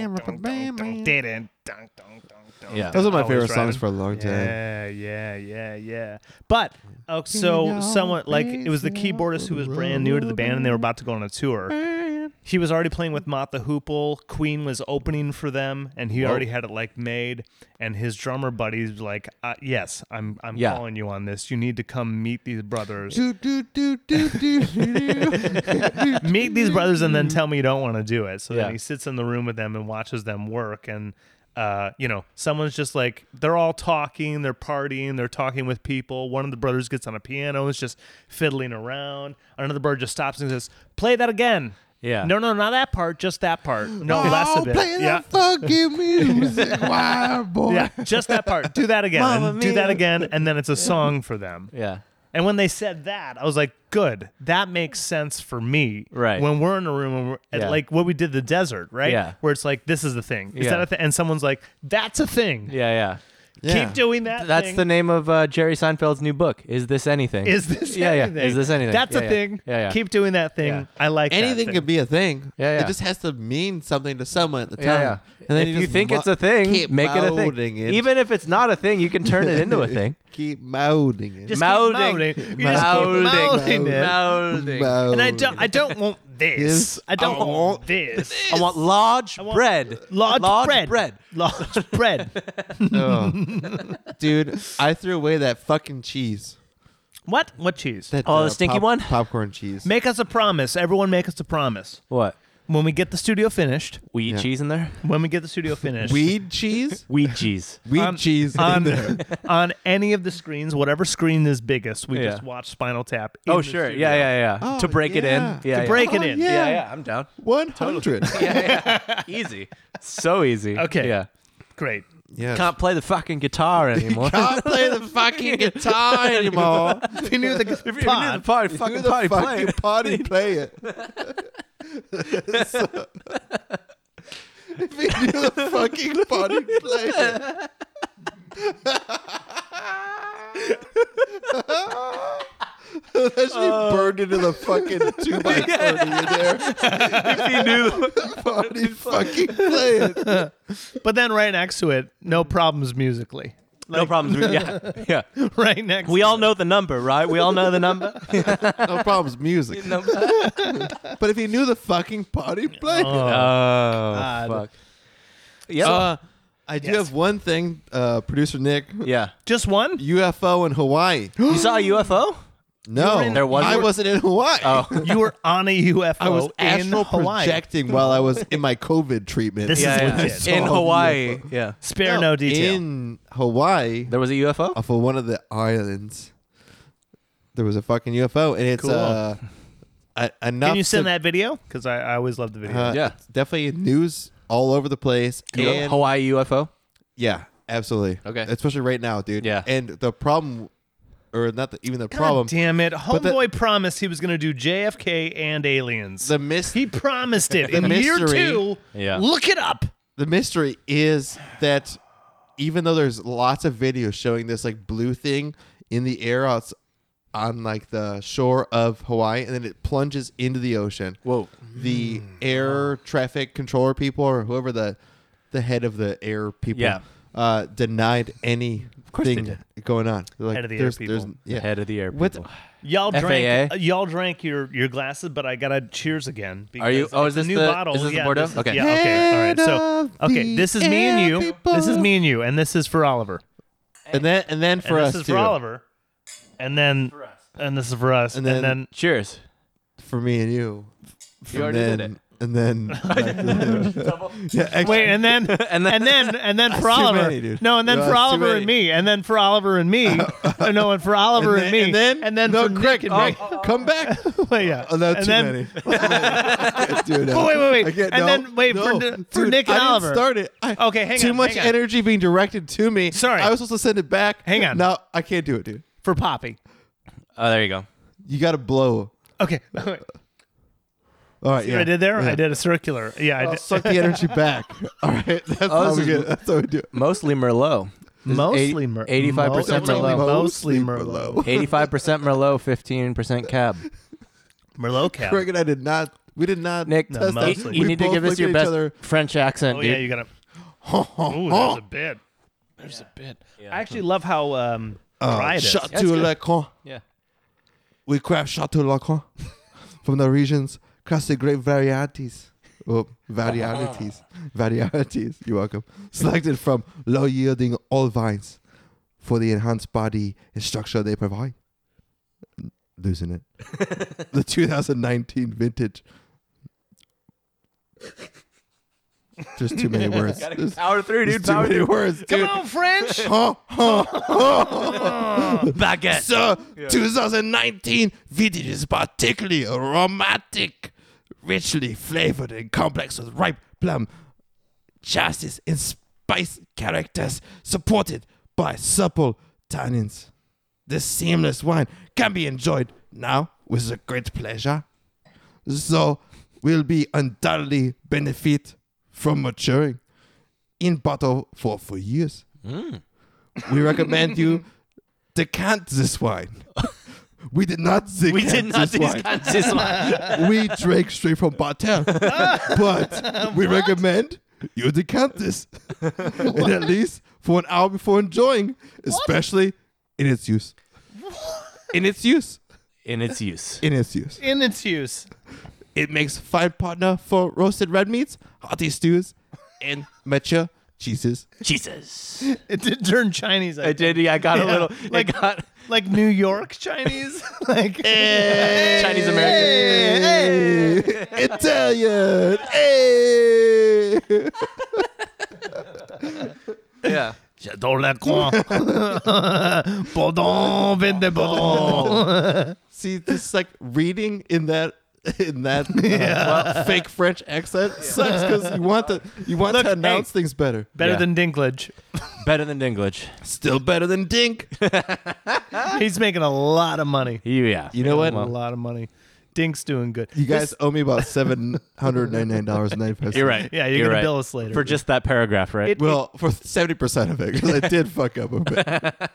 [SPEAKER 1] Yeah.
[SPEAKER 2] are my
[SPEAKER 3] Always
[SPEAKER 2] favorite songs
[SPEAKER 3] driving.
[SPEAKER 2] for a long time.
[SPEAKER 3] Yeah, yeah, yeah, yeah. But oh, so someone like it was the keyboardist who was brand new to the band, and they were about to go on a tour. He was already playing with Mott the Hoople. Queen was opening for them, and he already had it like made. And his drummer buddies like, uh, "Yes, I'm, I'm
[SPEAKER 1] Yeah.
[SPEAKER 3] calling you on this. You need to come meet these brothers.
[SPEAKER 2] Do, do, do, do, do, do.
[SPEAKER 3] meet these brothers and then tell me you don't want to do it. So
[SPEAKER 1] Yeah.
[SPEAKER 3] then he sits in the room with them and watches them work. And, uh, you know, someone's just like, they're all talking, they're partying, they're talking with people. One of the brothers gets on a piano, is just fiddling around. Another brother just stops and says, play that again.
[SPEAKER 1] Yeah.
[SPEAKER 3] No, no, not that part, just that part. No, less
[SPEAKER 2] Oh,
[SPEAKER 3] of it.
[SPEAKER 2] play
[SPEAKER 3] yeah.
[SPEAKER 2] that fucking music, wild boy.
[SPEAKER 3] Yeah, just that part. Do that again.
[SPEAKER 1] Mamma
[SPEAKER 3] and do that
[SPEAKER 1] mia.
[SPEAKER 3] again, and then it's a song for them.
[SPEAKER 1] Yeah.
[SPEAKER 3] And when they said that, I was like, good, that makes sense for me.
[SPEAKER 1] Right.
[SPEAKER 3] When we're in a room, and we're, and
[SPEAKER 1] Yeah.
[SPEAKER 3] like what we did the desert, right?
[SPEAKER 1] Yeah.
[SPEAKER 3] Where it's like, this is the thing. Is
[SPEAKER 1] Yeah.
[SPEAKER 3] that a thing? And someone's like, that's a thing.
[SPEAKER 1] Yeah,
[SPEAKER 2] Yeah.
[SPEAKER 3] Keep doing that.
[SPEAKER 1] yeah. That's
[SPEAKER 3] thing.
[SPEAKER 1] the name of uh, Jerry Seinfeld's new book. Is this anything?
[SPEAKER 3] Is this
[SPEAKER 1] yeah,
[SPEAKER 3] anything?
[SPEAKER 1] yeah. Is this anything?
[SPEAKER 3] That's
[SPEAKER 1] yeah,
[SPEAKER 3] a
[SPEAKER 1] yeah.
[SPEAKER 3] thing.
[SPEAKER 1] Yeah, yeah.
[SPEAKER 3] Keep doing that thing.
[SPEAKER 1] Yeah.
[SPEAKER 3] I like that
[SPEAKER 2] Anything
[SPEAKER 3] thing.
[SPEAKER 2] could be a thing.
[SPEAKER 1] Yeah, yeah.
[SPEAKER 2] It just has to mean something to someone at the time.
[SPEAKER 1] Yeah, yeah.
[SPEAKER 2] And then
[SPEAKER 1] if
[SPEAKER 2] you,
[SPEAKER 1] you,
[SPEAKER 2] just
[SPEAKER 1] think
[SPEAKER 2] mo-
[SPEAKER 1] it's a thing,
[SPEAKER 2] keep
[SPEAKER 1] make it a
[SPEAKER 2] molding
[SPEAKER 1] thing.
[SPEAKER 2] It.
[SPEAKER 1] Even if it's not a thing, you can turn it into a thing.
[SPEAKER 2] keep molding it.
[SPEAKER 3] Just
[SPEAKER 1] Moulding.
[SPEAKER 3] Keep moulding. You just keep
[SPEAKER 1] Moulding.
[SPEAKER 3] moulding it.
[SPEAKER 1] Molding.
[SPEAKER 3] And I don't. I don't want this.
[SPEAKER 2] Yes,
[SPEAKER 3] I don't
[SPEAKER 2] I
[SPEAKER 3] want,
[SPEAKER 2] want
[SPEAKER 3] this.
[SPEAKER 1] I want large
[SPEAKER 3] want
[SPEAKER 1] bread.
[SPEAKER 3] Large, bread.
[SPEAKER 1] bread.
[SPEAKER 3] Large bread.
[SPEAKER 2] Oh. Dude, I threw away that fucking cheese.
[SPEAKER 3] What? What cheese?
[SPEAKER 2] That, uh,
[SPEAKER 1] Oh, the stinky one?
[SPEAKER 2] Popcorn cheese.
[SPEAKER 3] Make us a promise. Everyone, make us a promise.
[SPEAKER 1] What?
[SPEAKER 3] When we get the studio finished,
[SPEAKER 1] We eat
[SPEAKER 2] Yeah.
[SPEAKER 1] cheese in there?
[SPEAKER 3] when we get the studio finished,
[SPEAKER 2] Weed cheese?
[SPEAKER 1] We eat cheese.
[SPEAKER 2] Weed
[SPEAKER 3] On-
[SPEAKER 2] cheese.
[SPEAKER 3] on
[SPEAKER 2] in there.
[SPEAKER 3] on any of the screens, whatever screen is biggest, we
[SPEAKER 1] Yeah.
[SPEAKER 3] just watch Spinal Tap. in
[SPEAKER 1] Oh,
[SPEAKER 3] the
[SPEAKER 1] sure.
[SPEAKER 3] studio.
[SPEAKER 1] Yeah, yeah, yeah.
[SPEAKER 2] Oh,
[SPEAKER 1] to break it in.
[SPEAKER 2] yeah.
[SPEAKER 1] Yeah,
[SPEAKER 2] To
[SPEAKER 1] yeah.
[SPEAKER 3] break it
[SPEAKER 2] Oh,
[SPEAKER 3] in.
[SPEAKER 2] yeah.
[SPEAKER 1] Yeah, yeah. I'm down.
[SPEAKER 2] 100.
[SPEAKER 1] Yeah, yeah. Easy. So easy.
[SPEAKER 3] Okay.
[SPEAKER 1] Yeah.
[SPEAKER 3] Great.
[SPEAKER 2] Yes.
[SPEAKER 1] Can't play the fucking guitar anymore.
[SPEAKER 2] Can't play the fucking guitar anymore.
[SPEAKER 3] We knew the
[SPEAKER 1] If you're new to the party,
[SPEAKER 2] Who
[SPEAKER 1] fucking
[SPEAKER 2] the
[SPEAKER 1] party
[SPEAKER 2] fuck
[SPEAKER 1] play.
[SPEAKER 2] you party play it? if you do the fucking party play it. that should be burned into the fucking two by forty in there.
[SPEAKER 1] If you knew.
[SPEAKER 2] Party fucking play it.
[SPEAKER 3] But then right next to it, no problems musically.
[SPEAKER 1] no problems. We- Yeah. Yeah.
[SPEAKER 3] Right next.
[SPEAKER 1] We all know the number, right? We all know the number.
[SPEAKER 2] No problems, music. But if you knew the fucking party play it.
[SPEAKER 1] Ah, Oh, fuck. Oh, Yeah.
[SPEAKER 2] Uh, I do
[SPEAKER 3] Yes.
[SPEAKER 2] have one thing, uh, producer Nick.
[SPEAKER 1] Yeah.
[SPEAKER 3] Just one?
[SPEAKER 2] UFO in Hawaii.
[SPEAKER 1] You saw a UFO?
[SPEAKER 2] No,
[SPEAKER 1] in- There Oh. wasn't?
[SPEAKER 2] I wasn't in Hawaii.
[SPEAKER 3] You were on a UFO
[SPEAKER 2] I was
[SPEAKER 3] Oh, in
[SPEAKER 2] astral
[SPEAKER 3] Hawaii.
[SPEAKER 2] projecting while I was in my COVID treatment.
[SPEAKER 3] This Yeah, is yeah.
[SPEAKER 2] I
[SPEAKER 3] legit.
[SPEAKER 2] saw
[SPEAKER 1] In
[SPEAKER 2] a
[SPEAKER 1] Hawaii.
[SPEAKER 2] UFO.
[SPEAKER 1] Yeah.
[SPEAKER 3] Spare no, detail.
[SPEAKER 2] In Hawaii,
[SPEAKER 1] There was a UFO?
[SPEAKER 2] off of one of the islands, there was a fucking UFO, and it's
[SPEAKER 3] Cool.
[SPEAKER 2] uh, a, enough.
[SPEAKER 3] Can you send
[SPEAKER 2] to-
[SPEAKER 3] that video? Because I, I always love the video.
[SPEAKER 2] uh,
[SPEAKER 1] Yeah.
[SPEAKER 2] it's definitely news all over the place. and-
[SPEAKER 1] Hawaii UFO?
[SPEAKER 2] Yeah, absolutely.
[SPEAKER 1] Okay.
[SPEAKER 2] especially right now, dude.
[SPEAKER 1] Yeah.
[SPEAKER 2] and the problem, or not the, even the
[SPEAKER 3] God
[SPEAKER 2] problem,
[SPEAKER 3] damn it.
[SPEAKER 2] the-
[SPEAKER 3] Homeboy promised he was going to do JFK and aliens.
[SPEAKER 2] the mis-
[SPEAKER 3] he promised it.
[SPEAKER 2] The
[SPEAKER 3] in year
[SPEAKER 2] mystery-
[SPEAKER 3] two,
[SPEAKER 1] Yeah.
[SPEAKER 3] look it up.
[SPEAKER 2] the mystery is that even though there's lots of videos showing this like blue thing in the air outs on like the shore of Hawaii and then it plunges into the ocean. Whoa. The air traffic controller people or whoever the the head of the air people
[SPEAKER 1] Yeah.
[SPEAKER 2] uh denied any
[SPEAKER 1] they
[SPEAKER 2] thing going on. They're like,
[SPEAKER 3] Head of the air
[SPEAKER 2] there's,
[SPEAKER 3] people.
[SPEAKER 2] there's- yeah.
[SPEAKER 1] Head of the air.
[SPEAKER 2] What-
[SPEAKER 1] people.
[SPEAKER 3] Y'all drank.
[SPEAKER 1] FAA?
[SPEAKER 3] Y'all drank your, your glasses, but I gotta cheers again. because
[SPEAKER 1] Are you- oh,
[SPEAKER 3] it's
[SPEAKER 1] is this
[SPEAKER 3] a new
[SPEAKER 1] the-
[SPEAKER 3] bottle?
[SPEAKER 1] is this the
[SPEAKER 3] yeah,
[SPEAKER 1] Bordeaux?
[SPEAKER 3] This is,
[SPEAKER 1] Okay.
[SPEAKER 3] Yeah. Okay. All right. So
[SPEAKER 2] Head of
[SPEAKER 3] okay,
[SPEAKER 2] the
[SPEAKER 3] this is me and you.
[SPEAKER 2] air
[SPEAKER 3] This is
[SPEAKER 2] people.
[SPEAKER 3] me and you, and this is for Oliver.
[SPEAKER 2] And then and then for
[SPEAKER 3] and
[SPEAKER 2] us
[SPEAKER 3] this is
[SPEAKER 2] too.
[SPEAKER 3] for Oliver. And then and this is for us.
[SPEAKER 2] And
[SPEAKER 3] And
[SPEAKER 2] then-
[SPEAKER 3] then,
[SPEAKER 1] Cheers.
[SPEAKER 2] For me and you.
[SPEAKER 1] You already
[SPEAKER 2] and then,
[SPEAKER 1] did it.
[SPEAKER 2] And then yeah, actually,
[SPEAKER 3] wait, and then and
[SPEAKER 1] And
[SPEAKER 3] then
[SPEAKER 1] then-
[SPEAKER 3] and then and then for
[SPEAKER 2] That's too
[SPEAKER 3] Oliver.
[SPEAKER 2] many, dude.
[SPEAKER 3] no, and then
[SPEAKER 2] No,
[SPEAKER 3] for
[SPEAKER 2] that's too
[SPEAKER 3] Oliver and
[SPEAKER 2] many.
[SPEAKER 3] me, and then for Oliver and me. Uh, no, and for Oliver and,
[SPEAKER 2] then,
[SPEAKER 3] me.
[SPEAKER 2] And then,
[SPEAKER 3] and then
[SPEAKER 2] no,
[SPEAKER 3] for Nick
[SPEAKER 2] Craig,
[SPEAKER 3] and
[SPEAKER 2] oh,
[SPEAKER 3] Rick.
[SPEAKER 2] oh, come back.
[SPEAKER 3] Wait, yeah.
[SPEAKER 2] Oh, no,
[SPEAKER 3] and
[SPEAKER 2] too
[SPEAKER 3] then,
[SPEAKER 2] many. Dude,
[SPEAKER 3] But wait, wait, wait.
[SPEAKER 2] I can't-
[SPEAKER 3] And
[SPEAKER 2] no,
[SPEAKER 3] then- wait, for
[SPEAKER 2] no.
[SPEAKER 3] Ni-
[SPEAKER 2] Dude,
[SPEAKER 3] for Nick and
[SPEAKER 2] I didn't
[SPEAKER 3] Oliver.
[SPEAKER 2] Start it. I-
[SPEAKER 3] Okay, hang
[SPEAKER 2] Too
[SPEAKER 3] on,
[SPEAKER 2] much
[SPEAKER 3] hang on.
[SPEAKER 2] energy being directed to me.
[SPEAKER 3] Sorry.
[SPEAKER 2] I was supposed to send it back.
[SPEAKER 3] Hang on.
[SPEAKER 2] No, I can't do it, dude.
[SPEAKER 3] For Poppy.
[SPEAKER 1] Oh, there you go.
[SPEAKER 2] You got to blow.
[SPEAKER 3] Okay. Wait.
[SPEAKER 2] All right,
[SPEAKER 3] See
[SPEAKER 2] yeah.
[SPEAKER 3] what I did there?
[SPEAKER 2] Yeah. Oh,
[SPEAKER 3] I did a circular. Yeah, I
[SPEAKER 2] I'll
[SPEAKER 3] did.
[SPEAKER 2] suck the energy back. All right, that's
[SPEAKER 1] Oh, this
[SPEAKER 2] how we
[SPEAKER 1] is-
[SPEAKER 2] get. That's how we do. it.
[SPEAKER 1] Mostly Merlot.
[SPEAKER 3] Mostly Mer-
[SPEAKER 1] 85%
[SPEAKER 3] mostly-
[SPEAKER 1] Merlot.
[SPEAKER 3] Mostly Merlot.
[SPEAKER 1] 85% Merlot, 15% Cab.
[SPEAKER 3] Merlot cap.
[SPEAKER 2] Craig and I did not. We did not.
[SPEAKER 1] Nick,
[SPEAKER 2] test
[SPEAKER 3] No,
[SPEAKER 2] that.
[SPEAKER 1] you,
[SPEAKER 3] mostly.
[SPEAKER 1] you
[SPEAKER 2] We
[SPEAKER 1] need to
[SPEAKER 2] both
[SPEAKER 1] give us
[SPEAKER 2] looked
[SPEAKER 1] your
[SPEAKER 2] at each
[SPEAKER 1] best
[SPEAKER 2] other.
[SPEAKER 1] French accent,
[SPEAKER 3] Oh
[SPEAKER 1] dude.
[SPEAKER 3] yeah, you gotta. Oh, there's a bit. There's a bit. I actually love how um,
[SPEAKER 2] Oh,
[SPEAKER 3] dry it is.
[SPEAKER 2] Chateau Lacan.
[SPEAKER 1] Yeah.
[SPEAKER 2] We craft Chateau Lacan from the region's classic grape varieties. Oh, varieties. varieties. You're welcome. Selected from low yielding all vines for the enhanced body and structure they provide. Losing it. the 2019 vintage. Just too many words. There's,
[SPEAKER 1] Power through,
[SPEAKER 2] there's too many words, dude.
[SPEAKER 3] Come on, French.
[SPEAKER 2] Huh, huh, huh.
[SPEAKER 1] Baguette.
[SPEAKER 2] So, 2019 vintage is particularly aromatic, richly flavored and complex with ripe plum, justice, and spice characters, supported by supple tannins. This seamless wine can be enjoyed now with a great pleasure. So, will be undoubtedly benefit from maturing in bottle for four years.
[SPEAKER 1] Hmm.
[SPEAKER 2] We recommend you decant this wine. We did not decant
[SPEAKER 1] We did not
[SPEAKER 2] this wine.
[SPEAKER 1] discount this one.
[SPEAKER 2] We drank straight from bottle, but we recommend you decant this, and at least for an hour before enjoying, especially in its use. In its use.
[SPEAKER 1] In its use.
[SPEAKER 2] In its use.
[SPEAKER 3] In its use.
[SPEAKER 2] It makes fine partner for roasted red meats, hearty stews, and mature cheeses.
[SPEAKER 1] Jesus.
[SPEAKER 3] It did turn Chinese. I
[SPEAKER 1] I did. Yeah, I got a
[SPEAKER 3] Yeah,
[SPEAKER 1] little.
[SPEAKER 3] like-
[SPEAKER 1] it got
[SPEAKER 3] Like New York Chinese. like
[SPEAKER 1] Chinese American.
[SPEAKER 2] Hey, Italian. Hey.
[SPEAKER 1] Yeah.
[SPEAKER 3] J'adore la coin. Bordon, vin de Bordon.
[SPEAKER 2] See, this like reading in that in that uh, well, fake French accent sucks because you want to you want
[SPEAKER 3] Look,
[SPEAKER 2] to announce things better.
[SPEAKER 3] Better
[SPEAKER 1] Yeah.
[SPEAKER 3] than Dinklage.
[SPEAKER 1] Better than Dinklage.
[SPEAKER 2] Still better than Dink.
[SPEAKER 3] He's making a lot of money.
[SPEAKER 1] Yeah.
[SPEAKER 2] You know what?
[SPEAKER 3] A lot of money. Dink's doing good.
[SPEAKER 2] you guys owe me about seven hundred ninety nine dollars and ninety five.
[SPEAKER 1] You're right.
[SPEAKER 3] Yeah, you're
[SPEAKER 1] You're
[SPEAKER 3] gonna
[SPEAKER 1] right.
[SPEAKER 3] bill us later.
[SPEAKER 1] For just that paragraph, right?
[SPEAKER 3] It-
[SPEAKER 2] Well, for seventy percent of it, because I did fuck up a bit.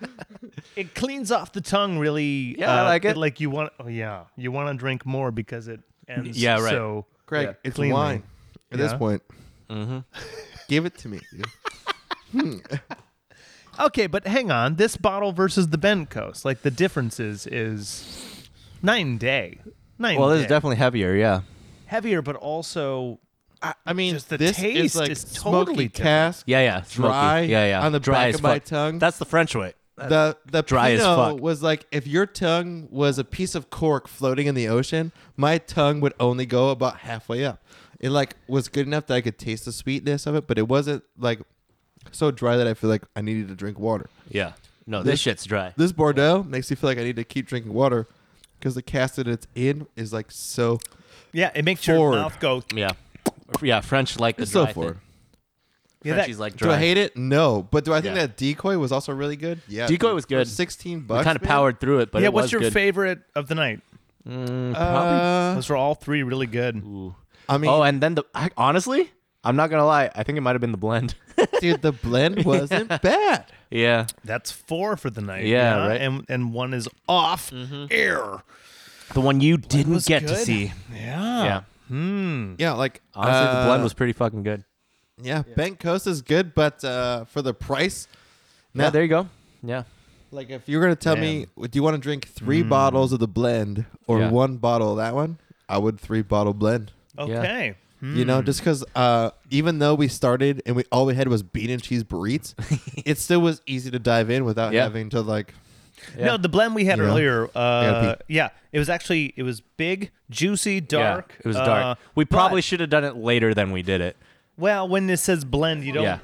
[SPEAKER 3] it cleans off the tongue really.
[SPEAKER 1] Yeah, I
[SPEAKER 3] uh,
[SPEAKER 1] like it.
[SPEAKER 3] Like you want, oh yeah, you want to drink more because it ends.
[SPEAKER 1] Yeah, right.
[SPEAKER 3] So
[SPEAKER 2] Greg,
[SPEAKER 1] Yeah,
[SPEAKER 2] it's
[SPEAKER 3] cleanly.
[SPEAKER 2] wine. At this
[SPEAKER 3] Yeah.
[SPEAKER 2] point,
[SPEAKER 3] Mm-hmm.
[SPEAKER 2] give it to me. dude.
[SPEAKER 3] okay, but hang on, this bottle versus the Bent Coast, like the differences is night and day. Night.
[SPEAKER 1] well,
[SPEAKER 3] and
[SPEAKER 1] this is
[SPEAKER 3] day.
[SPEAKER 1] definitely heavier. Yeah.
[SPEAKER 3] heavier, but also
[SPEAKER 2] I, I mean,
[SPEAKER 3] Just the
[SPEAKER 2] this
[SPEAKER 3] taste
[SPEAKER 2] is like
[SPEAKER 3] is
[SPEAKER 2] smoky
[SPEAKER 3] totally different.
[SPEAKER 2] cask.
[SPEAKER 1] Yeah, yeah. Smoky.
[SPEAKER 2] Dry
[SPEAKER 1] yeah, yeah.
[SPEAKER 2] on the
[SPEAKER 1] dry
[SPEAKER 2] back
[SPEAKER 1] as
[SPEAKER 2] of my
[SPEAKER 1] fuck.
[SPEAKER 2] tongue.
[SPEAKER 1] That's the French way.
[SPEAKER 2] The the
[SPEAKER 1] Dry as
[SPEAKER 2] Pinot
[SPEAKER 1] fuck.
[SPEAKER 2] was like if your tongue was a piece of cork floating in the ocean, my tongue would only go about halfway up. It like was good enough that I could taste the sweetness of it, but it wasn't like so dry that I feel like I needed to drink water.
[SPEAKER 1] Yeah. No, this,
[SPEAKER 2] This-
[SPEAKER 1] shit's dry.
[SPEAKER 2] This Bordeaux makes me feel like I need to keep drinking water because the cast that it's in is like so
[SPEAKER 3] Yeah, it makes
[SPEAKER 2] Forward.
[SPEAKER 3] your mouth go.
[SPEAKER 1] yeah. Yeah, French like the
[SPEAKER 2] so
[SPEAKER 1] dry
[SPEAKER 2] forward.
[SPEAKER 1] thing.
[SPEAKER 3] Yeah, that-
[SPEAKER 1] Frenchies like
[SPEAKER 2] Do
[SPEAKER 1] dry.
[SPEAKER 2] I hate it? No, but do I think
[SPEAKER 1] Yeah.
[SPEAKER 2] that decoy was also really good? Yeah,
[SPEAKER 1] Decoy
[SPEAKER 2] dude.
[SPEAKER 1] was
[SPEAKER 2] For
[SPEAKER 1] good.
[SPEAKER 2] Sixteen
[SPEAKER 1] We
[SPEAKER 2] bucks.
[SPEAKER 1] kind of
[SPEAKER 2] man?
[SPEAKER 1] powered through it, but
[SPEAKER 3] yeah,
[SPEAKER 1] it
[SPEAKER 3] what's
[SPEAKER 1] was
[SPEAKER 3] your
[SPEAKER 1] good.
[SPEAKER 3] favorite of the night?
[SPEAKER 2] Uh,
[SPEAKER 3] Those were all three really good.
[SPEAKER 1] Ooh.
[SPEAKER 2] I mean,
[SPEAKER 1] oh, and then the I, honestly, I'm not gonna lie. I think it might have been the blend.
[SPEAKER 2] dude, the blend wasn't bad.
[SPEAKER 1] yeah,
[SPEAKER 3] That's four for the night.
[SPEAKER 1] Yeah, right.
[SPEAKER 3] And and one is off air.
[SPEAKER 1] the one you didn't
[SPEAKER 3] was
[SPEAKER 1] get to
[SPEAKER 3] good.
[SPEAKER 1] see.
[SPEAKER 3] Yeah.
[SPEAKER 1] Yeah,
[SPEAKER 2] Yeah, like
[SPEAKER 1] honestly, the blend
[SPEAKER 2] uh,
[SPEAKER 1] was pretty fucking good.
[SPEAKER 2] Yeah, Ben Coast is good, but uh, for the price,
[SPEAKER 1] Yeah,
[SPEAKER 2] no.
[SPEAKER 1] there you go. Yeah,
[SPEAKER 2] like if you're gonna tell me, do you want to drink three bottles of the blend or
[SPEAKER 1] Mm. Yeah.
[SPEAKER 2] one bottle of that one? I would three bottle blend.
[SPEAKER 3] Okay.
[SPEAKER 2] You
[SPEAKER 1] Hmm.
[SPEAKER 2] know, just because uh, even though we started and we all we had was bean and cheese burritos, it still was easy to dive in without
[SPEAKER 1] Yeah.
[SPEAKER 2] having to like
[SPEAKER 1] Yeah.
[SPEAKER 3] No, the blend we had
[SPEAKER 2] You know?
[SPEAKER 3] earlier. Uh,
[SPEAKER 2] gotta pee.
[SPEAKER 3] yeah, it was actually it was big, juicy, dark.
[SPEAKER 1] Yeah, it was
[SPEAKER 3] uh,
[SPEAKER 1] dark. We probably
[SPEAKER 3] but-
[SPEAKER 1] should have done it later than we did it.
[SPEAKER 3] well when it says blend, you don't.
[SPEAKER 1] Yeah.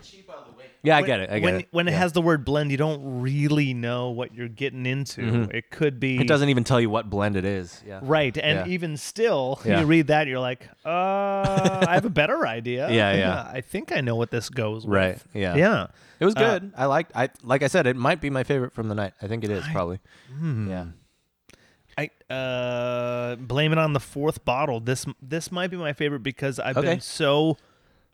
[SPEAKER 1] Yeah, I get it. I get
[SPEAKER 3] when,
[SPEAKER 1] it.
[SPEAKER 3] When it
[SPEAKER 1] Yeah.
[SPEAKER 3] has the word blend, you don't really know what you're getting into. It could be.
[SPEAKER 1] Mm-hmm. it doesn't even tell you what blend it is. Yeah.
[SPEAKER 3] Right, and
[SPEAKER 1] Yeah.
[SPEAKER 3] even still,
[SPEAKER 1] Yeah.
[SPEAKER 3] you read that, you're like, uh, I have a better idea.
[SPEAKER 1] Yeah, yeah.
[SPEAKER 3] I think I know what this goes with.
[SPEAKER 1] Right. Yeah.
[SPEAKER 3] Yeah.
[SPEAKER 1] It was
[SPEAKER 3] Uh,
[SPEAKER 1] good. I liked. I like I said, it might be my favorite from the night. I think it is probably.
[SPEAKER 3] Hmm.
[SPEAKER 1] Yeah.
[SPEAKER 3] I uh blame it on the fourth bottle. This this might be my favorite because I've
[SPEAKER 1] Okay.
[SPEAKER 3] been so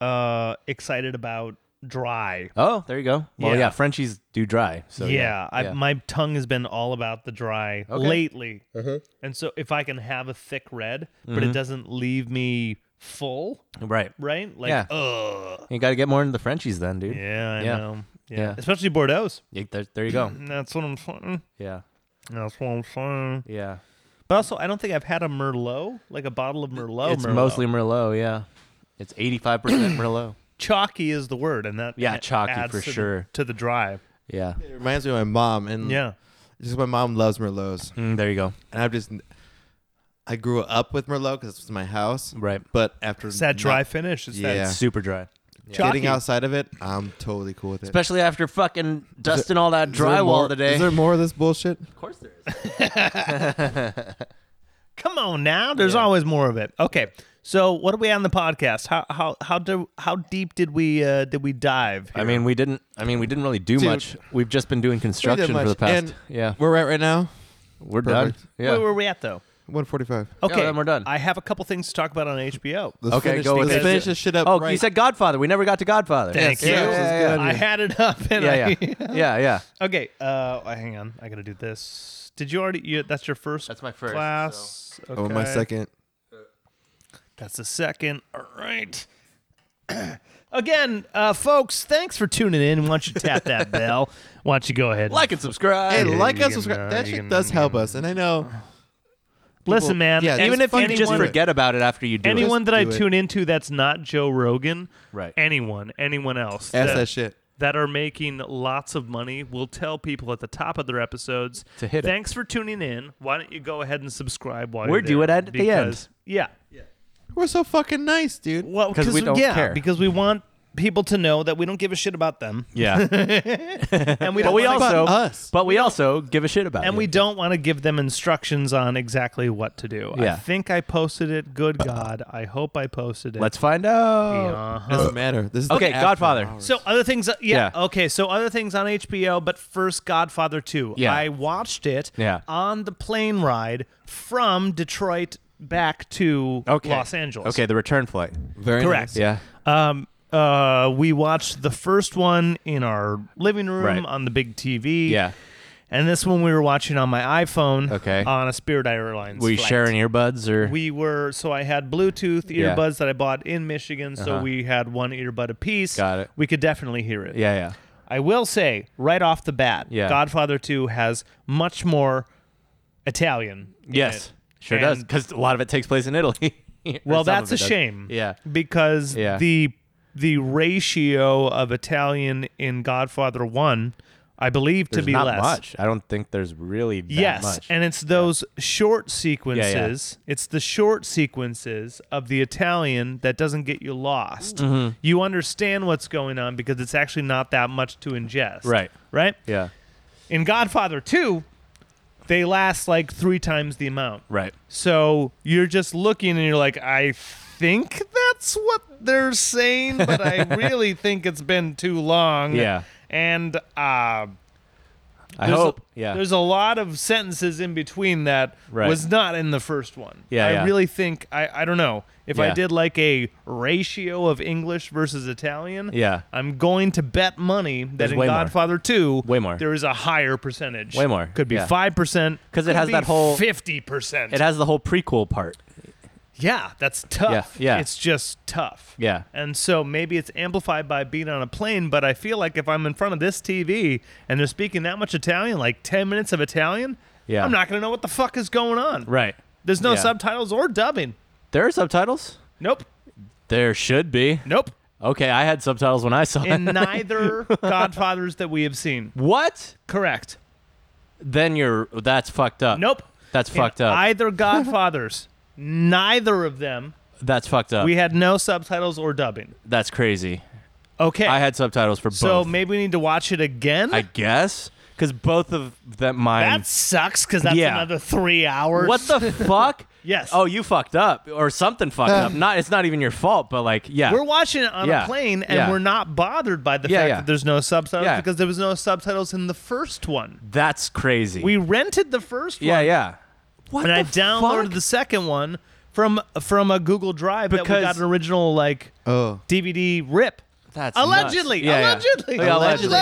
[SPEAKER 3] uh excited about dry.
[SPEAKER 1] Oh, there you go. Well, yeah,
[SPEAKER 3] Yeah.
[SPEAKER 1] Frenchies do dry. So
[SPEAKER 3] yeah,
[SPEAKER 1] yeah,
[SPEAKER 3] I,
[SPEAKER 1] yeah.
[SPEAKER 3] my tongue has been all about the dry
[SPEAKER 1] Okay. Mm-hmm.
[SPEAKER 3] lately, and so if I can have a thick red, but it doesn't leave me full,
[SPEAKER 1] right.
[SPEAKER 3] right? Like,
[SPEAKER 1] Yeah.
[SPEAKER 3] ugh.
[SPEAKER 1] You got to get more into the Frenchies then, dude.
[SPEAKER 3] Yeah, I
[SPEAKER 1] Yeah.
[SPEAKER 3] know. Yeah.
[SPEAKER 1] Yeah.
[SPEAKER 3] especially Bordeaux's.
[SPEAKER 1] Yeah, there, there you go.
[SPEAKER 3] That's what I'm saying.
[SPEAKER 1] Yeah.
[SPEAKER 3] That's what I'm saying.
[SPEAKER 1] Yeah.
[SPEAKER 3] But also, I don't think I've had a Merlot, like a bottle of Merlot.
[SPEAKER 1] it's
[SPEAKER 3] Merlot.
[SPEAKER 1] mostly Oh, Merlot. Yeah. It's 85% Merlot.
[SPEAKER 3] chalky is the word, and that
[SPEAKER 1] Yeah,
[SPEAKER 3] a-
[SPEAKER 1] chalky
[SPEAKER 3] adds
[SPEAKER 1] for
[SPEAKER 3] to the-
[SPEAKER 1] sure.
[SPEAKER 3] to the dry.
[SPEAKER 1] Yeah.
[SPEAKER 2] It reminds me of my mom, and
[SPEAKER 3] Yeah,
[SPEAKER 2] just my mom loves Merlots,
[SPEAKER 1] Mm, there you go.
[SPEAKER 2] and I've just I grew up with Merlot because this was my house,
[SPEAKER 1] Right.
[SPEAKER 2] But after
[SPEAKER 3] it's that
[SPEAKER 2] not
[SPEAKER 3] dry finish. It's
[SPEAKER 2] Yeah.
[SPEAKER 3] that
[SPEAKER 1] Super dry.
[SPEAKER 3] chalky.
[SPEAKER 2] getting outside of it, I'm totally cool with it.
[SPEAKER 1] Especially after fucking dusting all that
[SPEAKER 2] Is there more-
[SPEAKER 1] drywall today.
[SPEAKER 2] Is there more of this bullshit?
[SPEAKER 3] Come on now, there's always more of it. Okay, so what are we on the podcast? How how how do how deep did we uh, did we dive?
[SPEAKER 1] I mean, we didn't. I mean, we didn't really do
[SPEAKER 2] Dude.
[SPEAKER 1] much. We've just been doing construction for
[SPEAKER 2] much.
[SPEAKER 1] the past.
[SPEAKER 2] And-
[SPEAKER 1] yeah,
[SPEAKER 2] We're at right now,
[SPEAKER 1] we're
[SPEAKER 2] perfect.
[SPEAKER 1] done. Yeah,
[SPEAKER 3] where were we at though?
[SPEAKER 2] 145.
[SPEAKER 3] Okay,
[SPEAKER 1] then we're done.
[SPEAKER 3] I have a couple things to talk about on HBO.
[SPEAKER 2] Let's
[SPEAKER 1] Okay,
[SPEAKER 2] finish,
[SPEAKER 1] go with
[SPEAKER 2] let's
[SPEAKER 1] it.
[SPEAKER 2] finish this shit up.
[SPEAKER 1] Oh,
[SPEAKER 2] right.
[SPEAKER 1] you said Godfather. We never got to Godfather.
[SPEAKER 3] Thank
[SPEAKER 1] Yeah,
[SPEAKER 3] you.
[SPEAKER 1] yeah,
[SPEAKER 3] I had it up, and
[SPEAKER 1] yeah, yeah,
[SPEAKER 3] I,
[SPEAKER 1] yeah, yeah, yeah.
[SPEAKER 3] Okay, uh, hang on. I gotta do this. Did you already? You, that's your first.
[SPEAKER 1] That's my first,
[SPEAKER 3] class.
[SPEAKER 2] Oh, my
[SPEAKER 3] Okay.
[SPEAKER 2] second.
[SPEAKER 3] That's the second. All right. Again, uh, folks, thanks for tuning in. Why don't you tap that bell? Why don't you go ahead? and-
[SPEAKER 1] Like and subscribe.
[SPEAKER 2] Hey,
[SPEAKER 3] Yeah,
[SPEAKER 2] like
[SPEAKER 3] you
[SPEAKER 2] and
[SPEAKER 3] can,
[SPEAKER 2] subscribe.
[SPEAKER 3] uh,
[SPEAKER 2] that
[SPEAKER 3] you
[SPEAKER 2] shit
[SPEAKER 3] can-
[SPEAKER 2] does
[SPEAKER 3] you
[SPEAKER 2] help
[SPEAKER 3] can-
[SPEAKER 2] us, and I know.
[SPEAKER 3] listen, man.
[SPEAKER 2] yeah,
[SPEAKER 3] even
[SPEAKER 1] Even
[SPEAKER 2] just
[SPEAKER 1] if you
[SPEAKER 2] fucking
[SPEAKER 1] just
[SPEAKER 2] do it.
[SPEAKER 1] forget about it after you do it.
[SPEAKER 3] anyone that I
[SPEAKER 2] do it.
[SPEAKER 3] tune into that's not Joe Rogan,
[SPEAKER 1] Right.
[SPEAKER 3] Anyone, anyone else
[SPEAKER 2] Ask
[SPEAKER 3] that,
[SPEAKER 2] that shit.
[SPEAKER 3] that are making lots of money will tell people at the top of their episodes
[SPEAKER 1] To hit it.
[SPEAKER 3] Thanks for tuning in. Why don't you go ahead and subscribe while
[SPEAKER 1] We're
[SPEAKER 3] you're
[SPEAKER 1] due
[SPEAKER 3] there?"
[SPEAKER 1] it at the end.
[SPEAKER 3] Because- Yeah.
[SPEAKER 2] We're so fucking nice, dude.
[SPEAKER 3] Well,
[SPEAKER 1] 'Cause we don't
[SPEAKER 3] yeah,
[SPEAKER 1] care.
[SPEAKER 3] because we want people to know that we don't give a shit about them.
[SPEAKER 1] Yeah,
[SPEAKER 3] And we
[SPEAKER 1] but
[SPEAKER 3] don't
[SPEAKER 1] we
[SPEAKER 3] wanna-
[SPEAKER 1] also,
[SPEAKER 2] us?
[SPEAKER 1] but we also give a shit about.
[SPEAKER 3] and
[SPEAKER 1] it.
[SPEAKER 3] we don't want to give them instructions on exactly what to do.
[SPEAKER 1] Yeah.
[SPEAKER 3] I think I posted it. Good God, I hope I posted it.
[SPEAKER 1] let's find out.
[SPEAKER 3] Uh-huh.
[SPEAKER 2] Doesn't matter. This is
[SPEAKER 1] Uh, Okay,
[SPEAKER 2] like after
[SPEAKER 1] Godfather.
[SPEAKER 2] hours.
[SPEAKER 3] So other things, uh, yeah,
[SPEAKER 1] Yeah.
[SPEAKER 3] Okay, so other things on HBO, but first, Godfather Two.
[SPEAKER 1] Yeah.
[SPEAKER 3] I watched it.
[SPEAKER 1] Yeah.
[SPEAKER 3] on the plane ride from Detroit back to
[SPEAKER 1] Okay,
[SPEAKER 3] Los Angeles.
[SPEAKER 1] Okay, the return flight.
[SPEAKER 2] Very
[SPEAKER 3] correct.
[SPEAKER 1] Yeah,
[SPEAKER 3] Um, uh, we watched the first one in our living room
[SPEAKER 1] Right.
[SPEAKER 3] on the big TV.
[SPEAKER 1] yeah.
[SPEAKER 3] And this one we were watching on my iPhone.
[SPEAKER 1] Okay.
[SPEAKER 3] On a Spirit Airlines.
[SPEAKER 1] Were you
[SPEAKER 3] flight.
[SPEAKER 1] sharing earbuds or?
[SPEAKER 3] We were so I had Bluetooth
[SPEAKER 1] Yeah.
[SPEAKER 3] earbuds that I bought in Michigan, so
[SPEAKER 1] Uh-huh.
[SPEAKER 3] we had one earbud apiece.
[SPEAKER 1] Got it.
[SPEAKER 3] We could definitely hear it.
[SPEAKER 1] yeah, yeah.
[SPEAKER 3] I will say right off the bat,
[SPEAKER 1] Yeah.
[SPEAKER 3] Godfather Two has much more Italian. in
[SPEAKER 1] Yes,
[SPEAKER 3] it.
[SPEAKER 1] sure
[SPEAKER 3] And
[SPEAKER 1] does because a lot of it takes place in Italy. Or
[SPEAKER 3] Well,
[SPEAKER 1] some
[SPEAKER 3] that's a
[SPEAKER 1] of it does.
[SPEAKER 3] shame.
[SPEAKER 1] Yeah.
[SPEAKER 3] because
[SPEAKER 1] Yeah.
[SPEAKER 3] the the ratio of Italian in Godfather One, I believe,
[SPEAKER 1] There's
[SPEAKER 3] to be
[SPEAKER 1] not
[SPEAKER 3] less.
[SPEAKER 1] much. I don't think there's really that
[SPEAKER 3] yes,
[SPEAKER 1] much.
[SPEAKER 3] and it's those short sequences. It's the short sequences of the Italian that doesn't get you lost.
[SPEAKER 1] Mm-hmm.
[SPEAKER 3] You understand what's going on because it's actually not that much to ingest.
[SPEAKER 1] Right.
[SPEAKER 3] Right.
[SPEAKER 1] yeah.
[SPEAKER 3] In Godfather Two, they last like three times the amount.
[SPEAKER 1] Right.
[SPEAKER 3] So you're just looking and you're like, I think that's what they're saying, but I really think it's been too long.
[SPEAKER 1] Yeah.
[SPEAKER 3] And uh,
[SPEAKER 1] I
[SPEAKER 3] there's
[SPEAKER 1] hope.
[SPEAKER 3] A,
[SPEAKER 1] yeah.
[SPEAKER 3] There's a lot of sentences in between that
[SPEAKER 1] Right.
[SPEAKER 3] was not in the first one.
[SPEAKER 1] Yeah,
[SPEAKER 3] I
[SPEAKER 1] yeah.
[SPEAKER 3] really think, I, I don't know, if I
[SPEAKER 1] Yeah.
[SPEAKER 3] did like a ratio of English versus Italian,
[SPEAKER 1] Yeah.
[SPEAKER 3] I'm going to bet money that
[SPEAKER 1] There's
[SPEAKER 3] in
[SPEAKER 1] way more.
[SPEAKER 3] Godfather 2,
[SPEAKER 1] Way more.
[SPEAKER 3] there is a higher percentage.
[SPEAKER 1] Way more,
[SPEAKER 3] Could be
[SPEAKER 1] yeah.
[SPEAKER 3] 5%.
[SPEAKER 1] 'Cause it
[SPEAKER 3] could
[SPEAKER 1] has
[SPEAKER 3] be
[SPEAKER 1] that whole-
[SPEAKER 3] 50%.
[SPEAKER 1] It has the whole prequel part.
[SPEAKER 3] Yeah, that's tough.
[SPEAKER 1] Yeah, yeah.
[SPEAKER 3] It's just tough.
[SPEAKER 1] Yeah.
[SPEAKER 3] And so maybe it's amplified by being on a plane, but I feel like if I'm in front of this TV and they're speaking that much Italian, like 10 minutes of Italian,
[SPEAKER 1] Yeah.
[SPEAKER 3] I'm not going to know what the fuck is going on.
[SPEAKER 1] Right.
[SPEAKER 3] There's no
[SPEAKER 1] Yeah.
[SPEAKER 3] subtitles or dubbing.
[SPEAKER 1] There are subtitles.
[SPEAKER 3] Nope.
[SPEAKER 1] There should be.
[SPEAKER 3] Nope.
[SPEAKER 1] Okay, I had subtitles when I saw
[SPEAKER 3] In
[SPEAKER 1] it.
[SPEAKER 3] neither Godfathers that we have seen.
[SPEAKER 1] What?
[SPEAKER 3] Correct.
[SPEAKER 1] Then you're. That's fucked up.
[SPEAKER 3] Nope.
[SPEAKER 1] That's
[SPEAKER 3] In
[SPEAKER 1] fucked up.
[SPEAKER 3] Either Godfathers, neither of them,
[SPEAKER 1] that's fucked up.
[SPEAKER 3] we had no subtitles or dubbing.
[SPEAKER 1] that's crazy.
[SPEAKER 3] Okay.
[SPEAKER 1] I had subtitles for
[SPEAKER 3] so
[SPEAKER 1] both.
[SPEAKER 3] maybe we need to watch it again.
[SPEAKER 1] I guess because both of them mine.
[SPEAKER 3] That sucks because that's
[SPEAKER 1] Yeah.
[SPEAKER 3] another three hours.
[SPEAKER 1] what the fuck?
[SPEAKER 3] Yes. Uh.
[SPEAKER 1] Oh, you fucked up or something fucked up. Not. It's not even your fault, but like, yeah.
[SPEAKER 3] We're watching it on
[SPEAKER 1] Yeah.
[SPEAKER 3] a plane and
[SPEAKER 1] Yeah.
[SPEAKER 3] we're not bothered by the
[SPEAKER 1] Yeah,
[SPEAKER 3] fact
[SPEAKER 1] yeah.
[SPEAKER 3] that there's no subtitles
[SPEAKER 1] Yeah.
[SPEAKER 3] because there was no subtitles in the first one.
[SPEAKER 1] that's crazy.
[SPEAKER 3] We rented the first
[SPEAKER 1] Yeah,
[SPEAKER 3] one
[SPEAKER 1] yeah. What
[SPEAKER 3] and I
[SPEAKER 1] the
[SPEAKER 3] downloaded
[SPEAKER 1] fuck?
[SPEAKER 3] the second one from from a Google Drive that we
[SPEAKER 1] Because-
[SPEAKER 3] got an original like
[SPEAKER 2] Oh.
[SPEAKER 3] DVD rip.
[SPEAKER 1] That's
[SPEAKER 3] Allegedly,
[SPEAKER 1] nuts. Yeah, yeah.
[SPEAKER 3] allegedly,
[SPEAKER 1] Yeah,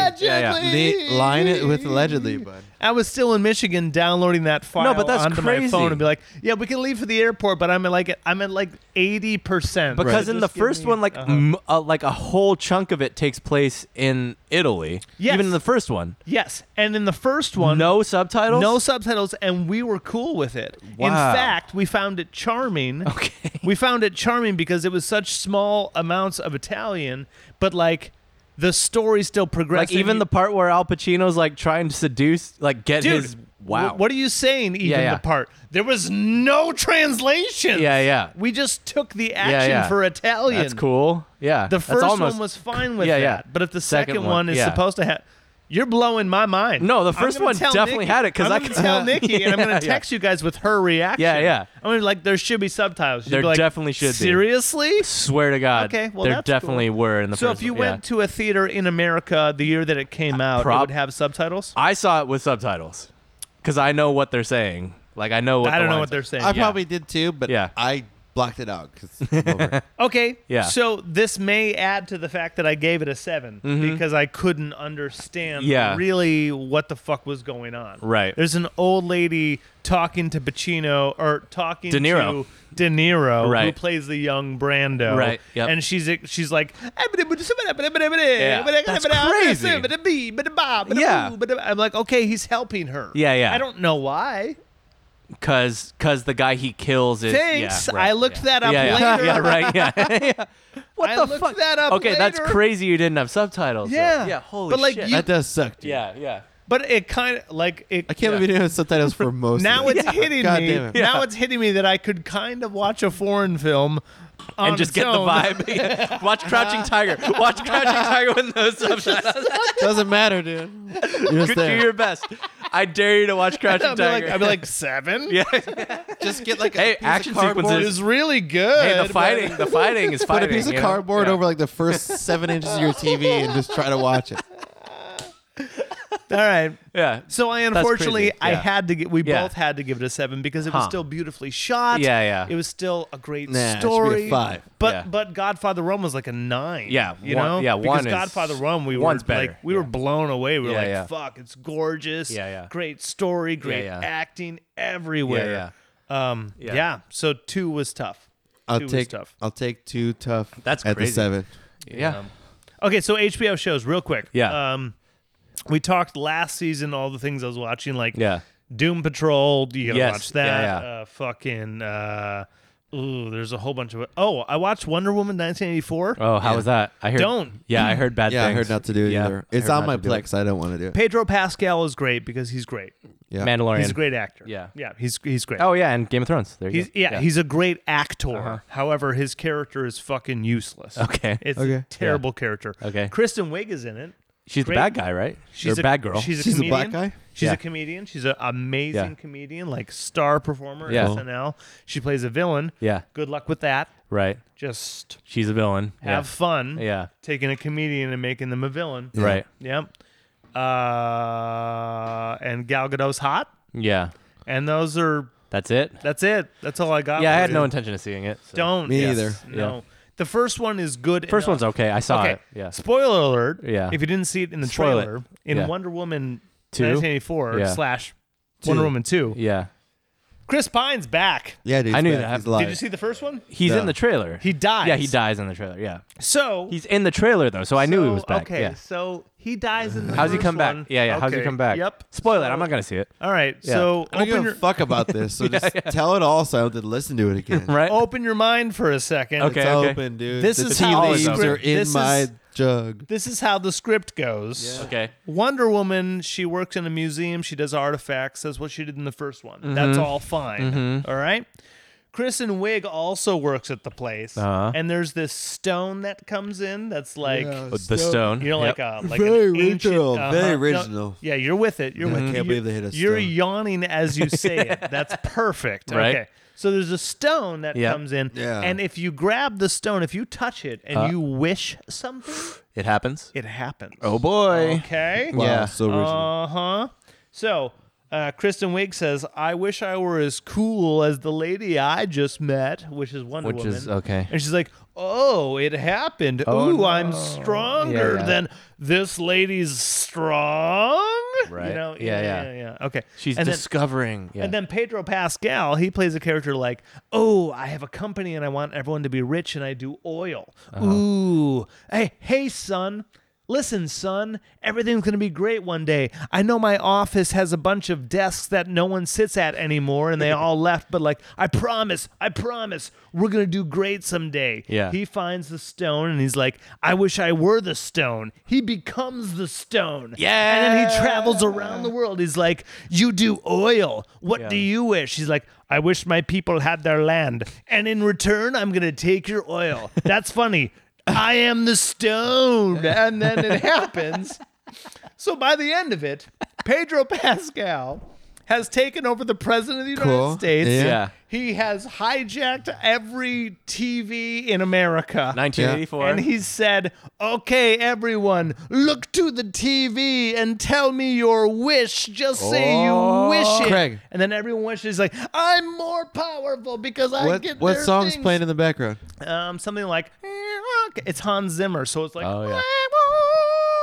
[SPEAKER 1] allegedly. Yeah, yeah.
[SPEAKER 3] allegedly.
[SPEAKER 2] Le- line it with allegedly, bud.
[SPEAKER 3] I was still in Michigan downloading that file
[SPEAKER 1] No, but that's
[SPEAKER 3] onto my
[SPEAKER 1] crazy.
[SPEAKER 3] phone and be like, "Yeah, we can leave for the airport, but I'm at like I'm at like eighty percent."
[SPEAKER 1] Because in the first one, like
[SPEAKER 3] uh-huh.
[SPEAKER 1] m- uh, like a whole chunk of it takes place in Italy.
[SPEAKER 3] Yes.
[SPEAKER 1] Even in the first one,
[SPEAKER 3] yes, and in the first one,
[SPEAKER 1] no subtitles.
[SPEAKER 3] No subtitles, and we were cool with it. In
[SPEAKER 1] Wow.
[SPEAKER 3] fact, we found it charming.
[SPEAKER 1] Okay.
[SPEAKER 3] We found it charming because it was such small amounts of Italian, but like the story still
[SPEAKER 1] like
[SPEAKER 3] progressed.
[SPEAKER 1] even the part where Al Pacino's like trying to seduce, like get
[SPEAKER 3] dude.
[SPEAKER 1] his wow.
[SPEAKER 3] wh- What are you saying? Even
[SPEAKER 1] Yeah, yeah.
[SPEAKER 3] the part there was no translation.
[SPEAKER 1] Yeah, yeah.
[SPEAKER 3] We just took the action
[SPEAKER 1] yeah.
[SPEAKER 3] for Italian.
[SPEAKER 1] That's cool. Yeah.
[SPEAKER 3] The
[SPEAKER 1] that's
[SPEAKER 3] first
[SPEAKER 1] almost,
[SPEAKER 3] one was fine with
[SPEAKER 1] Yeah, yeah.
[SPEAKER 3] that, but if the second,
[SPEAKER 1] Second
[SPEAKER 3] one,
[SPEAKER 1] one,
[SPEAKER 3] is
[SPEAKER 1] yeah.
[SPEAKER 3] supposed to have, you're blowing my mind.
[SPEAKER 1] No, the
[SPEAKER 3] I'm
[SPEAKER 1] first
[SPEAKER 3] gonna
[SPEAKER 1] one
[SPEAKER 3] tell
[SPEAKER 1] definitely
[SPEAKER 3] Nikki-
[SPEAKER 1] had it 'cause
[SPEAKER 3] I'm
[SPEAKER 1] I
[SPEAKER 3] gonna
[SPEAKER 1] can-
[SPEAKER 3] tell Nikki and I'm
[SPEAKER 1] Yeah,
[SPEAKER 3] gonna
[SPEAKER 1] yeah.
[SPEAKER 3] text you guys with her reaction.
[SPEAKER 1] Yeah, yeah.
[SPEAKER 3] I'm gonna be like, there should be subtitles. She'd
[SPEAKER 1] There
[SPEAKER 3] be like,
[SPEAKER 1] definitely should be.
[SPEAKER 3] Seriously?
[SPEAKER 1] Swear to God.
[SPEAKER 3] Okay, well,
[SPEAKER 1] there
[SPEAKER 3] that's
[SPEAKER 1] definitely were in the
[SPEAKER 3] So
[SPEAKER 1] first.
[SPEAKER 3] if you
[SPEAKER 1] one, yeah.
[SPEAKER 3] went to a theater in America the year that it came out, it
[SPEAKER 1] prob-
[SPEAKER 3] would have subtitles.
[SPEAKER 1] I saw it with subtitles, because I know what they're saying. Like I know what
[SPEAKER 3] I
[SPEAKER 1] the
[SPEAKER 3] don't know
[SPEAKER 1] lines
[SPEAKER 3] what they're
[SPEAKER 1] are.
[SPEAKER 3] saying.
[SPEAKER 2] I probably did too, but
[SPEAKER 1] Yeah.
[SPEAKER 2] I blocked it out because
[SPEAKER 3] Okay.
[SPEAKER 1] Yeah.
[SPEAKER 3] So this may add to the fact that I gave it a 7 because I couldn't understand
[SPEAKER 1] Mm-hmm. Yeah.
[SPEAKER 3] really what the fuck was going on.
[SPEAKER 1] Right.
[SPEAKER 3] There's an old lady talking to Pacino or talking
[SPEAKER 1] De Niro.
[SPEAKER 3] to De Niro who
[SPEAKER 1] Right.
[SPEAKER 3] plays the young Brando.
[SPEAKER 1] Right, yep.
[SPEAKER 3] And she's she's like
[SPEAKER 1] that's crazy. Yeah.
[SPEAKER 3] I'm like, okay, he's helping her.
[SPEAKER 1] Yeah, yeah.
[SPEAKER 3] I don't know why.
[SPEAKER 1] Cause, cause the guy he kills is.
[SPEAKER 3] Thanks.
[SPEAKER 1] Yeah, right,
[SPEAKER 3] I looked
[SPEAKER 1] yeah.
[SPEAKER 3] that up
[SPEAKER 1] yeah,
[SPEAKER 3] later.
[SPEAKER 1] yeah. yeah, right. Yeah. yeah. What
[SPEAKER 3] I
[SPEAKER 1] the
[SPEAKER 3] looked
[SPEAKER 1] fuck?
[SPEAKER 3] that up
[SPEAKER 1] okay, that's
[SPEAKER 3] later.
[SPEAKER 1] crazy. You didn't have subtitles. though.
[SPEAKER 3] Yeah.
[SPEAKER 1] Yeah. Holy
[SPEAKER 3] But, like,
[SPEAKER 1] shit.
[SPEAKER 3] you-
[SPEAKER 2] that does suck. Dude.
[SPEAKER 1] yeah. Yeah.
[SPEAKER 3] But it kind of like it.
[SPEAKER 2] I can't believe you didn't have subtitles for most.
[SPEAKER 3] now
[SPEAKER 2] of it.
[SPEAKER 3] it's hitting
[SPEAKER 2] God
[SPEAKER 3] me.
[SPEAKER 2] damn it.
[SPEAKER 3] Now it's hitting me that I could kind of watch a foreign film on
[SPEAKER 1] And just
[SPEAKER 3] its
[SPEAKER 1] get the
[SPEAKER 3] own.
[SPEAKER 1] vibe. Yeah. Watch Crouching Tiger. Watch Crouching Tiger with no subtitles.
[SPEAKER 2] Doesn't matter, dude. You're just,
[SPEAKER 1] Do
[SPEAKER 2] there.
[SPEAKER 1] your best. I dare you to watch Crouching
[SPEAKER 3] I'd be like,
[SPEAKER 1] Tiger.
[SPEAKER 3] I'd be like seven.
[SPEAKER 1] Yeah.
[SPEAKER 2] just get like
[SPEAKER 1] Hey,
[SPEAKER 2] a piece
[SPEAKER 1] action
[SPEAKER 2] of cardboard.
[SPEAKER 1] sequences.
[SPEAKER 3] is really good.
[SPEAKER 1] hey, the
[SPEAKER 3] but-
[SPEAKER 1] fighting. The fighting is
[SPEAKER 2] Put
[SPEAKER 1] fighting.
[SPEAKER 2] a piece of
[SPEAKER 1] you know?
[SPEAKER 2] cardboard
[SPEAKER 1] Yeah.
[SPEAKER 2] over like the first seven inches of your TV and just try to watch it.
[SPEAKER 3] All right.
[SPEAKER 1] Yeah.
[SPEAKER 3] So I unfortunately
[SPEAKER 1] crazy.
[SPEAKER 3] I
[SPEAKER 1] Yeah.
[SPEAKER 3] had to get we
[SPEAKER 1] Yeah.
[SPEAKER 3] both had to give it a seven because it was
[SPEAKER 1] Huh.
[SPEAKER 3] still beautifully shot.
[SPEAKER 1] Yeah, yeah.
[SPEAKER 3] It was still a great
[SPEAKER 2] Nah, it should be a
[SPEAKER 3] story.
[SPEAKER 2] five.
[SPEAKER 3] But
[SPEAKER 1] Yeah.
[SPEAKER 3] but Godfather One was like a nine.
[SPEAKER 1] Yeah,
[SPEAKER 3] you
[SPEAKER 1] one-
[SPEAKER 3] know.
[SPEAKER 1] yeah,
[SPEAKER 3] because
[SPEAKER 1] one is-
[SPEAKER 3] Godfather One we
[SPEAKER 1] one's
[SPEAKER 3] were
[SPEAKER 1] better.
[SPEAKER 3] like we were
[SPEAKER 1] Yeah.
[SPEAKER 3] blown away. We were
[SPEAKER 1] Yeah,
[SPEAKER 3] like
[SPEAKER 1] yeah.
[SPEAKER 3] fuck, it's gorgeous.
[SPEAKER 1] Yeah, yeah.
[SPEAKER 3] Great story, great
[SPEAKER 1] yeah.
[SPEAKER 3] acting
[SPEAKER 1] Yeah.
[SPEAKER 3] everywhere.
[SPEAKER 1] yeah.
[SPEAKER 3] Um, yeah.
[SPEAKER 1] Yeah.
[SPEAKER 3] So two was tough.
[SPEAKER 2] I'll
[SPEAKER 3] Two was
[SPEAKER 2] take
[SPEAKER 3] tough.
[SPEAKER 2] I'll take two tough.
[SPEAKER 1] That's
[SPEAKER 2] at
[SPEAKER 1] crazy.
[SPEAKER 2] the seven.
[SPEAKER 1] Yeah.
[SPEAKER 3] Okay, so HBO shows real quick.
[SPEAKER 1] Yeah.
[SPEAKER 3] Um, we talked last season all the things I was watching, like
[SPEAKER 1] Yeah.
[SPEAKER 3] Doom Patrol. You gotta
[SPEAKER 1] Yes.
[SPEAKER 3] watch that.
[SPEAKER 1] Yeah, yeah.
[SPEAKER 3] Uh, fucking uh, Ooh, there's a whole bunch of. Oh, I watched Wonder Woman 1984.
[SPEAKER 1] Oh, how was that? I heard.
[SPEAKER 3] Don't.
[SPEAKER 1] Yeah, I heard bad
[SPEAKER 2] Yeah,
[SPEAKER 1] things.
[SPEAKER 2] I heard not to do it
[SPEAKER 1] Yeah,
[SPEAKER 2] either.
[SPEAKER 1] I
[SPEAKER 2] It's
[SPEAKER 1] heard
[SPEAKER 2] on
[SPEAKER 1] not
[SPEAKER 2] my
[SPEAKER 1] to do it.
[SPEAKER 2] Plex. I don't want to do it.
[SPEAKER 3] Pedro Pascal is great because he's great.
[SPEAKER 2] Yeah.
[SPEAKER 1] Mandalorian.
[SPEAKER 3] He's a great actor.
[SPEAKER 1] Yeah.
[SPEAKER 3] yeah, he's he's great.
[SPEAKER 1] Oh yeah, and Game of Thrones. There you
[SPEAKER 3] He's
[SPEAKER 1] go.
[SPEAKER 3] yeah, he's a great actor. However, his character is fucking useless.
[SPEAKER 1] Okay.
[SPEAKER 3] It's
[SPEAKER 2] Okay.
[SPEAKER 3] a terrible character.
[SPEAKER 1] Okay.
[SPEAKER 3] Kristen Wiig is in it.
[SPEAKER 1] She's the
[SPEAKER 3] great.
[SPEAKER 1] bad guy, right?
[SPEAKER 3] She's
[SPEAKER 1] or
[SPEAKER 3] a
[SPEAKER 1] bad girl.
[SPEAKER 3] She's a
[SPEAKER 2] She's a
[SPEAKER 3] comedian.
[SPEAKER 2] black guy?
[SPEAKER 3] She's
[SPEAKER 1] Yeah.
[SPEAKER 3] a comedian. She's an amazing
[SPEAKER 1] Yeah.
[SPEAKER 3] comedian, like star performer
[SPEAKER 1] Yeah.
[SPEAKER 3] at SNL. She plays a villain.
[SPEAKER 1] yeah.
[SPEAKER 3] Good luck with that.
[SPEAKER 1] Right.
[SPEAKER 3] Just
[SPEAKER 1] She's a villain.
[SPEAKER 3] have fun.
[SPEAKER 1] Yeah. Yeah.
[SPEAKER 3] Taking a comedian and making them a villain.
[SPEAKER 1] Right.
[SPEAKER 3] Yep. Uh, and Gal Gadot's hot.
[SPEAKER 1] Yeah.
[SPEAKER 3] And those are.
[SPEAKER 1] That's it.
[SPEAKER 3] That's it. That's all I got.
[SPEAKER 1] Yeah, I
[SPEAKER 3] for
[SPEAKER 1] had
[SPEAKER 3] you.
[SPEAKER 1] no intention of seeing it. so.
[SPEAKER 3] Don't.
[SPEAKER 2] Me
[SPEAKER 3] yes,
[SPEAKER 2] either.
[SPEAKER 3] No. The first one is good.
[SPEAKER 1] First
[SPEAKER 3] enough.
[SPEAKER 1] one's okay. I saw
[SPEAKER 3] okay.
[SPEAKER 1] it. Yeah.
[SPEAKER 3] Spoiler alert.
[SPEAKER 1] Yeah.
[SPEAKER 3] If you didn't see it in the
[SPEAKER 1] Spoil it.
[SPEAKER 3] trailer, in
[SPEAKER 1] Yeah.
[SPEAKER 3] Wonder Woman
[SPEAKER 1] Two?
[SPEAKER 3] 1984
[SPEAKER 1] Yeah.
[SPEAKER 3] slash
[SPEAKER 2] Two.
[SPEAKER 3] Wonder Woman 2,
[SPEAKER 1] Yeah.
[SPEAKER 3] Chris Pine's back.
[SPEAKER 2] Yeah, dude.
[SPEAKER 1] I
[SPEAKER 2] he's
[SPEAKER 1] knew
[SPEAKER 2] back.
[SPEAKER 1] that.
[SPEAKER 2] He's alive.
[SPEAKER 3] Did you see the first one?
[SPEAKER 1] He's
[SPEAKER 2] No.
[SPEAKER 1] in the trailer.
[SPEAKER 3] He dies.
[SPEAKER 1] Yeah, he dies in the trailer. Yeah.
[SPEAKER 3] So
[SPEAKER 1] He's in the trailer though, so I knew he
[SPEAKER 3] so-
[SPEAKER 1] was back.
[SPEAKER 3] Okay,
[SPEAKER 1] Yeah.
[SPEAKER 3] so he dies in the
[SPEAKER 1] How's he
[SPEAKER 3] first
[SPEAKER 1] come
[SPEAKER 3] one.
[SPEAKER 1] back? Yeah, yeah. How's he
[SPEAKER 3] Okay,
[SPEAKER 1] come back?
[SPEAKER 3] Yep.
[SPEAKER 1] Spoil it.
[SPEAKER 3] So-
[SPEAKER 1] I'm not gonna see it.
[SPEAKER 3] All right.
[SPEAKER 1] Yeah.
[SPEAKER 3] So
[SPEAKER 2] I don't
[SPEAKER 3] open
[SPEAKER 2] give
[SPEAKER 3] your
[SPEAKER 2] a fuck about this. So just tell it all so I don't have to listen to it again.
[SPEAKER 1] Right.
[SPEAKER 3] open your mind for a second.
[SPEAKER 1] Okay.
[SPEAKER 2] It's open, dude.
[SPEAKER 3] This
[SPEAKER 2] the
[SPEAKER 3] is
[SPEAKER 2] tea
[SPEAKER 3] how
[SPEAKER 1] the
[SPEAKER 2] leaves
[SPEAKER 1] script-
[SPEAKER 2] are in
[SPEAKER 3] this is-
[SPEAKER 2] my jug.
[SPEAKER 3] This is how the script goes.
[SPEAKER 1] Okay.
[SPEAKER 3] Wonder Woman, she works in a museum. She does artifacts. That's what she did in the first one.
[SPEAKER 1] Mm-hmm.
[SPEAKER 3] That's all fine. all right. Kristen Wiig also works at the place,
[SPEAKER 1] Uh-huh.
[SPEAKER 3] and there's this stone that comes in that's like
[SPEAKER 1] The stone.
[SPEAKER 3] you know,
[SPEAKER 1] Yep.
[SPEAKER 3] like a like
[SPEAKER 2] Very
[SPEAKER 3] an ancient-
[SPEAKER 2] original,
[SPEAKER 3] uh-huh.
[SPEAKER 2] very
[SPEAKER 3] No,
[SPEAKER 2] original. Mm-hmm.
[SPEAKER 3] yeah, you're with it. You're with
[SPEAKER 2] I
[SPEAKER 3] it.
[SPEAKER 2] can't
[SPEAKER 3] You're-
[SPEAKER 2] believe they hit a
[SPEAKER 3] You're
[SPEAKER 2] stone.
[SPEAKER 3] yawning as you say it. That's perfect.
[SPEAKER 1] Right.
[SPEAKER 3] Okay. So there's a stone that
[SPEAKER 1] Yep.
[SPEAKER 3] comes in,
[SPEAKER 2] Yeah.
[SPEAKER 3] and if you grab the stone, if you touch it and
[SPEAKER 1] Uh.
[SPEAKER 3] you wish something,
[SPEAKER 1] It happens.
[SPEAKER 3] it happens.
[SPEAKER 1] Oh boy.
[SPEAKER 3] Okay.
[SPEAKER 2] Wow,
[SPEAKER 1] Yeah.
[SPEAKER 2] so original.
[SPEAKER 3] Uh huh. So, uh, Kristen Wiig says, "I wish I were as cool as the lady I just met," which is Wonder
[SPEAKER 1] Which
[SPEAKER 3] Woman.
[SPEAKER 1] is okay.
[SPEAKER 3] And she's like, "Oh, it happened.
[SPEAKER 1] Oh,
[SPEAKER 3] Ooh, I'm
[SPEAKER 1] no."
[SPEAKER 3] stronger
[SPEAKER 1] Yeah, yeah.
[SPEAKER 3] than this lady's strong."
[SPEAKER 1] Right.
[SPEAKER 3] You know?
[SPEAKER 1] Yeah,
[SPEAKER 3] yeah,
[SPEAKER 1] yeah.
[SPEAKER 3] yeah, yeah. Okay.
[SPEAKER 1] She's
[SPEAKER 3] and then-
[SPEAKER 1] discovering. yeah.
[SPEAKER 3] and then Pedro Pascal, he plays a character like, "Oh, I have a company and I want everyone to be rich and I do oil."
[SPEAKER 1] Uh-huh.
[SPEAKER 3] Ooh, hey, hey, son. Listen, son, everything's going to be great one day. I know my office has a bunch of desks that no one sits at anymore and they all left, but like, I promise, I promise, we're going to do great someday.
[SPEAKER 1] Yeah.
[SPEAKER 3] He finds the stone and he's like, I wish I were the stone. He becomes the stone. And then he
[SPEAKER 1] Yeah.
[SPEAKER 3] travels around the world. He's like, You do oil. What do you wish? He's like, I wish my people had their land. And in return, I'm going to take your oil. That's funny. I am the stone. And then it happens. So by the end of it, Pedro Pascal has taken over the president of the United
[SPEAKER 2] Cool.
[SPEAKER 3] States.
[SPEAKER 2] Yeah.
[SPEAKER 1] Yeah.
[SPEAKER 3] He has hijacked every TV in America.
[SPEAKER 1] 1984.
[SPEAKER 3] And he said, Okay, everyone, look to the TV and tell me your wish. Just say you wish it.
[SPEAKER 2] Craig.
[SPEAKER 3] And then everyone wishes, like, I'm more powerful because I
[SPEAKER 2] What
[SPEAKER 3] get
[SPEAKER 2] what
[SPEAKER 3] their
[SPEAKER 2] song's
[SPEAKER 3] things."
[SPEAKER 2] playing in the background?
[SPEAKER 3] Um, something like, It's Hans Zimmer. So it's like,
[SPEAKER 1] Oh, yeah.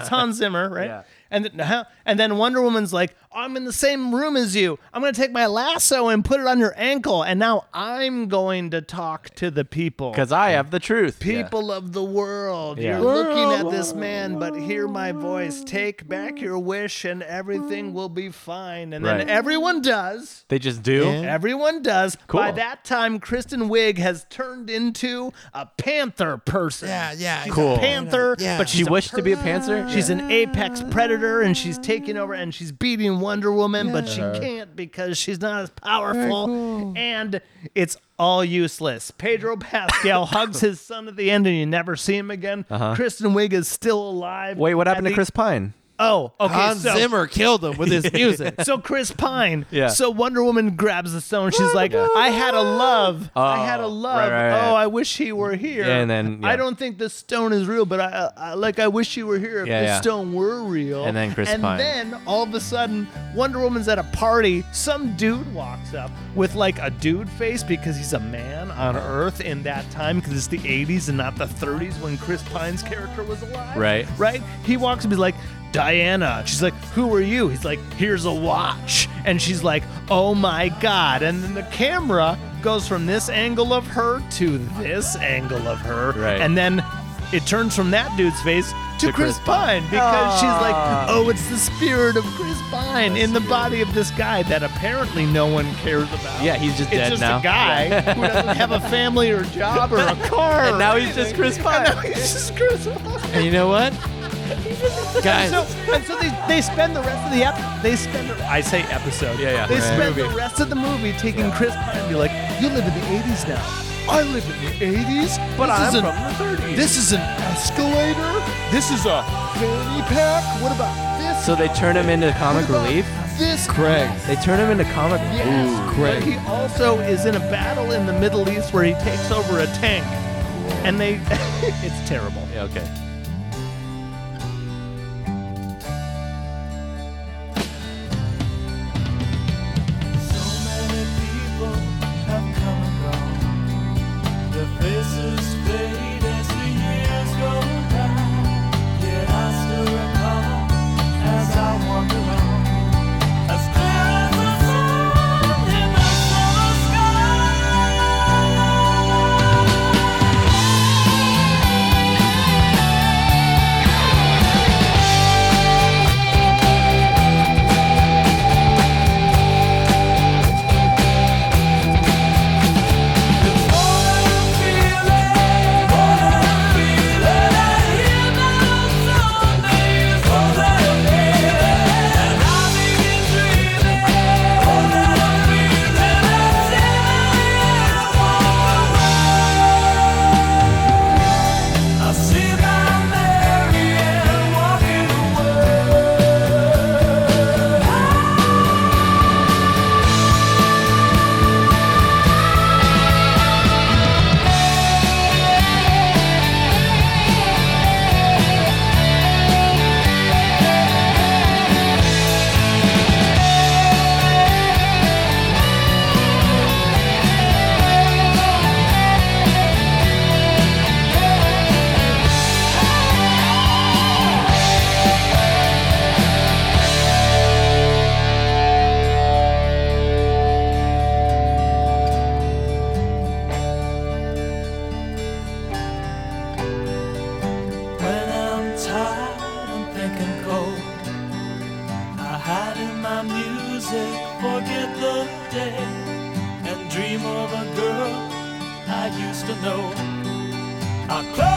[SPEAKER 3] It's Hans Zimmer, right?
[SPEAKER 1] Yeah.
[SPEAKER 3] And then, huh? and then Wonder Woman's like, I'm in the same room as you. I'm going to take my lasso and put it on your ankle. And now I'm going to talk to the people.
[SPEAKER 1] Because I have the truth. Yeah.
[SPEAKER 3] People of the world,
[SPEAKER 1] Yeah.
[SPEAKER 3] you're looking at this man, but hear my voice. Take back your wish, and everything will be fine. And
[SPEAKER 1] Right.
[SPEAKER 3] then everyone does.
[SPEAKER 1] They just do.
[SPEAKER 2] Yeah.
[SPEAKER 3] Everyone does. By
[SPEAKER 1] Cool.
[SPEAKER 3] that time, Kristen Wiig has turned into a panther person.
[SPEAKER 2] yeah.
[SPEAKER 3] She's
[SPEAKER 1] Cool.
[SPEAKER 3] a panther,
[SPEAKER 2] Yeah.
[SPEAKER 3] but she's
[SPEAKER 1] She
[SPEAKER 3] a
[SPEAKER 1] wished to be a
[SPEAKER 3] person.
[SPEAKER 1] panther.
[SPEAKER 3] She's an apex predator, and she's taking over, and she's beating Wonder Woman, but she can't because she's not as powerful, and it's all useless. Pedro Pascal hugs his son at the end, and you never see him again. Kristen Wiig is still alive.
[SPEAKER 1] Uh-huh. Wait, what
[SPEAKER 3] At
[SPEAKER 1] happened to
[SPEAKER 3] the-
[SPEAKER 1] Chris Pine?
[SPEAKER 3] Oh, okay.
[SPEAKER 2] Hans
[SPEAKER 3] so,
[SPEAKER 2] Zimmer killed him with his music.
[SPEAKER 3] so Chris Pine.
[SPEAKER 1] Yeah.
[SPEAKER 3] So Wonder Woman grabs the stone. She's like, I had a love. I had a
[SPEAKER 1] Oh,
[SPEAKER 3] love.
[SPEAKER 1] right, right, right.
[SPEAKER 3] Oh, I wish he were here.
[SPEAKER 1] Yeah, and then,
[SPEAKER 3] I
[SPEAKER 1] yeah.
[SPEAKER 3] don't think this stone is real, but I, I like I wish he were here if
[SPEAKER 1] Yeah,
[SPEAKER 3] this
[SPEAKER 1] yeah.
[SPEAKER 3] stone were real.
[SPEAKER 1] And then Chris
[SPEAKER 3] and
[SPEAKER 1] Pine.
[SPEAKER 3] then all of a sudden, Wonder Woman's at a party. Some dude walks up with like a dude face because he's a man on Earth in that time because it's the 80s and not the 30s when Chris Pine's character was alive
[SPEAKER 1] Right.
[SPEAKER 3] right? He walks and he's like, Diana. She's like, Who are you? He's like, Here's a watch. And she's like, Oh my God. And then the camera goes from this angle of her to this angle of her.
[SPEAKER 1] Right.
[SPEAKER 3] And then it turns from that dude's face to, Chris,
[SPEAKER 2] Chris
[SPEAKER 3] Pine because she's like, oh, it's the spirit of Chris Pine in the body of this guy that apparently no one cares about.
[SPEAKER 1] Yeah, he's just
[SPEAKER 3] it's
[SPEAKER 1] dead
[SPEAKER 3] just
[SPEAKER 1] now.
[SPEAKER 3] a guy who doesn't have a family or a job or a car.
[SPEAKER 1] And
[SPEAKER 3] or
[SPEAKER 1] now he's
[SPEAKER 3] anything.
[SPEAKER 1] just Chris
[SPEAKER 3] And now
[SPEAKER 1] Pine.
[SPEAKER 3] he's just Chris Pine.
[SPEAKER 1] And you know what? Guys,
[SPEAKER 3] So, and so they, they spend the rest of the ep- they spend the, I say episode.
[SPEAKER 1] Yeah, yeah.
[SPEAKER 3] They
[SPEAKER 1] Right.
[SPEAKER 3] spend
[SPEAKER 2] Movie.
[SPEAKER 3] the rest of the movie taking Chris Pine and be like, you live in the 80s now. I live in the 80s, but
[SPEAKER 2] This
[SPEAKER 3] I'm
[SPEAKER 2] is
[SPEAKER 3] from
[SPEAKER 2] an-
[SPEAKER 3] the 30s.
[SPEAKER 2] This is an escalator. This is a fanny pack. What about this?
[SPEAKER 1] so they turn him into comic relief.
[SPEAKER 2] This Craig.
[SPEAKER 1] They turn him into comic.
[SPEAKER 3] Yes,
[SPEAKER 2] great.
[SPEAKER 3] But he also is in a battle in the Middle East where he takes over a tank, and they. it's terrible.
[SPEAKER 1] Yeah, okay.
[SPEAKER 5] When I'm tired and thinking cold, I hide in my music, forget the day, and dream of a girl I used to know. I close